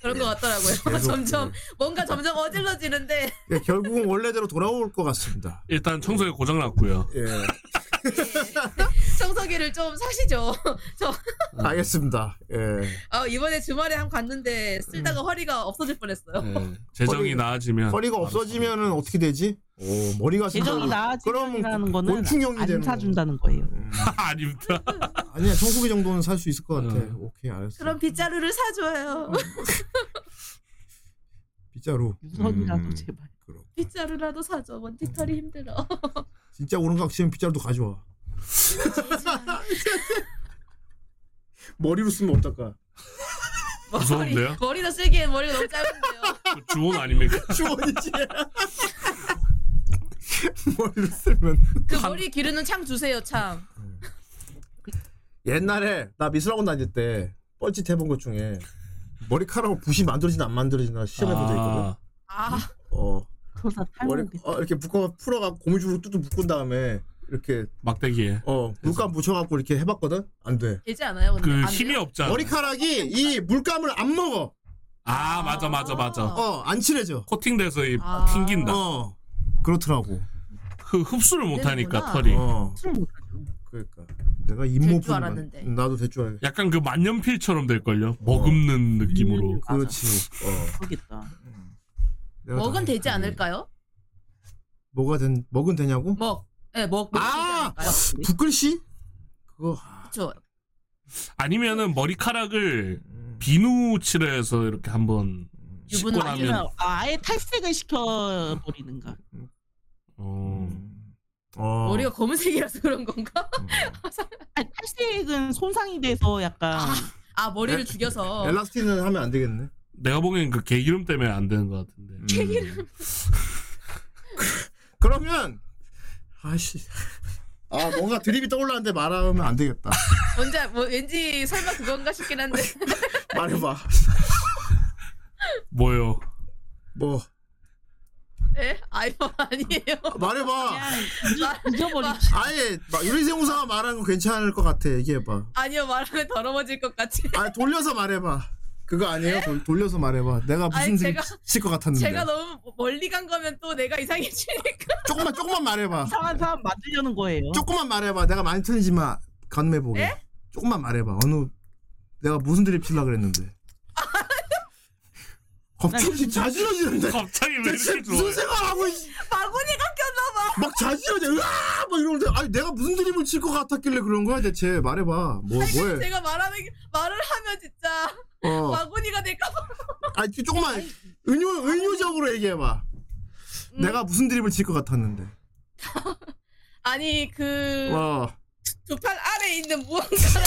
Speaker 7: 그런 것 같더라고요.
Speaker 3: 계속,
Speaker 7: (laughs)
Speaker 3: 네.
Speaker 7: 점점 뭔가 점점 어질러지는데 (laughs)
Speaker 3: 예, 결국은 원래대로 돌아올 것 같습니다.
Speaker 2: 일단 청소기 고장 났고요.
Speaker 3: 예.
Speaker 7: 청소기를 좀 사시죠. (laughs) 저
Speaker 3: 알겠습니다. 예.
Speaker 7: 아, 이번에 주말에 한 번 갔는데
Speaker 3: 음.
Speaker 7: 쓰다가 허리가 없어질 뻔했어요.
Speaker 2: 네. 재정이 나아지면
Speaker 3: 허리가 없어지면은 어떻게 되지? 오 머리가
Speaker 5: 재정이
Speaker 3: 생각나-
Speaker 5: 나아진다는 거는
Speaker 3: 곤충형이
Speaker 5: 안
Speaker 3: 되는
Speaker 5: 사준다는 거예요.
Speaker 2: (laughs) 아닙니다.
Speaker 3: 아니야 청소기 정도는 살 수 있을 것 같아. 오케이 알았어.
Speaker 7: 그럼 빗자루를
Speaker 3: 음.
Speaker 7: 사줘요.
Speaker 3: 빗자루.
Speaker 5: 유선이라도
Speaker 2: 음.
Speaker 5: (laughs)
Speaker 3: 제발.
Speaker 7: (laughs) 빗자루라도 사줘. 원티털이 힘들어. (laughs)
Speaker 3: 진짜 오른각 치면 빗자루도 가져와. (laughs) 머리로 쓰면 어떨까?
Speaker 2: 무서운데요?
Speaker 7: 머리도 쓸기엔 머리가 너무 짧은데.
Speaker 2: 주원
Speaker 3: (laughs)
Speaker 2: 아닙니까?
Speaker 3: 주원이지. 머리로 쓰면
Speaker 7: 그 머리 기르는 창 주세요, 창.
Speaker 3: 옛날에 나 미술학원 다닐 때 뻘짓 해본 것 중에 머리카락으로 붓이 만들어지나 안 만들어지나 시험해본 적 있거든.
Speaker 7: 아.
Speaker 3: 어.
Speaker 5: 그러다
Speaker 3: 머리 어, 이렇게 묶어 풀어갖고 고무줄로 뚜뚜 묶은 다음에 이렇게
Speaker 2: 막대기에
Speaker 3: 어 물감 묻혀갖고 이렇게 해봤거든. 안 돼.
Speaker 7: 되지 않아요?
Speaker 2: 그
Speaker 7: 근데 안 돼요?
Speaker 3: 머리카락이 이 물감을 안 먹어.
Speaker 2: 아 맞아 맞아 맞아.
Speaker 3: 어안 칠해져.
Speaker 2: 코팅돼서 이
Speaker 7: 아.
Speaker 2: 튕긴다.
Speaker 3: 어 그렇더라고.
Speaker 2: 그 흡수를 못하니까
Speaker 7: 되는구나.
Speaker 2: 털이.
Speaker 3: 어. 그러니까 내가 잇몸뿐
Speaker 7: 알았는데.
Speaker 3: 나도 될 줄 알았.
Speaker 2: 약간 그 만년필처럼 될 걸요. 머금는 느낌으로.
Speaker 3: 그렇지. 어.
Speaker 5: 아, 그러겠다.
Speaker 3: 내가 다-
Speaker 7: 먹은 되지 않을까요?
Speaker 3: 뭐가 된 먹은 되냐고?
Speaker 7: 먹. 예, 먹.
Speaker 3: 아!
Speaker 7: 그
Speaker 3: 붓글씨? 그거
Speaker 7: 쵸
Speaker 2: 아니면은 머리카락을
Speaker 3: 음.
Speaker 2: 비누 칠해서 이렇게 한번 씻고
Speaker 5: 유분을
Speaker 2: 나면
Speaker 5: 아니면 아예 탈색을 시켜 버리는가.
Speaker 2: 어.
Speaker 3: 어.
Speaker 7: 머리가 검은색이라서 그런 건가? (laughs)
Speaker 5: 아니, 탈색은 손상이 돼서 약간
Speaker 7: 아, 머리를 죽여서
Speaker 3: 엘라스틴은 하면 안 되겠네.
Speaker 2: 내가 보기엔 그 개기름 때문에 안 되는 것 같은데. 음.
Speaker 3: 그러면 아씨. 아 뭔가 드립이 떠올랐는데 말하면 안 되겠다.
Speaker 7: 뭔지 알- 뭐 왠지 설마 그건가 싶긴 한데. (laughs)
Speaker 3: 말해봐.
Speaker 2: 뭐요? (laughs)
Speaker 3: 뭐
Speaker 7: 예? 아이거 아니에요. (laughs)
Speaker 3: 말해봐.
Speaker 5: 잊어버리지.
Speaker 3: 아예 막 유리생우사가 말하는 거 괜찮을 것 같아. 얘기해봐.
Speaker 7: 아니요, 말하면 더러워질 것 같이.
Speaker 3: 아 돌려서 말해봐. 그거 아니에요? 돌, 돌려서 말해봐. 내가 무슨
Speaker 7: 아니,
Speaker 3: 드립
Speaker 7: 제가-
Speaker 3: 칠것 같았는데.
Speaker 7: 제가 너무 멀리 간 거면 또 내가 이상해지니까. (laughs)
Speaker 3: 조금만 조금만 말해봐.
Speaker 5: 이상한 사람 만들려는 거예요.
Speaker 3: 조금만 말해봐. 내가 많이 틀리지만 간매 보게. 조금만 말해봐. 어느 내가 무슨 드립 칠라 그랬는데.
Speaker 2: (laughs)
Speaker 3: 갑자기 자지러지는데.
Speaker 2: 갑자기 왜
Speaker 3: 대체
Speaker 2: 이렇게
Speaker 3: 무슨
Speaker 2: 좋아해?
Speaker 3: 생각하고 있-
Speaker 7: 바구니가 꼈나 봐.
Speaker 3: 막 자지러져. 으아! 막 이러는데 아니 내가 무슨 드립을 칠 것 같았길래 그런 거야 대체 말해봐. 뭐
Speaker 7: 아니, 근데
Speaker 3: 뭐해?
Speaker 7: 제가 말하는 게- 말을 하면 진짜
Speaker 3: 어.
Speaker 7: 바구니가 될까 봐.
Speaker 3: 아니 조금만 은유 은유적으로 얘기해봐. 내가 무슨 드립을 칠 것 같았는데.
Speaker 7: 아니 그
Speaker 3: 와.
Speaker 7: 두팔 아래 있는 무언가랑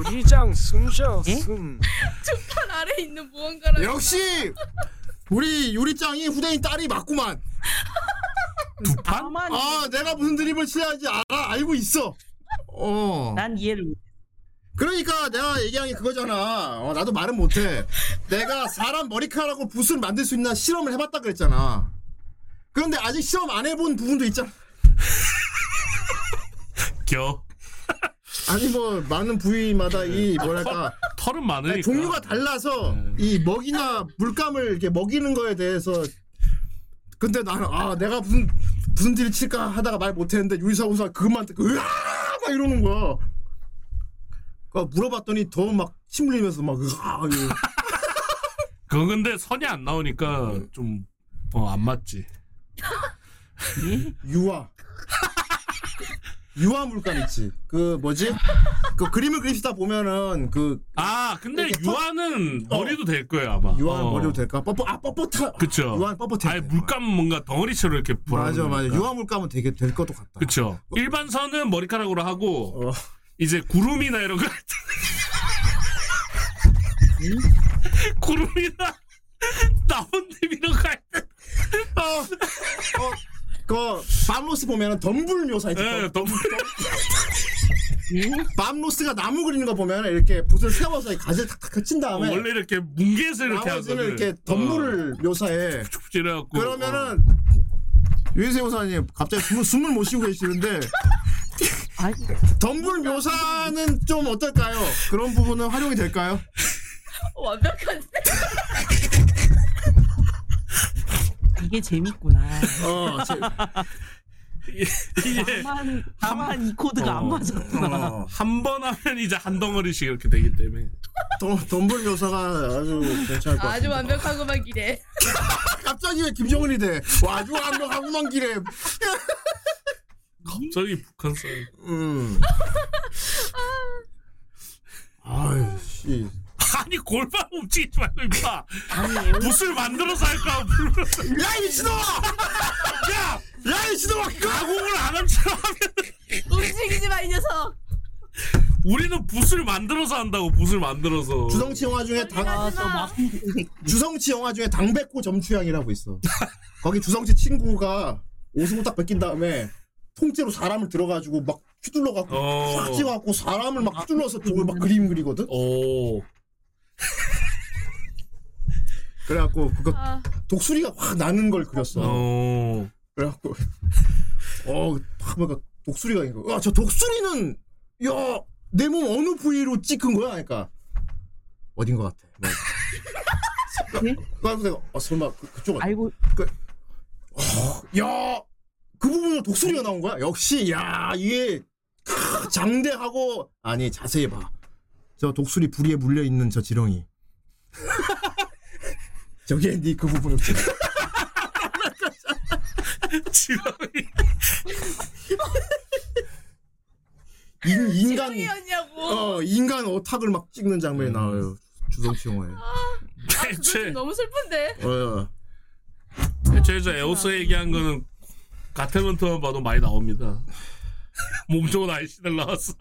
Speaker 7: (laughs)
Speaker 12: 유리장 숨쉬어
Speaker 7: 예?
Speaker 12: 숨.
Speaker 7: 두팔 아래 있는 무언가랑
Speaker 3: 역시 우리 유리짱이 후대인 딸이 맞구만.
Speaker 2: 두판?
Speaker 3: 아, 내가 무슨 드립을 쳐야지 알아 알고 있어. 어.
Speaker 5: 난 이해를 못.
Speaker 3: 그러니까 내가 얘기한 게 그거잖아. 어, 나도 말은 못해. 내가 사람 머리카락으로 붓을 만들 수 있나 실험을 해봤다 그랬잖아. 그런데 아직 실험 안 해본 부분도 있잖아.
Speaker 2: 겨.
Speaker 3: 아니 뭐 많은 부위마다 이 뭐랄까
Speaker 2: 털은 많으니까. 음.
Speaker 3: 아니, 종류가 달라서 이 먹이나 물감을 이렇게 먹이는 거에 대해서 근데 나는 아 내가 무슨 무슨 딜 칠까 하다가 말 못했는데 유리사고사 그것만 듣고 으아 막 이러는 거야. 그러니까 물어봤더니 더 막 침 흘리면서 막 으아 이러고.
Speaker 2: 그건 근데 선이 안 나오니까 좀 어, 안 맞지.
Speaker 3: 유화 (laughs) 유화 물감 있지. 그 뭐지? 그 그림을 그리시다 보면은 그
Speaker 2: 아 근데
Speaker 3: 이렇게 어.
Speaker 2: 유아는 머리도 될 거예요 아마.
Speaker 3: 유화는
Speaker 2: 어.
Speaker 3: 머리로 될까? 뻣뻣 아 뻣뻣하.
Speaker 2: 그쵸.
Speaker 3: 유화는 뻣뻣해.
Speaker 2: 아예 물감 뭔가 덩어리처럼 이렇게 불어.
Speaker 3: 맞아 맞아. 유화 물감은 되게 될 것도 같다. 뭐 어.
Speaker 2: 그쵸. 일반 선은 머리카락으로 하고 이제 구름이나 이런 거. (laughs) 구름이나 나온 데 이런 거. 할 때. 네. (laughs)
Speaker 3: 어, 그 밤로스 보면은 덤불 묘사 있죠.
Speaker 2: 예, 덤불.
Speaker 3: 밤로스가 나무 그리는 거 보면 이렇게 붓을 세워서 이 가지를 탁탁 그친 다음에
Speaker 2: 어, 원래 이렇게 뭉개서 이렇게
Speaker 3: 나머지는
Speaker 2: 하거든. 어.
Speaker 3: 이렇게 덤불을 묘사해.
Speaker 2: 찌려갖고. 어.
Speaker 3: 그러면은 유희세 호사님 갑자기 숨을, 숨을 못 쉬고 계시는데
Speaker 5: 아,
Speaker 3: 덤불 묘사는 좀 어떨까요? 그런 부분은 활용이 될까요?
Speaker 7: 완벽한
Speaker 5: 이게 재밌구나.
Speaker 3: 어, 제- (laughs)
Speaker 5: 예. 다만 어. 다만 이 코드가 안
Speaker 2: 어.
Speaker 5: 맞았구나.
Speaker 3: 어,
Speaker 2: 한 번 하면 이제 한 덩어리씩 이렇게 되기 때문에.
Speaker 3: 덤불 묘사가 아주 괜찮을 것
Speaker 7: 아주
Speaker 3: 같습니다.
Speaker 7: 완벽하고만 기대.
Speaker 3: 갑자기 왜 김정은이 돼? 와, 아주 완벽하고만 기래.
Speaker 2: 갑자기 북한 쌀.
Speaker 7: (laughs)
Speaker 3: 음. 아이씨.
Speaker 2: 아니 골반 움직이지 말고 임마. 붓을 만들어서 할까?
Speaker 3: 야 (laughs) 미친놈아!
Speaker 2: 야!
Speaker 3: 야 미친놈아!
Speaker 2: 가공을 안 한처럼
Speaker 7: 움직이지 마 이 녀석.
Speaker 2: 우리는 붓을 만들어서 한다고 붓을 만들어서.
Speaker 3: 주성치 영화 중에 당 주성치 영화 중에 당백호
Speaker 2: (laughs)
Speaker 3: 점추향이라고 있어. 거기 주성치 친구가 옷을 딱 벗긴 다음에 통째로 사람을 들어가지고 막 휘둘러 갖고
Speaker 2: 어.
Speaker 3: 싹 찍어 갖고 사람을 막 휘둘러서 그걸 막 그림 그리거든.
Speaker 2: 어.
Speaker 3: 그래갖고 그거
Speaker 7: 아.
Speaker 3: 독수리가 확 나는 걸 그렸어.
Speaker 2: 어.
Speaker 3: 그래갖고 (laughs) 어, 팍 뭔가 독수리가 이거. 야, 저 독수리는 야, 내 몸 어느 부위로 찍은 거야? 그러니까 어딘 것 같아. 뭐. 그래서 내가 아, 설마 그, 그쪽
Speaker 5: 네? 알고
Speaker 3: 그, 어, 야, 그 부분은 독수리가 나온 거야? 역시 야, 이게 크, 장대하고 아니 자세히 봐. 저 독수리 부리에 물려 있는 저 지렁이. (laughs) 저게 네 그 부분을
Speaker 2: 지렁이
Speaker 3: 인, 인간
Speaker 7: 지렁이였냐고.
Speaker 3: 어 인간 어탁을 막 찍는 장면이 나와요 주성치 영화에 네.
Speaker 2: 대체
Speaker 7: 너무 슬픈데.
Speaker 3: 어.
Speaker 2: 대체 저 에오스 얘기한 거는 가테먼트만 봐도 많이 나옵니다. (laughs) 몸 좋은 아이씨들 나왔어.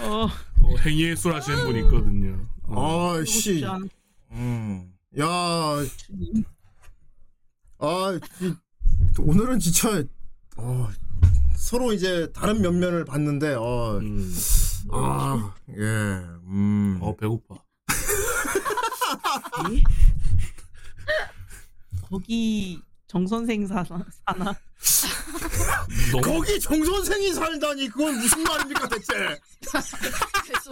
Speaker 5: 어.
Speaker 2: 어, 행위예술 하시는 분 있거든요. 어.
Speaker 3: 아, 씨. 음. 야. 아, 이- 오늘은 진짜 어, 서로 이제 다른 면면을 봤는데 어. 아, 예. 음.
Speaker 2: 음. 어, 배고파.
Speaker 5: 거기 정 선생 사나 사나.
Speaker 3: 거기 정 선생이 살다니 그건 무슨 말입니까
Speaker 7: (laughs)
Speaker 3: 대체?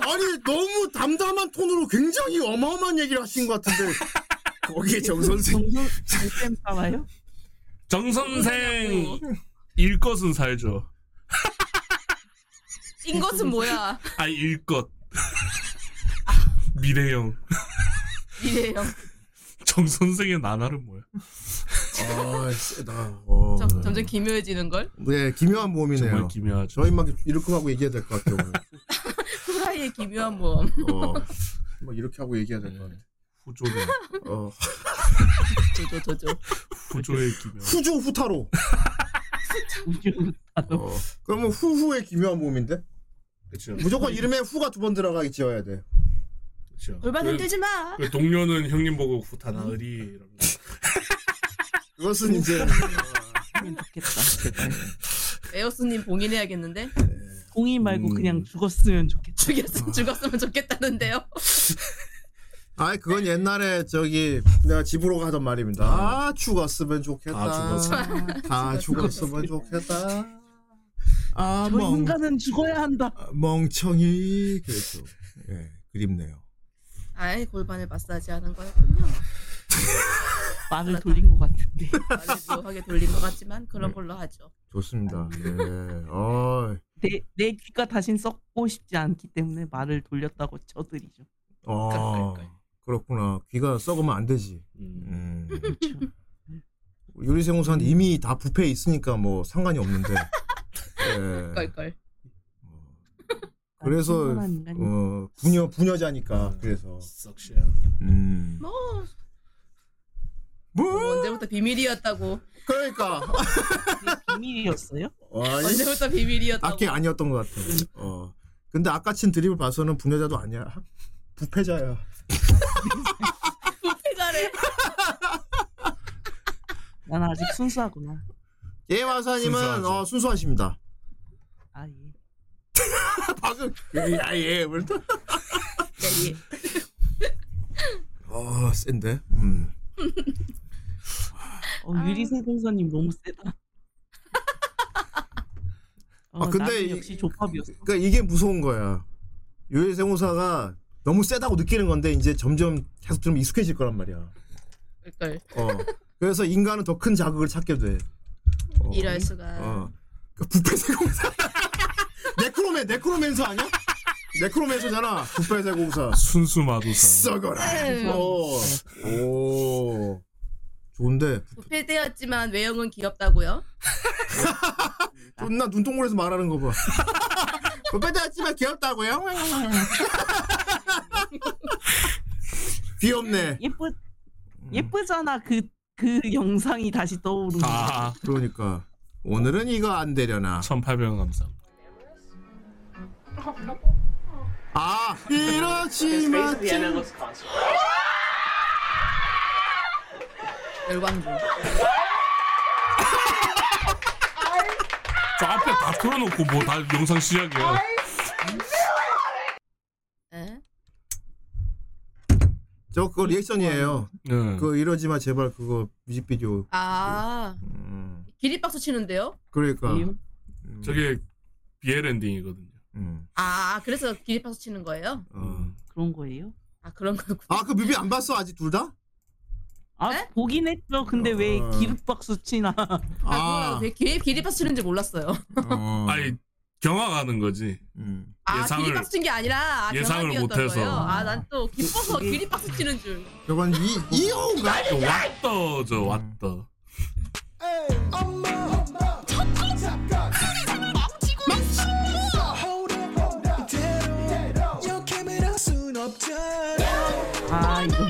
Speaker 3: 아니 너무 담담한 톤으로 굉장히 어마어마한 얘기를 하신 것 같은데 거기에 정 선생
Speaker 5: 정쌤 사와요?
Speaker 2: 정 선생 일 것은 살죠.
Speaker 7: 인
Speaker 3: (laughs)
Speaker 7: 것은 뭐야?
Speaker 2: 아일 것. 미래형
Speaker 3: 어,
Speaker 7: 이래요.
Speaker 2: 정 선생의 나날은 뭐야?
Speaker 3: 아, 세다. 어.
Speaker 7: 점- 점점 기묘해지는 걸.
Speaker 3: 네, 기묘한 모험이네요.
Speaker 2: 정말 기묘하죠.
Speaker 3: 저희 막 이렇게 하고 얘기해야 될 것 같아요. (laughs)
Speaker 7: 후라이의 기묘한 모험. (laughs)
Speaker 2: (laughs)
Speaker 3: 오늘. 어. 뭐 이렇게 하고 얘기해야 될 것 같아요.
Speaker 2: 후조네.
Speaker 5: 음.
Speaker 3: 어.
Speaker 7: 조조 조조.
Speaker 2: 후조의 기묘.
Speaker 3: 후조 후타로. 어. 그러면 후후의 기묘한 모험인데?
Speaker 2: 그렇죠.
Speaker 3: 무조건 이름에 후가 두 번 들어가게 지어야 돼.
Speaker 2: 그렇죠.
Speaker 7: 골반 흔들지 마.
Speaker 2: 그 동료는 형님 보고 후타 나으리 이런.
Speaker 3: 그것은 이제
Speaker 7: 에어스님 봉인해야겠는데.
Speaker 5: 공인 말고 그냥 죽었으면 좋겠다.
Speaker 7: 죽였으면 죽었으면 좋겠다는데요.
Speaker 3: 아, 그건 옛날에 저기 내가 집으로 가던 말입니다. 아, 죽었으면 좋겠다.
Speaker 2: 다 죽었으면.
Speaker 3: 다 죽었으면 좋겠다. 아,
Speaker 5: 아, 저희
Speaker 3: 멍,
Speaker 5: 인간은 죽어야 한다.
Speaker 3: 멍청이 그랬죠. 예, 그립네요.
Speaker 7: 아이 골반을 마사지하는 거였군요.
Speaker 5: 말을 돌린 것 같은데.
Speaker 7: 말을 묘하게 돌린 것 같지만
Speaker 3: 네.
Speaker 7: 그런 걸로 하죠.
Speaker 3: 좋습니다. 예. 어.
Speaker 5: 내, 내 귀가 다신 썩고 싶지 않기 때문에 말을 돌렸다고 쳐드리죠.
Speaker 3: 어, 그렇구나. 귀가 썩으면 안 되지. 음. 유리생호선 이미 다 부패해 있으니까 뭐 상관이 없는데. 예.
Speaker 7: 껄껄.
Speaker 3: 그래서
Speaker 7: 아, 신선한 인간이.
Speaker 3: 어, 부녀 부녀자니까 그래서. 음. 뭐?
Speaker 7: 뭐. 언제부터 비밀이었다고.
Speaker 3: 그러니까.
Speaker 5: 비밀이었어요?
Speaker 7: 언제부터 비밀이었다고.
Speaker 3: 아게 아니었던 것 같아. 어. 근데 아까 친 드립을 봐서는 부녀자도 아니야. 부패자야.
Speaker 7: 부패자래.
Speaker 5: 난 아직 순수하구나.
Speaker 3: 예마사님은
Speaker 5: 순수하죠.
Speaker 3: 어, 순수하십니다.
Speaker 5: 아 예.
Speaker 3: 방금 야예 물타.
Speaker 7: 네,
Speaker 3: 어 센데. 음.
Speaker 5: 어, 유리 세동사님 너무 세다. 어,
Speaker 3: 아 근데
Speaker 5: 나는
Speaker 3: 이-
Speaker 5: 역시 조팝이었어.
Speaker 3: 그러니까 이게 무서운 거야. 요일생호사가 너무 세다고 느끼는 건데 이제 점점 계속 좀 익숙해질 거란 말이야.
Speaker 7: 그걸
Speaker 3: 어. 그래서 인간은 더 큰 자극을 찾게 돼. 어.
Speaker 7: 이럴 수가.
Speaker 3: 어. 그 부패 세공사. (laughs) 네크로맨 네크로맨서 아니야? 네크로맨서잖아. 부패 세공사.
Speaker 2: 순수 마도사.
Speaker 3: 썩어라.
Speaker 7: 에휴.
Speaker 3: 어. 오. 좋은데
Speaker 7: 부패되었지만 외형은
Speaker 3: 아.
Speaker 7: 귀엽다고요?
Speaker 3: 존나 눈동물에서 말하는 거 봐. (laughs) 부패되었지만 귀엽다고요? (laughs) 귀엽네.
Speaker 5: 예쁘
Speaker 3: 음.
Speaker 5: 예쁘잖아 그 그 영상이 다시 떠오르는.
Speaker 2: 아.
Speaker 3: 그러니까 오늘은 이거 안 되려나.
Speaker 2: 1,800원 감사.
Speaker 3: 아 이렇지만
Speaker 7: 열광주.
Speaker 2: 저 앞에 다 틀어놓고 뭐 다 영상 시작이야.
Speaker 7: 네.
Speaker 3: 저 그거 리액션이에요.
Speaker 2: 응.
Speaker 3: 그거 이러지 마 제발 그거 뮤직비디오.
Speaker 7: 아
Speaker 3: 음,
Speaker 7: 기립박수 치는데요?
Speaker 3: 그러니까
Speaker 2: 저게 BL 엔딩이거든요.
Speaker 3: 음.
Speaker 7: 아 그래서 기립박수 치는 거예요?
Speaker 5: 그런 거예요?
Speaker 7: 아 그런 거구나.
Speaker 3: 어. 아그 뮤비 안 봤어 아직 둘 다?
Speaker 5: 아 보긴 했죠. 근데 왜
Speaker 3: 어.
Speaker 5: 기립박수 치나?
Speaker 7: 아, 왜 기- 기립박수 치는지 몰랐어요.
Speaker 2: (laughs) 아니 경악하는 거지.
Speaker 3: 음.
Speaker 7: 아
Speaker 2: 예상을
Speaker 7: 기립박수 친 게 아니라 아,
Speaker 2: 예상을
Speaker 7: 경합이었던
Speaker 2: 못해서.
Speaker 7: 거예요? 아난 또 기뻐서 기립박수 치는 줄.
Speaker 3: 저건 이 이호가
Speaker 2: 왔다 그 저 왔다.
Speaker 5: 아 이거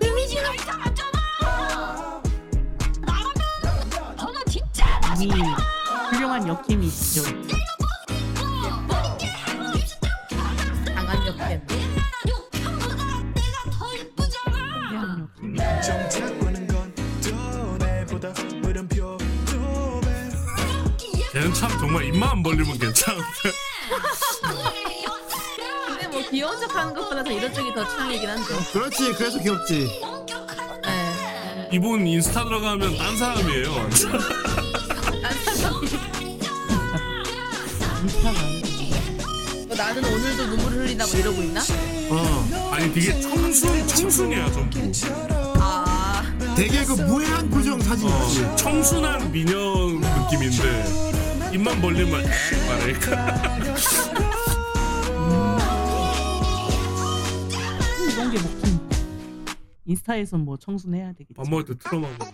Speaker 15: 이미지가 이상하잖아. 나라면 저는 진짜 다시
Speaker 5: 이 훌륭한 역힘이 있죠.
Speaker 7: 강한 역캠.
Speaker 8: 아.
Speaker 2: 걔는 참 정말 입만 안 벌리면 괜찮은데.
Speaker 7: 근데 뭐 귀여운 척하는 것보다 더 이런 쪽이 더 충이긴 한데. 네.
Speaker 3: 그렇지 그래서 귀엽지.
Speaker 2: 이분 인스타 들어가면 딴 사람이에요. 완전.
Speaker 7: 뭐 나는 오늘도 눈물 흘리나 뭐 이러고 있나?
Speaker 2: 어. 아니 되게 청순 청순이야 전부.
Speaker 7: 아
Speaker 3: 되게 그 무해한 표정 사진이지.
Speaker 2: 어, 청순한 미녀 느낌인데 입만 벌리면 에이 말하니까.
Speaker 5: 이런 게 먹힌. 인스타에서 뭐 청순해야 되겠지.
Speaker 2: 밥 먹을 때 틀어먹어.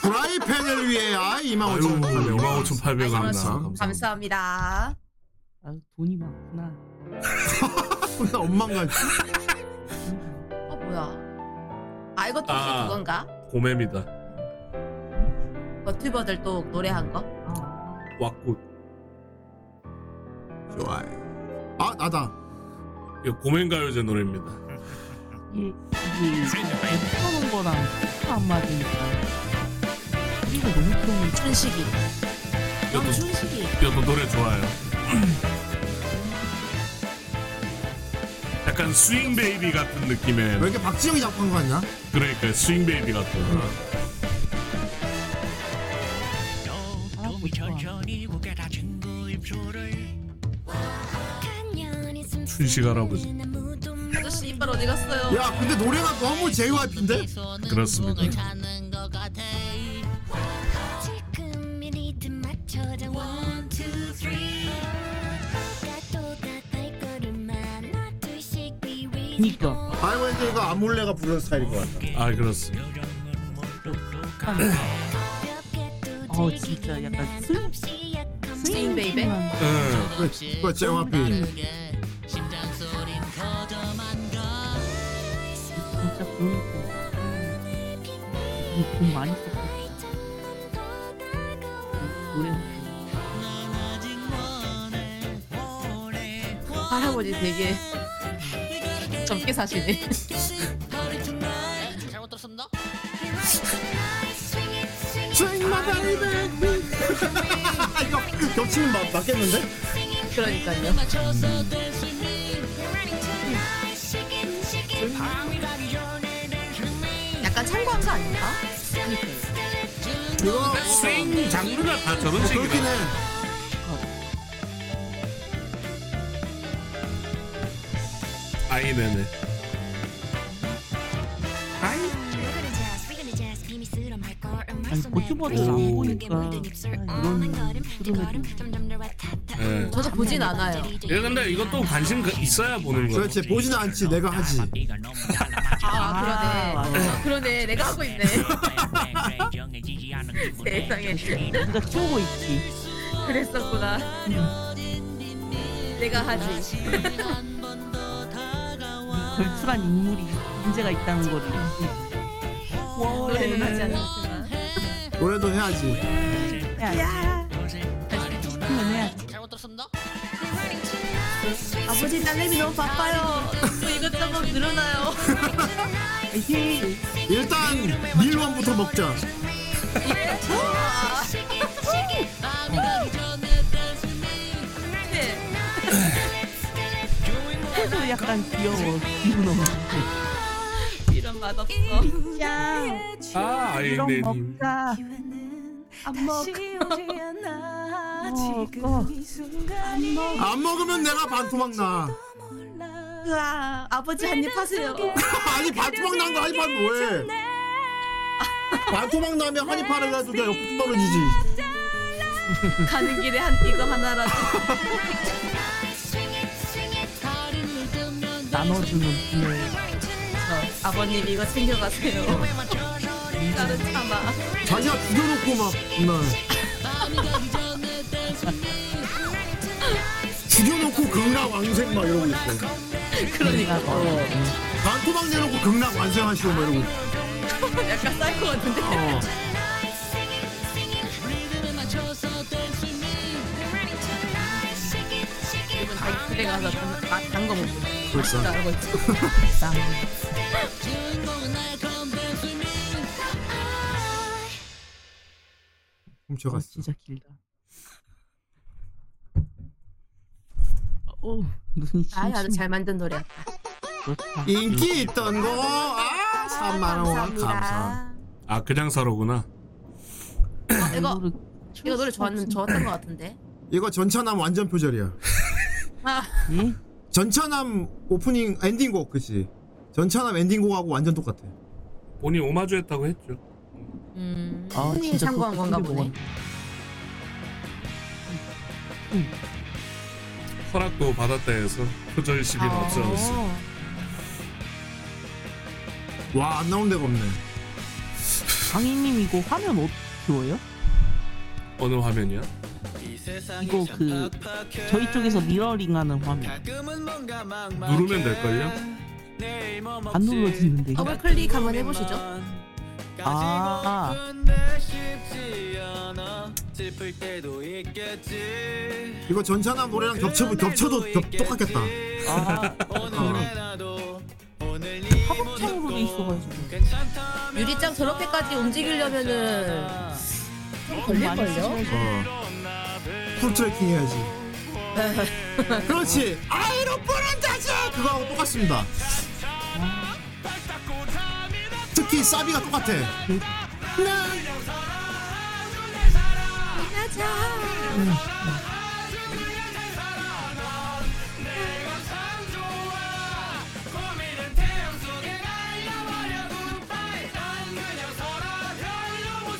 Speaker 3: 프라이팬을 위해 아 2만 5천 원.
Speaker 2: 25,800원 감사.
Speaker 7: 감사합니다.
Speaker 5: 아, 돈이 많구나.
Speaker 3: 나 엄마가
Speaker 7: 어 뭐야? 아 이것도 혹시
Speaker 2: 아.
Speaker 7: 그건가?
Speaker 2: 고매입니다.
Speaker 7: 버튜버들 또 노래한 거?
Speaker 5: 아,
Speaker 2: 왁굿.
Speaker 3: 좋아요. 아 나다.
Speaker 2: 이 고맨가요제 노래입니다.
Speaker 5: 이게 이게 펴놓은 거랑 스타 안 맞으니까. 이거 너무 펴놓은
Speaker 7: 춘식이. 영춘식이.
Speaker 2: 이것도 노래 좋아요. (clears throat) 약간 스윙 베이비 같은 느낌의.
Speaker 3: 왜 이렇게 박지영이 작품 같냐?
Speaker 2: 그러니까 스윙 베이비 같은. 춘식 할아버지.
Speaker 7: 아저씨 이빨 어디 갔어요?
Speaker 3: 야 근데 노래가 너무 JYP인데?
Speaker 2: 그렇습니다.
Speaker 5: 그니까.
Speaker 3: 아이웬 이거 아몰레가 부른 스타일인 것 같다.
Speaker 2: 아 그렇습니다.
Speaker 5: 어 진짜 약간 스윙
Speaker 7: 스윙 베이베.
Speaker 2: 응.
Speaker 3: 그거 JYP.
Speaker 5: 진짜 그런 거. 이돈 많이 썼고. 노래.
Speaker 7: 할아버지 되게 적게 사시네.
Speaker 15: 잘못 들었습니다.
Speaker 3: 이거 겹치면 맞, 맞겠는데?
Speaker 7: 그러니까요. 약간 참고함수 아닌가?
Speaker 2: 이거 스윙 장르가 다 저런 식이라.
Speaker 3: 그렇긴 해.
Speaker 2: 아이네네.
Speaker 6: 네
Speaker 5: 아니 보트버드를 안 보니까
Speaker 11: 네.
Speaker 2: 예.
Speaker 7: 저도 보진 않아요.
Speaker 2: 예, 근데 이것도 관심 가- 있어야 보는 거야.
Speaker 3: 그렇지 보진 않지 내가 하지.
Speaker 7: 아 그러네. 아, 그러네. 내가 하고 있네. (laughs) 세상에.
Speaker 5: 네가 키우고 있지.
Speaker 7: 그랬었구나. 음. 내가 하지.
Speaker 5: 걸출한 인물이 문제가 있다는 거를.
Speaker 7: 노래는 하지 않았지만.
Speaker 3: 노래도 해야지.
Speaker 7: 야. 아버지 딸내미 네, 너무 바빠요. 또 이것저것 늘어나요.
Speaker 3: 일단 밀원부터 먹자.
Speaker 5: 그래서 약간 귀여워. 기분 너무.
Speaker 7: 이런 맛없어.
Speaker 5: 야.
Speaker 2: 아, 아이네. 님.
Speaker 5: 먹자. 안
Speaker 7: 뭐,
Speaker 5: 먹어. 먹어.
Speaker 3: 안 먹으면 내가 반토막 나.
Speaker 7: 그, 으아, 아버지 한입 하세요.
Speaker 3: 아니 반토막 난 거 한입 하면 뭐해? 반토막 나면 한입 하려고 해도 내가 옆으로 떨어지지.
Speaker 7: 가는 길에 한 이거 하나라도.
Speaker 5: 나눠주는 분을.
Speaker 7: 저, 아버님 이거 챙겨가세요. 나는 참아.
Speaker 3: 자기가 죽여놓고 막 나. 죽여놓고 극락 왕생 막 이러고 있어.
Speaker 7: 그러니까.
Speaker 3: 어. 반토막 내놓고 극락 완성하시고 막 이러고 있어.
Speaker 7: 약간 쌀것 같은데.
Speaker 3: 어.
Speaker 7: 집에 가서 단거 먹고.
Speaker 3: 그렇죠.
Speaker 7: 알고 있지.
Speaker 3: 훔쳐갔어.
Speaker 5: 아, 진짜 길다. 오 어, 무슨
Speaker 7: 아, 아주 잘 만든 노래.
Speaker 3: 인기 있던 거, 아, 3만원 감사.
Speaker 2: 아, 그냥 서로구나.
Speaker 7: 아, 이거 이거 노래 좋았는 좋았던 것 같은데.
Speaker 3: 이거 전차남 완전 표절이야.
Speaker 7: 아,
Speaker 3: 전차남 오프닝 엔딩곡, 그치? 전차남 엔딩곡하고 완전 똑같아.
Speaker 2: 본인 오마주 했다고 했죠.
Speaker 7: 음.
Speaker 2: 아,
Speaker 7: 흔히
Speaker 2: 진짜
Speaker 7: 참고한
Speaker 2: 그거
Speaker 7: 건가
Speaker 2: 근데
Speaker 5: 뭐.
Speaker 7: 보네.
Speaker 2: 허락도 받았다 해서 표절 시비는
Speaker 15: 아.
Speaker 7: 아.
Speaker 2: 없어졌어.
Speaker 3: 와, 안 나온 데가 없네.
Speaker 5: 강희님 이거 화면 어 키워요?
Speaker 2: 어느 화면이야?
Speaker 5: 이거 그 저희 쪽에서 미러링하는 화면
Speaker 2: 누르면 될걸요?
Speaker 5: 안 눌러지는데.
Speaker 7: 더블 클릭 한번 해보시죠.
Speaker 5: 아
Speaker 3: 이거 전차남 노래랑 겹쳐, 겹쳐도 겹, 똑같겠다. 어,
Speaker 5: 합창으로 돼 있어가지고
Speaker 7: 유리장 저렇게까지 움직이려면은 좀 걸릴걸요?
Speaker 3: 어. 풀트래킹 해야지. 그렇지. 아이로보는 자식! 그거하고 똑같습니다. 특히 사비가 똑같아.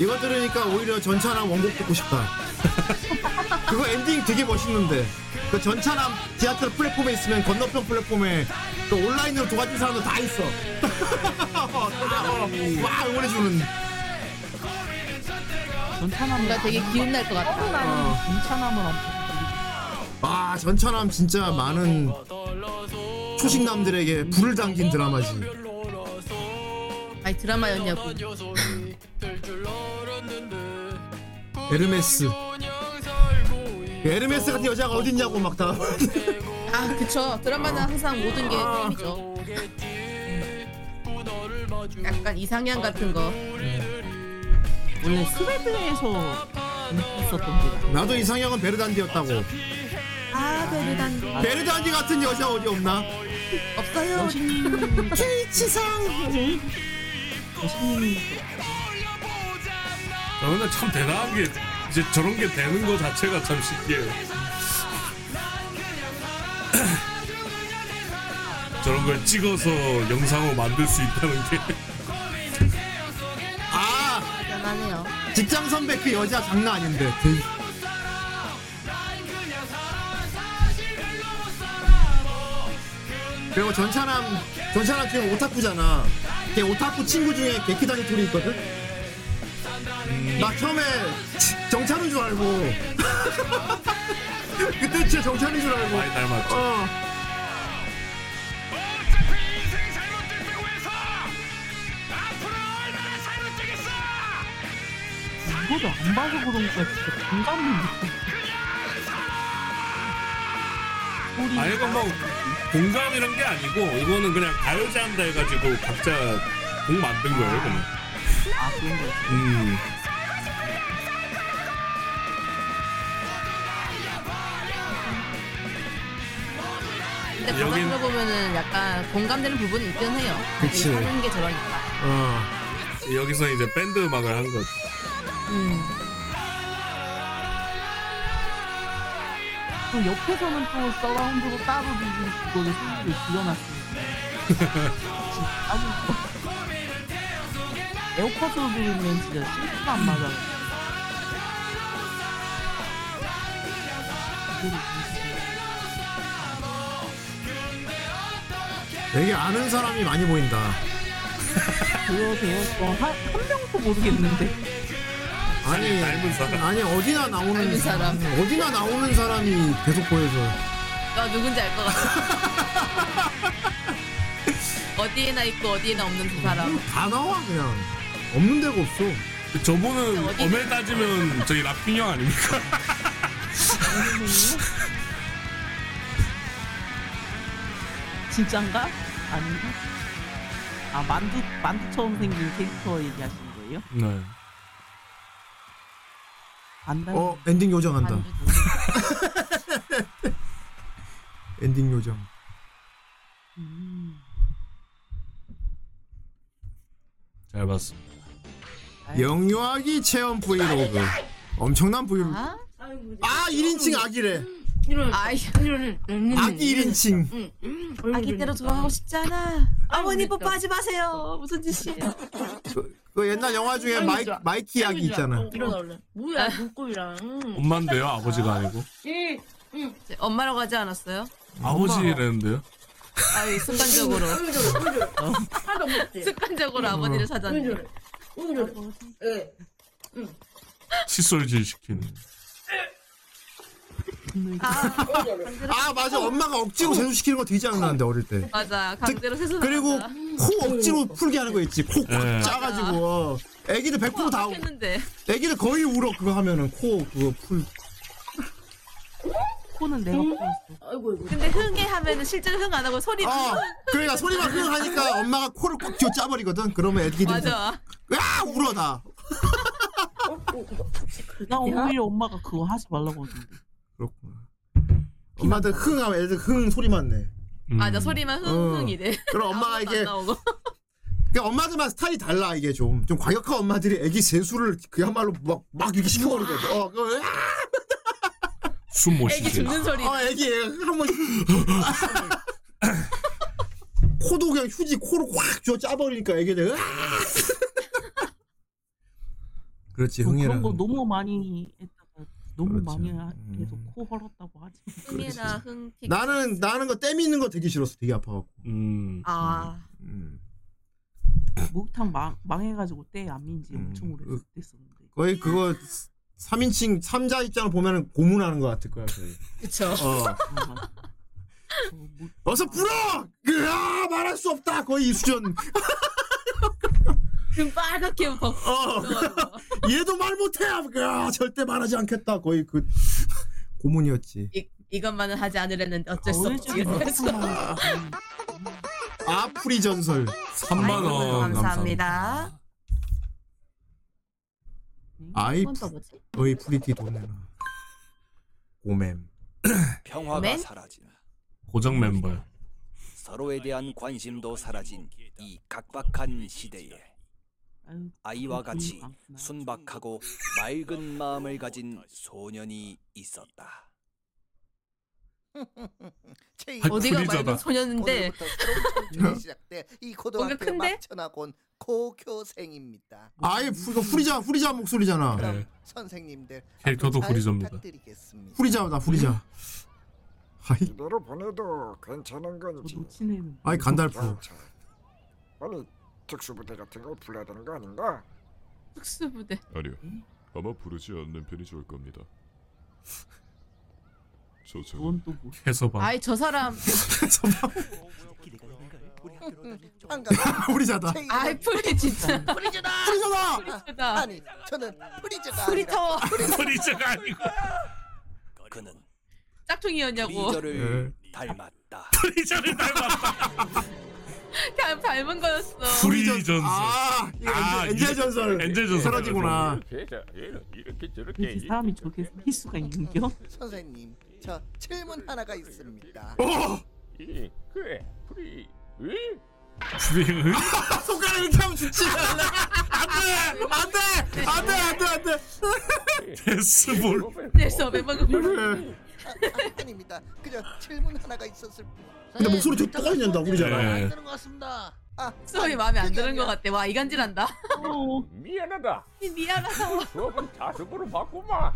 Speaker 3: 이거 들으니까 오히려 전차랑 원곡 듣고 싶다. (laughs) 그거 엔딩 되게 멋있는데. 그 전차랑 지하철 플랫폼에 있으면 건너편 플랫폼에 그 온라인으로 도와준 사람들 다 있어. (laughs) 다, 어, 와 응원해주는.
Speaker 7: 뭔가 되게 기운 날 것 같아.
Speaker 5: 괜찮아면 안
Speaker 3: 아 전차남 진짜 많은 초식남들에게 불을 당긴 드라마지.
Speaker 7: 아니 드라마였냐고.
Speaker 3: 에르메스. 그 에르메스 같은 여자가 어딨냐고 막 다. (laughs)
Speaker 7: 아 그쵸 드라마는 항상 모든 게 게임이죠. 음. 약간 이상향 같은 거.
Speaker 5: 원래 스웨덴에서 있었던 게라
Speaker 3: 나도 이상형은 베르단디였다고.
Speaker 5: 아
Speaker 3: 아 베르단디 베르단디 같은 여자 어디 없나?
Speaker 15: 없어요.
Speaker 3: 치치상.
Speaker 2: 아, 근데 참 대단한 게 이제 저런 게 되는 거 자체가 참 신기해요. (clears throat) 저런 걸 찍어서 영상으로 만들 수 있다는 게 (laughs)
Speaker 3: 아
Speaker 7: 대단하네요.
Speaker 3: 직장 선배 그 여자 장난 아닌데. 그 그리고 전차남 전차남 지금 오타쿠잖아. 걔 오타쿠 친구 중에 개키다니 둘이 있거든. 음. 나 처음에 정찬인 줄 알고 (laughs) 그때 진짜 정찬인 줄 알고
Speaker 2: 많이 닮았죠.
Speaker 3: 어.
Speaker 5: 이거를 안 봐서 그런 거야 진짜 공감을 못해
Speaker 2: 아예 뭐 공감 이런 게 아니고 이거는 그냥 가요제 한다 해가지고 각자 곡 만든 거예요 그냥.
Speaker 15: 아 그런 거.
Speaker 2: 음.
Speaker 7: 근데
Speaker 2: 여긴-
Speaker 7: 가만 들어보면은 약간 공감되는 부분이 있긴 해요.
Speaker 2: 그치.
Speaker 7: 하는 게 저러니까.
Speaker 2: 어. 여기서 이제 밴드 음악을 한 거죠.
Speaker 7: 음.
Speaker 5: 또 옆에서는 또 서라운드로 따로 이거를 소리를 불러놨으니까 진짜 아무 에어팟으로 부르면 진짜 실수가 안 맞아
Speaker 3: 되게 아는 사람이 많이 보인다.
Speaker 5: 그러게요 한, 한 명도 모르겠는데 (laughs)
Speaker 3: 아니
Speaker 2: 닮은 사람.
Speaker 3: 아니 어디나 나오는
Speaker 7: 닮은 사람.
Speaker 3: 어디나 나오는 사람이 계속 보여줘.
Speaker 7: 나 누군지 알 것 같아. (laughs) 어디에나 있고 어디에나 없는 두 사람.
Speaker 3: 뭐 다 나와 그냥 없는 데가 없어.
Speaker 2: 저분은 엄밀 따지면 저희 라핑 형 아닙니까?
Speaker 5: 진짠가? 아닌가? 아 만두 만두처럼 생긴 캐릭터 얘기하시는 거예요?
Speaker 2: 네.
Speaker 5: 안 닮은
Speaker 3: 어 엔딩 요정한다.
Speaker 2: 음.
Speaker 3: 엔딩 요정.
Speaker 2: 잘 봤습니다.
Speaker 3: 영유아기 체험 브이로그. 엄청난 브이.
Speaker 7: 아?
Speaker 3: 아 1인칭 아기래.
Speaker 7: 이런 아이 이런
Speaker 3: 아기
Speaker 7: 음.
Speaker 3: 1인칭.
Speaker 7: 아기대로 돌아가고 싶지 않아. 어머니 뽀뽀하지 마세요. 무슨 짓이야?
Speaker 3: 그 옛날 영화 중에 마이 마이키 아기 있잖아.
Speaker 7: 음. 일어날래. 뭐야 눈곱이랑.
Speaker 2: 엄만데요 아버지가 아니고
Speaker 7: 응. 응. 엄마라고 하지 않았어요?
Speaker 2: 아버지라는데요.
Speaker 7: 아유 습관적으로.
Speaker 2: 어.
Speaker 7: 하도 못해. 습관적으로 아버지를 찾았네. 응. 응.
Speaker 2: 칫솔질 시키는.
Speaker 3: 아 맞아 엄마가 억지로 세수시키는 거 되게 장난한데 어릴 때.
Speaker 7: 맞아. 강제로 세수.
Speaker 3: 그리고 코 억지로 풀게 하는 거 있지. 코
Speaker 2: 예.
Speaker 3: 꽉 짜가지고. 애기들 100%다
Speaker 7: 했는데.
Speaker 3: 애기들 거의 울어 그거 하면은 코 그거 풀.
Speaker 5: 코는 내가
Speaker 7: 근데 흥에 하면은 실제로 흥 안 하고 소리.
Speaker 3: 어, 그러니까 소리만 흥 하니까 엄마가 코를 꽉 쥐어 짜버리거든. 그러면 애기들이
Speaker 7: 맞아.
Speaker 3: 야 울어 나.
Speaker 5: 나 오히려 엄마가 그거 하지 말라고 하던데
Speaker 3: 엄마들 흥하면 애들 흥 소리만 내.
Speaker 2: 음.
Speaker 7: 맞아 소리만
Speaker 3: 어.
Speaker 7: 음. 흥흥이래.
Speaker 3: 그럼 엄마가
Speaker 7: 아무것도 안
Speaker 3: 이게-
Speaker 7: 나오고. (laughs)
Speaker 3: 그 엄마들만 스타일이 달라 이게 좀 좀 과격한 엄마들이 애기 세수를 그야말로 막 막 이렇게 시켜버리거든. 어, 그
Speaker 2: 숨못
Speaker 3: 애기
Speaker 2: 쉬게.
Speaker 7: 아,
Speaker 3: 죽는 소리. 어, 애기 한번 (laughs) 코도 그냥 휴지 코로 꽉 쥐어 짜버리니까 애기들. 그렇지
Speaker 7: 뭐
Speaker 3: 음.
Speaker 5: 그런
Speaker 3: 흥이랑.
Speaker 5: 거 너무 많이 했다가 너무 많이 해서 코 헐었다고 하지
Speaker 7: 흥이나 흥.
Speaker 3: 나는 나는 거 땜이 있는 거 되게 싫었어. 되게 아파갖고.
Speaker 2: 음.
Speaker 7: 아.
Speaker 5: 목탕 망 망해가지고 때 안민지
Speaker 3: 음.
Speaker 5: 엄청 오래 됐었는데
Speaker 3: 거의 그거 3인칭 3자 입장을 보면은 고문하는 것 같을 거야. 거의.
Speaker 7: 그쵸.
Speaker 3: 어.
Speaker 5: 뭐,
Speaker 3: 어서 불어! 으아! 말할 수 없다! 거의 이 수준.
Speaker 7: 눈 빨갛게 막.
Speaker 3: 어. 얘도 말 못해! 으아! 절대 말하지 않겠다. 거의 그 고문이었지.
Speaker 7: 이, 이것만은 하지 않으려는데 어쩔 수
Speaker 5: 오늘
Speaker 7: 없지.
Speaker 5: 좀
Speaker 7: 그래서.
Speaker 3: 아프리 전설.
Speaker 2: 3만 원
Speaker 7: 감사합니다.
Speaker 3: 아이,
Speaker 7: 한번더 뭐지?
Speaker 3: 어이 프리티 돈 내놔. 고맴.
Speaker 16: 평화가
Speaker 7: 맨?
Speaker 16: 사라진
Speaker 2: 고정 멤버요.
Speaker 16: 서로에 대한 관심도 사라진 이 각박한 시대에 아이와 같이 순박하고 맑은 마음을 가진 소년이 있었다.
Speaker 7: 어디가
Speaker 16: 그 프리저다.
Speaker 7: 맑은
Speaker 3: 네.
Speaker 7: 소년인데
Speaker 9: 오늘부터 새로운 청춘이 시작돼 네. 이 고등학교 막쳐나온 고교생입니다.
Speaker 3: 아예 후, 이거 후리자 후리자 목소리잖아. 네.
Speaker 9: 그럼 선생님들
Speaker 3: 캐릭터도
Speaker 9: 앞으로 잘
Speaker 3: 후리자입니다.
Speaker 9: 부탁드리겠습니다.
Speaker 3: 후리자다 후리자.
Speaker 8: 이대로 보내도 괜찮은 건지.
Speaker 3: 아이 간달프. (laughs)
Speaker 8: 아니 특수부대 같은 걸 불러야 되는 거 아닌가?
Speaker 7: 특수부대
Speaker 17: 아니요. 아마 부르지 않는 편이 좋을 겁니다. 저 저.
Speaker 2: 해서
Speaker 16: 어.
Speaker 2: 봐.
Speaker 7: 아이 저 사람
Speaker 9: 반갑습니다.
Speaker 3: 후리자다.
Speaker 7: 아이 프리 진짜
Speaker 9: 프리저다.
Speaker 7: 프리저다.
Speaker 9: 아니 저는 프리저가
Speaker 7: 프리터.
Speaker 9: 아니라
Speaker 2: 프리저가 아니고
Speaker 16: 그는
Speaker 7: 짝퉁이었냐고
Speaker 16: 프리저를 닮았다.
Speaker 2: 예. 프리저를
Speaker 7: 그냥 닮은 거였어
Speaker 2: 프리전. 전설.
Speaker 3: 아, 이거 엔젤- 엔젤 전설.
Speaker 2: 엔젤 전설.
Speaker 3: 사라지구나.
Speaker 18: 아. 이렇게 저렇게
Speaker 5: 이렇게 사람이 저렇게
Speaker 16: (laughs)
Speaker 5: 페이스가 있는겨?
Speaker 9: 선생님 저 질문 하나가 있습니다.
Speaker 18: 이 그래 프리 응?
Speaker 2: (laughs) 프리
Speaker 3: 손가락 이렇게 하면 죽지. 안돼 안돼 안돼 안돼 안돼.
Speaker 2: 데스볼.
Speaker 7: 됐어 멤버가
Speaker 9: 아, 닙니다 그냥 질문 하나가 있었을 뿐.
Speaker 3: 근데 목소리 되게 똑같이 낸다
Speaker 2: 예.
Speaker 3: 후리자랑.
Speaker 9: 안 되는 것 같습니다. 아,
Speaker 7: 소리 마음에 안 드는 것 같아 와 이간질한다
Speaker 18: 미안하다
Speaker 7: 미안하다
Speaker 18: 수업은 자습으로 바꾸마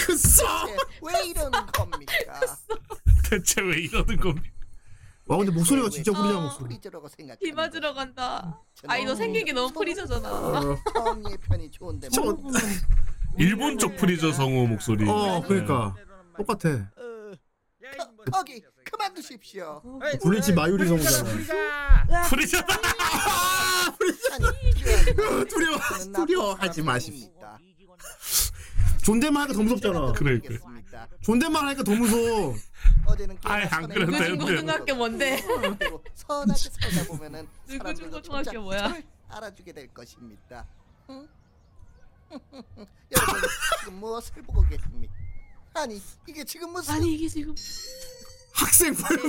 Speaker 3: 그싸.
Speaker 9: 왜 이러는 겁니까?
Speaker 2: (laughs) 대체 왜 이러는 겁니까?
Speaker 3: 와 아, 근데 목소리가 진짜 후리자 목소리.
Speaker 9: 프리저라고 생각.
Speaker 7: 비 맞으러 간다 아이 너 생긴 게 너무 프리저잖아
Speaker 9: 성의 편이 좋은데. 뭐
Speaker 3: 저-
Speaker 2: 일본 쪽 프리저 성우 목소리. 네.
Speaker 3: 어 그러니까 똑같아.
Speaker 9: 거기 그만두십시오.
Speaker 3: 블리치 마유리 아, 성우잖아.
Speaker 2: 프리저다.
Speaker 3: (laughs) 두려워 두려워하지 마십시다.
Speaker 9: 네.
Speaker 3: 존댓말 하니까 더 무섭잖아.
Speaker 2: 그래
Speaker 3: 그래. 존댓말 하니까 더 무서워.
Speaker 9: 어제는
Speaker 3: 아이, 안 그래도
Speaker 16: 네,
Speaker 9: 선행을
Speaker 3: 되는데.
Speaker 7: 고등학교 뭔데?
Speaker 9: 서로 선하게
Speaker 7: (laughs)
Speaker 9: 살다 보면은
Speaker 7: 누구
Speaker 9: 사람들도
Speaker 7: 중고등학교
Speaker 9: 점점
Speaker 7: 뭐야?
Speaker 9: 절 알아주게 될 것입니다. 응? 여러분 지금 무엇을 보고 계십니까? 아니 이게 지금 무슨
Speaker 7: 아니 이게 지금
Speaker 3: 학생
Speaker 7: 세상에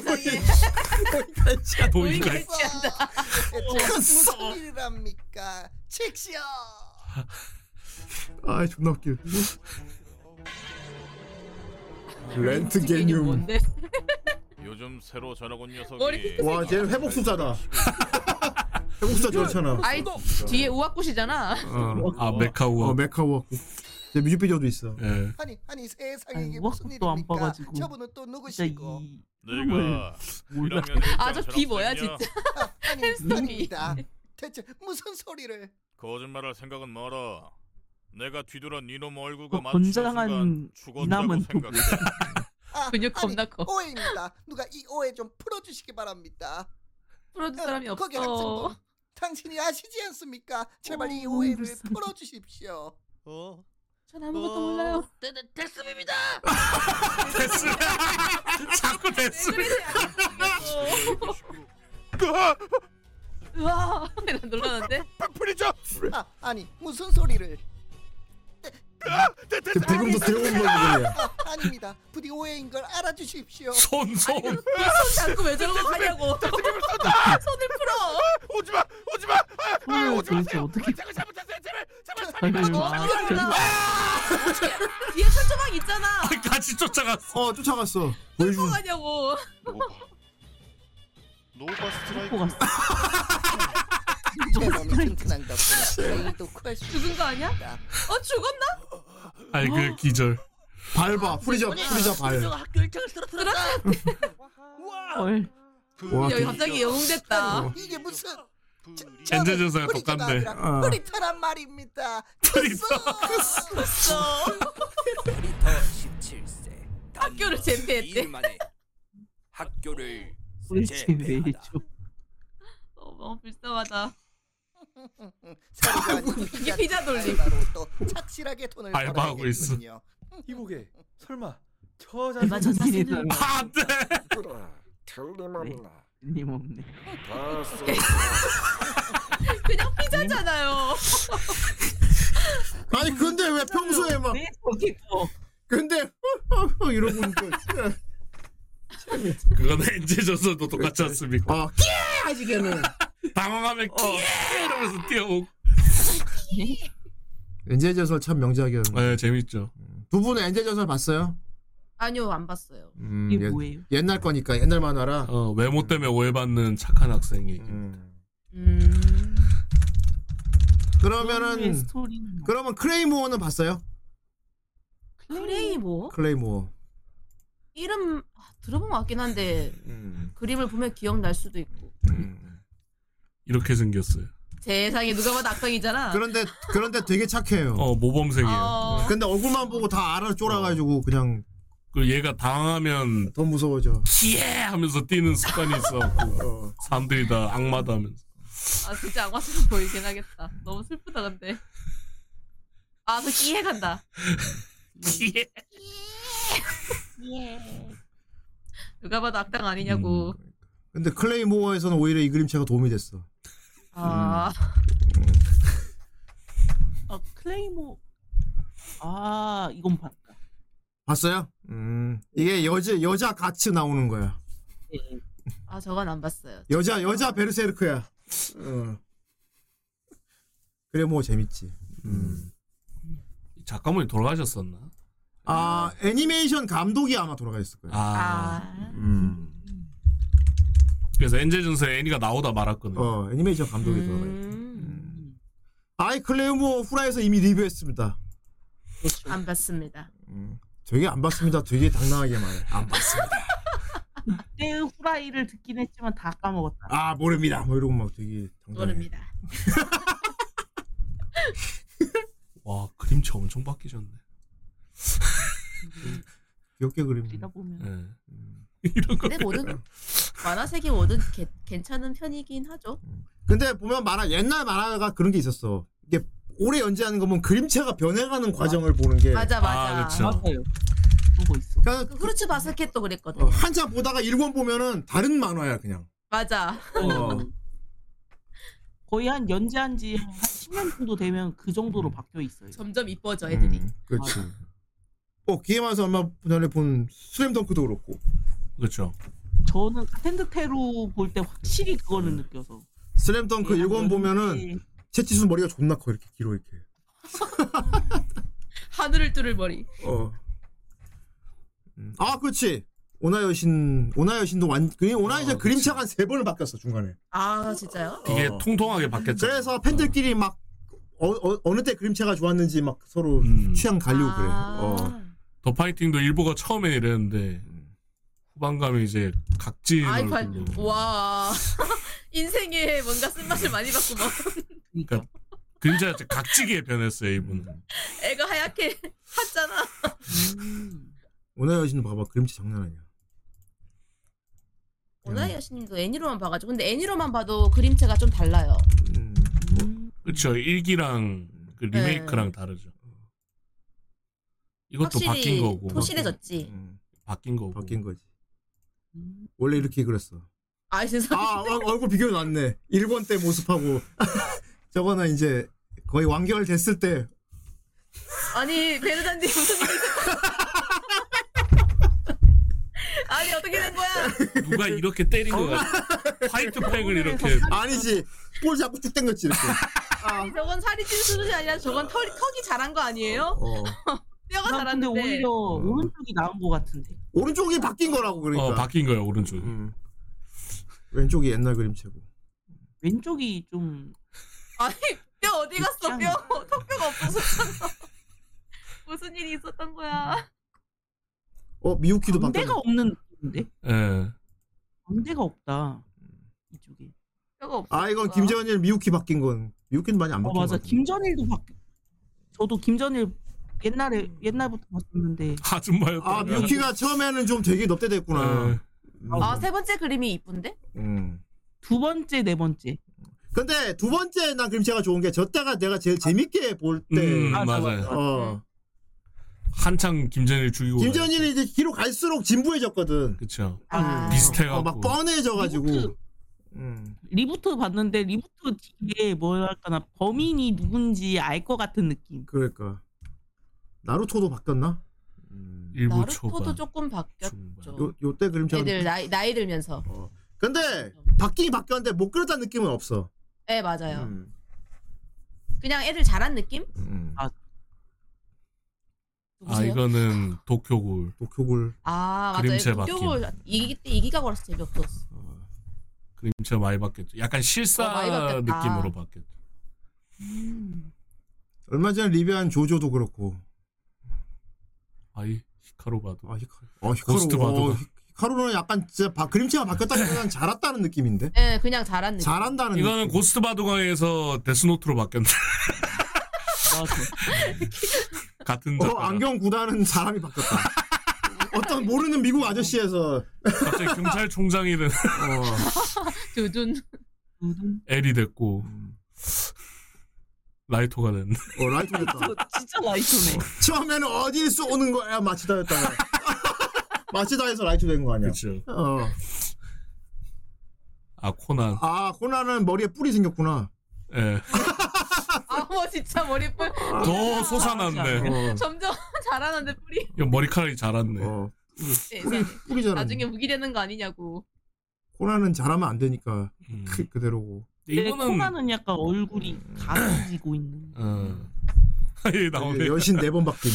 Speaker 16: 뭐
Speaker 9: 아,
Speaker 2: 보인 거
Speaker 9: 무슨 일이랍니까? 칙시요.
Speaker 3: 아이 존나 웃겨. 렌트 개념.
Speaker 7: 뭔데?
Speaker 1: 요즘 새로 전학 온 녀석이
Speaker 7: 머리
Speaker 3: 와 쟤는 회복 수자다. 회복 수자 좋잖아.
Speaker 7: 아이 뒤에 우아꽃이잖아
Speaker 2: 어, 아 메카우어.
Speaker 3: 어 메카워. 제 뮤직비디오도 있어.
Speaker 2: 예.
Speaker 9: 아니 아니 세상에 이게
Speaker 5: 우와,
Speaker 9: 무슨
Speaker 5: 또안
Speaker 9: 일입니까?
Speaker 5: 봐가지고.
Speaker 9: 저분은 또 누구시고?
Speaker 1: 내가
Speaker 5: 몰라.
Speaker 7: 아 저 비 뭐야 진짜
Speaker 9: 아닙니다. 대체 무슨 소리를?
Speaker 1: 거짓말할 생각은 멀어. 내가 뒤돌아 니놈 얼굴과
Speaker 5: 어,
Speaker 1: 마주친
Speaker 5: 건장한
Speaker 1: 순간 죽었다고
Speaker 5: 이남은 또
Speaker 1: 생각해.
Speaker 9: 아,
Speaker 7: 근육
Speaker 9: 아니,
Speaker 7: 겁나 커.
Speaker 9: 오해입니다. 누가 이 오해 좀 풀어주시기 바랍니다.
Speaker 7: 풀어줄 사람이
Speaker 9: 거기
Speaker 7: 없어
Speaker 9: 학생분, 당신이 아시지 않습니까? 제발
Speaker 5: 어,
Speaker 9: 이 오해를 풀어주십시오.
Speaker 16: 어?
Speaker 7: 전 아무것도 몰라요
Speaker 9: 데, 데, 데스입니다.
Speaker 2: 데스. (laughs) 자꾸 데스.
Speaker 7: 어. 으아 이런 놀라는데
Speaker 16: 프리저.
Speaker 9: 아, 아니 무슨 소리를?
Speaker 3: 쟤 배경도 들어온 거야.
Speaker 9: 아, 아닙니다. 부디 오해인 걸 알아주십시오.
Speaker 2: 손 손.
Speaker 7: 손 잡고 왜 저런 거 하냐고 (laughs) 손을 풀어
Speaker 16: 오지마 오지마
Speaker 1: 아,
Speaker 16: 아,
Speaker 5: 손을 도대체 어떻게
Speaker 7: 뒤에 철조망 있잖아
Speaker 2: 같이 쫓아갔어.
Speaker 3: 어 쫓아갔어. 보여주.
Speaker 7: 뭐하냐고
Speaker 1: 노바 스트라이크.
Speaker 9: 제 몸이 튼튼한 덕분에 레이도 쿠할 수
Speaker 7: 죽은 거 아니야? 어 죽었나?
Speaker 2: 아이 그
Speaker 9: 어?
Speaker 2: 기절.
Speaker 3: 밟아 후리자 후리자 발. 아,
Speaker 9: 학교 일정을 쓰러뜨렸다.
Speaker 5: 헐.
Speaker 3: 와, 그
Speaker 7: 여기 갑자기 영웅됐다
Speaker 9: 이게 무슨
Speaker 2: 엔젤 전사랑
Speaker 9: 프리저가
Speaker 2: 똑같네.
Speaker 9: 아니라
Speaker 2: 어.
Speaker 9: 프리터란 말입니다. 그 프리터.
Speaker 7: 없어
Speaker 16: 프리터 17세.
Speaker 7: 학교를 재패했대.
Speaker 16: 어, 일 만에
Speaker 7: (laughs)
Speaker 16: 학교를
Speaker 5: 도대체 왜 줘?
Speaker 7: 너무 불쌍하다
Speaker 9: 이게
Speaker 7: 피자 돌림.
Speaker 9: 또 착실하게 돈을
Speaker 2: 알바하고 있어.
Speaker 9: 벌어야겠군요.
Speaker 19: 이보게 설마 저
Speaker 7: 네,
Speaker 5: 대마 전진이
Speaker 19: 자식은 아,
Speaker 2: 안돼.
Speaker 19: 그래 틀림없나
Speaker 5: 님 없네.
Speaker 19: 다 써.
Speaker 7: 그냥 피자잖아요
Speaker 3: 아니 근데 왜 평소에 막.
Speaker 5: 네, 저기 또.
Speaker 3: 근데 형 이러고 보니까 진짜
Speaker 2: 그건 엔제전서도 똑같지 않습니까?
Speaker 3: 어, (laughs) 아직에는
Speaker 2: 당황하면 끼 이러면서 뛰어오고.
Speaker 3: 엔제전설 참 명작이었는데.
Speaker 2: 네, 재밌죠.
Speaker 7: 아.
Speaker 3: 두 분은 엔제전설 봤어요?
Speaker 7: 아니요 안 봤어요.
Speaker 3: 음,
Speaker 7: 이게 아,
Speaker 3: 옛-
Speaker 7: 뭐예요?
Speaker 3: 옛날 거니까 옛날 만화라.
Speaker 2: 어, 외모 때문에 오해받는 착한 학생 얘기.
Speaker 3: 음.
Speaker 7: 음.
Speaker 3: 그러면은 그러면 크레이모어는 봤어요?
Speaker 7: 클레이 뭐
Speaker 3: 클레이모어.
Speaker 7: 이름 아, 들어본 것 같긴 한데
Speaker 3: 음,
Speaker 7: 그림을 보면 기억 날 수도 있고 음.
Speaker 2: 이렇게 생겼어요.
Speaker 7: 세상에 누가 봐도 악당이잖아.
Speaker 3: 그런데 그런데 되게 착해요. 네.
Speaker 2: 어, 모범생이에요.
Speaker 7: 어.
Speaker 3: 근데 얼굴만 보고 다 알아 쫄아가지고 그냥
Speaker 2: 그 얘가 당하면
Speaker 3: 더 무서워져.
Speaker 2: 예 하면서 뛰는 습관이
Speaker 3: (laughs)
Speaker 2: 있어갖고 사람들이 다 악마다 하면서.
Speaker 7: 아 진짜 악마처럼 보이긴 하겠다. 너무 슬프다 근데. 아저 그 끼해 간다.
Speaker 2: 끼해.
Speaker 7: 예. 누가 봐도 악당 아니냐고.
Speaker 3: 음. 근데 클레이모어에서는 오히려 이 그림체가 도움이 됐어.
Speaker 7: 아.
Speaker 5: 아, 클레이모. 아, 이건 봤다.
Speaker 3: 봤어요? 음 이게 여자 여자 같이 나오는 거야.
Speaker 5: 예,
Speaker 7: 아 저건 안 봤어요.
Speaker 3: 여자 여자 베르세르크야. 어. 클레이모어 뭐 재밌지. 음.
Speaker 2: 작가분이 돌아가셨었나?
Speaker 3: 아 애니메이션 감독이 아마 돌아가셨을 거야.
Speaker 2: 아.
Speaker 3: 음.
Speaker 2: 그래서 엔젤전서에 애니가 나오다 말았거든요.
Speaker 3: 어 애니메이션 감독이
Speaker 7: 음.
Speaker 3: 돌아가셨어. 아이 클레이모어 후라이에서 이미 리뷰했습니다. 그렇죠.
Speaker 7: 안 봤습니다.
Speaker 3: 네. 되게 안 봤습니다. 되게 당당하게 말해. 안 봤습니다.
Speaker 5: 그때 후라이를 듣긴 했지만 다 까먹었다.
Speaker 3: 아 모릅니다. 뭐 이러고 막 되게 당당해.
Speaker 5: 모릅니다.
Speaker 2: 와 그림체 엄청 바뀌셨네.
Speaker 3: 귀엽게 그림.
Speaker 7: 음,
Speaker 2: 예.
Speaker 7: 근데 모든 만화 세계 모든 개- 괜찮은 편이긴 하죠.
Speaker 3: 근데 보면 만화 옛날 만화가 그런 게 있었어. 이게 오래 연재하는 거 보면 그림체가 변해가는 과정을 보는 게
Speaker 7: 맞아, 맞아. 아, 그쵸.
Speaker 3: 그렇죠.
Speaker 5: 맞아요.
Speaker 3: 그러니까
Speaker 7: 그 후르츠 바스켓도 그랬거든.
Speaker 3: 어, 한참 보다가 일권 보면은 다른 만화야 그냥.
Speaker 7: 맞아. 음,
Speaker 3: 어.
Speaker 5: 거의 한 연재한 지 한 10년 정도 되면 그 정도로 바뀌어 있어요.
Speaker 7: 점점
Speaker 3: 음.
Speaker 7: 이뻐져 애들이.
Speaker 3: 그렇지. 어 기회만서 얼마 전에 본 슬램덩크도 그렇고.
Speaker 2: 그렇죠.
Speaker 5: 저는 텐드테루 볼 때 확실히 그거는 느껴서. 예.
Speaker 3: 슬램덩크
Speaker 7: 음,
Speaker 3: 일권 보면은 채치수 머리가 존나 커 이렇게 길어 이렇게.
Speaker 7: 하늘을 뚫을 머리.
Speaker 3: 어. 음, 아 그렇지. 오나 여신 오나 여신도 완 그- 오나 여신 그림체가 한 세 번을 바뀌었어 중간에. 어.
Speaker 7: 아 진짜요?
Speaker 2: 아, 이게 통통하게 바뀌었죠.
Speaker 3: 그래서 팬들끼리 막 어, 느때 그림체가 좋았는지 막 서로
Speaker 2: 음.
Speaker 3: 취향 갈리고 그래.
Speaker 7: 아.
Speaker 3: 어.
Speaker 2: 더 파이팅도 일보가 처음에 이랬는데 후반 가면 이제 각진
Speaker 7: 아이
Speaker 2: 얼굴로.
Speaker 7: 관. 와. (laughs) 인생에 뭔가 쓴맛을 많이 봤구먼.
Speaker 2: 그러니까 그림체가 진짜 각지게 변했어요 이분은.
Speaker 7: 애가 하얗게 탔잖아.
Speaker 2: 네.
Speaker 3: 오나 여신 봐봐 그림체 장난 아니야.
Speaker 7: 오나이 여신님도 애니로만 봐가지고 근데 애니로만 봐도 그림체가 좀 달라요.
Speaker 3: 음,
Speaker 2: 그렇죠. 일기랑 그
Speaker 7: 네.
Speaker 2: 리메이크랑 다르죠. 이것도
Speaker 7: 확실히
Speaker 2: 바뀐 거고. 음. 뭐,
Speaker 7: 토실해졌지.
Speaker 2: 바뀐 거고.
Speaker 3: 음, 바뀐 거지.
Speaker 7: 음.
Speaker 3: 원래 이렇게 그렸어.
Speaker 7: 아 진짜.
Speaker 3: 아 얼- 얼굴 비교 났네. 일본 때 모습하고 (laughs) 저거는 이제 거의 완결 됐을 때
Speaker 7: 아니 베르단디 무슨 일이 있었어? (laughs) 아니 어떻게 된 거야?
Speaker 2: 누가 이렇게 때린 거 같아. 화이트팩을 이렇게.
Speaker 3: 아니지. 볼 잡고 쭉
Speaker 2: (laughs)
Speaker 3: 당겼지 이렇게.
Speaker 7: 아니 저건 살이 찐 수준이 아니라 저건 털이 턱이 자란 거 아니에요?
Speaker 3: 어.
Speaker 7: 뼈가 자랐는데
Speaker 5: 근데 오히려
Speaker 7: 음.
Speaker 5: 오른쪽이 나은 것 같은데.
Speaker 3: 오른쪽이 바뀐 거라고 그러니까. 음.
Speaker 2: 어 바뀐 거예요 오른쪽. 이
Speaker 3: 왼쪽이 옛날 그림체고.
Speaker 5: 왼쪽이 좀
Speaker 7: 아니 뼈 어디 갔어? 뼈 (laughs) 턱뼈가 없어졌잖아. 무슨 일이 있었던 거야?
Speaker 3: 어
Speaker 7: 아,
Speaker 3: 미유키도
Speaker 5: 광대가
Speaker 3: 바뀌었네.
Speaker 5: 없는 느낌인데.
Speaker 2: 예.
Speaker 5: 광대가 없다.
Speaker 7: 음. 뼈가 없어.
Speaker 3: 아 이건 김재원이랑 미유키 바뀐 건 미유키는 많이 안
Speaker 5: 어
Speaker 3: 바뀐 거
Speaker 5: 맞아.
Speaker 3: 같아.
Speaker 5: 김전일도 바뀌. 저도 김전일 옛날에 옛날부터 봤었는데.
Speaker 2: 아줌마였다. 예.
Speaker 3: 아 미유키가 처음에는 좀
Speaker 2: 네.
Speaker 3: 되게 넙대댔구나.
Speaker 7: 아 세 번째 그림이 이쁜데?
Speaker 3: 음.
Speaker 5: 두 번째 네 번째.
Speaker 3: 근데 두 번째 난 그림체가 좋은 게 저 때가 내가 제일 재밌게 볼 때.
Speaker 2: 음, 아, 맞아요.
Speaker 3: 어.
Speaker 2: 한창 김전일 죽이고.
Speaker 3: 김재현이는 이제 뒤로 갈수록 진부해졌거든.
Speaker 2: 그렇죠.
Speaker 7: 아,
Speaker 2: 비슷해갖고.
Speaker 3: 어, 막 뻔해져가지고.
Speaker 7: 음.
Speaker 5: 리부트 봤는데 리부트 뒤에 뭐랄까나 범인이 누군지 알 것 같은 느낌.
Speaker 3: 그러니까. 나루토도 바뀌었나?
Speaker 2: 일부
Speaker 7: 나루토도
Speaker 2: 초반.
Speaker 7: 조금 바뀌었죠.
Speaker 3: 요, 요때 그림자.
Speaker 7: 애들 나이 나이 들면서.
Speaker 3: 근데 바뀌긴 바뀌었는데 못 그렸다는 느낌은 없어.
Speaker 7: 네 맞아요.
Speaker 3: 음.
Speaker 7: 그냥 애들 잘한 느낌?
Speaker 2: 음. 아 이거는 도쿄굴.
Speaker 3: 도쿄굴.
Speaker 7: 아 맞아.
Speaker 2: 그림체
Speaker 7: 애들
Speaker 2: 바뀜.
Speaker 7: 교육을 이기 때 이기가 걸어서 재미없었어.
Speaker 2: 그림체 많이 바뀌었죠. 약간 실사
Speaker 7: 어, 많이 바뀌었다.
Speaker 2: 느낌으로 바뀌었죠.
Speaker 3: 얼마 전에 리뷰한 조조도 그렇고.
Speaker 2: 아이 히카로바도.
Speaker 3: 아 히카로. 어 히카로.
Speaker 2: 고스트 바도.
Speaker 3: 어, 히- 히카로는 약간 진짜 바- 그림체가 바뀌었다기보다는 자랐다는 느낌인데.
Speaker 7: 네 그냥 잘한 느낌.
Speaker 3: 잘한다는
Speaker 2: 이거는 고스트 바둑왕에서 데스노트로 바뀌었네.
Speaker 5: 아,
Speaker 2: 같은
Speaker 3: 어, 안경 구다는 사람이
Speaker 2: (laughs)
Speaker 3: 바뀌었다. 어떤 모르는 미국 아저씨에서
Speaker 2: 갑자기 경찰총장이 된
Speaker 3: 어.
Speaker 7: 두둔.
Speaker 2: 엘이 됐고 라이토가 됐네.
Speaker 3: 어 라이토 됐다.
Speaker 5: 진짜 라이토네.
Speaker 3: 처음에는 어디서 오는 거야 마치다였다가
Speaker 7: (laughs)
Speaker 3: 마치다에서 라이트 된 거 아니야?
Speaker 2: 그렇죠.
Speaker 3: 어.
Speaker 2: 아 코난.
Speaker 3: 아 코난은 머리에 뿔이 생겼구나.
Speaker 2: 예.
Speaker 7: 아뭐 진짜
Speaker 2: (laughs)
Speaker 7: 머리 뿔.
Speaker 2: 더
Speaker 3: 어.
Speaker 2: 솟아났네.
Speaker 7: 점점 (laughs) 잘하는데 뿌리.
Speaker 2: 이거 머리카락이 자랐네.
Speaker 3: 어.
Speaker 7: 세상에.
Speaker 2: (laughs)
Speaker 3: 뿌리잖아.
Speaker 7: 네. 나중에 무기 되는 거 아니냐고.
Speaker 3: 코난은 잘하면 안 되니까
Speaker 2: 음.
Speaker 3: 그- 그대로고.
Speaker 5: 근데 네, 코난은 약간 얼굴이 가려지고 있는.
Speaker 2: (laughs) 예, 어. 나오네.
Speaker 3: 여신 네 번 바뀐.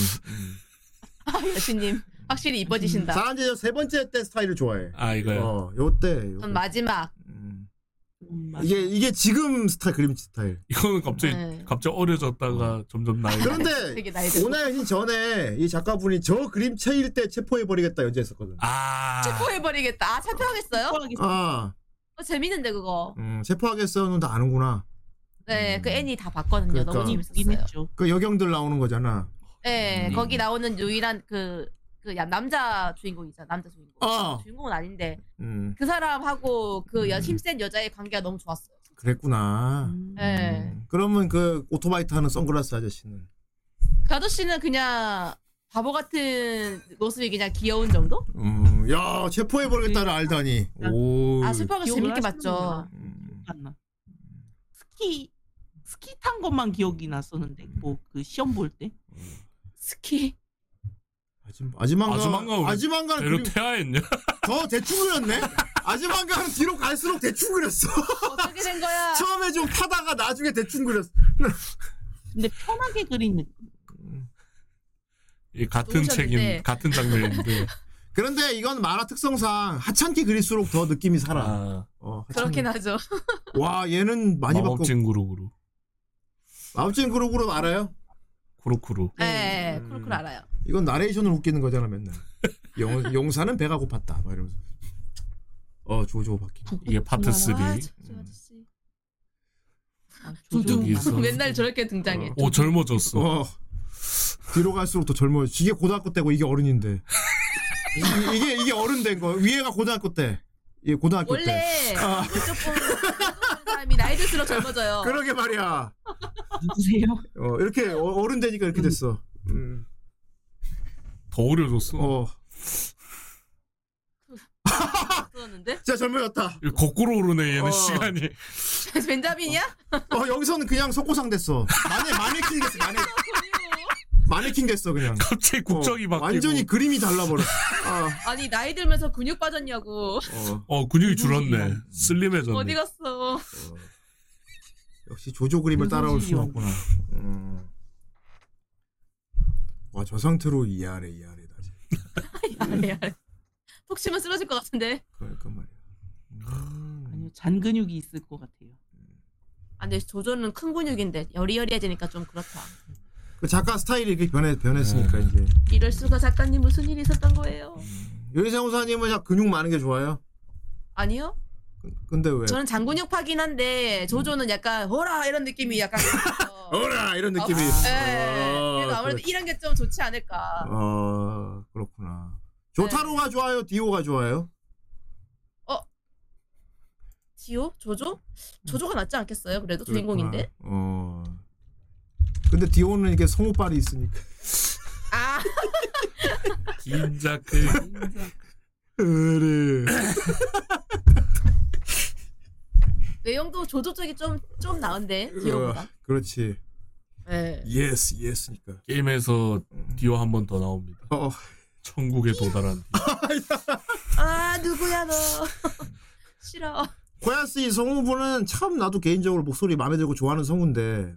Speaker 2: (laughs)
Speaker 7: 아, 여신님 확실히 이뻐지신다.
Speaker 3: 사람들이 세 번째 때 스타일을 좋아해.
Speaker 2: 아 이거요.
Speaker 3: 어, 요때 음.
Speaker 7: 전 마지막.
Speaker 3: 이게 이게 지금 스타일 그림 스타일.
Speaker 2: 이거는 갑자기
Speaker 5: 네.
Speaker 2: 갑자기 어려졌다가 점점 나이.
Speaker 7: (laughs)
Speaker 2: 네.
Speaker 3: 그런데 오나 여신 전에 이 작가분이 저 그림체일 때 체포해 버리겠다 연재했었거든.
Speaker 2: 아.
Speaker 7: 체포해버리겠다. 아, 체포하겠어요?
Speaker 3: 아,
Speaker 7: 어, 재밌는데 그거.
Speaker 3: 음, 체포하겠어는 다 아는구나.
Speaker 7: 네,
Speaker 2: 음.
Speaker 7: 그 애니 다 봤거든요.
Speaker 3: 그러니까.
Speaker 7: 너무 재밌었어요.
Speaker 3: 그 여경들 나오는 거잖아.
Speaker 7: 네,
Speaker 3: 음.
Speaker 7: 거기 나오는 유일한 그, 그 야- 남자 주인공이잖아. 남자 주인공. 주인공은 아닌데
Speaker 3: 음,
Speaker 7: 그 사람하고 그 여, 힘센 여자의 관계가 너무 좋았어요.
Speaker 3: 그랬구나.
Speaker 5: 음.
Speaker 7: 네.
Speaker 3: 그러면 그 오토바이 타는 선글라스 아저씨는
Speaker 7: 그 아저씨는 그냥 바보 같은 모습이 그냥 귀여운 정도?
Speaker 3: 음, 야 체포해 버리겠다를 알다니. 음, 오.
Speaker 7: 네. 아, 슬퍼가 재밌게 봤죠.
Speaker 5: 나 스키 스키 탄 것만 기억이 났었는데 뭐 그 시험 볼 때.
Speaker 7: 스키.
Speaker 3: 아지만가
Speaker 2: 아즈만가 왜
Speaker 3: 아지만가
Speaker 2: 대로 퇴화했냐?
Speaker 3: 더 대충 그렸네. 아지만가는 뒤로 갈수록 대충
Speaker 7: (laughs)
Speaker 3: 그렸어.
Speaker 7: 어떻게
Speaker 3: (laughs)
Speaker 7: 된 거야?
Speaker 3: 처음에 좀 파다가 나중에 대충 그렸어.
Speaker 5: 근데 편하게 그린 느낌.
Speaker 2: 이 같은
Speaker 3: 놓으셨는데.
Speaker 5: 네.
Speaker 2: 책인 같은 장르인데
Speaker 3: 그런데 이건 만화 특성상 하찮게 그릴수록 더 느낌이 (laughs) 살아. 어, 하찮게.
Speaker 7: 그렇긴 하죠.
Speaker 3: 와 얘는 많이 바꿔.
Speaker 2: 마법진 그룹으로.
Speaker 3: 마법진 그룹으로 알아요?
Speaker 2: 그루크루.
Speaker 7: 네, 크로크로 알아요.
Speaker 3: 이건 나레이션을 웃기는 거잖아 맨날. 용, 용사는 배가 고팠다. 막 이러면서. 어 조조 바뀐.
Speaker 2: 이게 파트
Speaker 7: 아,
Speaker 2: 3.
Speaker 7: 조조 아저씨.
Speaker 5: 아, (laughs)
Speaker 2: 여기서.
Speaker 7: (laughs) 맨날 저렇게 등장해.
Speaker 2: 오 젊어졌어.
Speaker 3: 어. 뒤로 갈수록 더 젊어요. 이게 고등학교 때고 이게
Speaker 2: (laughs)
Speaker 3: 어른인데. 이- 이게 이게 어른 된 거. 위에가 고등학교 때. 이 고등학교
Speaker 7: 원래
Speaker 3: 때. 아,
Speaker 7: 얼굴 조금 젊은 사람이 나이 들수록 젊어져요.
Speaker 3: 그러게 말이야.
Speaker 5: 누구세요?
Speaker 3: 어, 이렇게 어- 어른 되니까 이렇게 됐어. 음.
Speaker 2: 더 어려졌어.
Speaker 3: 어.
Speaker 7: 그러는데 (laughs)
Speaker 3: 진짜 젊어졌다.
Speaker 2: 이거 거꾸로 오르네 얘는
Speaker 3: 어.
Speaker 2: 시간이. (laughs)
Speaker 7: 벤자민이야?
Speaker 3: 어 여기서는 그냥 속고상 됐어. 마네 마네킹 됐어. 마네 마네킹 됐어 그냥.
Speaker 2: 갑자기 국적이 바뀌고.
Speaker 3: 완전히 그림이 달라버렸어.
Speaker 2: (laughs)
Speaker 3: 아,
Speaker 7: 아니 나이 들면서 근육 빠졌냐고.
Speaker 3: 어.
Speaker 2: 근육이 줄었네. 슬림해졌네.
Speaker 7: 어디 갔어?
Speaker 3: 음. 역시 조조 그림을 따라올 수는 없구나. 음. 와저 상태로 이아래이아래다
Speaker 7: 아니야. 톡 치면 쓰러질 것 같은데.
Speaker 3: 그러니까 말이야. 음.
Speaker 5: 아니요 잔근육이 있을 것 같아요.
Speaker 7: 아 근데 조조는 큰 근육인데 여리여리해지니까 좀 그렇다.
Speaker 3: 그 작가 스타일이 이렇게 변해 변했으니까
Speaker 2: 네.
Speaker 3: 이제
Speaker 7: 이럴 수가 작가님 무슨 일이 있었던 거예요?
Speaker 3: 요리상 우사님은 약 근육 많은 게 좋아요.
Speaker 7: 아니요.
Speaker 3: 근데 왜?
Speaker 7: 저는 장근육파긴 한데 조조는 약간 호라 이런
Speaker 3: (laughs)
Speaker 7: 느낌이 약간.
Speaker 3: 어라 이런 느낌이.
Speaker 7: 아, 예.
Speaker 3: 어,
Speaker 7: 그래서 아무래도
Speaker 3: 그렇-
Speaker 7: 이런 게 좀 좋지 않을까.
Speaker 3: 어 그렇구나. 조타로가 좋아요, 디오가 좋아요.
Speaker 7: 디오? 조조? 조조가 낫지 않겠어요? 그래도 네. 주인공인데.
Speaker 3: 그렇구나. 어. 근데 디오는 이게 성우빨이 있으니까.
Speaker 7: 아. (laughs)
Speaker 2: 긴자 그
Speaker 3: 으르.
Speaker 7: 외형도 조조 쪽이 좀 좀 나은데
Speaker 3: 어,
Speaker 7: 디오보다.
Speaker 3: (coughs) 그렇지.
Speaker 7: 예.
Speaker 2: 예스 예스니까. 게임에서 디오 한 번 더 나옵니다.
Speaker 3: 어.
Speaker 2: 천국에 도달한
Speaker 7: 아 누구야 너 (laughs) 싫어
Speaker 3: 고야스 이 성우분은 참 나도 개인적으로 목소리 마음에 들고 좋아하는 성우인데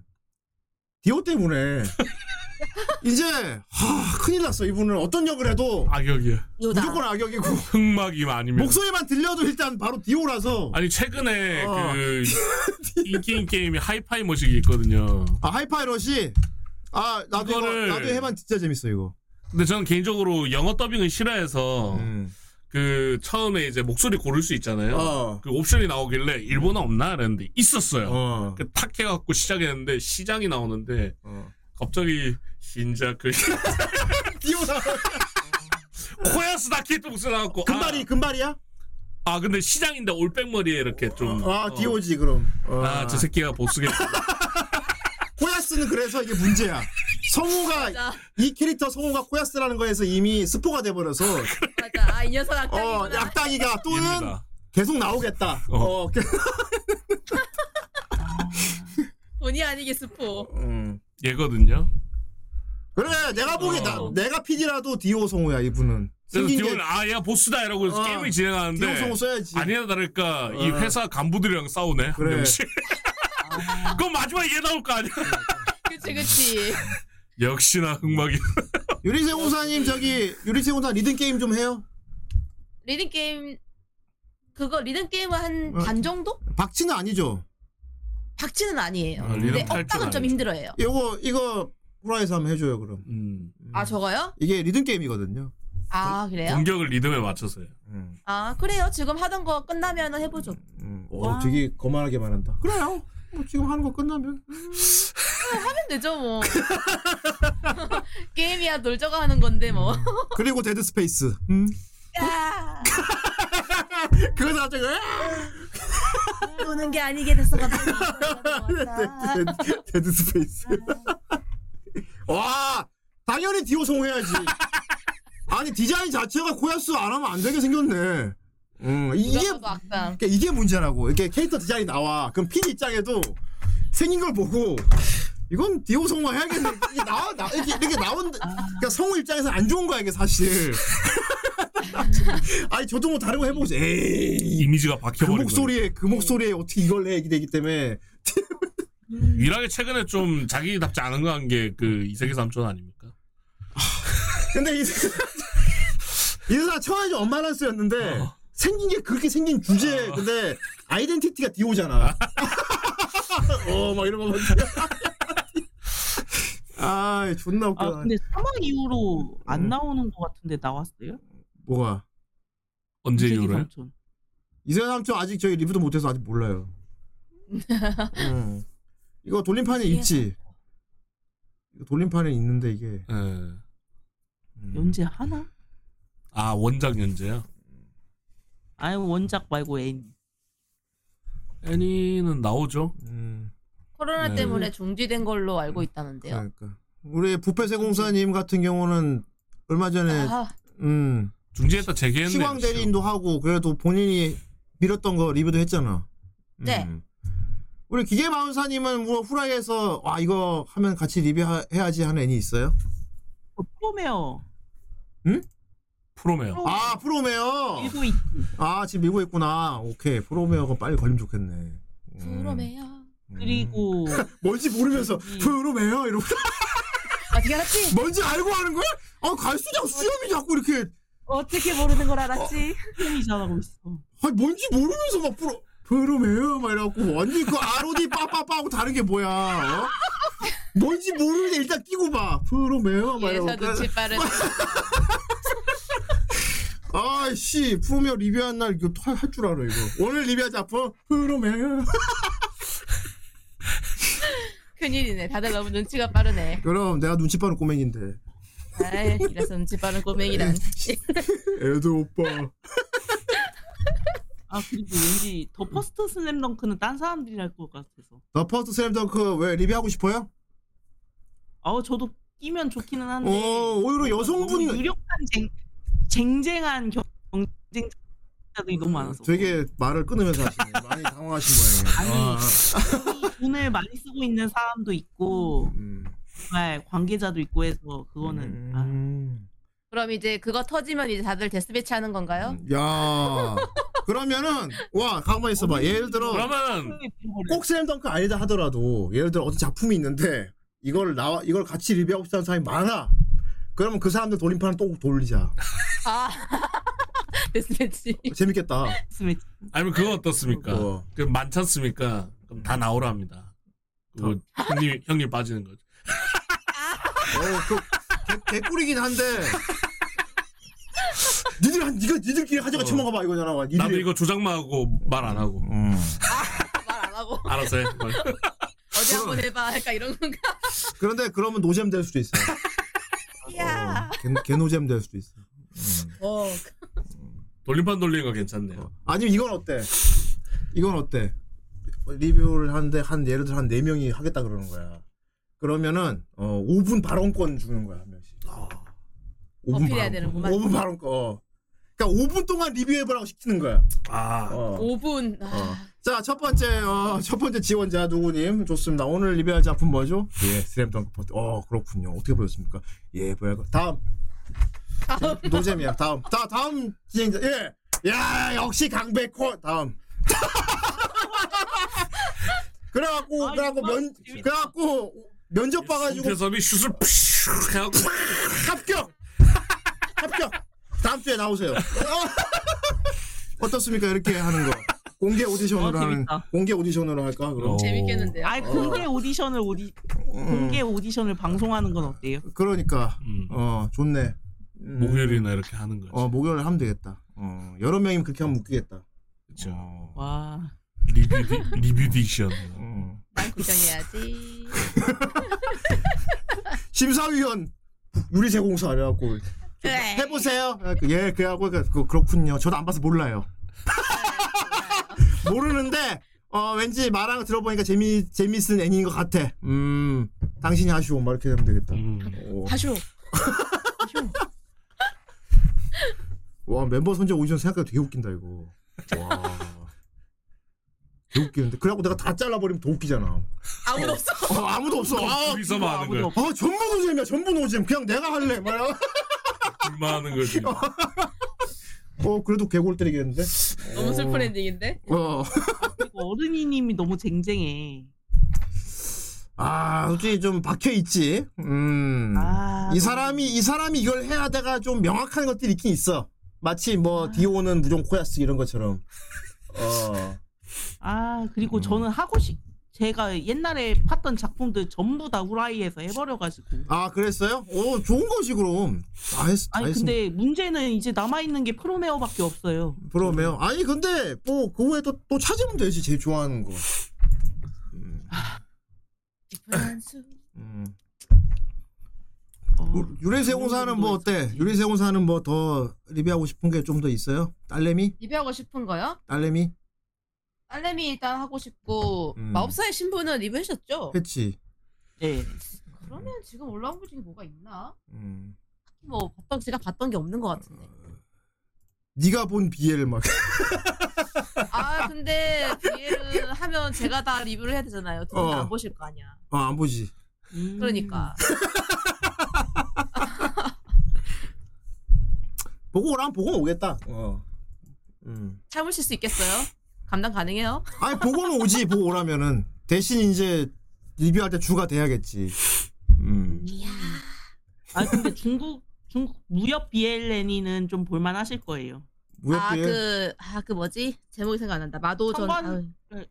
Speaker 3: 디오
Speaker 7: (laughs)
Speaker 3: 때문에 이제 하, 큰일 났어 이분은 어떤 역을
Speaker 7: 아,
Speaker 3: 해도
Speaker 2: 악역이야.
Speaker 3: 무조건 악역이고
Speaker 2: 흑막이 아니면
Speaker 3: 목소리만 들려도 일단 바로 디오라서
Speaker 2: 아니 최근에
Speaker 3: 어. (laughs)
Speaker 2: 그 인기인 게임이 하이파이 머시기 있거든요.
Speaker 3: 아 하이파이럿이 아 나도 이거- 나도 해만 진짜 재밌어 이거.
Speaker 2: 근데 저는 개인적으로 영어 더빙을 싫어해서 그 처음에 이제 목소리 고를 수 있잖아요.
Speaker 3: 음. 어.
Speaker 2: 그 옵션이 나오길래 일본어 없나 그랬는데 있었어요. 그 탁 해갖고 시작했는데 시장이 나오는데
Speaker 3: 어.
Speaker 2: 갑자기 신작
Speaker 3: (laughs)
Speaker 2: 그
Speaker 3: 디오라
Speaker 2: 코야스 다키트 목소리 나왔고
Speaker 3: 금발이 금발이야?
Speaker 2: 아 근데 시장인데 올백머리에 이렇게 좀
Speaker 3: 아
Speaker 2: 어.
Speaker 3: 디오지 그럼 어.
Speaker 2: 아 저 새끼가
Speaker 3: (laughs)
Speaker 2: 보스겠다
Speaker 3: 코야스는 그래서 이게 문제야. 성우가 이 캐릭터 성우가 코야스라는 거에서 이미 스포가 돼버려서
Speaker 7: 맞아 아이 녀석 악당이구나
Speaker 3: 어, 약당이가 또는
Speaker 7: 얘입니다.
Speaker 3: 계속 나오겠다. 어. 그-
Speaker 7: 본의 아니게 스포
Speaker 2: 얘거든요
Speaker 3: 음. 그래 내가 보기 나
Speaker 2: 어.
Speaker 3: 내가 PD라도 디오 성우야 이분은.
Speaker 2: 그래서
Speaker 3: 생긴 게-
Speaker 2: 디오는 아야 보스다 이러고
Speaker 3: 어.
Speaker 2: 게임을 진행하는데
Speaker 3: 디오 성우 써야지.
Speaker 2: 아니나 다를까 이
Speaker 3: 어.
Speaker 2: 회사 간부들이랑 싸우네 한
Speaker 3: 그래.
Speaker 2: 명씩 (laughs) 그럼 마지막에 얘 나올 거 아니야 (laughs)
Speaker 7: 그치 그치
Speaker 2: 역시나 흑막이
Speaker 3: 유리세공사님 저기 유리세공사 리듬 게임 좀 해요.
Speaker 7: 리듬 게임 그거 리듬 게임은 한
Speaker 3: 어.
Speaker 7: 반 정도?
Speaker 3: 박치는 아니죠.
Speaker 7: 박치는 아니에요.
Speaker 3: 아, 리듬
Speaker 7: 근데
Speaker 2: (laughs)
Speaker 3: 탈줄
Speaker 7: 업당은
Speaker 3: 아니죠.
Speaker 7: 좀 네, 힘들어해요.
Speaker 3: 요거 이거 프라이에서 한번 해줘요 그럼.
Speaker 2: 음.
Speaker 3: 음.
Speaker 7: 아 저거요?
Speaker 3: 이게 리듬 게임이거든요.
Speaker 7: 아 그래요?
Speaker 2: 공격을 리듬에 맞춰서요
Speaker 7: 아 그래요. 지금 하던 거 끝나면은 해보죠.
Speaker 3: 어 되게 거만하게 말한다. 그래요. 뭐 지금 하는 거
Speaker 7: (laughs)
Speaker 3: 끝나면
Speaker 7: 아, 하면 되죠 (laughs) 뭐. 게임이야 놀자고 하는 건데 뭐.
Speaker 3: 그리고 데드 스페이스. 음. (laughs) 그래서 갑자기
Speaker 7: 네, 노는 게 아니게 됐어
Speaker 3: (laughs)
Speaker 7: 네. 가지고.
Speaker 3: 데드, 네, 데드 스페이스.
Speaker 7: 네.
Speaker 3: (laughs) 와 당연히 디오
Speaker 7: (laughs)
Speaker 3: 성해야지. 아니 디자인 자체가 코야스 안 하면 안 되게 생겼네. 음, 이게
Speaker 7: 악당.
Speaker 3: 그러니까 이게 문제라고. 이렇게 캐릭터 디자인이 나와. 그럼 핀 입장에도 생긴 걸 보고 이건 디오 성우 해야겠네. 이게 나와 나 이렇게, 이렇게 나온 그러니까 성우 입장에서 안 좋은 거야 이게 사실. (laughs) 아니 저도 뭐 다른 거 해보고 에이
Speaker 2: 이미지가
Speaker 3: 그
Speaker 2: 박혀버린 거예요
Speaker 3: 목소리에 그 목소리에 어떻게 이걸 해 이게 되기 때문에
Speaker 2: 유일하게 최근에 좀 자기답지 않은 거 한 게 그 이세계 삼촌 아닙니까?
Speaker 3: 근데 이 (laughs) 이사 처음에 좀 엄마란스였는데
Speaker 2: 어.
Speaker 3: 생긴 게 그렇게 생긴 주제에 근데 아이덴티티가 디오잖아. 어 막 이런 거 보니까 아 존나 웃겨.
Speaker 5: 아 근데 사망
Speaker 3: 음.
Speaker 5: 이후로 안 나오는 것 같은데 나왔어요?
Speaker 3: 뭐가
Speaker 2: 언제
Speaker 5: 이후로요?
Speaker 3: 이세현 삼촌 아직 저희 리뷰도 못해서 아직
Speaker 7: (laughs)
Speaker 3: 몰라요. 음. 이거 돌림판에 있지. 이거 돌림판에 있는데 이게
Speaker 2: 뭐?
Speaker 3: 음.
Speaker 5: 연재 하나?
Speaker 2: 예. 아 원작 연재요?
Speaker 5: 아니 원작 말고 애니.
Speaker 2: 애니는 나오죠.
Speaker 7: 코로나
Speaker 3: 네.
Speaker 7: 때문에 중지된 걸로 알고 있다는데요.
Speaker 3: 음, 그러니까 우리 부패세공사님 같은 경우는 얼마 전에
Speaker 7: 아하.
Speaker 3: 음
Speaker 2: 중지했다 재개했네.
Speaker 3: 시황 대리인도 하고 그래도 본인이 밀었던 거 리뷰도 했잖아. 음.
Speaker 7: 네.
Speaker 3: 우리 기계 마운사님은 뭐 후라이에서 와 이거 하면 같이 리뷰해야지 하는 애니 있어요?
Speaker 5: 프로메어.
Speaker 3: 응?
Speaker 2: 프로메어.
Speaker 3: 아 프로메어.
Speaker 5: 밀고 있.
Speaker 3: 아 지금 밀고 있구나. 오케이 프로메어가 빨리 걸리면 좋겠네.
Speaker 7: 프로메어.
Speaker 3: 음.
Speaker 5: 그리고
Speaker 3: 뭔지 모르면서
Speaker 7: 음.
Speaker 3: 프로메어 이러고.
Speaker 7: 어떻게 알았지?
Speaker 3: 뭔지 알고 하는 거야? 아 갈수록 수염이 자꾸 이렇게.
Speaker 5: 어떻게 모르는 걸 알았지? 수염이 자라고 있어.
Speaker 3: 아니 뭔지 모르면서 막 프로 프로메어 막 이러고 완전 그 ROD 빠빠빠하고 다른 게 뭐야? 어? 뭔지 모르는데 일단 끼고 봐. 프로메어 막 이러고.
Speaker 7: 예사 눈치 빠른. (laughs)
Speaker 3: 아씨 프로메어 리뷰한 날 이거 할 줄 알아 이거. 오늘 리뷰하자 앞으로 프로메어.
Speaker 7: 큰일이네. 다들 너무 눈치가 빠르네.
Speaker 3: 그럼 내가 눈치 빠른 꼬맹인데.
Speaker 7: 아이, 이래서 눈치 빠른 꼬맹이란.
Speaker 3: 애들 오빠.
Speaker 5: 아 그리고 왠지 더 퍼스트 슬램덩크는 딴 사람들이 할 것 같아서.
Speaker 3: 더 퍼스트 슬램덩크 왜 리뷰하고 싶어요?
Speaker 5: 아우 저도 끼면 좋기는 한데.
Speaker 3: 어, 오히려 여성분이-
Speaker 5: 네. 너무 유력한 쟁 쟁쟁한 경- 경쟁자들이 너무 많아서.
Speaker 3: 음, 되게 말을 끊으면서 하시네. 많이 당황하신
Speaker 5: (laughs)
Speaker 3: 거예요. 아.
Speaker 5: 돈을 많이 쓰고 있는 사람도 있고
Speaker 3: 정말 음.
Speaker 5: 관계자도 있고 해서 그거는 아.
Speaker 7: 그럼 이제 그거 터지면 이제 다들 데스매치 하는
Speaker 3: 음.
Speaker 7: 건가요?
Speaker 3: 야. 그러면은 와 가만 있어봐. 예를 들어
Speaker 2: 그러면
Speaker 3: 꼭 슬램덩크 아니다 하더라도 예를 들어 어떤 작품이 있는데 이걸 나와 이걸 같이 리뷰하고 싶다는 사람이 많아. 그러면 그 사람들 돌림판을 또
Speaker 2: (laughs)
Speaker 3: 돌리자.
Speaker 7: 아 (laughs) 데스매치
Speaker 3: 재밌겠다. 어,
Speaker 2: 아니면 그거 어떻습니까? 그 많지 않습니까? 그럼 다 나오라 합니다. 그 형님 형님 빠지는 거죠.
Speaker 3: 그 개꿀이긴 한데. 니들 한 니가 니들끼리 하자가 처먹어봐 이거잖아. 와, 니들이-
Speaker 2: 나도 이거 조작만 하고 말 안 하고. 뭐,
Speaker 7: 말 안 하고
Speaker 2: 알아서 해. 뭘.
Speaker 7: 어디 한번 해봐 약간 이런 건가?
Speaker 3: 그런데 그러면 노잼 될 수도 있어요.
Speaker 2: (laughs)
Speaker 3: 어,
Speaker 7: 야.
Speaker 3: 개, 개노잼 될 수도 있어.
Speaker 7: 어.
Speaker 2: 돌림판 돌리는 거 괜찮네요.
Speaker 3: 아니면 이건 어때? 이건 어때? 리뷰를 하는데 한 예를 들어 한 네 명이 하겠다 그러는 거야. 그러면은 어 5분 발언권 주는 거야 한 명씩. 5분
Speaker 7: 어필해야 되는구만.
Speaker 3: 5분 발언권. 어. 그러니까 5분 동안 리뷰해보라고 시키는 거야. 어.
Speaker 2: 아.
Speaker 7: 5분.
Speaker 3: 아. 자, 첫 번째, 어, 첫 번째 지원자 누구님? 좋습니다. 오늘 리뷰할 작품 뭐죠? 예, 슬램덩크 포트. 어, 그렇군요. 어떻게 보셨습니까? 예, 뭐야. 그- 다음. 다음. 노잼이야. 다음. 다, 다음 진행자. 예. 야, 역시 강백호. (laughs) 다음. 그래갖고, 그래갖고 면, 그래갖고 면접 봐가지고.
Speaker 2: 태섭이 슛을 푸슉 해갖고.
Speaker 3: 합격! (laughs) 합격! 다음 주에 나오세요. 어? 어떻습니까? 이렇게 하는 거. 공개 오디션으로
Speaker 5: 어,
Speaker 3: 하는 공개 오디션으로 할까?
Speaker 2: 어.
Speaker 3: 그럼.
Speaker 7: 재밌겠는데요?
Speaker 3: 어.
Speaker 5: 아니 공개 오디션을 오디 음, 공개 오디션을 방송하는 건 어때요?
Speaker 3: 그러니까 어 좋네.
Speaker 2: 음.
Speaker 3: 음,
Speaker 2: 목요일이나 이렇게 하는 거지.
Speaker 3: 어 목요일 하면 되겠다. 어 여러 명이면 그렇게 하면 웃기겠다. 그렇죠.
Speaker 5: 와.
Speaker 2: 리뷰 리뷰 디션.
Speaker 7: 난 구경해야지.
Speaker 3: 심사위원 유리 제공사 그래갖고 네.
Speaker 7: 네.
Speaker 3: 해보세요. 그래갖고, 예 그래갖고 그 그렇군요. 저도 안 봐서 (laughs) 몰라요. 모르는데 어 왠지 말하는 거 들어보니까 재미 재밌는 애니인 것 같아. 음 당신이 하시오 막 이렇게 하면 되겠다. 오.
Speaker 7: 하쇼.
Speaker 3: 와 멤버 선정 오디션 생각해도 되게 웃긴다 이거. 와. 되게 웃기는데 그래갖고 내가 다 잘라버리면 더 웃기잖아.
Speaker 7: 아무도 없어.
Speaker 3: 어, 아무도 없어. 아,
Speaker 2: 둘이서만 뭐 하는
Speaker 3: 아무도
Speaker 2: 거야.
Speaker 3: 없어. 어, 전부 노잼이야. 전부 노잼. 그냥 내가 할래. 뭐야?
Speaker 2: 얼마 뭐 하는 거지.
Speaker 3: 어, 그래도 개골 때리겠는데?
Speaker 7: 너무 슬픈 엔딩인데?
Speaker 3: 어.
Speaker 5: 그리고 어른이님이 너무 쟁쟁해.
Speaker 2: 음.
Speaker 3: 아, 솔직히 좀 박혀 있지. 음.
Speaker 5: 아.
Speaker 3: 이 사람이 이 사람이 이걸 해야 돼가 좀 명확한 것들이 있긴 있어. 마치
Speaker 5: 아.
Speaker 3: 뭐 디오는 무종 코야스 이런 것처럼.
Speaker 5: (laughs)
Speaker 3: 어.
Speaker 5: 아
Speaker 2: 음.
Speaker 5: 그리고 저는 하고 싶 제가 옛날에 팠던 작품들 전부 다 후라이에서 해버려가지고
Speaker 3: 아, 그랬어요? 오, 좋은 거지 그럼. 다 했, 다
Speaker 5: 아니
Speaker 3: 했으면
Speaker 5: 근데 문제는 이제 남아 있는 게 프로메어밖에 없어요.
Speaker 3: 그러면 아니 근데 뭐 그 후에 또, 또 찾으면 되지 제일 좋아하는 거. 음.
Speaker 5: 어,
Speaker 3: 유- 유리세공사는 뭐 어때? 유리세공사는 뭐 더 리뷰하고 싶은 게 좀 더 있어요? 딸내미?
Speaker 7: 리뷰하고 싶은 거요?
Speaker 3: 딸내미?
Speaker 7: 딸내미 일단 하고 싶고
Speaker 3: 음. 그-
Speaker 7: 마법사의 신부는 리뷰하셨죠?
Speaker 3: 했지.
Speaker 5: 예.
Speaker 7: 그러면 지금 올라온 것 중에 뭐가 있나?
Speaker 3: 음.
Speaker 7: 뭐 봤던 제가 봤던 게 없는 것 같은데.
Speaker 3: 어. 네가 본 비엘 막. (laughs)
Speaker 7: 아 근데 비엘은 하면 제가 다 리뷰를 해야 되잖아요. 두분안
Speaker 3: 어.
Speaker 7: 보실 거 아니야.
Speaker 3: 어, 안 보지.
Speaker 5: 음.
Speaker 7: 그러니까.
Speaker 3: 보고 오라 하면 보고 오겠다. 어. 음.
Speaker 7: 참으실 수 있겠어요? 감당 가능해요?
Speaker 3: 아니 보고는 오지 보고 오라면은 대신 이제 리뷰할 때 주가 돼야겠지. 음.
Speaker 5: 아 근데 중국 중국 무협 비엘레니는 좀 볼만하실 거예요.
Speaker 7: 아 그 아 그 뭐지 제목이 생각 안 난다. 마도전.
Speaker 5: 천관-
Speaker 7: 아유.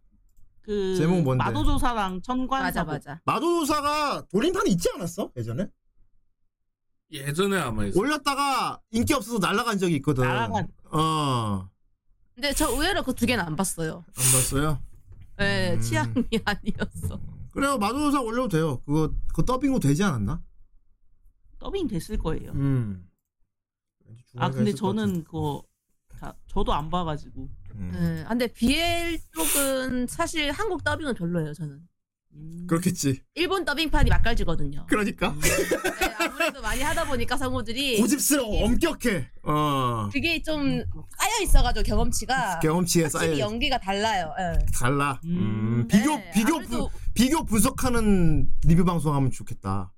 Speaker 5: 그
Speaker 3: 제목 뭔데?
Speaker 5: 마도조사랑 천관사복.
Speaker 7: 맞아, 맞아.
Speaker 3: 마도사가 돌림판이 있지 않았어 예전에?
Speaker 2: 예전에 아마 있어.
Speaker 3: 올렸다가 인기 없어서 날라간 적이 있거든.
Speaker 7: 날아간.
Speaker 3: 어.
Speaker 7: 근데 저 의외로 그 두 개는 안 봤어요.
Speaker 3: 안 봤어요? 음.
Speaker 7: 네 취향이 (laughs) 아니었어.
Speaker 3: 그래요. 마도사 올려도 돼요. 그거 그 더빙도 되지 않았나?
Speaker 5: 더빙 됐을 거예요.
Speaker 3: 음.
Speaker 5: 아 근데
Speaker 7: 했을 것
Speaker 5: 저는 그거 다- 저도 안 봐가지고.
Speaker 3: 음.
Speaker 7: 네, 아, 근데 BL 쪽은 사실 한국 더빙은 별로예요 저는.
Speaker 5: 음.
Speaker 3: 그렇겠지.
Speaker 7: 일본 더빙판이 맛깔지거든요. 네,
Speaker 3: 그러니까
Speaker 7: 아무래도 많이 하다 보니까 성우들이
Speaker 3: 고집스러워, 엄격해. 어.
Speaker 7: 그게 좀 쌓여 있어가지고 경험치가
Speaker 3: 경험치에
Speaker 7: 확실히
Speaker 3: 쌓여-
Speaker 7: 연기가 달라요. 예.
Speaker 3: 달라. 음,
Speaker 7: 네,
Speaker 3: 비교 비교 분, 비교 분석하는 리뷰 방송 하면 좋겠다.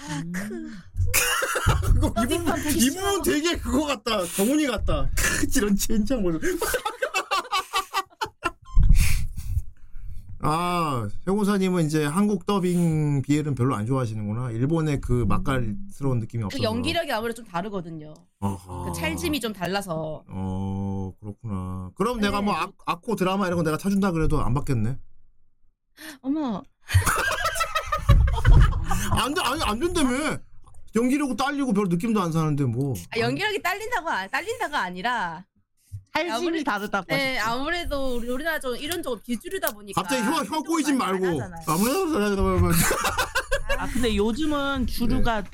Speaker 7: 아,
Speaker 3: 그거 이 부분 이 부분 되게 그거 같다. 정훈이 같다. 크 이런 젠장 모습. 아, 세고사님은 이제 한국 더빙 BL은 별로 안 좋아하시는구나. 일본의 그 맛깔스러운 느낌이 없어서.
Speaker 7: 그 연기력이 아무래도 좀 다르거든요.
Speaker 3: 어허.
Speaker 7: 그 찰짐이 좀 달라서.
Speaker 3: 어, 그렇구나. 그럼 내가 뭐 아, 아코 드라마 이런 거 내가 찾준다 그래도 안 받겠네.
Speaker 7: 어머.
Speaker 3: 안 돼, 아니 안 된다며. 연기력도 딸리고 별 느낌도 안 사는데 뭐.
Speaker 7: 아, 연기력이 딸린다고 아- 딸린다가 아니라
Speaker 5: 찰짐이 다르다고
Speaker 7: 네,
Speaker 5: 하셨죠.
Speaker 7: 아무래도 우리 우리나라 좀 이런 쪽 비주류다 보니까
Speaker 3: 갑자기 혀, 혀 꼬이지 말고. 아무래도 잘하잖아요.
Speaker 5: 아 근데 요즘은
Speaker 3: 네.
Speaker 5: 주류가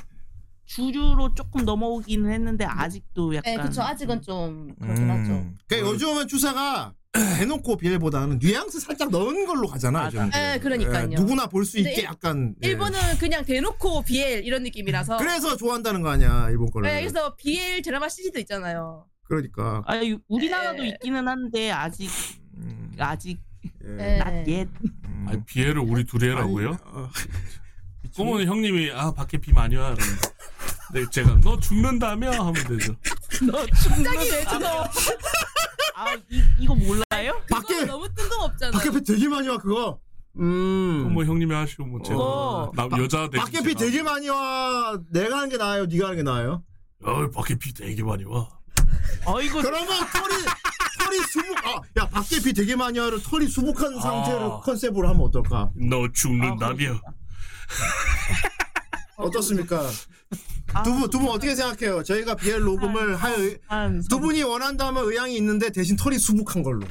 Speaker 5: 주류로 조금 넘어오긴 했는데 아직도 약간
Speaker 7: 네, 그쵸 아직은
Speaker 3: 음.
Speaker 7: 좀
Speaker 3: 그렇긴 하죠. 그러니까 요즘은 추세가 (clears throat) 해놓고 빌보다는 뉘앙스 살짝 넣은 걸로 가잖아. 요즘.
Speaker 7: 네, 그러니까요.
Speaker 3: 예, 누구나 볼 수
Speaker 7: 근데
Speaker 3: 있게
Speaker 7: 일-
Speaker 3: 약간. 예.
Speaker 7: 일본은 어. 그냥 대놓고 BL 이런 느낌이라서
Speaker 3: 그래서 좋아한다는 거 아니야 일본 거를.
Speaker 7: 네, 그래서 BL 드라마 시리즈도 있잖아요.
Speaker 3: 그러니까.
Speaker 5: 아 우리나라도
Speaker 7: 네.
Speaker 5: 있기는 한데 아직
Speaker 3: 음.
Speaker 5: 아직
Speaker 3: 예.
Speaker 7: 네.
Speaker 5: not yet. (laughs)
Speaker 2: 아니, 비애를 우리 둘이 해라고요?
Speaker 3: 어,
Speaker 2: 그러면 형님이 아 밖에 비 많이 와. 그러면. 근데 제가 너 죽는다며 하면 되죠.
Speaker 7: 너
Speaker 3: (laughs)
Speaker 7: 갑자기 왜
Speaker 5: 죽어?
Speaker 7: 죽어?
Speaker 5: 아 이, 이거 몰라요?
Speaker 3: 밖에
Speaker 7: 너무 뜬금없잖아.
Speaker 3: 밖에 비 되게 많이 와 그거. 음.
Speaker 2: 뭐 형님이 하시고 뭐 제가
Speaker 3: 어.
Speaker 2: 남 여자 대신
Speaker 3: 밖에 비
Speaker 2: 제가.
Speaker 3: 되게 많이 와. 내가 하는 게 나아요. 네가 하는 게 나아요?
Speaker 2: 어 밖에 비 되게 많이 와.
Speaker 5: 아이고.
Speaker 3: 그러면 털이
Speaker 7: (laughs)
Speaker 3: 털이 수북. 아, 야 밖에 비 되게 많이 와를 털이 수북한 상태로 컨셉으로 하면 어떨까?
Speaker 2: 너 죽는다며.
Speaker 3: 어떻습니까?
Speaker 7: 아.
Speaker 3: 두 분, 두 분 어떻게 생각해요? 저희가 BL 녹음을 할, 두 분이 원한다면 의향이 있는데 대신 털이 수북한 걸로.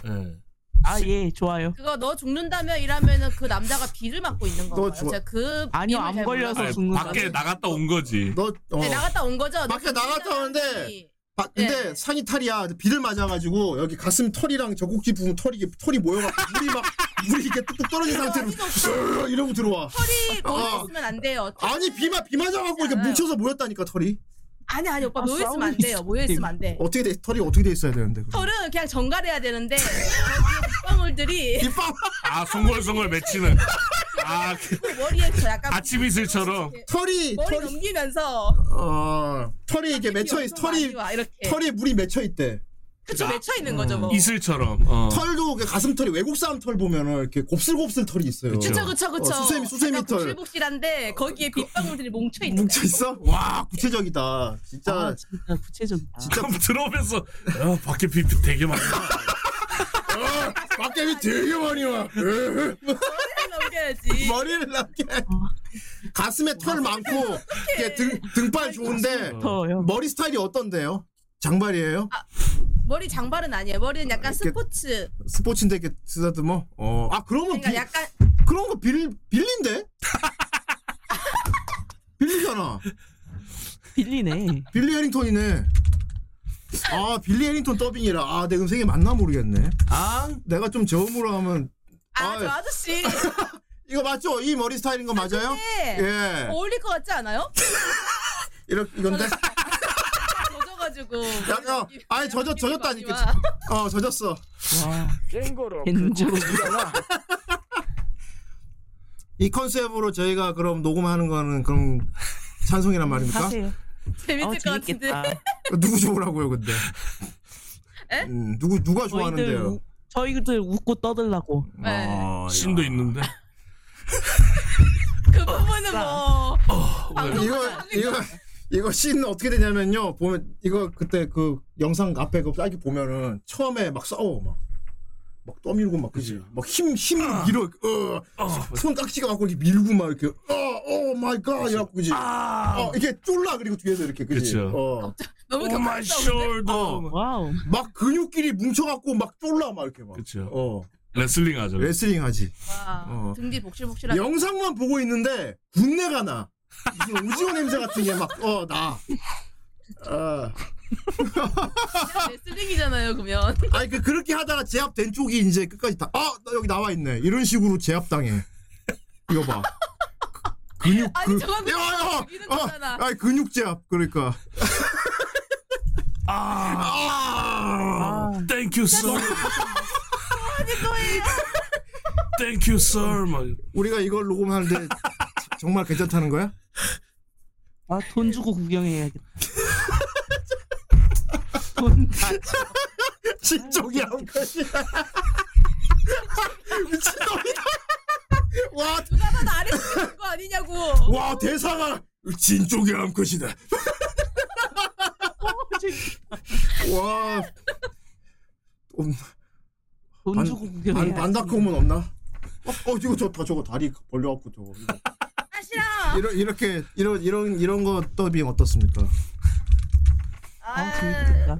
Speaker 5: 아 예 좋아요.
Speaker 7: 그거 너 죽는다며 이라면은 그 남자가 비를 맞고 있는
Speaker 3: 너
Speaker 7: 건가요?
Speaker 3: 죽어-
Speaker 7: 제가 그
Speaker 5: 아니요,
Speaker 7: 밈을
Speaker 5: 안
Speaker 7: 잘
Speaker 5: 걸려서
Speaker 7: 몰라서.
Speaker 5: 죽는 거야.
Speaker 2: 밖에 나갔다 온 거지.
Speaker 3: 너
Speaker 7: 네, 그 나갔다 온 거죠.
Speaker 3: 밖에 나갔다 왔는데, 바- 근데
Speaker 7: 네.
Speaker 3: 상의 탈이야. 비를 맞아가지고 여기 가슴 털이랑 젖꼭지 부분 털이 이게 털이 모여가지고 물이 막 물이 이렇게 뚝뚝 떨어진 상태로 르르 이러고 들어와.
Speaker 7: 털이
Speaker 3: 아.
Speaker 7: 놓여 있으면 안 돼요.
Speaker 3: 아니 비만 비 맞아갖고 이렇게 뭉쳐서 모였다니까 털이.
Speaker 7: 아니 아니 오빠
Speaker 3: 아,
Speaker 7: 놓여 있으면 안
Speaker 3: 싸움이
Speaker 7: 돼요. 모여 있으면 안 돼.
Speaker 3: 어떻게 돼 털이 어떻게 돼 있어야 되는데?
Speaker 7: 털은 그냥 정갈해야 되는데 빗방울들이
Speaker 2: 아 송골송골 맺히는. 아 그-
Speaker 7: 머리에 저 약간
Speaker 2: 아치미슬처럼.
Speaker 3: 털이
Speaker 7: 머리
Speaker 3: 털이
Speaker 7: 넘기면서
Speaker 3: 어 털이 이렇게 맺혀 있 털이
Speaker 7: 와, 이렇게.
Speaker 3: 털이 물이 맺혀 있대.
Speaker 7: 그쵸 맺혀 있는 거죠 뭐.
Speaker 2: 이슬처럼. 어.
Speaker 3: 털도 그 가슴 털이 외국 사람 털 보면은 이렇게 곱슬곱슬 털이 있어요.
Speaker 7: 그쵸 그쵸 그쵸.
Speaker 3: 어, 수세미 수세미
Speaker 7: 약간
Speaker 3: 털
Speaker 7: 복실복실한데 거기에 빗방울들이 뭉쳐 있는.
Speaker 3: 뭉쳐 있어? 와 구체적이다. 진짜
Speaker 5: 아, 진짜 구체적이다.
Speaker 3: 진짜
Speaker 2: 그 들어오면서 야, 밖에 비 되게 많이 와.
Speaker 3: 밖에 비 되게 많이 와. 으흐.
Speaker 7: 넘겨야지.
Speaker 3: 머리를 남게. 가슴에
Speaker 7: 어.
Speaker 3: 털 많고 이게 등
Speaker 7: 네.
Speaker 3: 등발 좋은데
Speaker 5: 아,
Speaker 3: 머리 스타일이 어떤데요? 장발이에요?
Speaker 7: 아. 머리 장발은 아니에요. 머리는 약간
Speaker 3: 이렇게-
Speaker 7: 스포츠.
Speaker 3: 스포츠인데 이렇게 쓰다듬어? 어. 아 그러면
Speaker 7: 그러니까
Speaker 3: 비,
Speaker 7: 약간
Speaker 3: 그런 거 빌,
Speaker 7: (laughs)
Speaker 3: 빌린데? 빌리잖아.
Speaker 5: 빌리네.
Speaker 3: 빌리 해링턴이네. 아 빌리 해링턴 더빙이라. 아 내가 음색이 맞나 모르겠네. 아 내가 좀 저음으로 하면
Speaker 7: 아저 아저씨.
Speaker 3: 이거 맞죠? 이 머리 스타일인 거 맞아요?
Speaker 5: 네.
Speaker 3: (laughs)
Speaker 7: 예.
Speaker 3: 예.
Speaker 7: 어울릴 것 같지 않아요?
Speaker 3: 이렇게 이건데.
Speaker 7: 젖어가지고.
Speaker 3: 약간 아예 젖어 젖었다니까. 어 젖었어.
Speaker 12: 깽거로
Speaker 5: 갱고로.
Speaker 3: 이 컨셉으로 저희가 그럼 녹음하는 거는 그럼 찬성이란 말입니까?
Speaker 5: 음, 어,
Speaker 3: 어,
Speaker 7: 재밌을 것 같은데.
Speaker 3: 누구 좋으라고요 근데?
Speaker 7: 에?
Speaker 3: 음, 누구 누가
Speaker 5: 저희들
Speaker 3: 좋아하는데요?
Speaker 5: 우- 저희들 웃고 떠들라고.
Speaker 7: 네.
Speaker 2: 아, 신도 있는데.
Speaker 7: 그 부분은
Speaker 3: 어,
Speaker 7: 뭐.
Speaker 2: 어.
Speaker 7: 방송
Speaker 3: 이거 이거 이거 씬 어떻게 되냐면요. 보면 이거 그때 그 영상 앞에 그 짧게 보면은 처음에 막 싸워 막. 막 떠밀고 막 그지 아. 막힘 힘으로 밀어 어손 깍지가 갖고 이렇게 밀고 막 이렇게 어어 마이 갓 이러고 그지 어 이게 쫄라 그리고 뒤에서 이렇게 그지
Speaker 2: 그쵸.
Speaker 3: 어
Speaker 7: 너무
Speaker 2: Oh my 격하다.
Speaker 7: 어.
Speaker 2: shoulder.
Speaker 3: 막 근육끼리 뭉쳐갖고 막 쫄라 막 이렇게 막
Speaker 2: 그렇죠.
Speaker 3: 어.
Speaker 2: 레슬링 하죠.
Speaker 1: 네.
Speaker 3: 레슬링 하지.
Speaker 7: 와,
Speaker 3: 어.
Speaker 7: 등뒤 복실복실한.
Speaker 3: 영상만 보고 있는데 군내가 나 무슨 오징어 냄새 같은 게 막 어나 어.
Speaker 7: 레슬링이잖아요 그러면.
Speaker 3: 아니 그 그렇게 하다가 제압된 쪽이 이제 끝까지 다아나 여기 나와 있네 이런 식으로 제압당해 이거 봐 그- 근육
Speaker 7: 아니
Speaker 3: 그-
Speaker 7: 저건
Speaker 3: 야, 야,
Speaker 7: 죽이는
Speaker 3: 아,
Speaker 7: 거잖아.
Speaker 3: 아니 근육 제압 그러니까 아,
Speaker 2: Thank you sir. (laughs) Thank you sir. 막
Speaker 3: 우리가 이걸 녹음하는데 정말 괜찮다는 거야?
Speaker 5: 아, 돈 주고 구경해야겠다.
Speaker 3: (laughs)
Speaker 5: 돈 아, 다.
Speaker 3: 진쪽이 한 것이야. (laughs) 미친놈이다. 와
Speaker 7: 누가 봐도 아래 있는 거 아니냐고.
Speaker 3: 와 대사가 진쪽이 한 것이다. (laughs) 와. 없나?
Speaker 5: 돈
Speaker 3: 반-
Speaker 5: 주고
Speaker 3: 반
Speaker 5: 구경해야지.
Speaker 3: 반다콤은 없나? 어, 어 이거 저다 저거 다리 벌려갖고 저거. 이거.
Speaker 7: 싫어.
Speaker 3: 이런 이렇게 이런 이런 이런 거 더빙 어떻습니까?
Speaker 7: 아,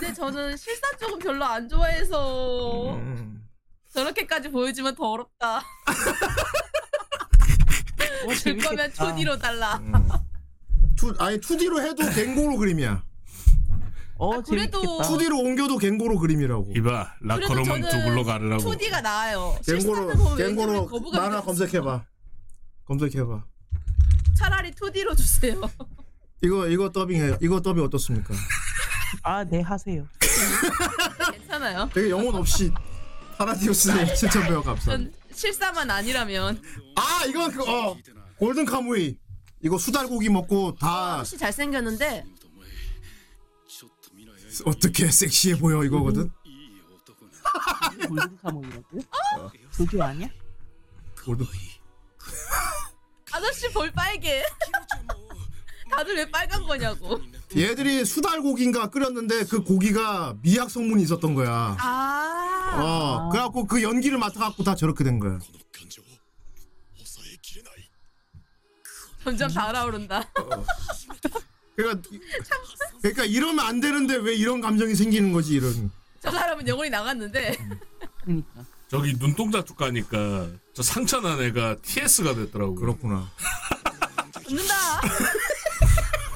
Speaker 7: 근데 저는 실사 쪽은 별로 안 좋아해서
Speaker 3: 음.
Speaker 7: 저렇게까지 보여주면 더럽다.
Speaker 5: 어,
Speaker 7: 줄그 거면
Speaker 3: 재밌겠다.
Speaker 7: 2D로 달라.
Speaker 3: 투 아니 2D로 해도 갱고로 그림이야.
Speaker 5: 어
Speaker 7: 아, 그래도- 재밌겠다.
Speaker 3: 2D로 옮겨도 갱고로 그림이라고.
Speaker 2: 이봐
Speaker 7: 그래도 저는 2D가 나아요. 실사는
Speaker 3: 갱고로
Speaker 7: 보면 왠지
Speaker 3: 갱고로
Speaker 7: 거부감이
Speaker 3: 만화 검색해봐. 검색해봐.
Speaker 7: 차라리 2D로 주세요. (laughs)
Speaker 3: 이거 이거 더빙해. 이거 더빙 어떻습니까?
Speaker 5: 아, 네, 하세요.
Speaker 7: 괜찮아요.
Speaker 3: 되게 영혼 없이
Speaker 7: (laughs)
Speaker 3: 파라디오스님 실천 배워 감사합니다.
Speaker 7: 전 실사만 아니라면.
Speaker 3: 아 이건 그 어. 골든 카무이 이거 수달고기 먹고 다
Speaker 7: 혹시 잘생겼는데
Speaker 3: 어떻게 섹시해 보여 이거거든.
Speaker 5: 골든 카몽이라고요?
Speaker 7: 어?
Speaker 5: 조교 아니야?
Speaker 3: 골든
Speaker 7: 아저씨 볼 빨개. (laughs) 다들 왜 빨간 거냐고.
Speaker 3: 얘들이 수달고기인가 끓였는데 그 고기가 미약 성분이 있었던 거야.
Speaker 7: 아.
Speaker 3: 어, 그래갖고 그 연기를 맡아갖고 다 저렇게 된 거야.
Speaker 7: 점점 달아오른다.
Speaker 3: 그러니까, 그러니까 이러면 안 되는데 왜 이런 감정이 생기는 거지 이런.
Speaker 7: 저 사람은 영혼이 나갔는데.
Speaker 2: 저기 눈동자 쪽 가니까 저 상처 난 애가 TS가 됐더라고.
Speaker 3: 그렇구나.
Speaker 7: 웃는다.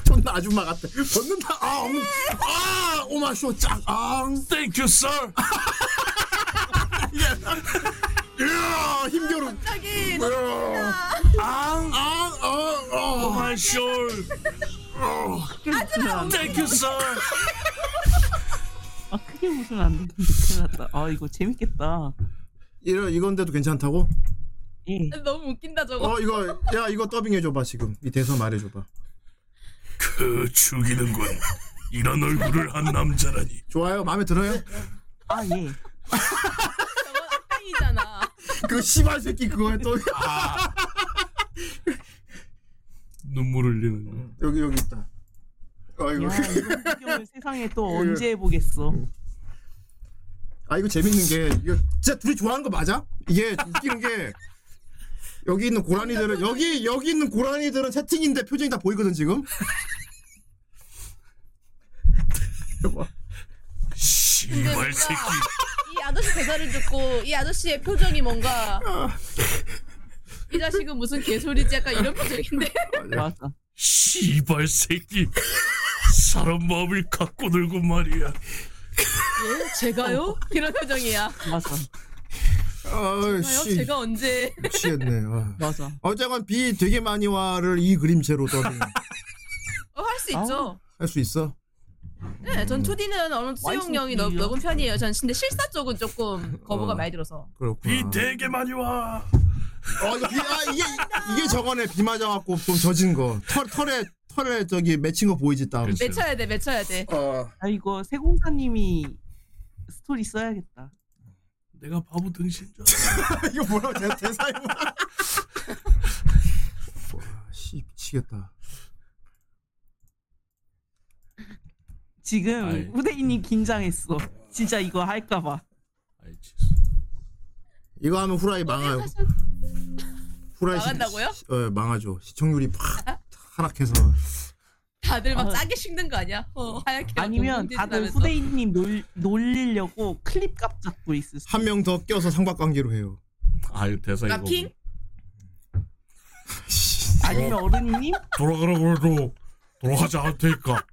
Speaker 3: 존나 아줌마 같아. 벗는다. 아, 어머. 아, 오마쇼 짱. 아,
Speaker 2: Thank you, sir.
Speaker 3: 이야, 아, 힘겨루.
Speaker 7: 갑자기.
Speaker 2: 아,
Speaker 3: 앙, 앙, 어, 어.
Speaker 2: 오마쇼.
Speaker 7: 아줌마.
Speaker 2: Thank you, sir.
Speaker 5: 아, 크게 웃으면 안 되는데 큰일 났다. 아, 이거 재밌겠다.
Speaker 3: 이런 이건데도 괜찮다고?
Speaker 5: 예.
Speaker 7: 너무 웃긴다 저거.
Speaker 3: 어, 이거 야, 이거 더빙해 줘 봐, 지금. 이 대사 말해 줘 봐.
Speaker 2: 그 죽이는군. 이런 얼굴을 한 남자라니.
Speaker 3: 좋아요. 마음에 들어요? (laughs)
Speaker 5: 아, 예.
Speaker 7: 땅이잖아.
Speaker 3: 그 씨발 새끼 그거에 아, 또
Speaker 2: 눈물 흘리는 거.
Speaker 3: 여기 여기 있다. 어, 아이고.
Speaker 5: 야, 이런 구경을 (laughs) 세상에 또
Speaker 3: 예.
Speaker 5: 언제 해보겠어.
Speaker 3: 아 이거 재밌는 게 이거 진짜 둘이 좋아하는 거 맞아? 이게 웃기는 게 여기 있는 고라니들은 여기 여기 있는 고라니들은 채팅인데 표정이 다 보이거든 지금.
Speaker 2: 씨발
Speaker 7: 뭔가
Speaker 2: 새끼.
Speaker 7: 이 아저씨 대사를 듣고 이 아저씨의 표정이 뭔가
Speaker 3: 아.
Speaker 7: 이 자식은 무슨 개소리지 약간 이런 표정인데
Speaker 3: 예.
Speaker 5: 맞아.
Speaker 2: 씨발 새끼. 사람 마음을 갖고 놀고 말이야.
Speaker 7: 예? 제가요? 이런 표정이야
Speaker 5: 맞아.
Speaker 7: 제가요?
Speaker 3: 아씨
Speaker 7: 제가 언제
Speaker 3: 미치겠네. 아.
Speaker 5: 맞아.
Speaker 3: 어쨌건 비 되게 많이 와를 이 그림체로 더빙
Speaker 7: 어, 할 수 있죠
Speaker 3: 할수 있어.
Speaker 7: 네, 전 2D는 어느 수용량이 넓, 넓은 편이에요 전 근데 실사 쪽은 조금 거부가
Speaker 3: 어.
Speaker 7: 많이 들어서
Speaker 3: 그렇구나.
Speaker 2: 비 되게 많이 와.
Speaker 3: 어, 이거 비, 아, 이게 이게 저번에 비 맞아갖고 좀 젖은 거. 털 털에 털에 저기 맺힌 거 보이지 땀.
Speaker 7: 맺혀야 돼 맺혀야 돼
Speaker 5: 아, 이거 세공사님이 스토리 써야겠다.
Speaker 2: 내가 바보 등신 줄
Speaker 3: (laughs) 이거 뭐라고 대, 대사야? (laughs) 씨 미치겠다.
Speaker 5: 지금
Speaker 2: 아이.
Speaker 5: 후대인님 긴장했어. 진짜 이거 할까봐.
Speaker 3: 이거 하면 후라이 망해요. 후라이 시-
Speaker 7: 어, 망한다고요?
Speaker 3: 시- 어, 망하죠. 시청률이 팍 하락해서.
Speaker 7: 다들 막 짜게 식는 거 아니야? 어, 하얗게
Speaker 5: 아니면 다들 후대인님 놀, 놀리려고 클립 값 잡고 있을 수도
Speaker 3: 한 명 더 껴서 삼각관계로 해요.
Speaker 2: 아 이거 대사 이거.
Speaker 5: 라핑? 아니면 어른이님?
Speaker 2: 돌아가라고 해도 돌아가지 않을 테니까.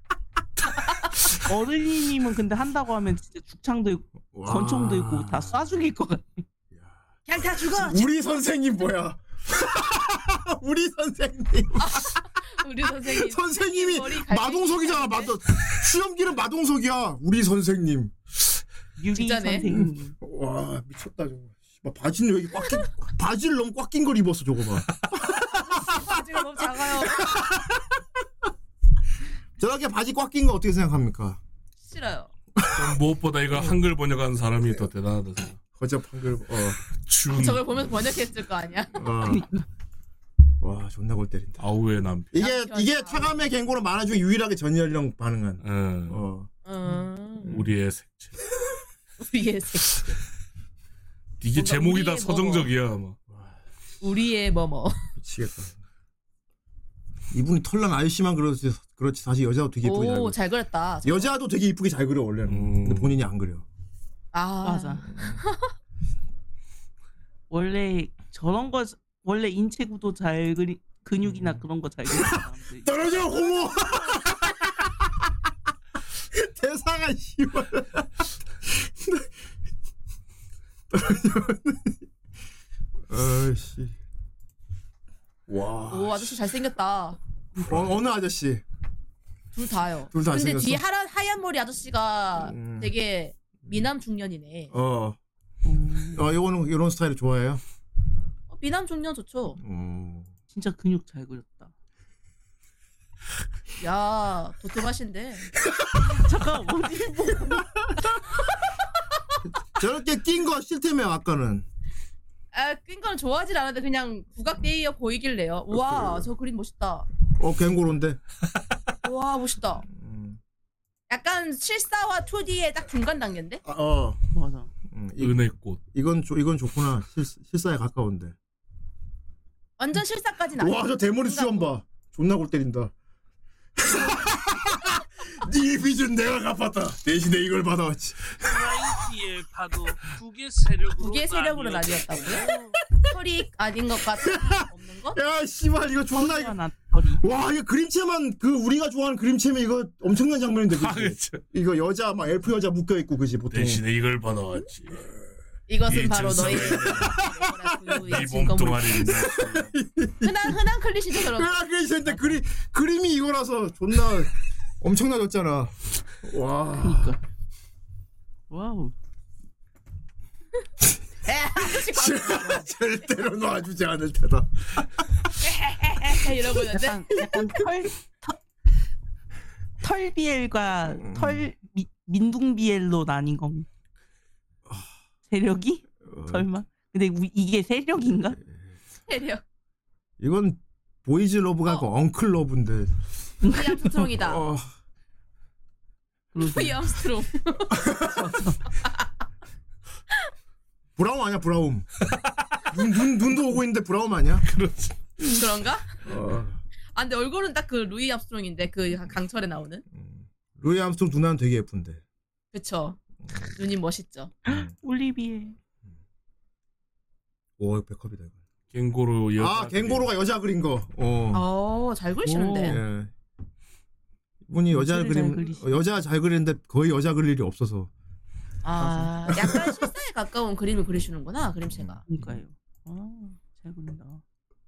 Speaker 5: 어른이님은 근데 한다고 하면 진짜 죽창 들고 권총 들고 다 쏴 죽일 것 같아.
Speaker 7: 그냥 다 죽어
Speaker 3: 우리 선생님 뭐야? (laughs) 우리 선생님.
Speaker 7: 우리 선생님
Speaker 3: 선생님이 마동석이잖아. 마동. 수염기는 마동석이야. 우리 선생님.
Speaker 5: 유리 선생님.
Speaker 3: 와 미쳤다 저거. 막 바지는 여기 꽉 낀, 바지를 너무 꽉 낀 걸 입었어 저거 봐.
Speaker 7: 지금 너무 작아요
Speaker 3: 저렇게 바지 꽉 낀 거 어떻게 생각합니까?
Speaker 7: 싫어요.
Speaker 2: 전 무엇보다 이거 한글 번역하는 사람이 더 대단하다 생각.
Speaker 3: 거접 한글 어.
Speaker 2: 준.
Speaker 7: 저걸 보면서 번역했을 거 아니야?
Speaker 3: 와 존나 골 때린다.
Speaker 2: 아우의 남.
Speaker 3: 이게 이게 차감의 갱고로 만화 중에 유일하게 전연령 반응한.
Speaker 2: 예.
Speaker 3: 어.
Speaker 2: 음. 우리의 색.
Speaker 7: 우리의 색.
Speaker 2: 이게
Speaker 7: 뭔가
Speaker 2: 제목이 다
Speaker 7: 우리의
Speaker 2: 서정적이야 아마.
Speaker 7: 우리의 뭐뭐.
Speaker 3: 미치겠다. 이분이 털난 아저씨만 그렇지 그렇지 사실 여자도 되게 이쁘게 잘 그려.
Speaker 7: 오잘 그렸다.
Speaker 3: 여자도 되게 이쁘게 잘 그려 원래는. 근데 본인이 안 그려.
Speaker 7: 아
Speaker 5: 맞아. 원래 저런 거 원래 인체 구도 잘 그리 근육이나
Speaker 2: 음.
Speaker 5: 그런 거 잘 그리는 사람들.
Speaker 3: 떨어져 고모. (laughs) 대상아 씨발. (laughs) (laughs) 아이씨. 와.
Speaker 7: 오 아저씨 잘 생겼다.
Speaker 3: 어, 느 아저씨?
Speaker 7: 둘 다요.
Speaker 3: 둘다
Speaker 7: 근데
Speaker 3: 잘생겼어? 음.
Speaker 7: 뒤에 하얀, 하얀 머리 아저씨가 되게 미남 중년이네.
Speaker 3: 어. 어 이거는 이런 스타일을 좋아해요.
Speaker 7: 어, 미남 중년 좋죠.
Speaker 3: 음.
Speaker 5: 진짜 근육 잘 그렸다.
Speaker 7: 야 도톰하신데.
Speaker 5: 잠깐 어디 뭐.
Speaker 3: 저렇게 낀 거 싫다며 아까는.
Speaker 7: 아낀 거는 좋아하진 않는데 그냥 부각되어
Speaker 3: 아,
Speaker 7: 보이길래요. 와 저 그림 멋있다.
Speaker 3: 어 갱고론데.
Speaker 7: 와 멋있다.
Speaker 3: 음.
Speaker 7: 약간 실사와 2D의 딱 중간 단계인데?
Speaker 3: 아, 어.
Speaker 5: 맞아.
Speaker 2: 은혜꽃.
Speaker 3: 이건 좋 이건 좋구나. 실, 실사에 가까운데.
Speaker 7: 완전 실사까지는
Speaker 3: 와 저 대머리 수염 봐. 존나 골 때린다. (laughs) 네 빚은 내가 갚았다. 대신에 이걸 받아왔지.
Speaker 20: 라이트의 파도 북의 세력으로
Speaker 7: 두개 세력으로
Speaker 20: 나뉘었다.
Speaker 7: 나뉘었다고요? 털이 아닌 것 같아.
Speaker 3: (laughs)
Speaker 7: 없는 것?
Speaker 3: 야 씨발 이거 존나 이거. 와 이거 그림체만 그 우리가 좋아하는 그림체면 이거 엄청난 장면인데
Speaker 1: 음.
Speaker 3: 그치? 이거 여자 막 엘프 여자 묶여 있고 그지 보통.
Speaker 2: 아, 대신에 이걸 받아왔지.
Speaker 7: 이것은
Speaker 2: 이
Speaker 7: 바로 너희 (laughs)
Speaker 2: 이 몸뚱아리.
Speaker 7: 흔한 흔한 클리시죠 저런.
Speaker 3: (laughs) 그래 그래서인데 그림 그림이 이거라서 존나 (laughs) 엄청나졌잖아. 와.
Speaker 5: 그니까. 와우.
Speaker 3: 절대로 놔주지 않을 테다.
Speaker 7: 이러고 있는데
Speaker 5: 약간, 약간 털, 털- 털비엘과
Speaker 20: 음.
Speaker 5: 털 미- 민둥비엘로 나뉜 겁니다. 세력이?
Speaker 20: 음.
Speaker 3: 어.
Speaker 5: 설마? 근데 우- 이게 세력인가?
Speaker 7: 세력.
Speaker 3: 이건 보이즈 러브가 아니고 엉클 러브인데.
Speaker 7: 그냥 두통이다.
Speaker 3: 어.
Speaker 20: 음.
Speaker 5: 루이
Speaker 7: 암스트롱.
Speaker 3: 브라움 아니야 브라움. 눈, 눈 눈도 오고 있는데 브라움 아니야?
Speaker 2: 그렇지.
Speaker 7: 음. 그런가?
Speaker 3: 어.
Speaker 7: 아 근데 얼굴은 딱 그 루이 암스트롱인데 그 강철에 나오는.
Speaker 3: 루이 음. 암스트롱 누나는 되게 예쁜데. 음,
Speaker 7: 그쵸. 눈이 멋있죠.
Speaker 5: 올리비에.
Speaker 3: 오 이거 백합이다 이거.
Speaker 2: (laughs) 갱고로 여자.
Speaker 3: 아 갱고로가 여자 그린 거. 어.
Speaker 7: 어잘 그리시는데.
Speaker 3: 예. 이분이 여자
Speaker 7: 눈치를 잘
Speaker 3: 그림
Speaker 7: 그리시네.
Speaker 3: 어, 여자 잘 그리는데 거의 여자 그릴 일이 없어서.
Speaker 7: 아 약간 실사에 가까운 그림을 그리시는구나 그림체가.
Speaker 5: 그러니까요. 아잘 그린다.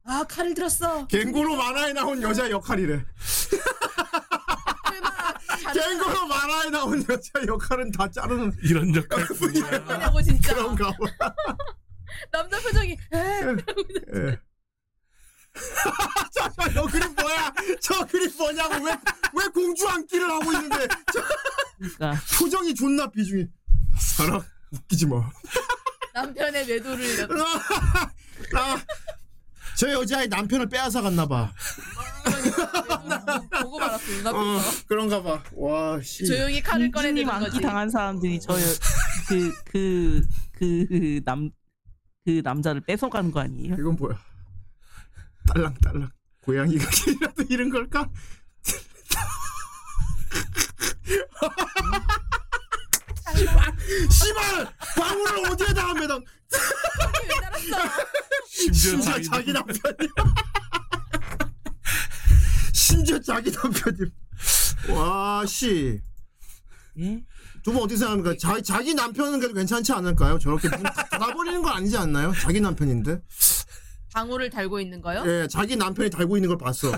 Speaker 7: 아 칼을 들었어.
Speaker 3: 갱고로 만화에 나온 여자 역할이래.
Speaker 7: (laughs) 아, 네.
Speaker 3: 갱고로 만화에 나온 여자 역할은 다 자르는
Speaker 2: 이런 역할.
Speaker 7: 하고 진짜.
Speaker 3: 그런가 봐.
Speaker 7: 남자 표정이. 에
Speaker 3: 예. (laughs) 저, 저, 저 그림 뭐야? 저 그림 뭐냐고 왜 왜 공주 앉기를 하고 있는데 저,
Speaker 5: 그러니까.
Speaker 3: 표정이 존나 비중이 사람 웃기지 마.
Speaker 7: 남편의 외도를. 이렇게.
Speaker 3: 저 여자의 남편을 빼앗아 갔나 봐.
Speaker 7: 보고 말았어
Speaker 3: 어, 그런가 봐. 와 씨.
Speaker 7: 조용히 칼을 꺼내는
Speaker 5: 만기
Speaker 7: 거지.
Speaker 5: 당한 사람들이 그, 저그그그 남 그 남자를 뺏어간 거 아니에요?
Speaker 3: 이건 뭐야? 딸랑딸랑 고양이가 길이라도 잃은 걸까? 씨발 씨발 방울을 어디에다 하면 심지어 자기 남편이 심지어 자기 남편이 와씨
Speaker 5: 예?
Speaker 3: 두 분 어떻게 생각합니까? 자, 자기 남편은 그래도 괜찮지 않을까요? 저렇게 문 닫아버리는 거 아니지 않나요? 자기 남편인데
Speaker 7: 방울을 달고 있는 거요?
Speaker 3: 예, 자기 남편이 달고 있는 걸 봤어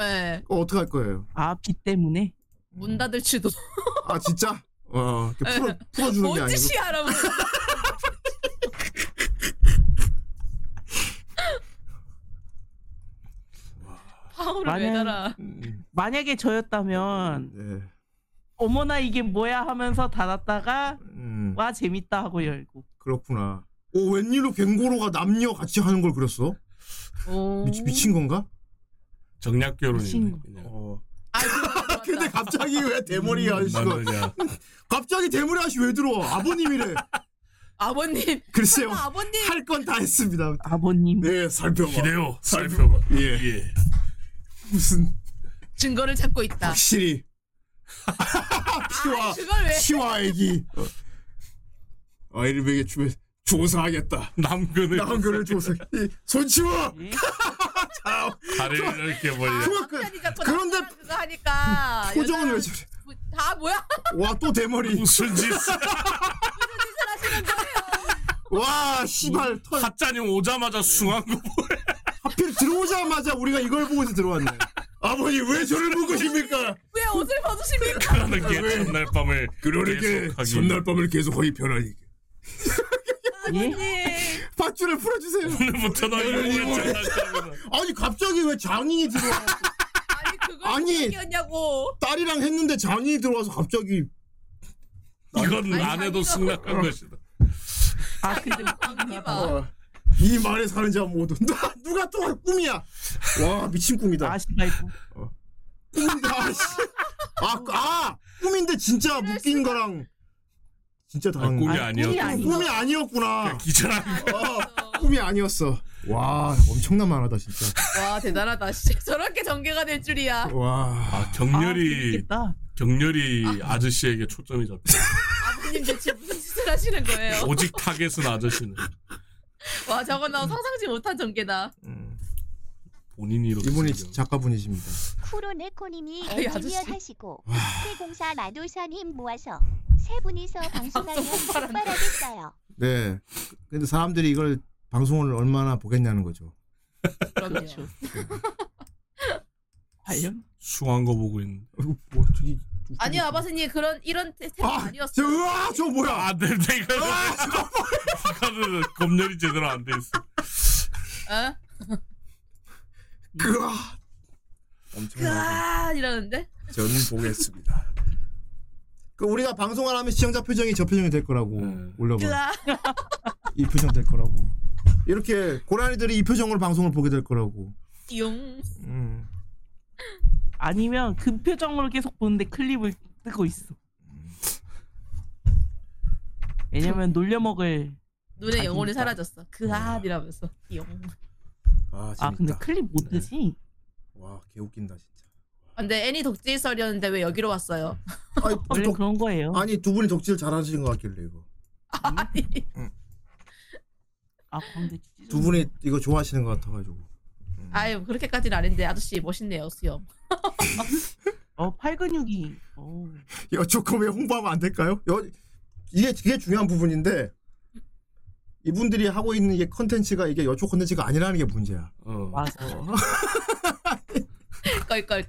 Speaker 7: 예.
Speaker 3: 그거 어떻게 할 거예요?
Speaker 5: 아비 때문에
Speaker 7: 문 닫을지도.
Speaker 3: 아 진짜? 어 이렇게 풀어,
Speaker 7: 예.
Speaker 3: 풀어주는 게
Speaker 7: 뭔
Speaker 3: 아니고
Speaker 7: 짓이야, 여러분. 방울을 왜
Speaker 5: 만약-
Speaker 7: 달아?
Speaker 5: 만약에 저였다면
Speaker 3: 네.
Speaker 5: 어머나 이게 뭐야 하면서 닫았다가 와 재밌다 하고 열고
Speaker 3: 음, 그렇구나. 오 웬일로 갱고로가 남녀 같이 하는 걸 그렸어?
Speaker 7: 음.
Speaker 3: 미치, 미친 건가?
Speaker 2: 정략 결혼이네.
Speaker 3: 어.
Speaker 7: 아,
Speaker 3: (laughs) 근데 갑자기 왜 대머리
Speaker 2: 음,
Speaker 3: 아저씨가
Speaker 2: 맞아.
Speaker 3: 갑자기 대머리 아저씨 왜 들어와? 아버님이래.
Speaker 7: 아버님.
Speaker 3: 글쎄요.
Speaker 7: 설마 아버님.
Speaker 3: 할 건 다 했습니다.
Speaker 5: 아버님.
Speaker 3: 예, 살펴봐.
Speaker 2: 기대요.
Speaker 3: 살펴봐.
Speaker 2: 예. 예.
Speaker 3: 무슨
Speaker 7: 증거를 찾고
Speaker 3: 아,
Speaker 7: 있다. (laughs) 아,
Speaker 3: 확실히 피와
Speaker 7: 그걸 왜?
Speaker 3: 피와 애기 어. 아이를 베게 주면 조사하겠다.
Speaker 2: 남근을
Speaker 3: 남근을 조사. 이, 손치워.
Speaker 2: 다리를 이렇게 벌려.
Speaker 3: 그만, 그-
Speaker 7: 그런데 그거 하니까
Speaker 3: 표정은 왜 저래?
Speaker 7: 여자- 다 뭐야? (laughs)
Speaker 3: 와 또 대머리.
Speaker 2: 무슨 짓?
Speaker 3: 와 씨발 털.
Speaker 2: 핫자님 오자마자 숭한 거
Speaker 3: 뭐야? 하필 들어오자마자 우리가 이걸 보고서 들어왔네. 아버지 왜 저를 보고 계십니까?
Speaker 7: 왜 옷을 벗으십니까?
Speaker 3: (laughs)
Speaker 2: 그러는 게 전날 밤을
Speaker 3: 그러니까
Speaker 2: 계속하기.
Speaker 3: 전날 밤을 계속 허위 편하게. 밧줄을 풀어주세요.
Speaker 2: 오늘부터 너 이모의
Speaker 3: 아니 갑자기 왜 장인이 들어와? 아니 그걸 아니
Speaker 7: 냐고
Speaker 3: 딸이랑 했는데 장인이 들어와서 갑자기
Speaker 2: 이건 안 해도 승낙한 것이다.
Speaker 5: 아 근데
Speaker 7: 아,
Speaker 3: 어, 이 말에 사는 자 모두 나 누가 또 꿈이야? 와 미친 꿈이다.
Speaker 5: 아쉽다 이거.
Speaker 3: 꿈인데 아씨. 아, 그- 아 꿈인데 진짜 묶인 거랑 진짜 다른
Speaker 2: 꿈이
Speaker 3: 아,
Speaker 2: 아니었-
Speaker 3: 꿈이 아니었구나.
Speaker 2: 그냥 기절한
Speaker 3: 어, 꿈이 아니었어. 와 엄청난 만화다 진짜.
Speaker 7: 와 대단하다. 진짜 저렇게 전개가 될 줄이야.
Speaker 3: 와.
Speaker 2: 아, 경렬이 경렬이 아저씨에게 초점이 잡혀.
Speaker 7: 아버님 대체 무슨 짓을 하시는 거예요?
Speaker 2: 오직 타겟은 아저씨는
Speaker 7: 와 저건 나 상상치 못한 전개다.
Speaker 2: 본인이 이렇게
Speaker 3: 이분이 작가분이십니다.
Speaker 8: 쿠로네코님이
Speaker 7: 아이,
Speaker 8: 엔지니어
Speaker 7: 아저씨.
Speaker 8: 하시고 국회공사 마도사님 모아서
Speaker 7: (laughs)
Speaker 8: 세 분이서 방송하면 폭발하겠어요.
Speaker 3: 네. 근데 사람들이 이걸 방송을 얼마나 보겠냐는 거죠.
Speaker 7: 그렇죠.
Speaker 5: 관련
Speaker 2: 숭한 거 보고 있는.
Speaker 7: 아니요 아버님 그런 이런 태도 아니었어.
Speaker 3: 저, 으아, 저 뭐야?
Speaker 2: 안 돼, 이거. 아, 이거는 검열이 제대로 안 돼 있어.
Speaker 7: 어?
Speaker 3: 그아 엄청나게
Speaker 7: 아 이러는데
Speaker 3: (laughs) 전 보겠습니다. 그 우리가 방송을 하면 시청자 표정이 저 표정이 될 거라고 올려봐.
Speaker 7: 으아.
Speaker 3: 이 표정 될 거라고. 이렇게 고라니들이 이 표정으로 방송을 보게 될 거라고.
Speaker 7: 띠용.
Speaker 3: 음.
Speaker 5: 아니면 그 표정으로 계속 보는데 클립을 뜨고 있어. 왜냐면 놀려먹을
Speaker 7: 눈에
Speaker 5: 자기니까.
Speaker 7: 영혼이 사라졌어.
Speaker 3: 음.
Speaker 7: 그아 이러면서 띠용.
Speaker 3: 아,
Speaker 5: 아 근데 클립 못 뜨지?
Speaker 3: 와, 개 웃긴다 진짜.
Speaker 7: 아, 근데 애니 독질설이었는데 왜 여기로 왔어요? (laughs)
Speaker 3: 아니,
Speaker 5: 원래 그런 거예요.
Speaker 3: 아니 두 분이 덕질 잘하시는 것 같길래 이거.
Speaker 5: 아 광대
Speaker 3: 두 분이 이거 좋아하시는 것 같아가지고.
Speaker 7: 아유 그렇게까지는 아닌데 아저씨 멋있네요 수염.
Speaker 5: 어팔 근육이. 어.
Speaker 3: 여 조금의 홍보하면 안 될까요? 여 이게 이게 중요한 부분인데 이분들이 하고 있는 이게 컨텐츠가 이게 여초 컨텐츠가 아니라는 게 문제야.
Speaker 5: 맞아.
Speaker 3: 어.
Speaker 7: 껄껄껄.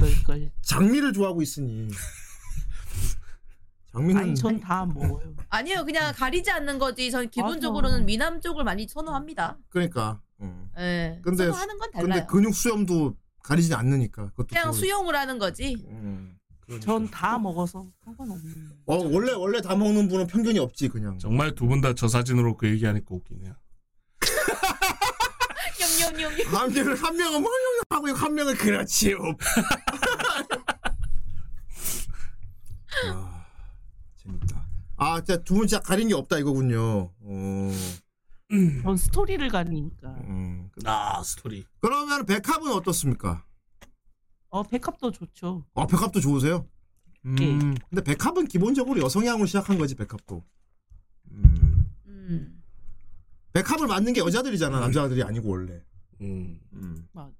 Speaker 5: 껄껄껄.
Speaker 3: 장미를 좋아하고 있으니
Speaker 7: (laughs)
Speaker 3: 장미는
Speaker 5: 아니 전 다 먹어요.
Speaker 3: 그러니까.
Speaker 7: 아니요 그냥 가리지 않는 거지. 전 기본적으로는 미남 쪽을 많이 선호합니다.
Speaker 3: 그러니까.
Speaker 7: 예.
Speaker 3: 근데
Speaker 7: 선호하는 건 달라요.
Speaker 3: 근데 근육 수염도 가리진 않느니까 그것도
Speaker 7: 그냥
Speaker 3: 또-
Speaker 7: 수용을 하는 거지.
Speaker 5: 전 다 먹어서 상관없는.
Speaker 3: 어 원래 원래 다 먹는 분은 편견이 없지 그냥.
Speaker 2: 정말 두 분 다 저 사진으로 그 얘기하니까 웃기네요.
Speaker 7: 영영영.
Speaker 3: 한 명은 한 명은 뭐 하고 있고 한 명은 그렇지요. 뭐. (laughs) 아, 재밌다. 아, 진짜 두분 진짜 가린 게 없다 이거군요. 어.
Speaker 5: 전 스토리를 가리니까.
Speaker 3: 음.
Speaker 2: 아 스토리.
Speaker 3: 그러면 백합은 어떻습니까?
Speaker 5: 어 백합도 좋죠.
Speaker 3: 아, 백합도 좋으세요? 음. 근데 백합은 기본적으로 여성향으로 시작한 거지 백합도. 음.
Speaker 7: 음.
Speaker 3: 백합을 맞는 게 여자들이잖아 남자들이 아니고 원래.
Speaker 2: 음.
Speaker 5: 막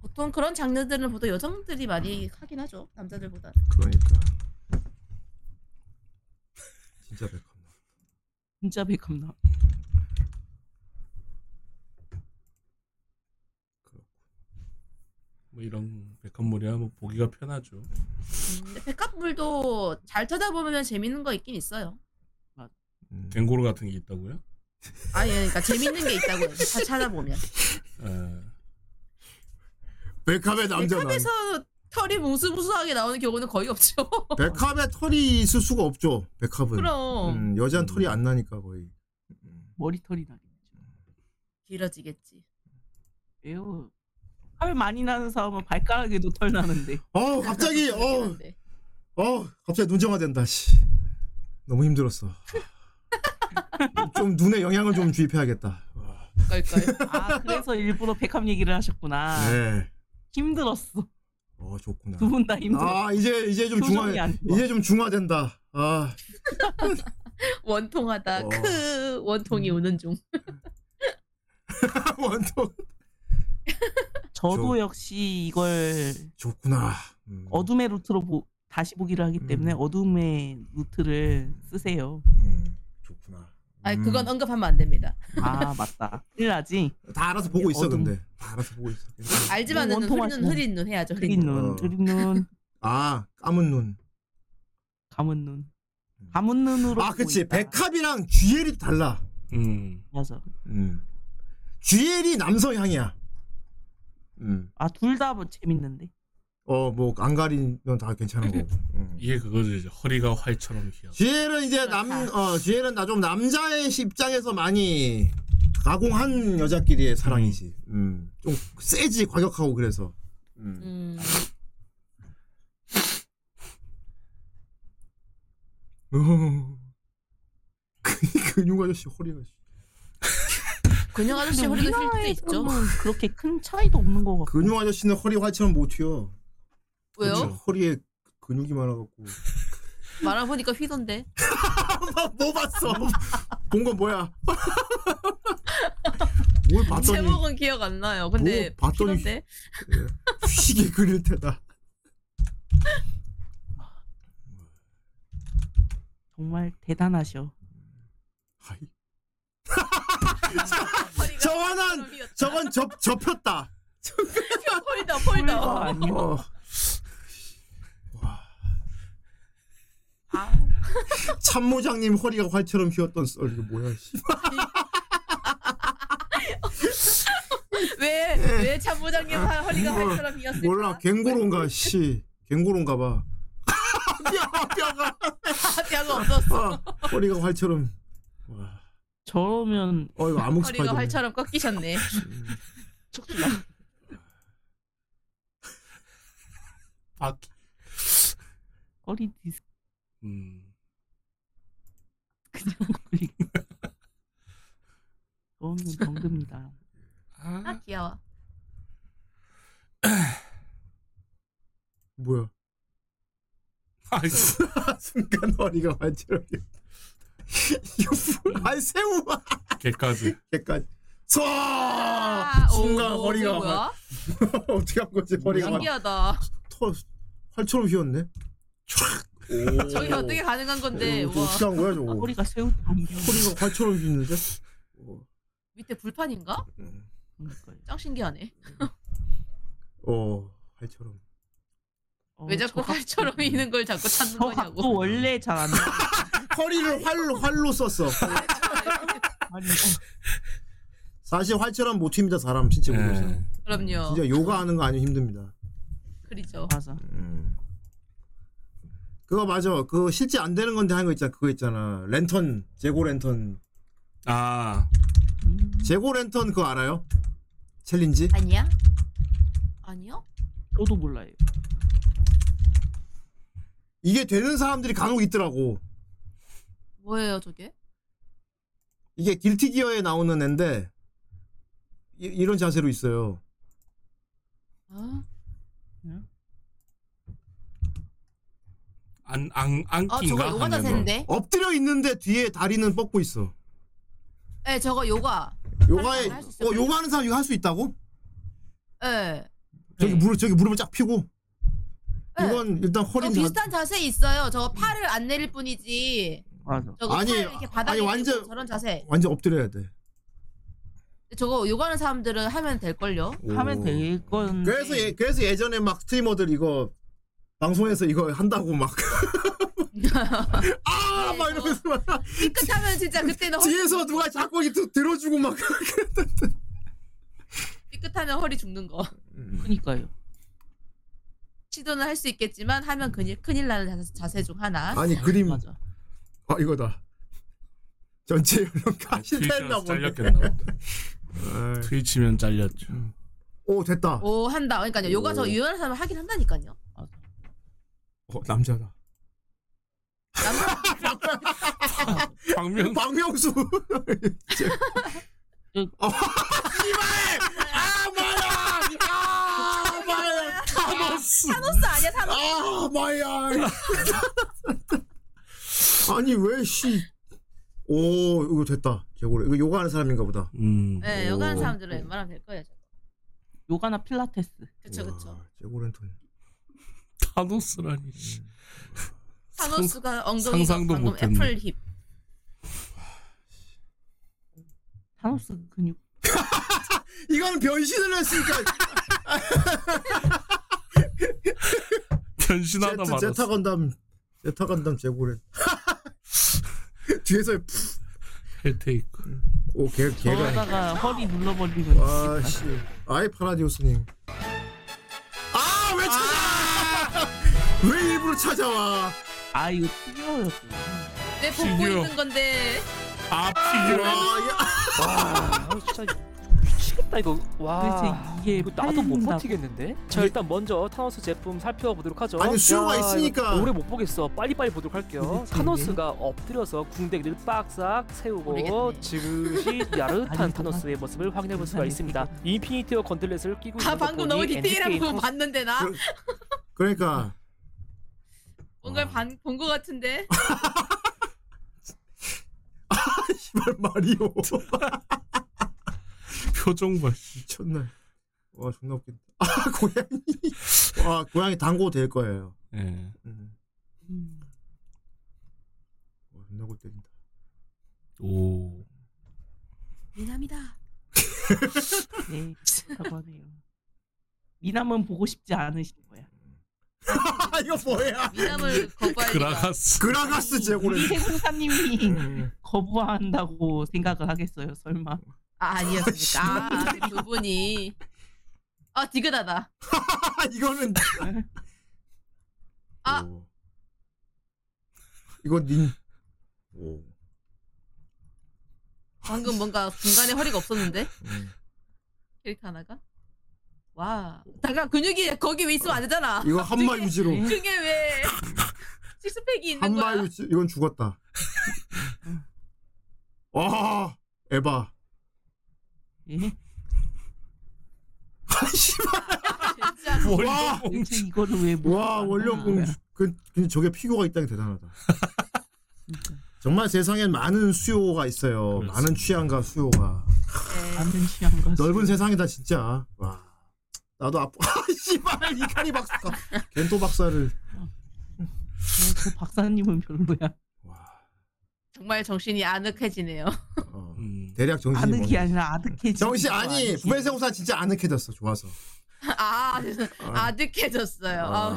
Speaker 7: 보통 그런 장르들은 보통 여성들이 많이 하긴 하죠. 남자들보다.
Speaker 3: 그러니까. 진짜 백합.
Speaker 5: 진짜 백합 나.
Speaker 2: 뭐 이런 백합물이야 뭐 보기가 편하죠.
Speaker 7: 근데 백합물도 잘 쳐다보면 재밌는 거 있긴 있어요.
Speaker 2: 갱고로 같은 게 있다고요?
Speaker 7: 아, 예, 아니 그러니까 재밌는 게 있다고요. 다 찾아보면.
Speaker 2: 예.
Speaker 3: 백합의 남자 나오네.
Speaker 7: 백합에서 털이 무수무수하게 나오는 경우는 거의 없죠. (laughs)
Speaker 3: 백합의 털이 있을 수가 없죠. 백합은.
Speaker 7: 그럼.
Speaker 3: 음, 여자는 털이 안 나니까 거의.
Speaker 5: 머리털이 나겠죠.
Speaker 7: 길어지겠지.
Speaker 5: 왜요? 털 많이 나는 사람은 발가락에도 털 나는데.
Speaker 3: 어 갑자기 어. 어 갑자기 눈정화 된다. 씨. 너무 힘들었어. (laughs) 좀 눈에 영향을 좀 주입해야겠다.
Speaker 5: 아 그래서 일부러 백합 얘기를 하셨구나.
Speaker 3: 네.
Speaker 5: 힘들었어.
Speaker 3: 어 좋구나.
Speaker 5: 두 분 다 힘들어.
Speaker 3: 아 이제 이제 좀 중화
Speaker 5: 표정이 안 좋아.
Speaker 3: 이제 좀 중화된다. 아
Speaker 7: (laughs)
Speaker 3: (laughs)
Speaker 7: 원통하다.
Speaker 3: 어.
Speaker 7: 크
Speaker 3: 음.
Speaker 7: 원통이 오는 중.
Speaker 3: 원통. 아,
Speaker 5: 저도 역시 이걸
Speaker 3: 좋구나. 음,
Speaker 5: 어둠의 루트로 보- 다시 보기를 하기 때문에 어둠의 루트를 쓰세요.
Speaker 3: 음,
Speaker 7: 아 그건
Speaker 5: 어-
Speaker 7: 언급하면 안 됩니다.
Speaker 5: 아 맞다. 큰일 나지.
Speaker 3: 다 알아서 보고 있어 근데. 다 알아서 보고 있어.
Speaker 7: 알지만 눈,
Speaker 5: 원통
Speaker 7: 흐린 눈,
Speaker 5: 하시네.
Speaker 7: 뭐 흐린 눈 해야죠.
Speaker 5: 흐린 눈,
Speaker 3: 어.
Speaker 5: 흐린 눈,
Speaker 3: 아 까문 눈.
Speaker 5: 감은 눈. 감은 눈으로.
Speaker 3: 음. 아 그치 백합이랑 GL이 달라.
Speaker 2: 음
Speaker 5: 맞아.
Speaker 3: 음. GL이 남성향이야. 음.
Speaker 5: 아 둘 다 재밌는데.
Speaker 3: 어뭐 안 가리면 다 괜찮은 거고.
Speaker 2: 이게 그거지 이제 허리가 활처럼 휘어.
Speaker 3: GL은 이제 남어 GL은 나 좀 남자의 입장에서 많이 가공한 여자끼리의 사랑이지. 음. 좀 세지 과격하고 그래서. (laughs)
Speaker 7: 음.
Speaker 3: 어. 그- 근육 아저씨 허리가 씨.
Speaker 7: 근육 아저씨
Speaker 5: 근데
Speaker 7: 허리도 쉴 수
Speaker 5: 우리나라에서는
Speaker 7: 있죠.
Speaker 5: 뭐 그렇게 큰 차이도 없는 것 같고.
Speaker 3: 근육 아저씨는 허리 활처럼 못 튀어.
Speaker 7: 왜요?
Speaker 3: 그치? 허리에 근육이 많아갖고
Speaker 7: 말아보니까 휘던데.
Speaker 3: (laughs) 뭐 봤어? 본 건 뭐야? (laughs) 뭘 봤더니
Speaker 7: 제목은 기억 안 나요. 근데
Speaker 3: 뭐 봤더니
Speaker 7: 휘던데.
Speaker 3: 휘게 그릴 테다.
Speaker 5: 정말 대단하셔.
Speaker 3: 저건 한 저건 접 접혔다.
Speaker 7: 폴더 폴더.
Speaker 5: 아니요.
Speaker 3: 어, 참모장님 허리가 활처럼 휘었던 썰 이거 뭐야? 씨.
Speaker 7: 왜왜 참부장님 팔- 허리가
Speaker 3: 뭘-
Speaker 7: 활처럼 비었을까?
Speaker 3: 몰라 갱고론가 씨 갱고론가 봐. 뼈 뼈가
Speaker 7: 뼈가 없었어.
Speaker 3: 아, 허리가 활처럼.
Speaker 5: 저러면
Speaker 3: 어 이거 암흑
Speaker 7: 허리가
Speaker 3: 스파이더.
Speaker 7: 활처럼 꺾이셨네.
Speaker 3: 아,
Speaker 2: 바퀴.
Speaker 5: 허리 디스.
Speaker 2: 음.
Speaker 5: 저는 정듭니다.
Speaker 7: 아 귀여워.
Speaker 3: 뭐야?
Speaker 2: 아
Speaker 3: 순간 허리가 활처럼. 이거 뭐야? 아니 새우.
Speaker 2: 개까지.
Speaker 3: 개까지. 소! 어, 순간
Speaker 7: 아, 오,
Speaker 3: 허리가
Speaker 7: 뭐야?
Speaker 3: 막- (laughs) 어떻게 한 거지 허리가 막
Speaker 7: 신기하다.
Speaker 3: 털 활처럼 휘었네. 촥. 오.
Speaker 7: 저게 어떻게 가능한 건데?
Speaker 3: 어, 이거
Speaker 7: 와. 아,
Speaker 3: 어떻게 한 거야 저거?
Speaker 5: 허리가 새우
Speaker 3: 허리가 활처럼 휘는데?
Speaker 7: 밑에 불판인가? 짱 신기하네.
Speaker 3: 어 활처럼.
Speaker 5: 어,
Speaker 3: 어,
Speaker 7: 왜 자꾸 활처럼 있는 걸 자꾸 찾는 거냐고.
Speaker 5: 또 원래 잘 안 나.
Speaker 3: 허리를 활로 활로 썼어. 사실 활처럼 못 튑니다 사람 진짜
Speaker 2: 예.
Speaker 7: 네.
Speaker 3: 모르겠어요.
Speaker 7: (laughs) 그럼요.
Speaker 3: 진짜 요가하는 거 아니면 힘듭니다.
Speaker 7: 그리죠.
Speaker 5: 어, 맞아.
Speaker 3: 음. 그거 맞아. 그 실제 안 되는 건데 하는 거 있잖아. 그거 있잖아. 랜턴 재고 랜턴.
Speaker 2: 아
Speaker 5: 음,
Speaker 3: 재고 랜턴 그거 알아요? 챌린지?
Speaker 7: 아니야? 아니요?
Speaker 5: 저도 몰라요.
Speaker 3: 이게 되는 사람들이 간혹 있더라고.
Speaker 7: 뭐예요 저게?
Speaker 3: 이게 길티 기어에 나오는 앤데 이, 이런 자세로 있어요.
Speaker 7: 아,
Speaker 2: 안안
Speaker 7: 아, 저거
Speaker 2: 안긴가?
Speaker 7: 요가 자세인데?
Speaker 3: 엎드려 있는데 뒤에 다리는 뻗고 있어.
Speaker 7: 예, 저거 요가.
Speaker 3: 요가에
Speaker 7: 할수 있어요?
Speaker 3: 어 요가하는 사람 이거 할 수 있다고?
Speaker 7: 예.
Speaker 5: 네,
Speaker 3: 저기 무릎 저기 무릎을 쫙 펴고. 이건 일단
Speaker 7: 저
Speaker 3: 허리 다-
Speaker 7: 네. 어, 비슷한 자세 있어요. 저 팔을 안 내릴 뿐이지.
Speaker 3: 맞아.
Speaker 7: 저거
Speaker 3: 아니,
Speaker 7: 팔을 이렇게 바닥에
Speaker 3: 아니,
Speaker 7: 대고
Speaker 3: 완전-
Speaker 7: 저런 자세.
Speaker 3: 완전 엎드려야 돼.
Speaker 7: 저거 요가하는 사람들은 하면 될 걸요.
Speaker 3: 하면
Speaker 5: 될 건.
Speaker 3: 그래서 예, 그래서 예전에 막 스트리머들 이거 방송에서 이거 한다고 (laughs) 막 아, 막 이러면서 막
Speaker 7: 삐끗하면 진짜 그때는 허리
Speaker 3: 뒤에서 누가 자꾸 이렇게 들- 들어주고 막
Speaker 7: 삐끗하면 허리 죽는 거.
Speaker 5: 그니까요.
Speaker 7: 시도는 할 수 있겠지만 하면 큰일, 큰일 나는 자- 자세 중 하나.
Speaker 3: 아니 그림 아 이거다 전체 연령가
Speaker 2: 트위치에서
Speaker 3: 실패했나 보네
Speaker 2: 잘렸겠나 음. 보다. (laughs) 트위치면 잘렸죠.
Speaker 3: 오 어, 됐다
Speaker 7: 오 한다. 그러니까요. 요가 저
Speaker 3: 오.
Speaker 7: 유연한 사람 하긴 한다니까요.
Speaker 3: 어, 남자다
Speaker 2: 박명
Speaker 3: 그 (laughs) 박명수 아,
Speaker 21: 아
Speaker 3: 마야 뭐, 타노스
Speaker 7: 타노스 아니야 타노스.
Speaker 3: 아 마야 아니 왜씨오 이거 됐다 제고래 이거 요가하는 사람인가 보다
Speaker 2: 음.
Speaker 7: 네, 요가하는 사람들은 웬만하면 될 거예요. 저거.
Speaker 5: 요가나 필라테스.
Speaker 7: 그쵸 그쵸.
Speaker 3: 제고래 돈
Speaker 2: 타노스라니.
Speaker 7: 타노스가 엉덩이
Speaker 2: 상상도
Speaker 7: 방금
Speaker 2: 못했네.
Speaker 7: 애플 힙.
Speaker 5: 타노스 근육.
Speaker 3: 이건 변신을
Speaker 9: (laughs)
Speaker 3: 했으니까
Speaker 2: 변신하다
Speaker 3: 제트 제타
Speaker 2: 말았어.
Speaker 3: 건담 제타 건담 제고래 (laughs) 뒤에서 푹.
Speaker 2: 헬테이크.
Speaker 3: 오개 개가
Speaker 5: 저러다가 허리 눌러버리고.
Speaker 3: 아씨 아이 파라디오스님 아왜 찾아 왜 일부러 찾아와
Speaker 5: 아 이거 피규어였구나
Speaker 7: 내 보고
Speaker 3: 피규어.
Speaker 7: 있는 건데.
Speaker 2: 아
Speaker 7: 피규어.
Speaker 9: 진짜 미치겠다 아, 이거
Speaker 5: 도대체
Speaker 9: 와
Speaker 5: 이게
Speaker 9: 이거 나도 뭐 못
Speaker 5: 팔린다고?
Speaker 9: 버티겠는데 저 일단 먼저 타노스 제품 살펴보도록 하죠
Speaker 3: 아니, 수요가
Speaker 9: 야,
Speaker 3: 있으니까.
Speaker 9: 이거 오래 못 보겠어 빨리빨리 보도록
Speaker 7: 네,
Speaker 9: 할게요
Speaker 3: 도대체
Speaker 9: 타노스가 엎드려서 궁뎅이를 빡싹 세우고
Speaker 7: 모르겠네.
Speaker 9: 지그시 야릇한 타노스의 모습을 확인해 볼 수가 있습니다 인피니티어 건틀렛을 끼고
Speaker 7: 아
Speaker 9: 있는 거
Speaker 7: 방금 너무
Speaker 9: 보니
Speaker 7: 디테일한
Speaker 9: 엔드게임
Speaker 7: 부분 봤는데 나
Speaker 3: 그러니까 어.
Speaker 7: 뭔가 본거 같은데.
Speaker 3: (laughs) 씨발 마리오
Speaker 2: 표정 봐.
Speaker 3: 미쳤나 와 존나 웃긴다 (laughs) 아 고양이 와 고양이 당고 될 거예요
Speaker 2: 예.
Speaker 3: 음. 와 존나 골 (laughs) 때린다
Speaker 2: 오.
Speaker 7: 미남이다.
Speaker 5: 네 그렇다고 하네요 미남은 보고 싶지 않으신 거야
Speaker 3: 아, 이거 뭐야 (laughs)
Speaker 7: 미남을 거부할
Speaker 2: 그라가스.
Speaker 3: 그라가스 제고래 (laughs)
Speaker 5: (laughs) 우리 세무사님이
Speaker 3: 예,
Speaker 5: 거부한다고 생각을 하겠어요 설마
Speaker 7: 아 아니었습니까? 아, 두 분이 아 디귿하다.
Speaker 3: 이거는
Speaker 7: 아
Speaker 3: 이거 닌 오.
Speaker 7: 방금 뭐 뭔가 중간에 허리가 없었는데 캐릭터 하나가 와 잠깐 근육이 거기 왜 있으면 안 되잖아.
Speaker 3: 이거 한마
Speaker 7: 그게-
Speaker 3: 유지로.
Speaker 7: 그게 왜 식스팩이 있는 거야?
Speaker 3: 한마유 씨 이건 죽었다. 아 에바.
Speaker 5: 예?
Speaker 2: (laughs)
Speaker 3: 와
Speaker 5: 대체 이거를 왜 못-
Speaker 3: 어, 와
Speaker 5: 네.
Speaker 3: 원룡공 그, 그 저게 피규어가 있다는 게 대단하다. 정말 세상엔 많은 수요가 있어요. 많은 취향과 수요가.
Speaker 7: 네.
Speaker 5: 많은 취향과
Speaker 3: 넓은 세상이다 진짜. 와 나도 (laughs) 아프. 아, 씨발 이카리 박사. 겐토 박사를.
Speaker 5: 네, 저 박사님은 별로야
Speaker 3: 네,
Speaker 7: 정말 정신이 아늑해지네요.
Speaker 3: 어,
Speaker 2: 음.
Speaker 3: 대략 정신이
Speaker 5: 아늑이
Speaker 3: 뭔가.
Speaker 5: 아니라 아득해지
Speaker 3: 뭐. 정신 아니 부메세우사 진짜 아늑해졌어 좋아서.
Speaker 7: 아 아득해졌어요. 아,
Speaker 3: 아.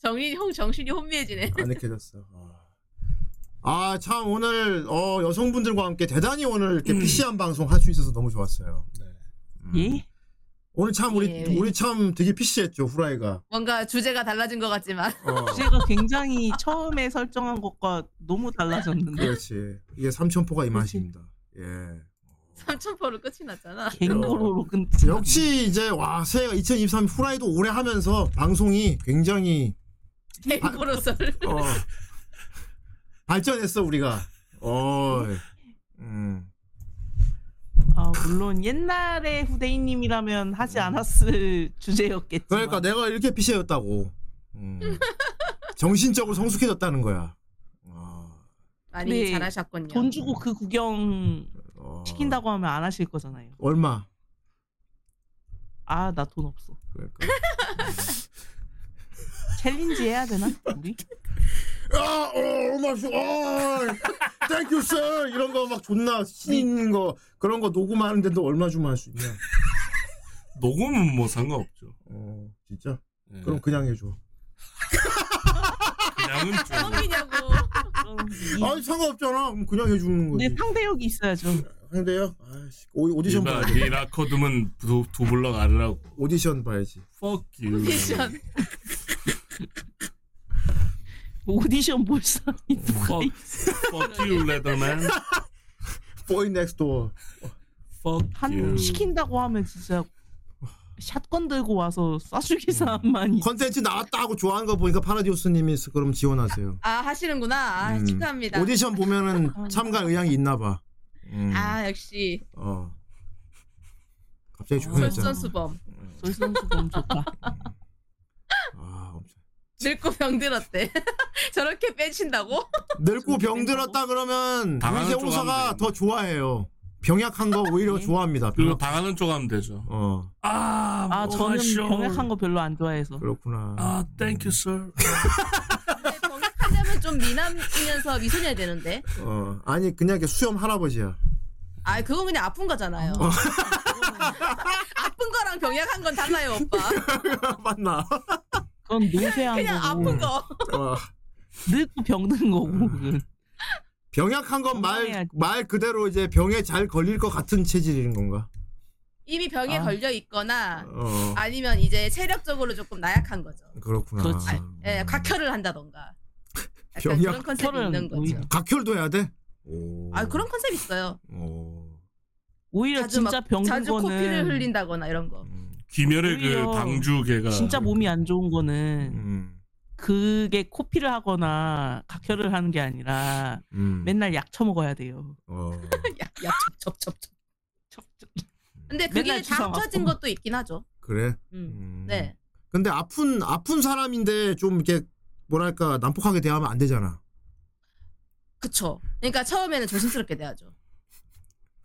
Speaker 7: 정신 형 정신이 혼미해지네.
Speaker 3: 안 느껴졌어. 아 참 오늘 어, 여성분들과 함께 대단히 오늘 이렇게 PC한 방송 할 수 있어서 너무 좋았어요. 음.
Speaker 5: 예?
Speaker 3: 오늘 참 우리
Speaker 7: 예.
Speaker 3: 우리 참 되게 PC했죠 후라이가. 어.
Speaker 7: 뭔가 주제가 달라진 것 같지만
Speaker 5: 주제가 굉장히 처음에 설정한 것과 너무
Speaker 3: 그렇죠.
Speaker 5: 달라졌는데
Speaker 3: 그렇지. 이게 삼천포가 이 맛입니다. 예.
Speaker 7: 삼천포로 끝이 났잖아.
Speaker 5: 갱고로로 끝.
Speaker 3: 역시 이제 와 새해가 2023 후라이도 오래 하면서 방송이 굉장히
Speaker 7: 갱고로서
Speaker 3: 어, 발전했어 우리가. 어. 음.
Speaker 5: 아, 물론 옛날에 후대인님이라면 하지 않았을 주제였겠지만
Speaker 3: 그러니까 내가 이렇게 PC였다고. 음. 정신적으로 성숙해졌다는 거야. 어,
Speaker 7: 많이
Speaker 5: 네,
Speaker 7: 잘하셨군요. (laughs)
Speaker 5: 돈 주고 그 구경 시킨다고 하면 안 하실 거잖아요.
Speaker 3: 어. 얼마?
Speaker 5: 아, 나 돈 없어.
Speaker 3: 그러니까.
Speaker 5: 챌린지 해야 되나? 우리?
Speaker 3: 아, 어, 맛있어. 아, 땡큐 sir. 이런 거 막 존나 신인 거 그런 거 녹음하는데도 얼마 주면 할 수 있냐?
Speaker 2: 녹음은 뭐 상관없죠.
Speaker 3: 어, 진짜?
Speaker 2: 예.
Speaker 3: 그럼 그냥 해줘.
Speaker 2: 그냥은 좀.
Speaker 7: 형이냐고.
Speaker 3: 아니 상관없잖아. 그럼 그냥 해주는 거지.
Speaker 7: 네.
Speaker 5: 어, 내 상대역이 있어야죠.
Speaker 3: 상대요? 아씨, 오- 오디션
Speaker 2: 니가
Speaker 3: 봐야 돼.
Speaker 2: 니라 커둠은 두, 두 블럭 아래라고.
Speaker 3: 오디션 봐야지.
Speaker 2: Fuck you.
Speaker 7: 오디션.
Speaker 5: 오디션 볼 사람이 누가
Speaker 2: Fuck, fuck you, Leatherman.
Speaker 3: Boy next door.
Speaker 2: Fuck
Speaker 5: 한 시킨다고 하면 진짜 샷건 들고 와서 쏴주기 사람만
Speaker 3: 컨텐츠 나왔다 하고 좋아하는 거 보니까 파라디우스님이 그럼 지원하세요.
Speaker 7: 아 하시는구나. 아,
Speaker 3: 음.
Speaker 7: 축하합니다.
Speaker 3: 오디션 보면은 참가 의향이 있나 봐. 음.
Speaker 7: 아 역시
Speaker 3: 어.
Speaker 7: 어.
Speaker 3: 갑자기 조용해졌잖아.
Speaker 5: 그렇죠.
Speaker 7: 솔선수범.
Speaker 5: 솔선수범 좋다.
Speaker 3: 아,
Speaker 7: 늙고 병들었대. (laughs) 저렇게 빼친다고?
Speaker 3: 늙고 병들었다 그러면
Speaker 2: 당하는
Speaker 3: 문세호
Speaker 2: 쪽 하면
Speaker 3: 사가 더 좋아해요. 병약한 거 오히려 좋아합니다.
Speaker 2: 그리고 당하는 쪽 하면 되죠.
Speaker 3: 어.
Speaker 2: 아,
Speaker 5: 아 저는
Speaker 2: 시원.
Speaker 5: 병약한 거 별로 안 좋아해서.
Speaker 3: 그렇구나.
Speaker 2: 아, 땡큐 sir.
Speaker 7: 네, 하려면 좀 미남이면서 미소녀야 되는데.
Speaker 3: 어. 아니 그냥 이렇게 수염 할아버지야. (laughs)
Speaker 7: 아 그건 그냥 아픈 거잖아요.
Speaker 3: 어.
Speaker 7: (laughs) 아픈 거랑 병약한 건 달라요 오빠.
Speaker 3: 맞나?
Speaker 5: 그건 노쇠한
Speaker 7: 그냥
Speaker 5: 거고.
Speaker 7: 아픈 거.
Speaker 3: 어.
Speaker 5: 늙고 병든 거고. 그건.
Speaker 3: 병약한 건 말 말 그대로 이제 병에 잘 걸릴 것 같은 체질인 건가?
Speaker 7: 이미 병에
Speaker 3: 아.
Speaker 7: 걸려 있거나
Speaker 3: 어.
Speaker 7: 아니면 이제 체력적으로 조금 나약한 거죠.
Speaker 3: 그렇구나. 음.
Speaker 7: 그렇지. 예, 곽혈을 한다던가. 약간
Speaker 3: 병약
Speaker 7: 그런 컨셉이 있는 거죠.
Speaker 3: 각혈도 해야 돼?
Speaker 5: 뭐
Speaker 7: 아 그런 컨셉 있어요.
Speaker 5: 오히려
Speaker 7: 자주
Speaker 5: 진짜
Speaker 7: 막-
Speaker 5: 병든
Speaker 7: 자주
Speaker 5: 거는
Speaker 7: 코피를 흘린다거나 이런 거.
Speaker 3: 음.
Speaker 2: 김열의
Speaker 5: 오히려
Speaker 2: 그 방주 개가
Speaker 5: 진짜
Speaker 7: 뭐-
Speaker 5: 몸이 안 좋은 거는
Speaker 3: 음.
Speaker 5: 그게 코피를 하거나 각혈을 하는 게 아니라
Speaker 3: 음.
Speaker 5: 맨날 약 처먹어야 돼요.
Speaker 7: 약약접접접접 근데 그게
Speaker 5: 맨날
Speaker 7: 다
Speaker 5: 주사 맞고.
Speaker 7: 합쳐진 것도 있긴 하죠.
Speaker 3: 그래. 음.
Speaker 7: 네.
Speaker 3: 근데 아픈 아픈 사람인데 좀 이렇게 뭐랄까 난폭하게 대하면 안 되잖아.
Speaker 7: 그쵸. 그러니까 처음에는 조심스럽게 돼야죠.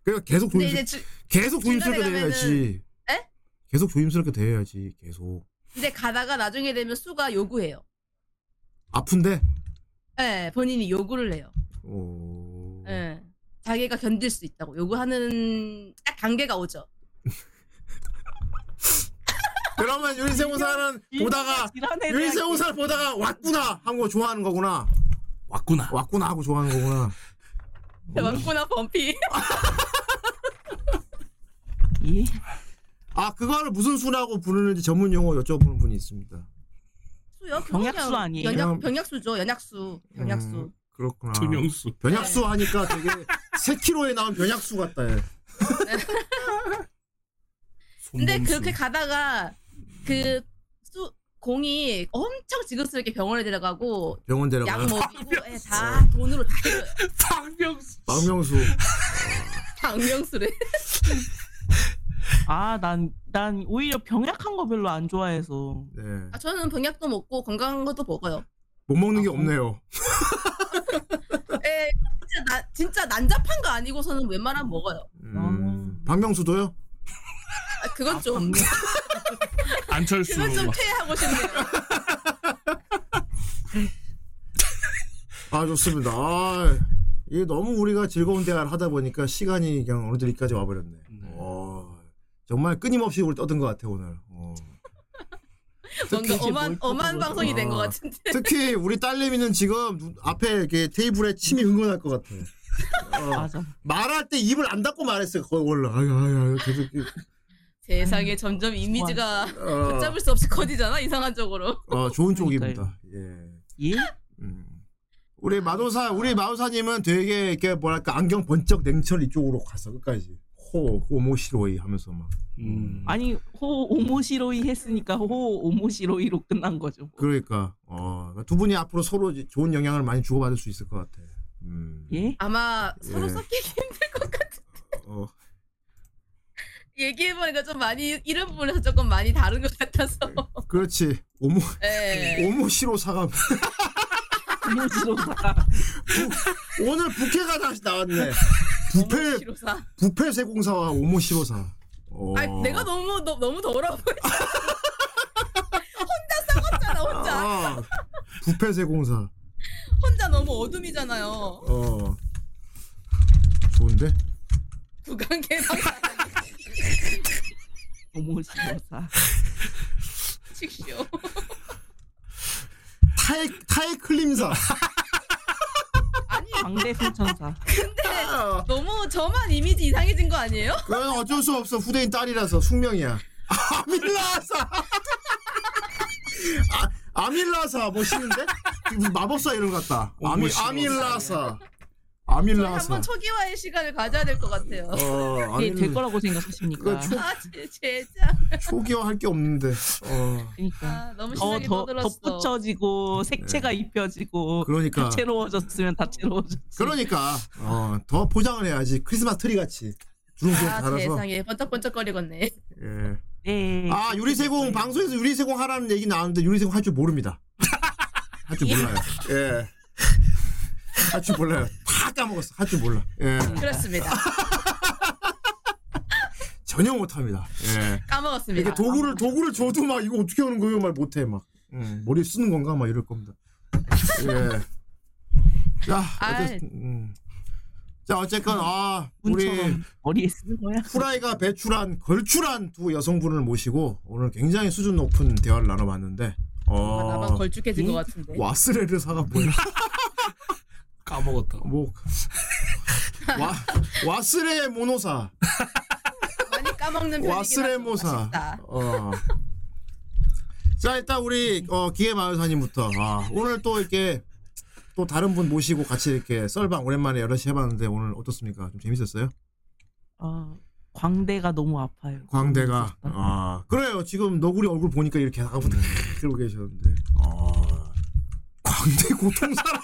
Speaker 3: 그러니까 계속
Speaker 7: 근데
Speaker 3: 조심
Speaker 7: 이제 주-
Speaker 3: 계속
Speaker 7: 중간에
Speaker 3: 조심스럽게
Speaker 7: 가면은-
Speaker 3: 대해야지.
Speaker 7: 에?
Speaker 3: 계속 조심스럽게 대해야지. 계속
Speaker 7: 근데 가다가 나중에 되면 수가 요구해요.
Speaker 3: 아픈데.
Speaker 7: 예, 본인이 요구를 해요.
Speaker 3: 오.
Speaker 7: 예. 자기가 견딜 수 있다고 요구하는 딱 단계가 오죠.
Speaker 3: 그러면 유리세우사는 보다가 유리세우사를 보다가 왔구나 한거 좋아하는 거구나.
Speaker 2: 왔구나.
Speaker 3: 왔구나 하고 좋아하는 거구나. 음.
Speaker 7: 왔구나 범피.
Speaker 3: 아 그거를 무슨 수라고 부르는지 전문 용어 여쭤보는 분이 있습니다.
Speaker 7: 수요?
Speaker 3: 병약수
Speaker 7: 그냥
Speaker 3: 아니에요?
Speaker 7: 연약,
Speaker 3: 그냥-
Speaker 7: 병약수죠. 연약수. 병약수.
Speaker 3: 음, 그렇구나.
Speaker 2: 변형수.
Speaker 3: 변약수 하니까 되게 3kg에 나온 변약수 같다. 얘.
Speaker 7: 근데 그렇게 가다가 그 수, 공이 엄청 지급스럽게 병원에 데려가고
Speaker 3: 병원 데려가요?
Speaker 7: 약 먹이고 예, 다 돈으로 다 해요.
Speaker 2: 박명수.
Speaker 7: (laughs)
Speaker 3: 박명수.
Speaker 7: 박명수래.
Speaker 5: 아, 난, 난 오히려 병약한 거 별로 안 좋아해서.
Speaker 3: 네.
Speaker 7: 아, 저는 병약도 먹고 건강한 것도 먹어요.
Speaker 3: 못 먹는 게 없네요.
Speaker 7: 예, 진짜, 나, 진짜 난잡한 거 아니고서는 웬만하면 먹어요.
Speaker 3: 음, 박명수도요?
Speaker 7: 아, 그건 좀
Speaker 2: 안철수.
Speaker 7: 그건 좀
Speaker 3: (laughs)
Speaker 7: 퇴하고 싶네요.
Speaker 3: 아 좋습니다. 아, 이게 너무 우리가 즐거운 대화를 하다 보니까 시간이 그냥 어느 데까지 와버렸네. 어, 정말 끊임없이 우리 떠든 것 같아 오늘. 어.
Speaker 7: 뭔가 엄한 엄한 방송이 된 것
Speaker 3: 어,
Speaker 7: 같은데. (laughs)
Speaker 3: 특히 우리 딸내미는 지금 눈- 앞에 이렇게 테이블에 침이 흥건할 것 같아. 어, 말할 때 입을 안 닫고 말했어요. 거의 올라. 아유 아유 아유 계속. 이렇게.
Speaker 7: 세상에 점점 이미지가
Speaker 3: 어.
Speaker 7: 붙잡을 수 없이 커지잖아 이상한 쪽으로.
Speaker 3: 어 좋은 쪽입니다. 예. 음. 우리 마도사 우리 마도사님은 되게 이렇게 뭐랄까 안경 번쩍 냉철 이쪽으로 가서 끝까지 호 호모시로이 하면서 막.
Speaker 2: 음.
Speaker 5: 아니, 호 오모시로이 했으니까 호 오모시로이로 끝난 거죠.
Speaker 3: 그러니까 어, 두 분이 앞으로 서로 이제 좋은 영향을 많이 주고받을 수 있을 것 같아. 음.
Speaker 5: 예?
Speaker 7: 아마 서로
Speaker 3: 예.
Speaker 7: 섞이기 힘들 것 같은.
Speaker 3: 어.
Speaker 7: (laughs) 얘기해보니까 좀 많이 이런 부분에서 조금 많이 다른 것 같아서.
Speaker 3: 그렇지. 오모 네.
Speaker 7: 예.
Speaker 3: 오모시로 사감.
Speaker 5: 오모시로 사감.
Speaker 3: 오늘 부캐가 다시 나왔네. 어, 부패
Speaker 7: 시로사.
Speaker 3: 부패 세공사와 오모시로사. 어.
Speaker 7: 아 내가 너무 너, 너무 더러워 보였어. (laughs) 혼자 싸웠잖아 혼자.
Speaker 3: 아, 부패 세공사.
Speaker 7: 혼자 너무 어둠이잖아요.
Speaker 3: 어. 좋은데?
Speaker 7: 구강 (laughs) 개방.
Speaker 5: 오모시로사.
Speaker 3: (laughs)
Speaker 7: 식쇼.
Speaker 3: 타이 타이 클림사.
Speaker 7: 아니
Speaker 5: 광대 순천사.
Speaker 7: 근데 너무 저만 이미지 이상해진 거 아니에요?
Speaker 3: 그건 어쩔 수 없어. (laughs) 후대인 딸이라서 숙명이야. 아밀라사. 아밀라사 멋있는데? 무슨 마법사 이름 같다.
Speaker 22: 어,
Speaker 3: 아미,
Speaker 22: 멋있어.
Speaker 3: 아밀라사.
Speaker 7: 한번 예,
Speaker 3: 아밀라사.
Speaker 7: 초기화의 시간을 가져야 될 것 같아요.
Speaker 3: 어,
Speaker 5: 이게
Speaker 3: 아밀라-
Speaker 5: 될 거라고 생각하십니까?
Speaker 3: 그 초-
Speaker 7: 아, 제, 제자.
Speaker 3: 초기화 할 게 없는데. 어.
Speaker 5: 그러니까
Speaker 7: 너무
Speaker 5: 더,
Speaker 7: 신나게
Speaker 5: 더
Speaker 7: 떠들었어.
Speaker 5: 덧붙여지고 색채가 입혀지고
Speaker 3: 네. 그러니까.
Speaker 5: 다채로워졌으면 다채로워졌지.
Speaker 3: 그러니까 어, 더 포장을 해야지. 크리스마스 트리 같이 주렁주렁
Speaker 7: 아,
Speaker 3: 달아서.
Speaker 7: 세상에 번쩍번쩍거리겠네.
Speaker 3: 예.
Speaker 5: 네.
Speaker 3: 아 유리세공 방송에서 유리세공 하라는 얘기 나왔는데 유리세공 할 줄 모릅니다. 할 줄 몰라요. 예. 할 줄 몰라요. 다 까먹었어. 할 줄 몰라. 예.
Speaker 7: 그렇습니다.
Speaker 3: 전혀 못합니다. 예.
Speaker 7: 까먹었습니다.
Speaker 3: 이게 도구를 도구를 줘도 막 이거 어떻게 하는 거예요? 말 못해 막. 음, 머리 쓰는 건가 막 이럴 겁니다. 예. 자,
Speaker 5: 아.
Speaker 3: 어쨌, 음. 자 어쨌건 아 우리
Speaker 5: 문처럼 머리에 쓰는 거야.
Speaker 3: 후라이가 배출한 걸출한 두 여성분을 모시고 오늘 굉장히 수준 높은 대화를 나눠봤는데 어,
Speaker 7: 아, 나만 걸쭉해진 것 같은데.
Speaker 3: 와스레르 사가 뭐야?
Speaker 7: 음.
Speaker 2: 까먹었다.
Speaker 3: 뭐 와, 와스레 모노사,
Speaker 7: 많이 까먹는 편이긴
Speaker 3: 와스레
Speaker 7: 하지만
Speaker 3: 모사.
Speaker 7: 아쉽다.
Speaker 3: 어. 자 일단 우리 어, 기계마을사님부터 아, 오늘 또 이렇게 또 다른 분 모시고 같이 이렇게 썰방 오랜만에 여럿이 해봤는데 오늘 어떻습니까? 좀 재밌었어요?
Speaker 5: 어, 광대가 너무 아파요.
Speaker 3: 광대가 아 그래요 지금 너구리 얼굴 보니까 이렇게 하고
Speaker 7: 음.
Speaker 3: (laughs) 들고 계셨는데 아 광대
Speaker 7: (laughs)
Speaker 3: 고통사라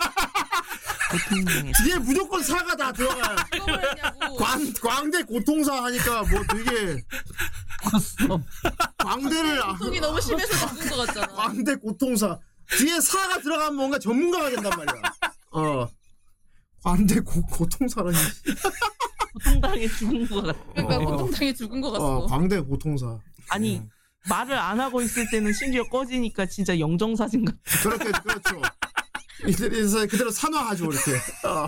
Speaker 3: 뒤에 무조건 사가 다 들어가요 광 광대 고통사 하니까 뭐 되게 광대를 아-
Speaker 7: 속이 너무 심해서 죽은 것 같잖아.
Speaker 3: 광대 고통사 뒤에 사가 들어가면 뭔가 전문가가 된단 말이야 어 광대 고, 고통사라니
Speaker 5: 고통당해 죽은 것 같아.
Speaker 3: 그러니까 어. 고통당해
Speaker 7: 죽은 것
Speaker 3: 어 광대 고통사
Speaker 5: 아니 말을 안 하고 있을 때는 심지어 꺼지니까 진짜 영정 사진 같아.
Speaker 3: 그렇게 그렇죠. 이래서 그대로 산화하죠 이렇게. 어.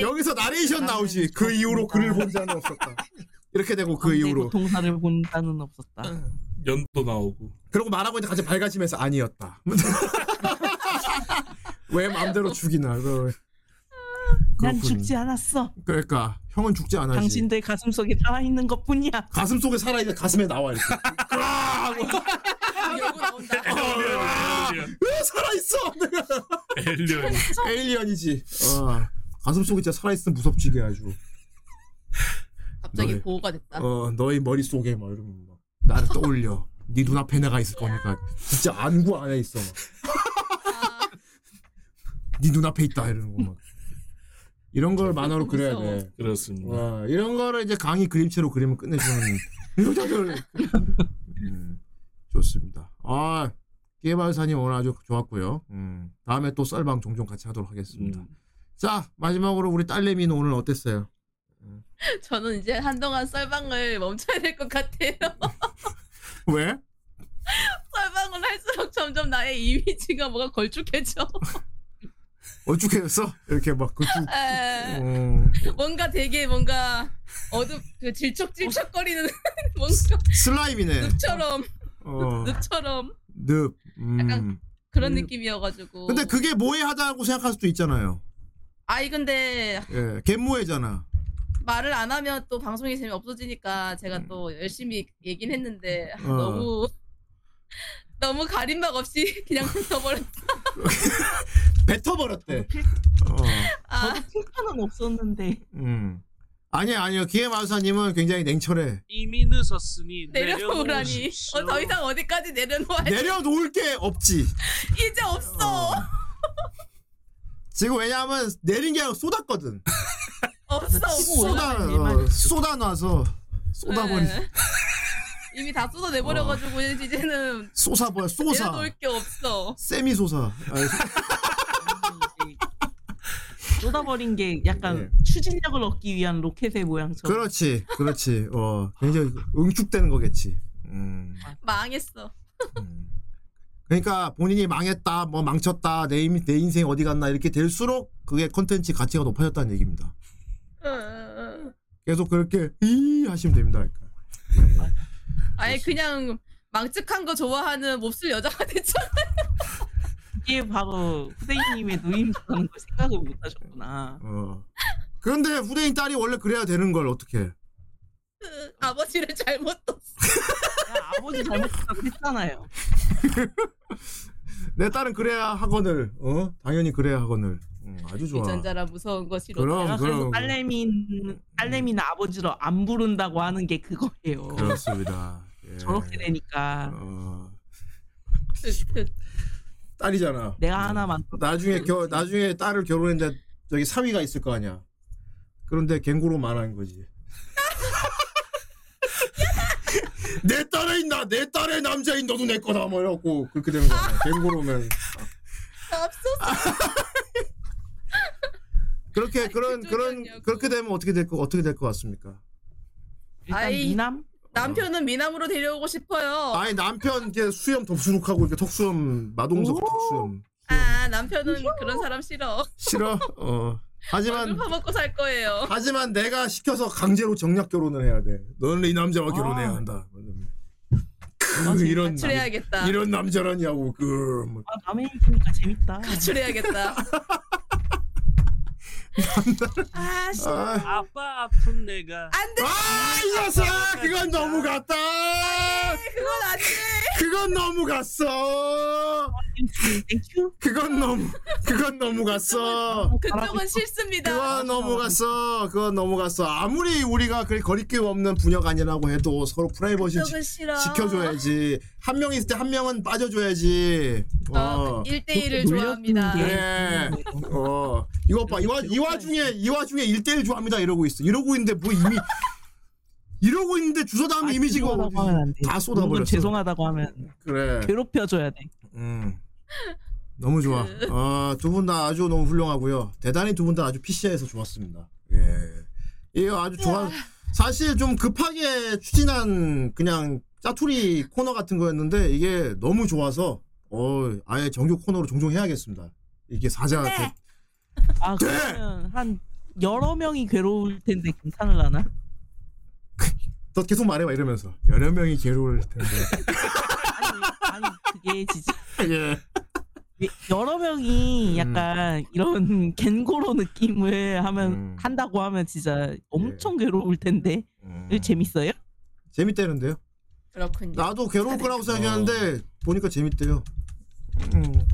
Speaker 3: 여기서 나레이션 나오지. 그 이후로 글을 본 자는 없었다. 이렇게 되고 그 이후로.
Speaker 5: 고통사를 본 자는 없었다.
Speaker 2: 연도 나오고.
Speaker 3: 그러고 말하고 있는데 같이 발가지면서 아니었다. (laughs) 왜 마음대로 죽이나. 그걸.
Speaker 5: 난
Speaker 3: 그렇군.
Speaker 5: 죽지 않았어.
Speaker 3: 그러니까 형은 죽지 않았지.
Speaker 5: 당신들 가슴 속에 살아 있는 것뿐이야.
Speaker 3: 가슴 속에 살아 있는 가슴에 나와 이렇게. (laughs)
Speaker 2: 어.
Speaker 3: 왜 살아 있어?
Speaker 7: (laughs)
Speaker 2: 에일리언.
Speaker 3: 에일리언이지. 어. 가슴 속에 진짜 살아 있으면 무섭지게 아주.
Speaker 7: 갑자기
Speaker 3: 너희-
Speaker 7: 보호가 됐다.
Speaker 3: 어 너의 머릿속에 막 이러면 막 나를 떠올려 네 눈앞에 내가 있을 거니까 진짜 안구 안에 있어 막.
Speaker 5: (laughs)
Speaker 3: 네 눈앞에 있다 이러는 거막 이런
Speaker 5: 아,
Speaker 3: 걸 만화로 그려야 돼
Speaker 2: 그렇습니다.
Speaker 3: 와, 이런 거를 이제 강의 그림체로 그리면 (laughs) 끝내주는 여자들 음, 좋습니다 아 깨발사님 오늘 아주 좋았고요 음, 다음에 또 썰방 종종 같이 하도록 하겠습니다 자 마지막으로 우리 딸내미는 오늘 어땠어요?
Speaker 7: 저는 이제 한동안 썰방을 멈춰야 될 것 같아요. (laughs)
Speaker 3: 왜?
Speaker 7: 썰방을 할수록 점점 나의 이미지가 뭐가 걸쭉해져.
Speaker 3: 어떻게 했어? 이렇게 막 그, 쭉-
Speaker 7: 에,
Speaker 3: 음.
Speaker 7: 뭔가 되게 뭔가 어둡 그 질척질척거리는 (laughs) 뭔가
Speaker 3: 슬라임이네.
Speaker 7: 늪처럼
Speaker 3: 어.
Speaker 7: 늪처럼
Speaker 3: 늪. 음.
Speaker 7: 그런 느낌이어가지고.
Speaker 3: 근데 그게 뭐 모해하다고 생각할 수도 있잖아요.
Speaker 7: 아이 근데
Speaker 3: 예, 갯모해잖아.
Speaker 7: 말을 안 하면 또 방송이 재미 없어지니까 제가 또 열심히 얘긴 했는데
Speaker 3: 음. 어.
Speaker 7: 너무 너무 가림막 없이 (laughs) 그냥 뱉어버렸.
Speaker 3: 뱉어버렸대. 어.
Speaker 5: 저도 칭찬은 없었는데.
Speaker 3: 음. 아니 아니요 기회 마우사님은 굉장히 냉철해.
Speaker 20: 이미 늦었으니
Speaker 7: 내려놓으라니. 어, 더 이상 어디까지 내려놓아야
Speaker 3: 내려놓을 게 없지. 네.
Speaker 7: 이제 없어.
Speaker 3: 지금 왜냐하면 내린 게 아니라 쏟았거든.
Speaker 7: 어, 없어.
Speaker 3: 쏟아
Speaker 7: 없어.
Speaker 3: 어, 쏟아놔서 쏟아버리
Speaker 7: 네. (laughs) 이미 다 쏟아내버려가지고
Speaker 3: 어.
Speaker 7: 이제는
Speaker 3: 쏟아버려 쏟아
Speaker 7: 내려놓을 게 없어.
Speaker 3: 세미 쏟아.
Speaker 5: 쏟아버린 게 약간 추진력을 얻기 위한 로켓의 모양처럼.
Speaker 3: 네. 그렇지 그렇지. 어 굉장히 응축되는 거겠지. 음.
Speaker 7: 망했어.
Speaker 3: 그러니까 본인이 망했다, 뭐 망쳤다, 내, 인- 내 인생 어디 갔나 이렇게 될수록 그게 컨텐츠 가치가 높아졌다는 얘기입니다.
Speaker 7: 어,
Speaker 3: 계속 그렇게 이 하시면 됩니다. 그러니까.
Speaker 7: 아예 그냥 망측한 거 좋아하는 몹쓸 여자가 (laughs) 됐잖아.
Speaker 5: 이게 바로 후대인님의 노임이라는 걸 생각을 못하셨구나.
Speaker 3: 어. 그런데 후대인 딸이 원래 그래야 되는 걸 어떻게?
Speaker 7: 아버지를 잘못 뒀어.
Speaker 5: 아버지 잘못했다고 했잖아요.
Speaker 3: 내 딸은 그래야 학원을 어 당연히 그래야 학원을 음, 아주 좋아.
Speaker 5: 유전자라
Speaker 7: 무서운 것이로
Speaker 3: 그럼,
Speaker 5: 내가
Speaker 3: 그럼.
Speaker 5: 그래서 딸내미는 딸내미는 아버지로 안 부른다고 하는 게 그거예요.
Speaker 3: 그렇습니다. 예.
Speaker 5: 저렇게 되니까
Speaker 3: 어,
Speaker 7: 그,
Speaker 3: 딸이잖아.
Speaker 5: 내가 하나만
Speaker 3: 나중에 겨, 나중에 딸을 결혼했는데 저기 사위가 있을 거 아니야. 그런데 갱고로 말하는 거지. (laughs) 내 딸에 있나? 내 딸의 남자인 너도 내 거다 뭐 이러고 그렇게 되는 거야. 갱고로면 (laughs) 그렇게 그런 그런 그렇게 되면 어떻게 될거 어떻게 될 것 같습니까?
Speaker 7: 아이
Speaker 5: 미남
Speaker 7: 남편은 미남으로 데려오고 싶어요.
Speaker 3: 아니 남편 이제 수염 덥수룩하고 이렇게 턱수염 마동석 턱수염
Speaker 7: 아 남편은 그런 사람 싫어.
Speaker 3: 싫어. 어. 하지만
Speaker 7: 얼굴 파먹고 살 거예요.
Speaker 3: 하지만 내가 시켜서 강제로 정략 결혼을 해야 돼. 너는 이 남자와
Speaker 7: 아.
Speaker 3: 결혼해야 한다. 그 이런
Speaker 7: 가출해야겠다.
Speaker 3: 이런 남자라냐고 그 뭐.
Speaker 5: 아, 남의 얘기니까 재밌다.
Speaker 7: 가출해야겠다.
Speaker 5: 아,
Speaker 7: 씨.
Speaker 20: 아빠 아픈 내가
Speaker 7: 안돼
Speaker 3: 이 녀석아 그건 너무 갔다
Speaker 7: 그건 안돼
Speaker 3: 그건 너무 갔어 그건 너무 그건 너무
Speaker 7: 아,
Speaker 5: 뭐
Speaker 3: 갔어
Speaker 7: 그쪽은 싫습니다.
Speaker 3: 그건 너무 갔어 그건 너무 갔어 아무리 우리가 그 거리낌 없는 분야가 아니라고 해도 서로 프라이버시
Speaker 7: 그쪽은 싫어.
Speaker 3: 지켜줘야지 한 명이 있을 때 한 명은 빠져줘야지
Speaker 7: 아,
Speaker 3: 어.
Speaker 7: 1대1을 좋아합니다.
Speaker 3: 예. 어. 이거 봐. 이, 와, 이 와중에 이 와중에 1대1 좋아합니다 이러고 있어. 이러고 있는데 뭐 이미 이러고 있는데 아, 주소 다음 이미 지금
Speaker 5: 죄송하다고 하면 안 돼.
Speaker 3: 다
Speaker 5: 물론
Speaker 3: 쏟아버렸어.
Speaker 5: 죄송하다고 하면
Speaker 3: 그래.
Speaker 5: 괴롭혀줘야 돼.
Speaker 3: 음. 너무 좋아. 아, 두 분 다 아주 너무 훌륭하고요. 대단히 두 분 다 아주 PC에서 좋았습니다. 예. 이거 아주 좋아. 사실 좀 급하게 추진한 그냥 짜투리 코너 같은 거였는데 이게 너무 좋아서 어, 아예 정규 코너로 종종 해야겠습니다. 이게 사자 대- 네.
Speaker 5: 아 그러면 한 여러 명이 괴로울 텐데 괜찮을라나?
Speaker 3: 너 계속 말해봐 이러면서 여러 명이 괴로울 텐데
Speaker 5: 그게 진짜
Speaker 3: (laughs) 예.
Speaker 5: 여러 명이 약간 이런 (laughs) 겐고로 느낌을 하면 한다고 하면 진짜 엄청 괴로울 텐데 이거 재밌어요?
Speaker 3: 재밌대는데요?
Speaker 7: 그렇군요.
Speaker 3: 나도 괴로울 거라고 생각했는데 보니까 재밌대요.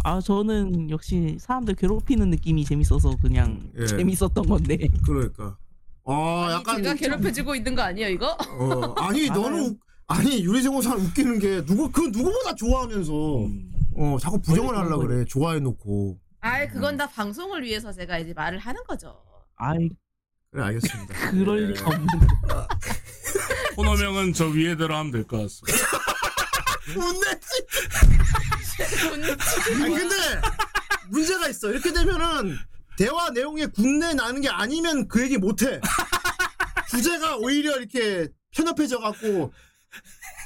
Speaker 5: 아 저는 역시 사람들 괴롭히는 느낌이 재밌어서 그냥
Speaker 3: 예.
Speaker 5: 재밌었던 건데.
Speaker 3: 그러니까. 아 약간 (laughs)
Speaker 7: 제가 괴롭혀지고 있는 거 아니에요 이거?
Speaker 3: 어, 아니 너는 웃- 아니 유리생고사 웃기는 게 누구 그 누구보다 좋아하면서
Speaker 2: 음.
Speaker 3: 어 자꾸 부정을 하려 그래 좋아해 놓고
Speaker 7: 아 그건 다 방송을 위해서 제가 이제 말을 하는 거죠.
Speaker 5: 아이
Speaker 3: 그래 (laughs) 알겠습니다.
Speaker 5: 그럴 리가 없는.
Speaker 2: 코너명은 저 위에대로 하면 될 것 같습니다.
Speaker 3: 아니 근데 문제가 있어. 이렇게 되면은 대화 내용에 군내 나는 게 아니면 그 얘기 못 해. 주제가 오히려 이렇게 편협해져 갖고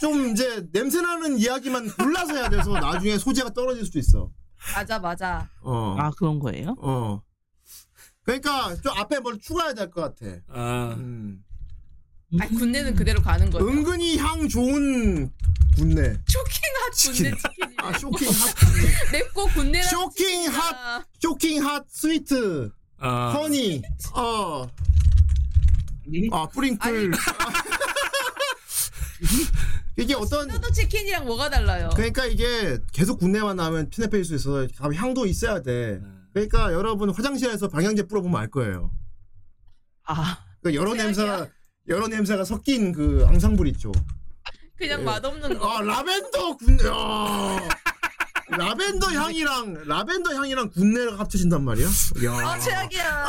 Speaker 3: 좀 이제 냄새 나는 이야기만 골라서 해야 돼서 나중에 소재가 떨어질 수도 있어.
Speaker 7: 맞아 맞아.
Speaker 3: 어.
Speaker 5: 아 그런 거예요?
Speaker 3: 어. 그러니까 좀 앞에 뭘 추가해야 될 것 같아. 음.
Speaker 2: 아.
Speaker 7: 아 군대는 그대로 가는 거예요.
Speaker 3: 은근히 향 좋은 군내.
Speaker 7: 쇼킹 핫 군대 치킨이.
Speaker 3: 아 쇼킹 핫.
Speaker 7: 맵고 군대랑 아,
Speaker 3: 쇼킹 핫. 쇼킹 핫 스위트.
Speaker 2: 아.
Speaker 3: 허니. 어. 아 뿌링클. (laughs) 이게 어떤
Speaker 7: 또 치킨이랑 뭐가 달라요?
Speaker 3: 그러니까 이게 계속 군내만 나면 피네페일 수 있어서 가면 향도 있어야 돼. 그러니까 여러분 화장실에서 방향제 뿌려보면 알 거예요.
Speaker 5: 아.
Speaker 3: 그 여러 냄새가 여러 냄새가 섞인 그 앙상블 있죠.
Speaker 7: 그냥
Speaker 3: 예.
Speaker 7: 맛없는 거.
Speaker 3: 아 라벤더 군. 야. 라벤더 향이랑 라벤더 향이랑 군내가 합쳐진단 말이야.
Speaker 7: 아
Speaker 3: 야.
Speaker 7: 최악이야.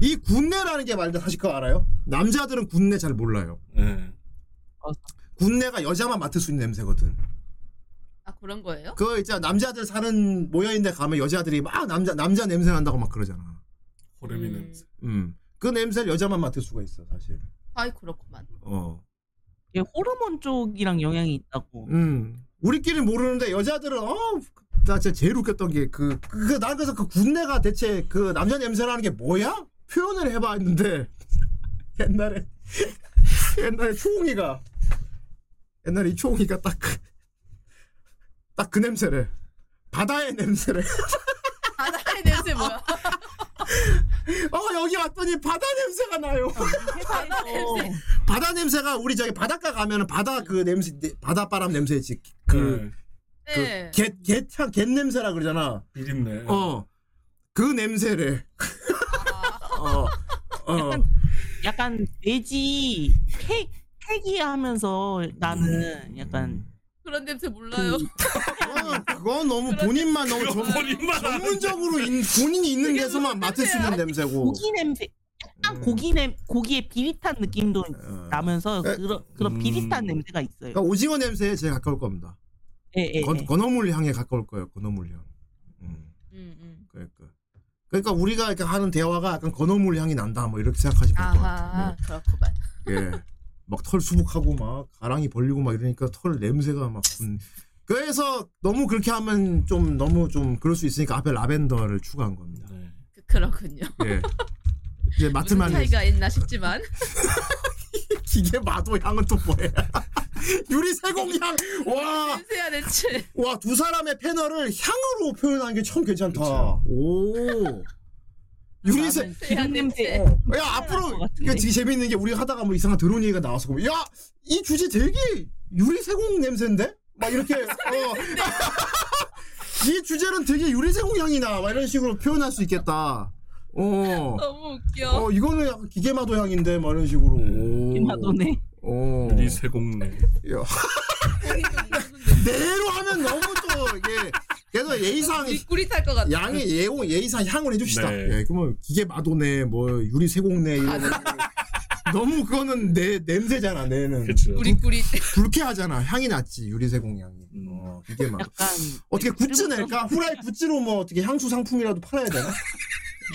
Speaker 3: 이 군내라는 게 말인데 사실 그거 알아요? 남자들은 군내 잘 몰라요.
Speaker 2: 예.
Speaker 3: 군내가 여자만 맡을 수 있는 냄새거든.
Speaker 7: 아 그런 거예요?
Speaker 3: 그거 있잖아 남자들 사는 모여있는데 가면 여자들이 막 남자 남자 냄새 난다고 막 그러잖아.
Speaker 2: 호르미 냄새.
Speaker 3: 음. 그 냄새를 여자만 맡을 수가 있어 사실.
Speaker 7: 아이 그렇구만.
Speaker 3: 어.
Speaker 5: 이게 호르몬 쪽이랑 영향이 있다고.
Speaker 3: 음. 우리끼리 모르는데 여자들은 어나 진짜 제일 웃겼던 게그그난 그래서 그 군내가 대체 그 남자 냄새라는 게 뭐야? 표현을 해봤는데 (laughs) 옛날에 (laughs) 옛날에 초홍이가 옛날에 이 초홍이가 딱 딱 그 냄새를 (laughs) 바다의 냄새를
Speaker 7: 아, 바다의 냄새 뭐야?
Speaker 3: 어 여기 왔더니 바다 냄새가 나요. (laughs)
Speaker 7: 바다 냄새.
Speaker 3: 바다 냄새가 우리 저기 바닷가 가면은 바다 그 냄새 바닷바람 냄새 있지
Speaker 2: 음.
Speaker 3: 그그갯갯
Speaker 7: 네.
Speaker 3: 향, 갯 냄새라 그러잖아.
Speaker 2: 비린내.
Speaker 3: 어그 냄새래. (laughs) 어. 어.
Speaker 5: 약간 돼지 캐 캐기하면서 나는 약간
Speaker 7: 그런 냄새 몰라요.
Speaker 3: 음. 아, 그건 너무 본인만 너무 전, 전문적으로 인- 본인이 있는 데서만 맡을 수 있는 냄새고. 어.
Speaker 5: 고기 냄새 약간 고기 냄 고기의 비릿한 느낌도 나면서 그런
Speaker 2: 음.
Speaker 5: 그런 비릿한 냄새가 있어요. 예,
Speaker 3: 그러니까 오징어 냄새에 제일 가까울 겁니다. 건, 건어물 향에 가까울 거예요. 건어물 향. 음,
Speaker 7: 음,
Speaker 3: 그러니까 그러니까 우리가 이렇게 하는 대화가 약간 건어물 향이 난다 뭐 이렇게 생각하시면 될것 같아요.
Speaker 7: 아하 음, 그렇구만.
Speaker 3: 예. 막 털 수북하고 막 가랑이 벌리고 막 이러니까 털 냄새가 막 분. 그래서 너무 그렇게 하면 좀 너무 좀 그럴 수 있으니까 앞에 라벤더를 추가한 겁니다.
Speaker 7: 그, 그렇군요.
Speaker 3: 예. 이제
Speaker 7: 무슨
Speaker 3: 맡으면 (laughs) 안
Speaker 7: 아, 차이가 있나 (laughs) 싶지만
Speaker 3: 기계 마도 향은 또 뭐예요? (laughs) 유리 세공향 와.
Speaker 7: 냄새야 대체.
Speaker 3: 와 두 사람의 패널을 향으로 표현한 게 참 괜찮다. 오. 유리세
Speaker 5: 기름 그 냄새.
Speaker 3: 야 앞으로 이거 되게 재밌는 게 우리가 하다가 뭐 이상한 드론 얘기가 나와서 그러면 야이 주제 되게 유리세공 냄새인데 막 이렇게 (laughs) 어. 이 주제는 되게 유리세공 향이나 막 이런 식으로 표현할 수 있겠다. 어.
Speaker 7: 너무 웃겨.
Speaker 3: 어 이거는 약간 기계마도 향인데 막 이런 식으로. 네.
Speaker 2: 음.
Speaker 3: 기계마도네. 어.
Speaker 2: 유리세공네.
Speaker 3: 야.
Speaker 7: 그러니까
Speaker 3: 내로 하면 너무 또 이게 그래서 예의상 (laughs)
Speaker 7: 꿀이 탈것 같아.
Speaker 3: 양의 예고 예의상 향을 해줍시다.
Speaker 2: 네.
Speaker 3: 예, 그러면 기계 마도네 뭐 유리 세공네 이런 거. 너무 그거는 내 냄새잖아 내는.
Speaker 7: 꾸리꾸리.
Speaker 3: 불쾌하잖아 향이 났지 유리 세공 향이. 어, 기계 마. 어떻게 굿즈 낼까? 후라이 굿즈로 뭐 어떻게 향수 상품이라도 팔아야 되나?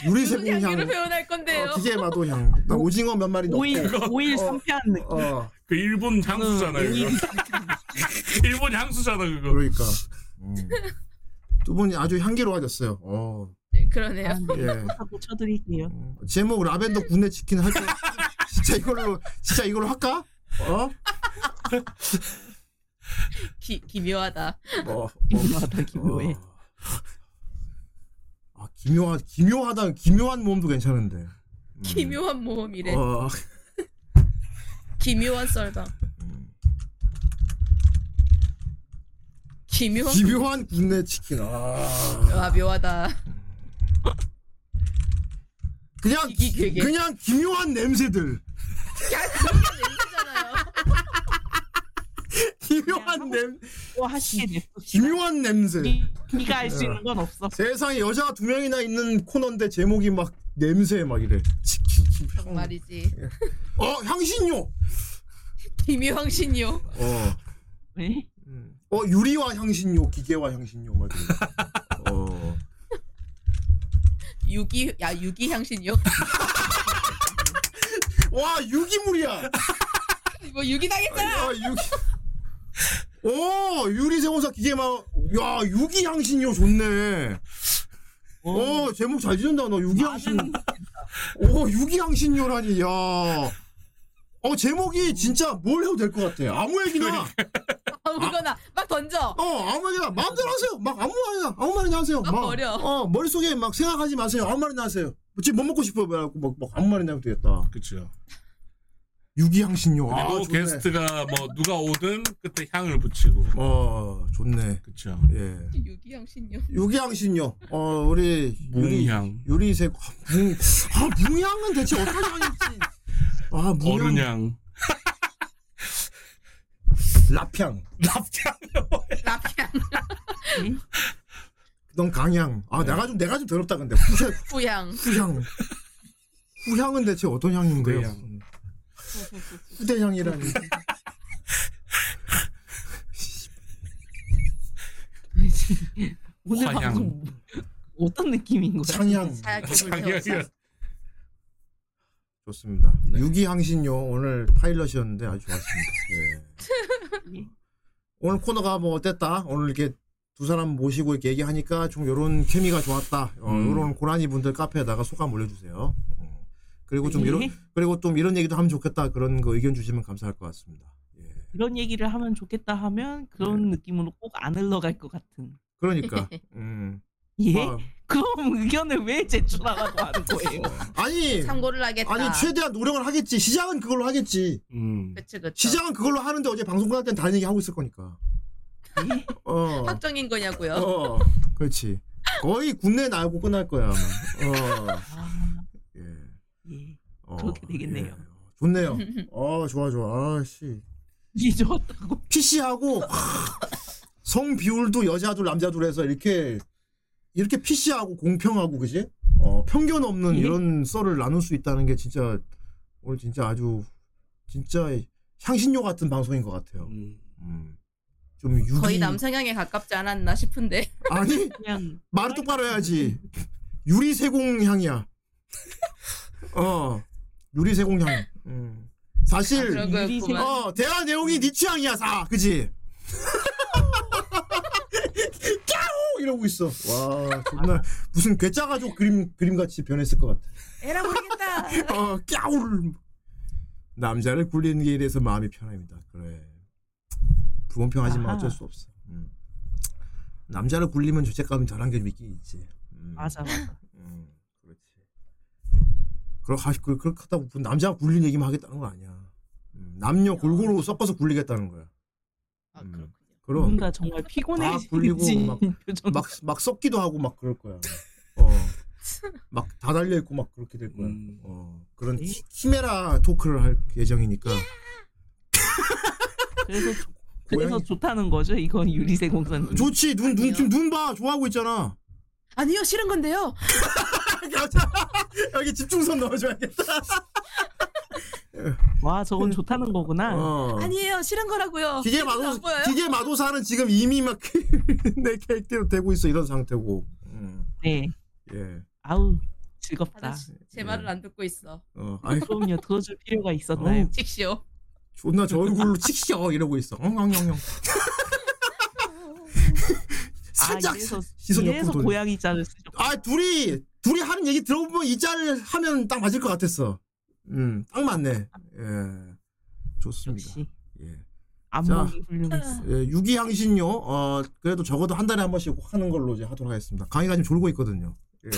Speaker 3: 유리 세공
Speaker 7: 향기로
Speaker 3: 향.
Speaker 7: 표현할 건데요.
Speaker 3: 어, 기계 마도 향. 나 음. 오징어 몇 마리 어, 넣고.
Speaker 2: 오일, 오일
Speaker 3: 상쾌한
Speaker 5: 느낌.
Speaker 2: 그 일본 향수잖아요. 이거. 그 일본 향수잖아 그거.
Speaker 3: 그러니까. 두 분이 아주 향기로워졌어요. 어.
Speaker 7: 그러네요.
Speaker 3: 예.
Speaker 5: 하고 쳐드릴게요.
Speaker 3: 음, 제목 라벤더 군내 치킨 할때 진짜 이걸로 진짜 이걸로 할까? 어?
Speaker 7: 기, 기묘하다.
Speaker 3: 뭐
Speaker 5: 기묘하다 기묘해.
Speaker 3: 어. 아 기묘하 기묘하다 기묘한 모험도 괜찮은데.
Speaker 7: 기묘한 모험이래.
Speaker 3: 음. 어.
Speaker 7: 기묘한 썰방.
Speaker 3: 음.
Speaker 7: 기묘한.
Speaker 3: 기묘한 군내 치킨. 아.
Speaker 7: 와 묘하다.
Speaker 3: 그냥 그냥 기묘한 냄새들. 기묘한 냄.
Speaker 5: 뭐
Speaker 3: 기묘한 냄새.
Speaker 5: 네가 알수 있는 건 없어.
Speaker 3: 세상에 여자 두 명이나 있는 코너인데 제목이 막 냄새 막 이래.
Speaker 7: (laughs) 정말이지.
Speaker 3: 어 향신료.
Speaker 7: 기묘황신요.
Speaker 3: 어.
Speaker 5: 왜?
Speaker 3: 어 유리와 향신료, 기계와 향신료 막 이런. 어.
Speaker 7: 유기 야 유기향신요.
Speaker 3: 와 유기물이야.
Speaker 7: 뭐 유기당했잖아.
Speaker 3: 아, 유기. (laughs) 오 유리세공사 기계마. 야 유기 향신료 좋네. 어 제목 잘 지은다 너 유기 향신. 오 유기 향신료라니 야. 어 제목이 진짜 뭘 해도 될 것 같아. 아무 얘기나.
Speaker 7: 아무거나 막 던져.
Speaker 3: 어 아무 얘기나 마음대로 하세요. 막 아무 말이나 아무 말이나 하세요. 막,
Speaker 7: 버려.
Speaker 3: 어 머릿속에 막 생각하지 마세요. 아무 말이나 하세요. 지금 뭐 먹고 싶어요? 뭐라고 막, 막 아무 말이나 하면 되겠다.
Speaker 2: 그렇죠.
Speaker 3: 유기향신료. 아,
Speaker 2: 그리고
Speaker 3: 좋네.
Speaker 2: 어, 게스트가 뭐 누가 오든 그때 향을 붙이고.
Speaker 3: 어 좋네.
Speaker 2: 그렇죠.
Speaker 3: 예.
Speaker 7: 유기향신요.
Speaker 3: 유기양신요. 어 우리
Speaker 2: 뭉향.
Speaker 3: 유리 세. 뭉. 아 뭉향은 대체 어떤 향이지? 아 뭉향.
Speaker 2: 어른향.
Speaker 3: 랍향.
Speaker 2: 랍향.
Speaker 5: 네.
Speaker 2: (laughs)
Speaker 3: 넌 강향. 아 내가 좀 내가 좀 더럽다 근데. 후향.
Speaker 7: 후향.
Speaker 3: 후향. 후향은 대체 어떤 향인가요? 후대향이라니.
Speaker 5: 오늘
Speaker 3: 화향.
Speaker 5: 방송 어떤 느낌인 거야?
Speaker 3: 창향.
Speaker 7: 아,
Speaker 5: 창향이야.
Speaker 3: 그렇죠. 좋습니다. 유기향신료 오늘 파일럿이었는데 아주 좋았습니다. 예. 오늘 코너가 뭐 어땠다? 오늘 이렇게 두 사람 모시고 이렇게 얘기하니까 좀 요런 케미가 좋았다. 어,
Speaker 2: 음.
Speaker 3: 요런 고라니 분들 카페에다가 소감 올려주세요. 어. 그리고 좀
Speaker 5: 네.
Speaker 3: 이런 그리고 좀 이런 얘기도 하면 좋겠다 그런 거 의견 주시면 감사할 것 같습니다. 예.
Speaker 5: 이런 얘기를
Speaker 3: 네.
Speaker 5: 하면 좋겠다 하면 그런 느낌으로 꼭 안 흘러갈 것 같은.
Speaker 7: 네.
Speaker 3: 그러니까 음.
Speaker 5: 예? 그럼 의견을 왜 제출하라고 하는 거예요?
Speaker 3: (laughs) 아니
Speaker 7: 참고를 하겠다.
Speaker 3: 아니 최대한 노력을 하겠지. 시장은 그걸로 하겠지.
Speaker 2: 음.
Speaker 3: 그렇죠.
Speaker 7: 그치, 그치.
Speaker 3: 시장은 그걸로 하는데 어제 방송 끝날 땐 다른 얘기 하고 있을 거니까.
Speaker 5: 예?
Speaker 3: 어,
Speaker 7: 확정인 거냐고요.
Speaker 3: 어, (laughs) 그렇지. 거의 국내 나고 끝날 거야 아마. 어,
Speaker 5: 예.
Speaker 3: 어,
Speaker 5: 그렇게 되겠네요.
Speaker 3: 좋네요. 어, 좋아 좋아. 아씨.
Speaker 5: (laughs) 이제 어떡하고
Speaker 3: PC하고 (laughs) 성 비율도 여자도 남자도 해서 이렇게 이렇게 PC하고 공평하고 그지? 어, 편견 없는
Speaker 10: 예.
Speaker 3: 이런 썰을 나눌 수 있다는 게 진짜 오늘 진짜 아주 진짜 향신료 같은 방송인 것 같아요. 음. 좀 유기
Speaker 7: 거의 남성향에 가깝지 않았나 싶은데.
Speaker 3: 아니
Speaker 5: 그냥
Speaker 3: 말을 똑바로 해야지. 유리 세공 향이야. 어 유리 세공 향. 음. 사실
Speaker 7: 아, 그런 거였구만.
Speaker 3: 어 대화 내용이 니 취향이야 사
Speaker 7: (laughs)
Speaker 3: 그지? (laughs) 까오 이러고 있어. 와 정말 무슨 괴짜 가족 그림 그림 같이 변했을 것 같아.
Speaker 7: 에라 모르겠다.
Speaker 3: (laughs) 어 까오를 남자를 굴리는 게 이래서 마음이 편합니다. 그래 부원평하지만
Speaker 5: 아하.
Speaker 3: 어쩔 수 없어. 음. 남자를 굴리면 죄책감이 덜한 게 있긴 있지. 음.
Speaker 5: 맞아 맞아.
Speaker 3: 그렇 그- 그렇다고 뭐 남자 굴린 얘기만 하겠다는 건 아니야. 음, 남녀 골고루 섞어서 굴리겠다는 거야.
Speaker 5: 아,
Speaker 3: 음, 그럼
Speaker 5: 뭔가 정말
Speaker 3: 다
Speaker 5: 피곤해지지. (laughs)
Speaker 3: 굴리고 막막 막 섞기도 하고 막 그럴 거야. 어. 막 다 달려 있고 막 그렇게 될 거야. 어. 그런 히- 히메라 토크를 할 예정이니까.
Speaker 5: 그래서
Speaker 3: (laughs)
Speaker 5: 조- 그래서 좋다는 거죠 이건 유리세 공사님.
Speaker 3: 좋지 눈 눈 지금 눈 봐 좋아하고 있잖아. (laughs)
Speaker 7: 아니요 싫은 건데요.
Speaker 3: 여기 집중선 넣어줘야겠다.
Speaker 5: 와 저건 좋다는 거구나.
Speaker 3: 어.
Speaker 7: 아니에요 싫은 거라고요.
Speaker 3: 기계
Speaker 7: 안
Speaker 3: 마도사
Speaker 7: 보여요?
Speaker 3: 기계 마도사는 지금 이미 막 (laughs) 내 캐릭터로 되고 있어 이런 상태고. 음.
Speaker 5: 네.
Speaker 3: 예.
Speaker 5: 아우 즐겁다.
Speaker 3: 네.
Speaker 7: 제 말을 안 듣고 있어.
Speaker 3: 어. 아이
Speaker 5: (laughs) 그럼요 들어줄 필요가 있었나요?
Speaker 7: 직시오.
Speaker 3: 존나 저 얼굴로 칙셔 이러고 있어.
Speaker 5: (laughs)
Speaker 3: 엉엉엉엉. 살짝
Speaker 5: 아, 이래서,
Speaker 3: 시선
Speaker 5: 이래서
Speaker 3: 옆으로 돌려.
Speaker 5: 고양이 짤을 쓰죠.
Speaker 3: 아 둘이 둘이 하는 얘기 들어보면 이짤 하면 딱 맞을 것 같았어. 음, 딱 맞네. 예, 좋습니다. 예.
Speaker 5: 안목이 훌륭했어.
Speaker 3: 예, 유기향신료 어 그래도 적어도 한 달에 한 번씩 꼭 하는 걸로 이제 하도록 하겠습니다. 강의가 지금 졸고 있거든요. 예.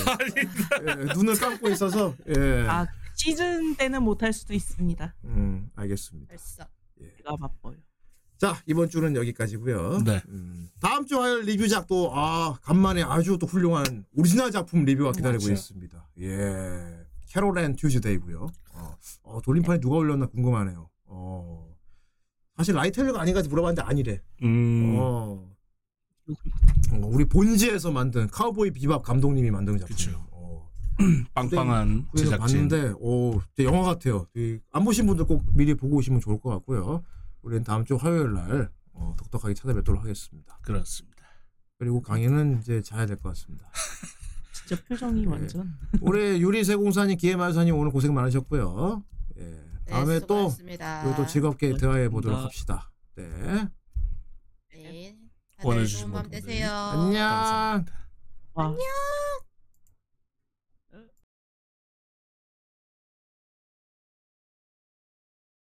Speaker 3: 예, 눈을 감고 있어서 예.
Speaker 5: 아 시즌 때는 못할 수도 있습니다.
Speaker 3: 음, 알겠습니다.
Speaker 7: 벌써.
Speaker 5: 제가 바빠요.
Speaker 3: 자 이번 주는 여기까지고요.
Speaker 10: 네.
Speaker 3: 음, 다음 주 화요일 리뷰작 또아 간만에 아주 또 훌륭한 오리지널 작품 리뷰가 기다리고
Speaker 10: 맞아요.
Speaker 3: 있습니다. 예, 캐롤앤 튜즈데이고요. 어, 어, 돌림판에 누가 올렸나 궁금하네요. 어, 사실 라이텔러가 아닌가지 물어봤는데 아니래.
Speaker 2: 음,
Speaker 10: 음.
Speaker 3: 어, 어, 우리 본지에서 만든 카우보이 비밥 감독님이 만든 작품이에요. 어.
Speaker 2: 빵빵한
Speaker 3: 후에서
Speaker 2: 제작진.
Speaker 3: 봤는데 오 진짜 영화 같아요. 되게 안 보신 분들 꼭 미리 보고 오시면 좋을 것 같고요. 우리는 다음 주 화요일 날 어, 독특하게 찾아뵙도록 하겠습니다.
Speaker 2: 그렇습니다.
Speaker 3: 그리고 강의는 이제 자야 될 것 같습니다.
Speaker 5: 진짜 표정이
Speaker 3: 예.
Speaker 5: 완전.
Speaker 3: 올해 유리세공사님, 기회마사님 오늘 고생 많으셨고요. 예, 다음에 또
Speaker 7: 네, 수고하셨습니다.
Speaker 3: 그리고 또 즐겁게 대화해 보도록 합시다. 네.
Speaker 7: 네.
Speaker 3: 보내주신
Speaker 7: 어, 좋은 밤 되세요.
Speaker 3: 안녕.
Speaker 5: 안녕.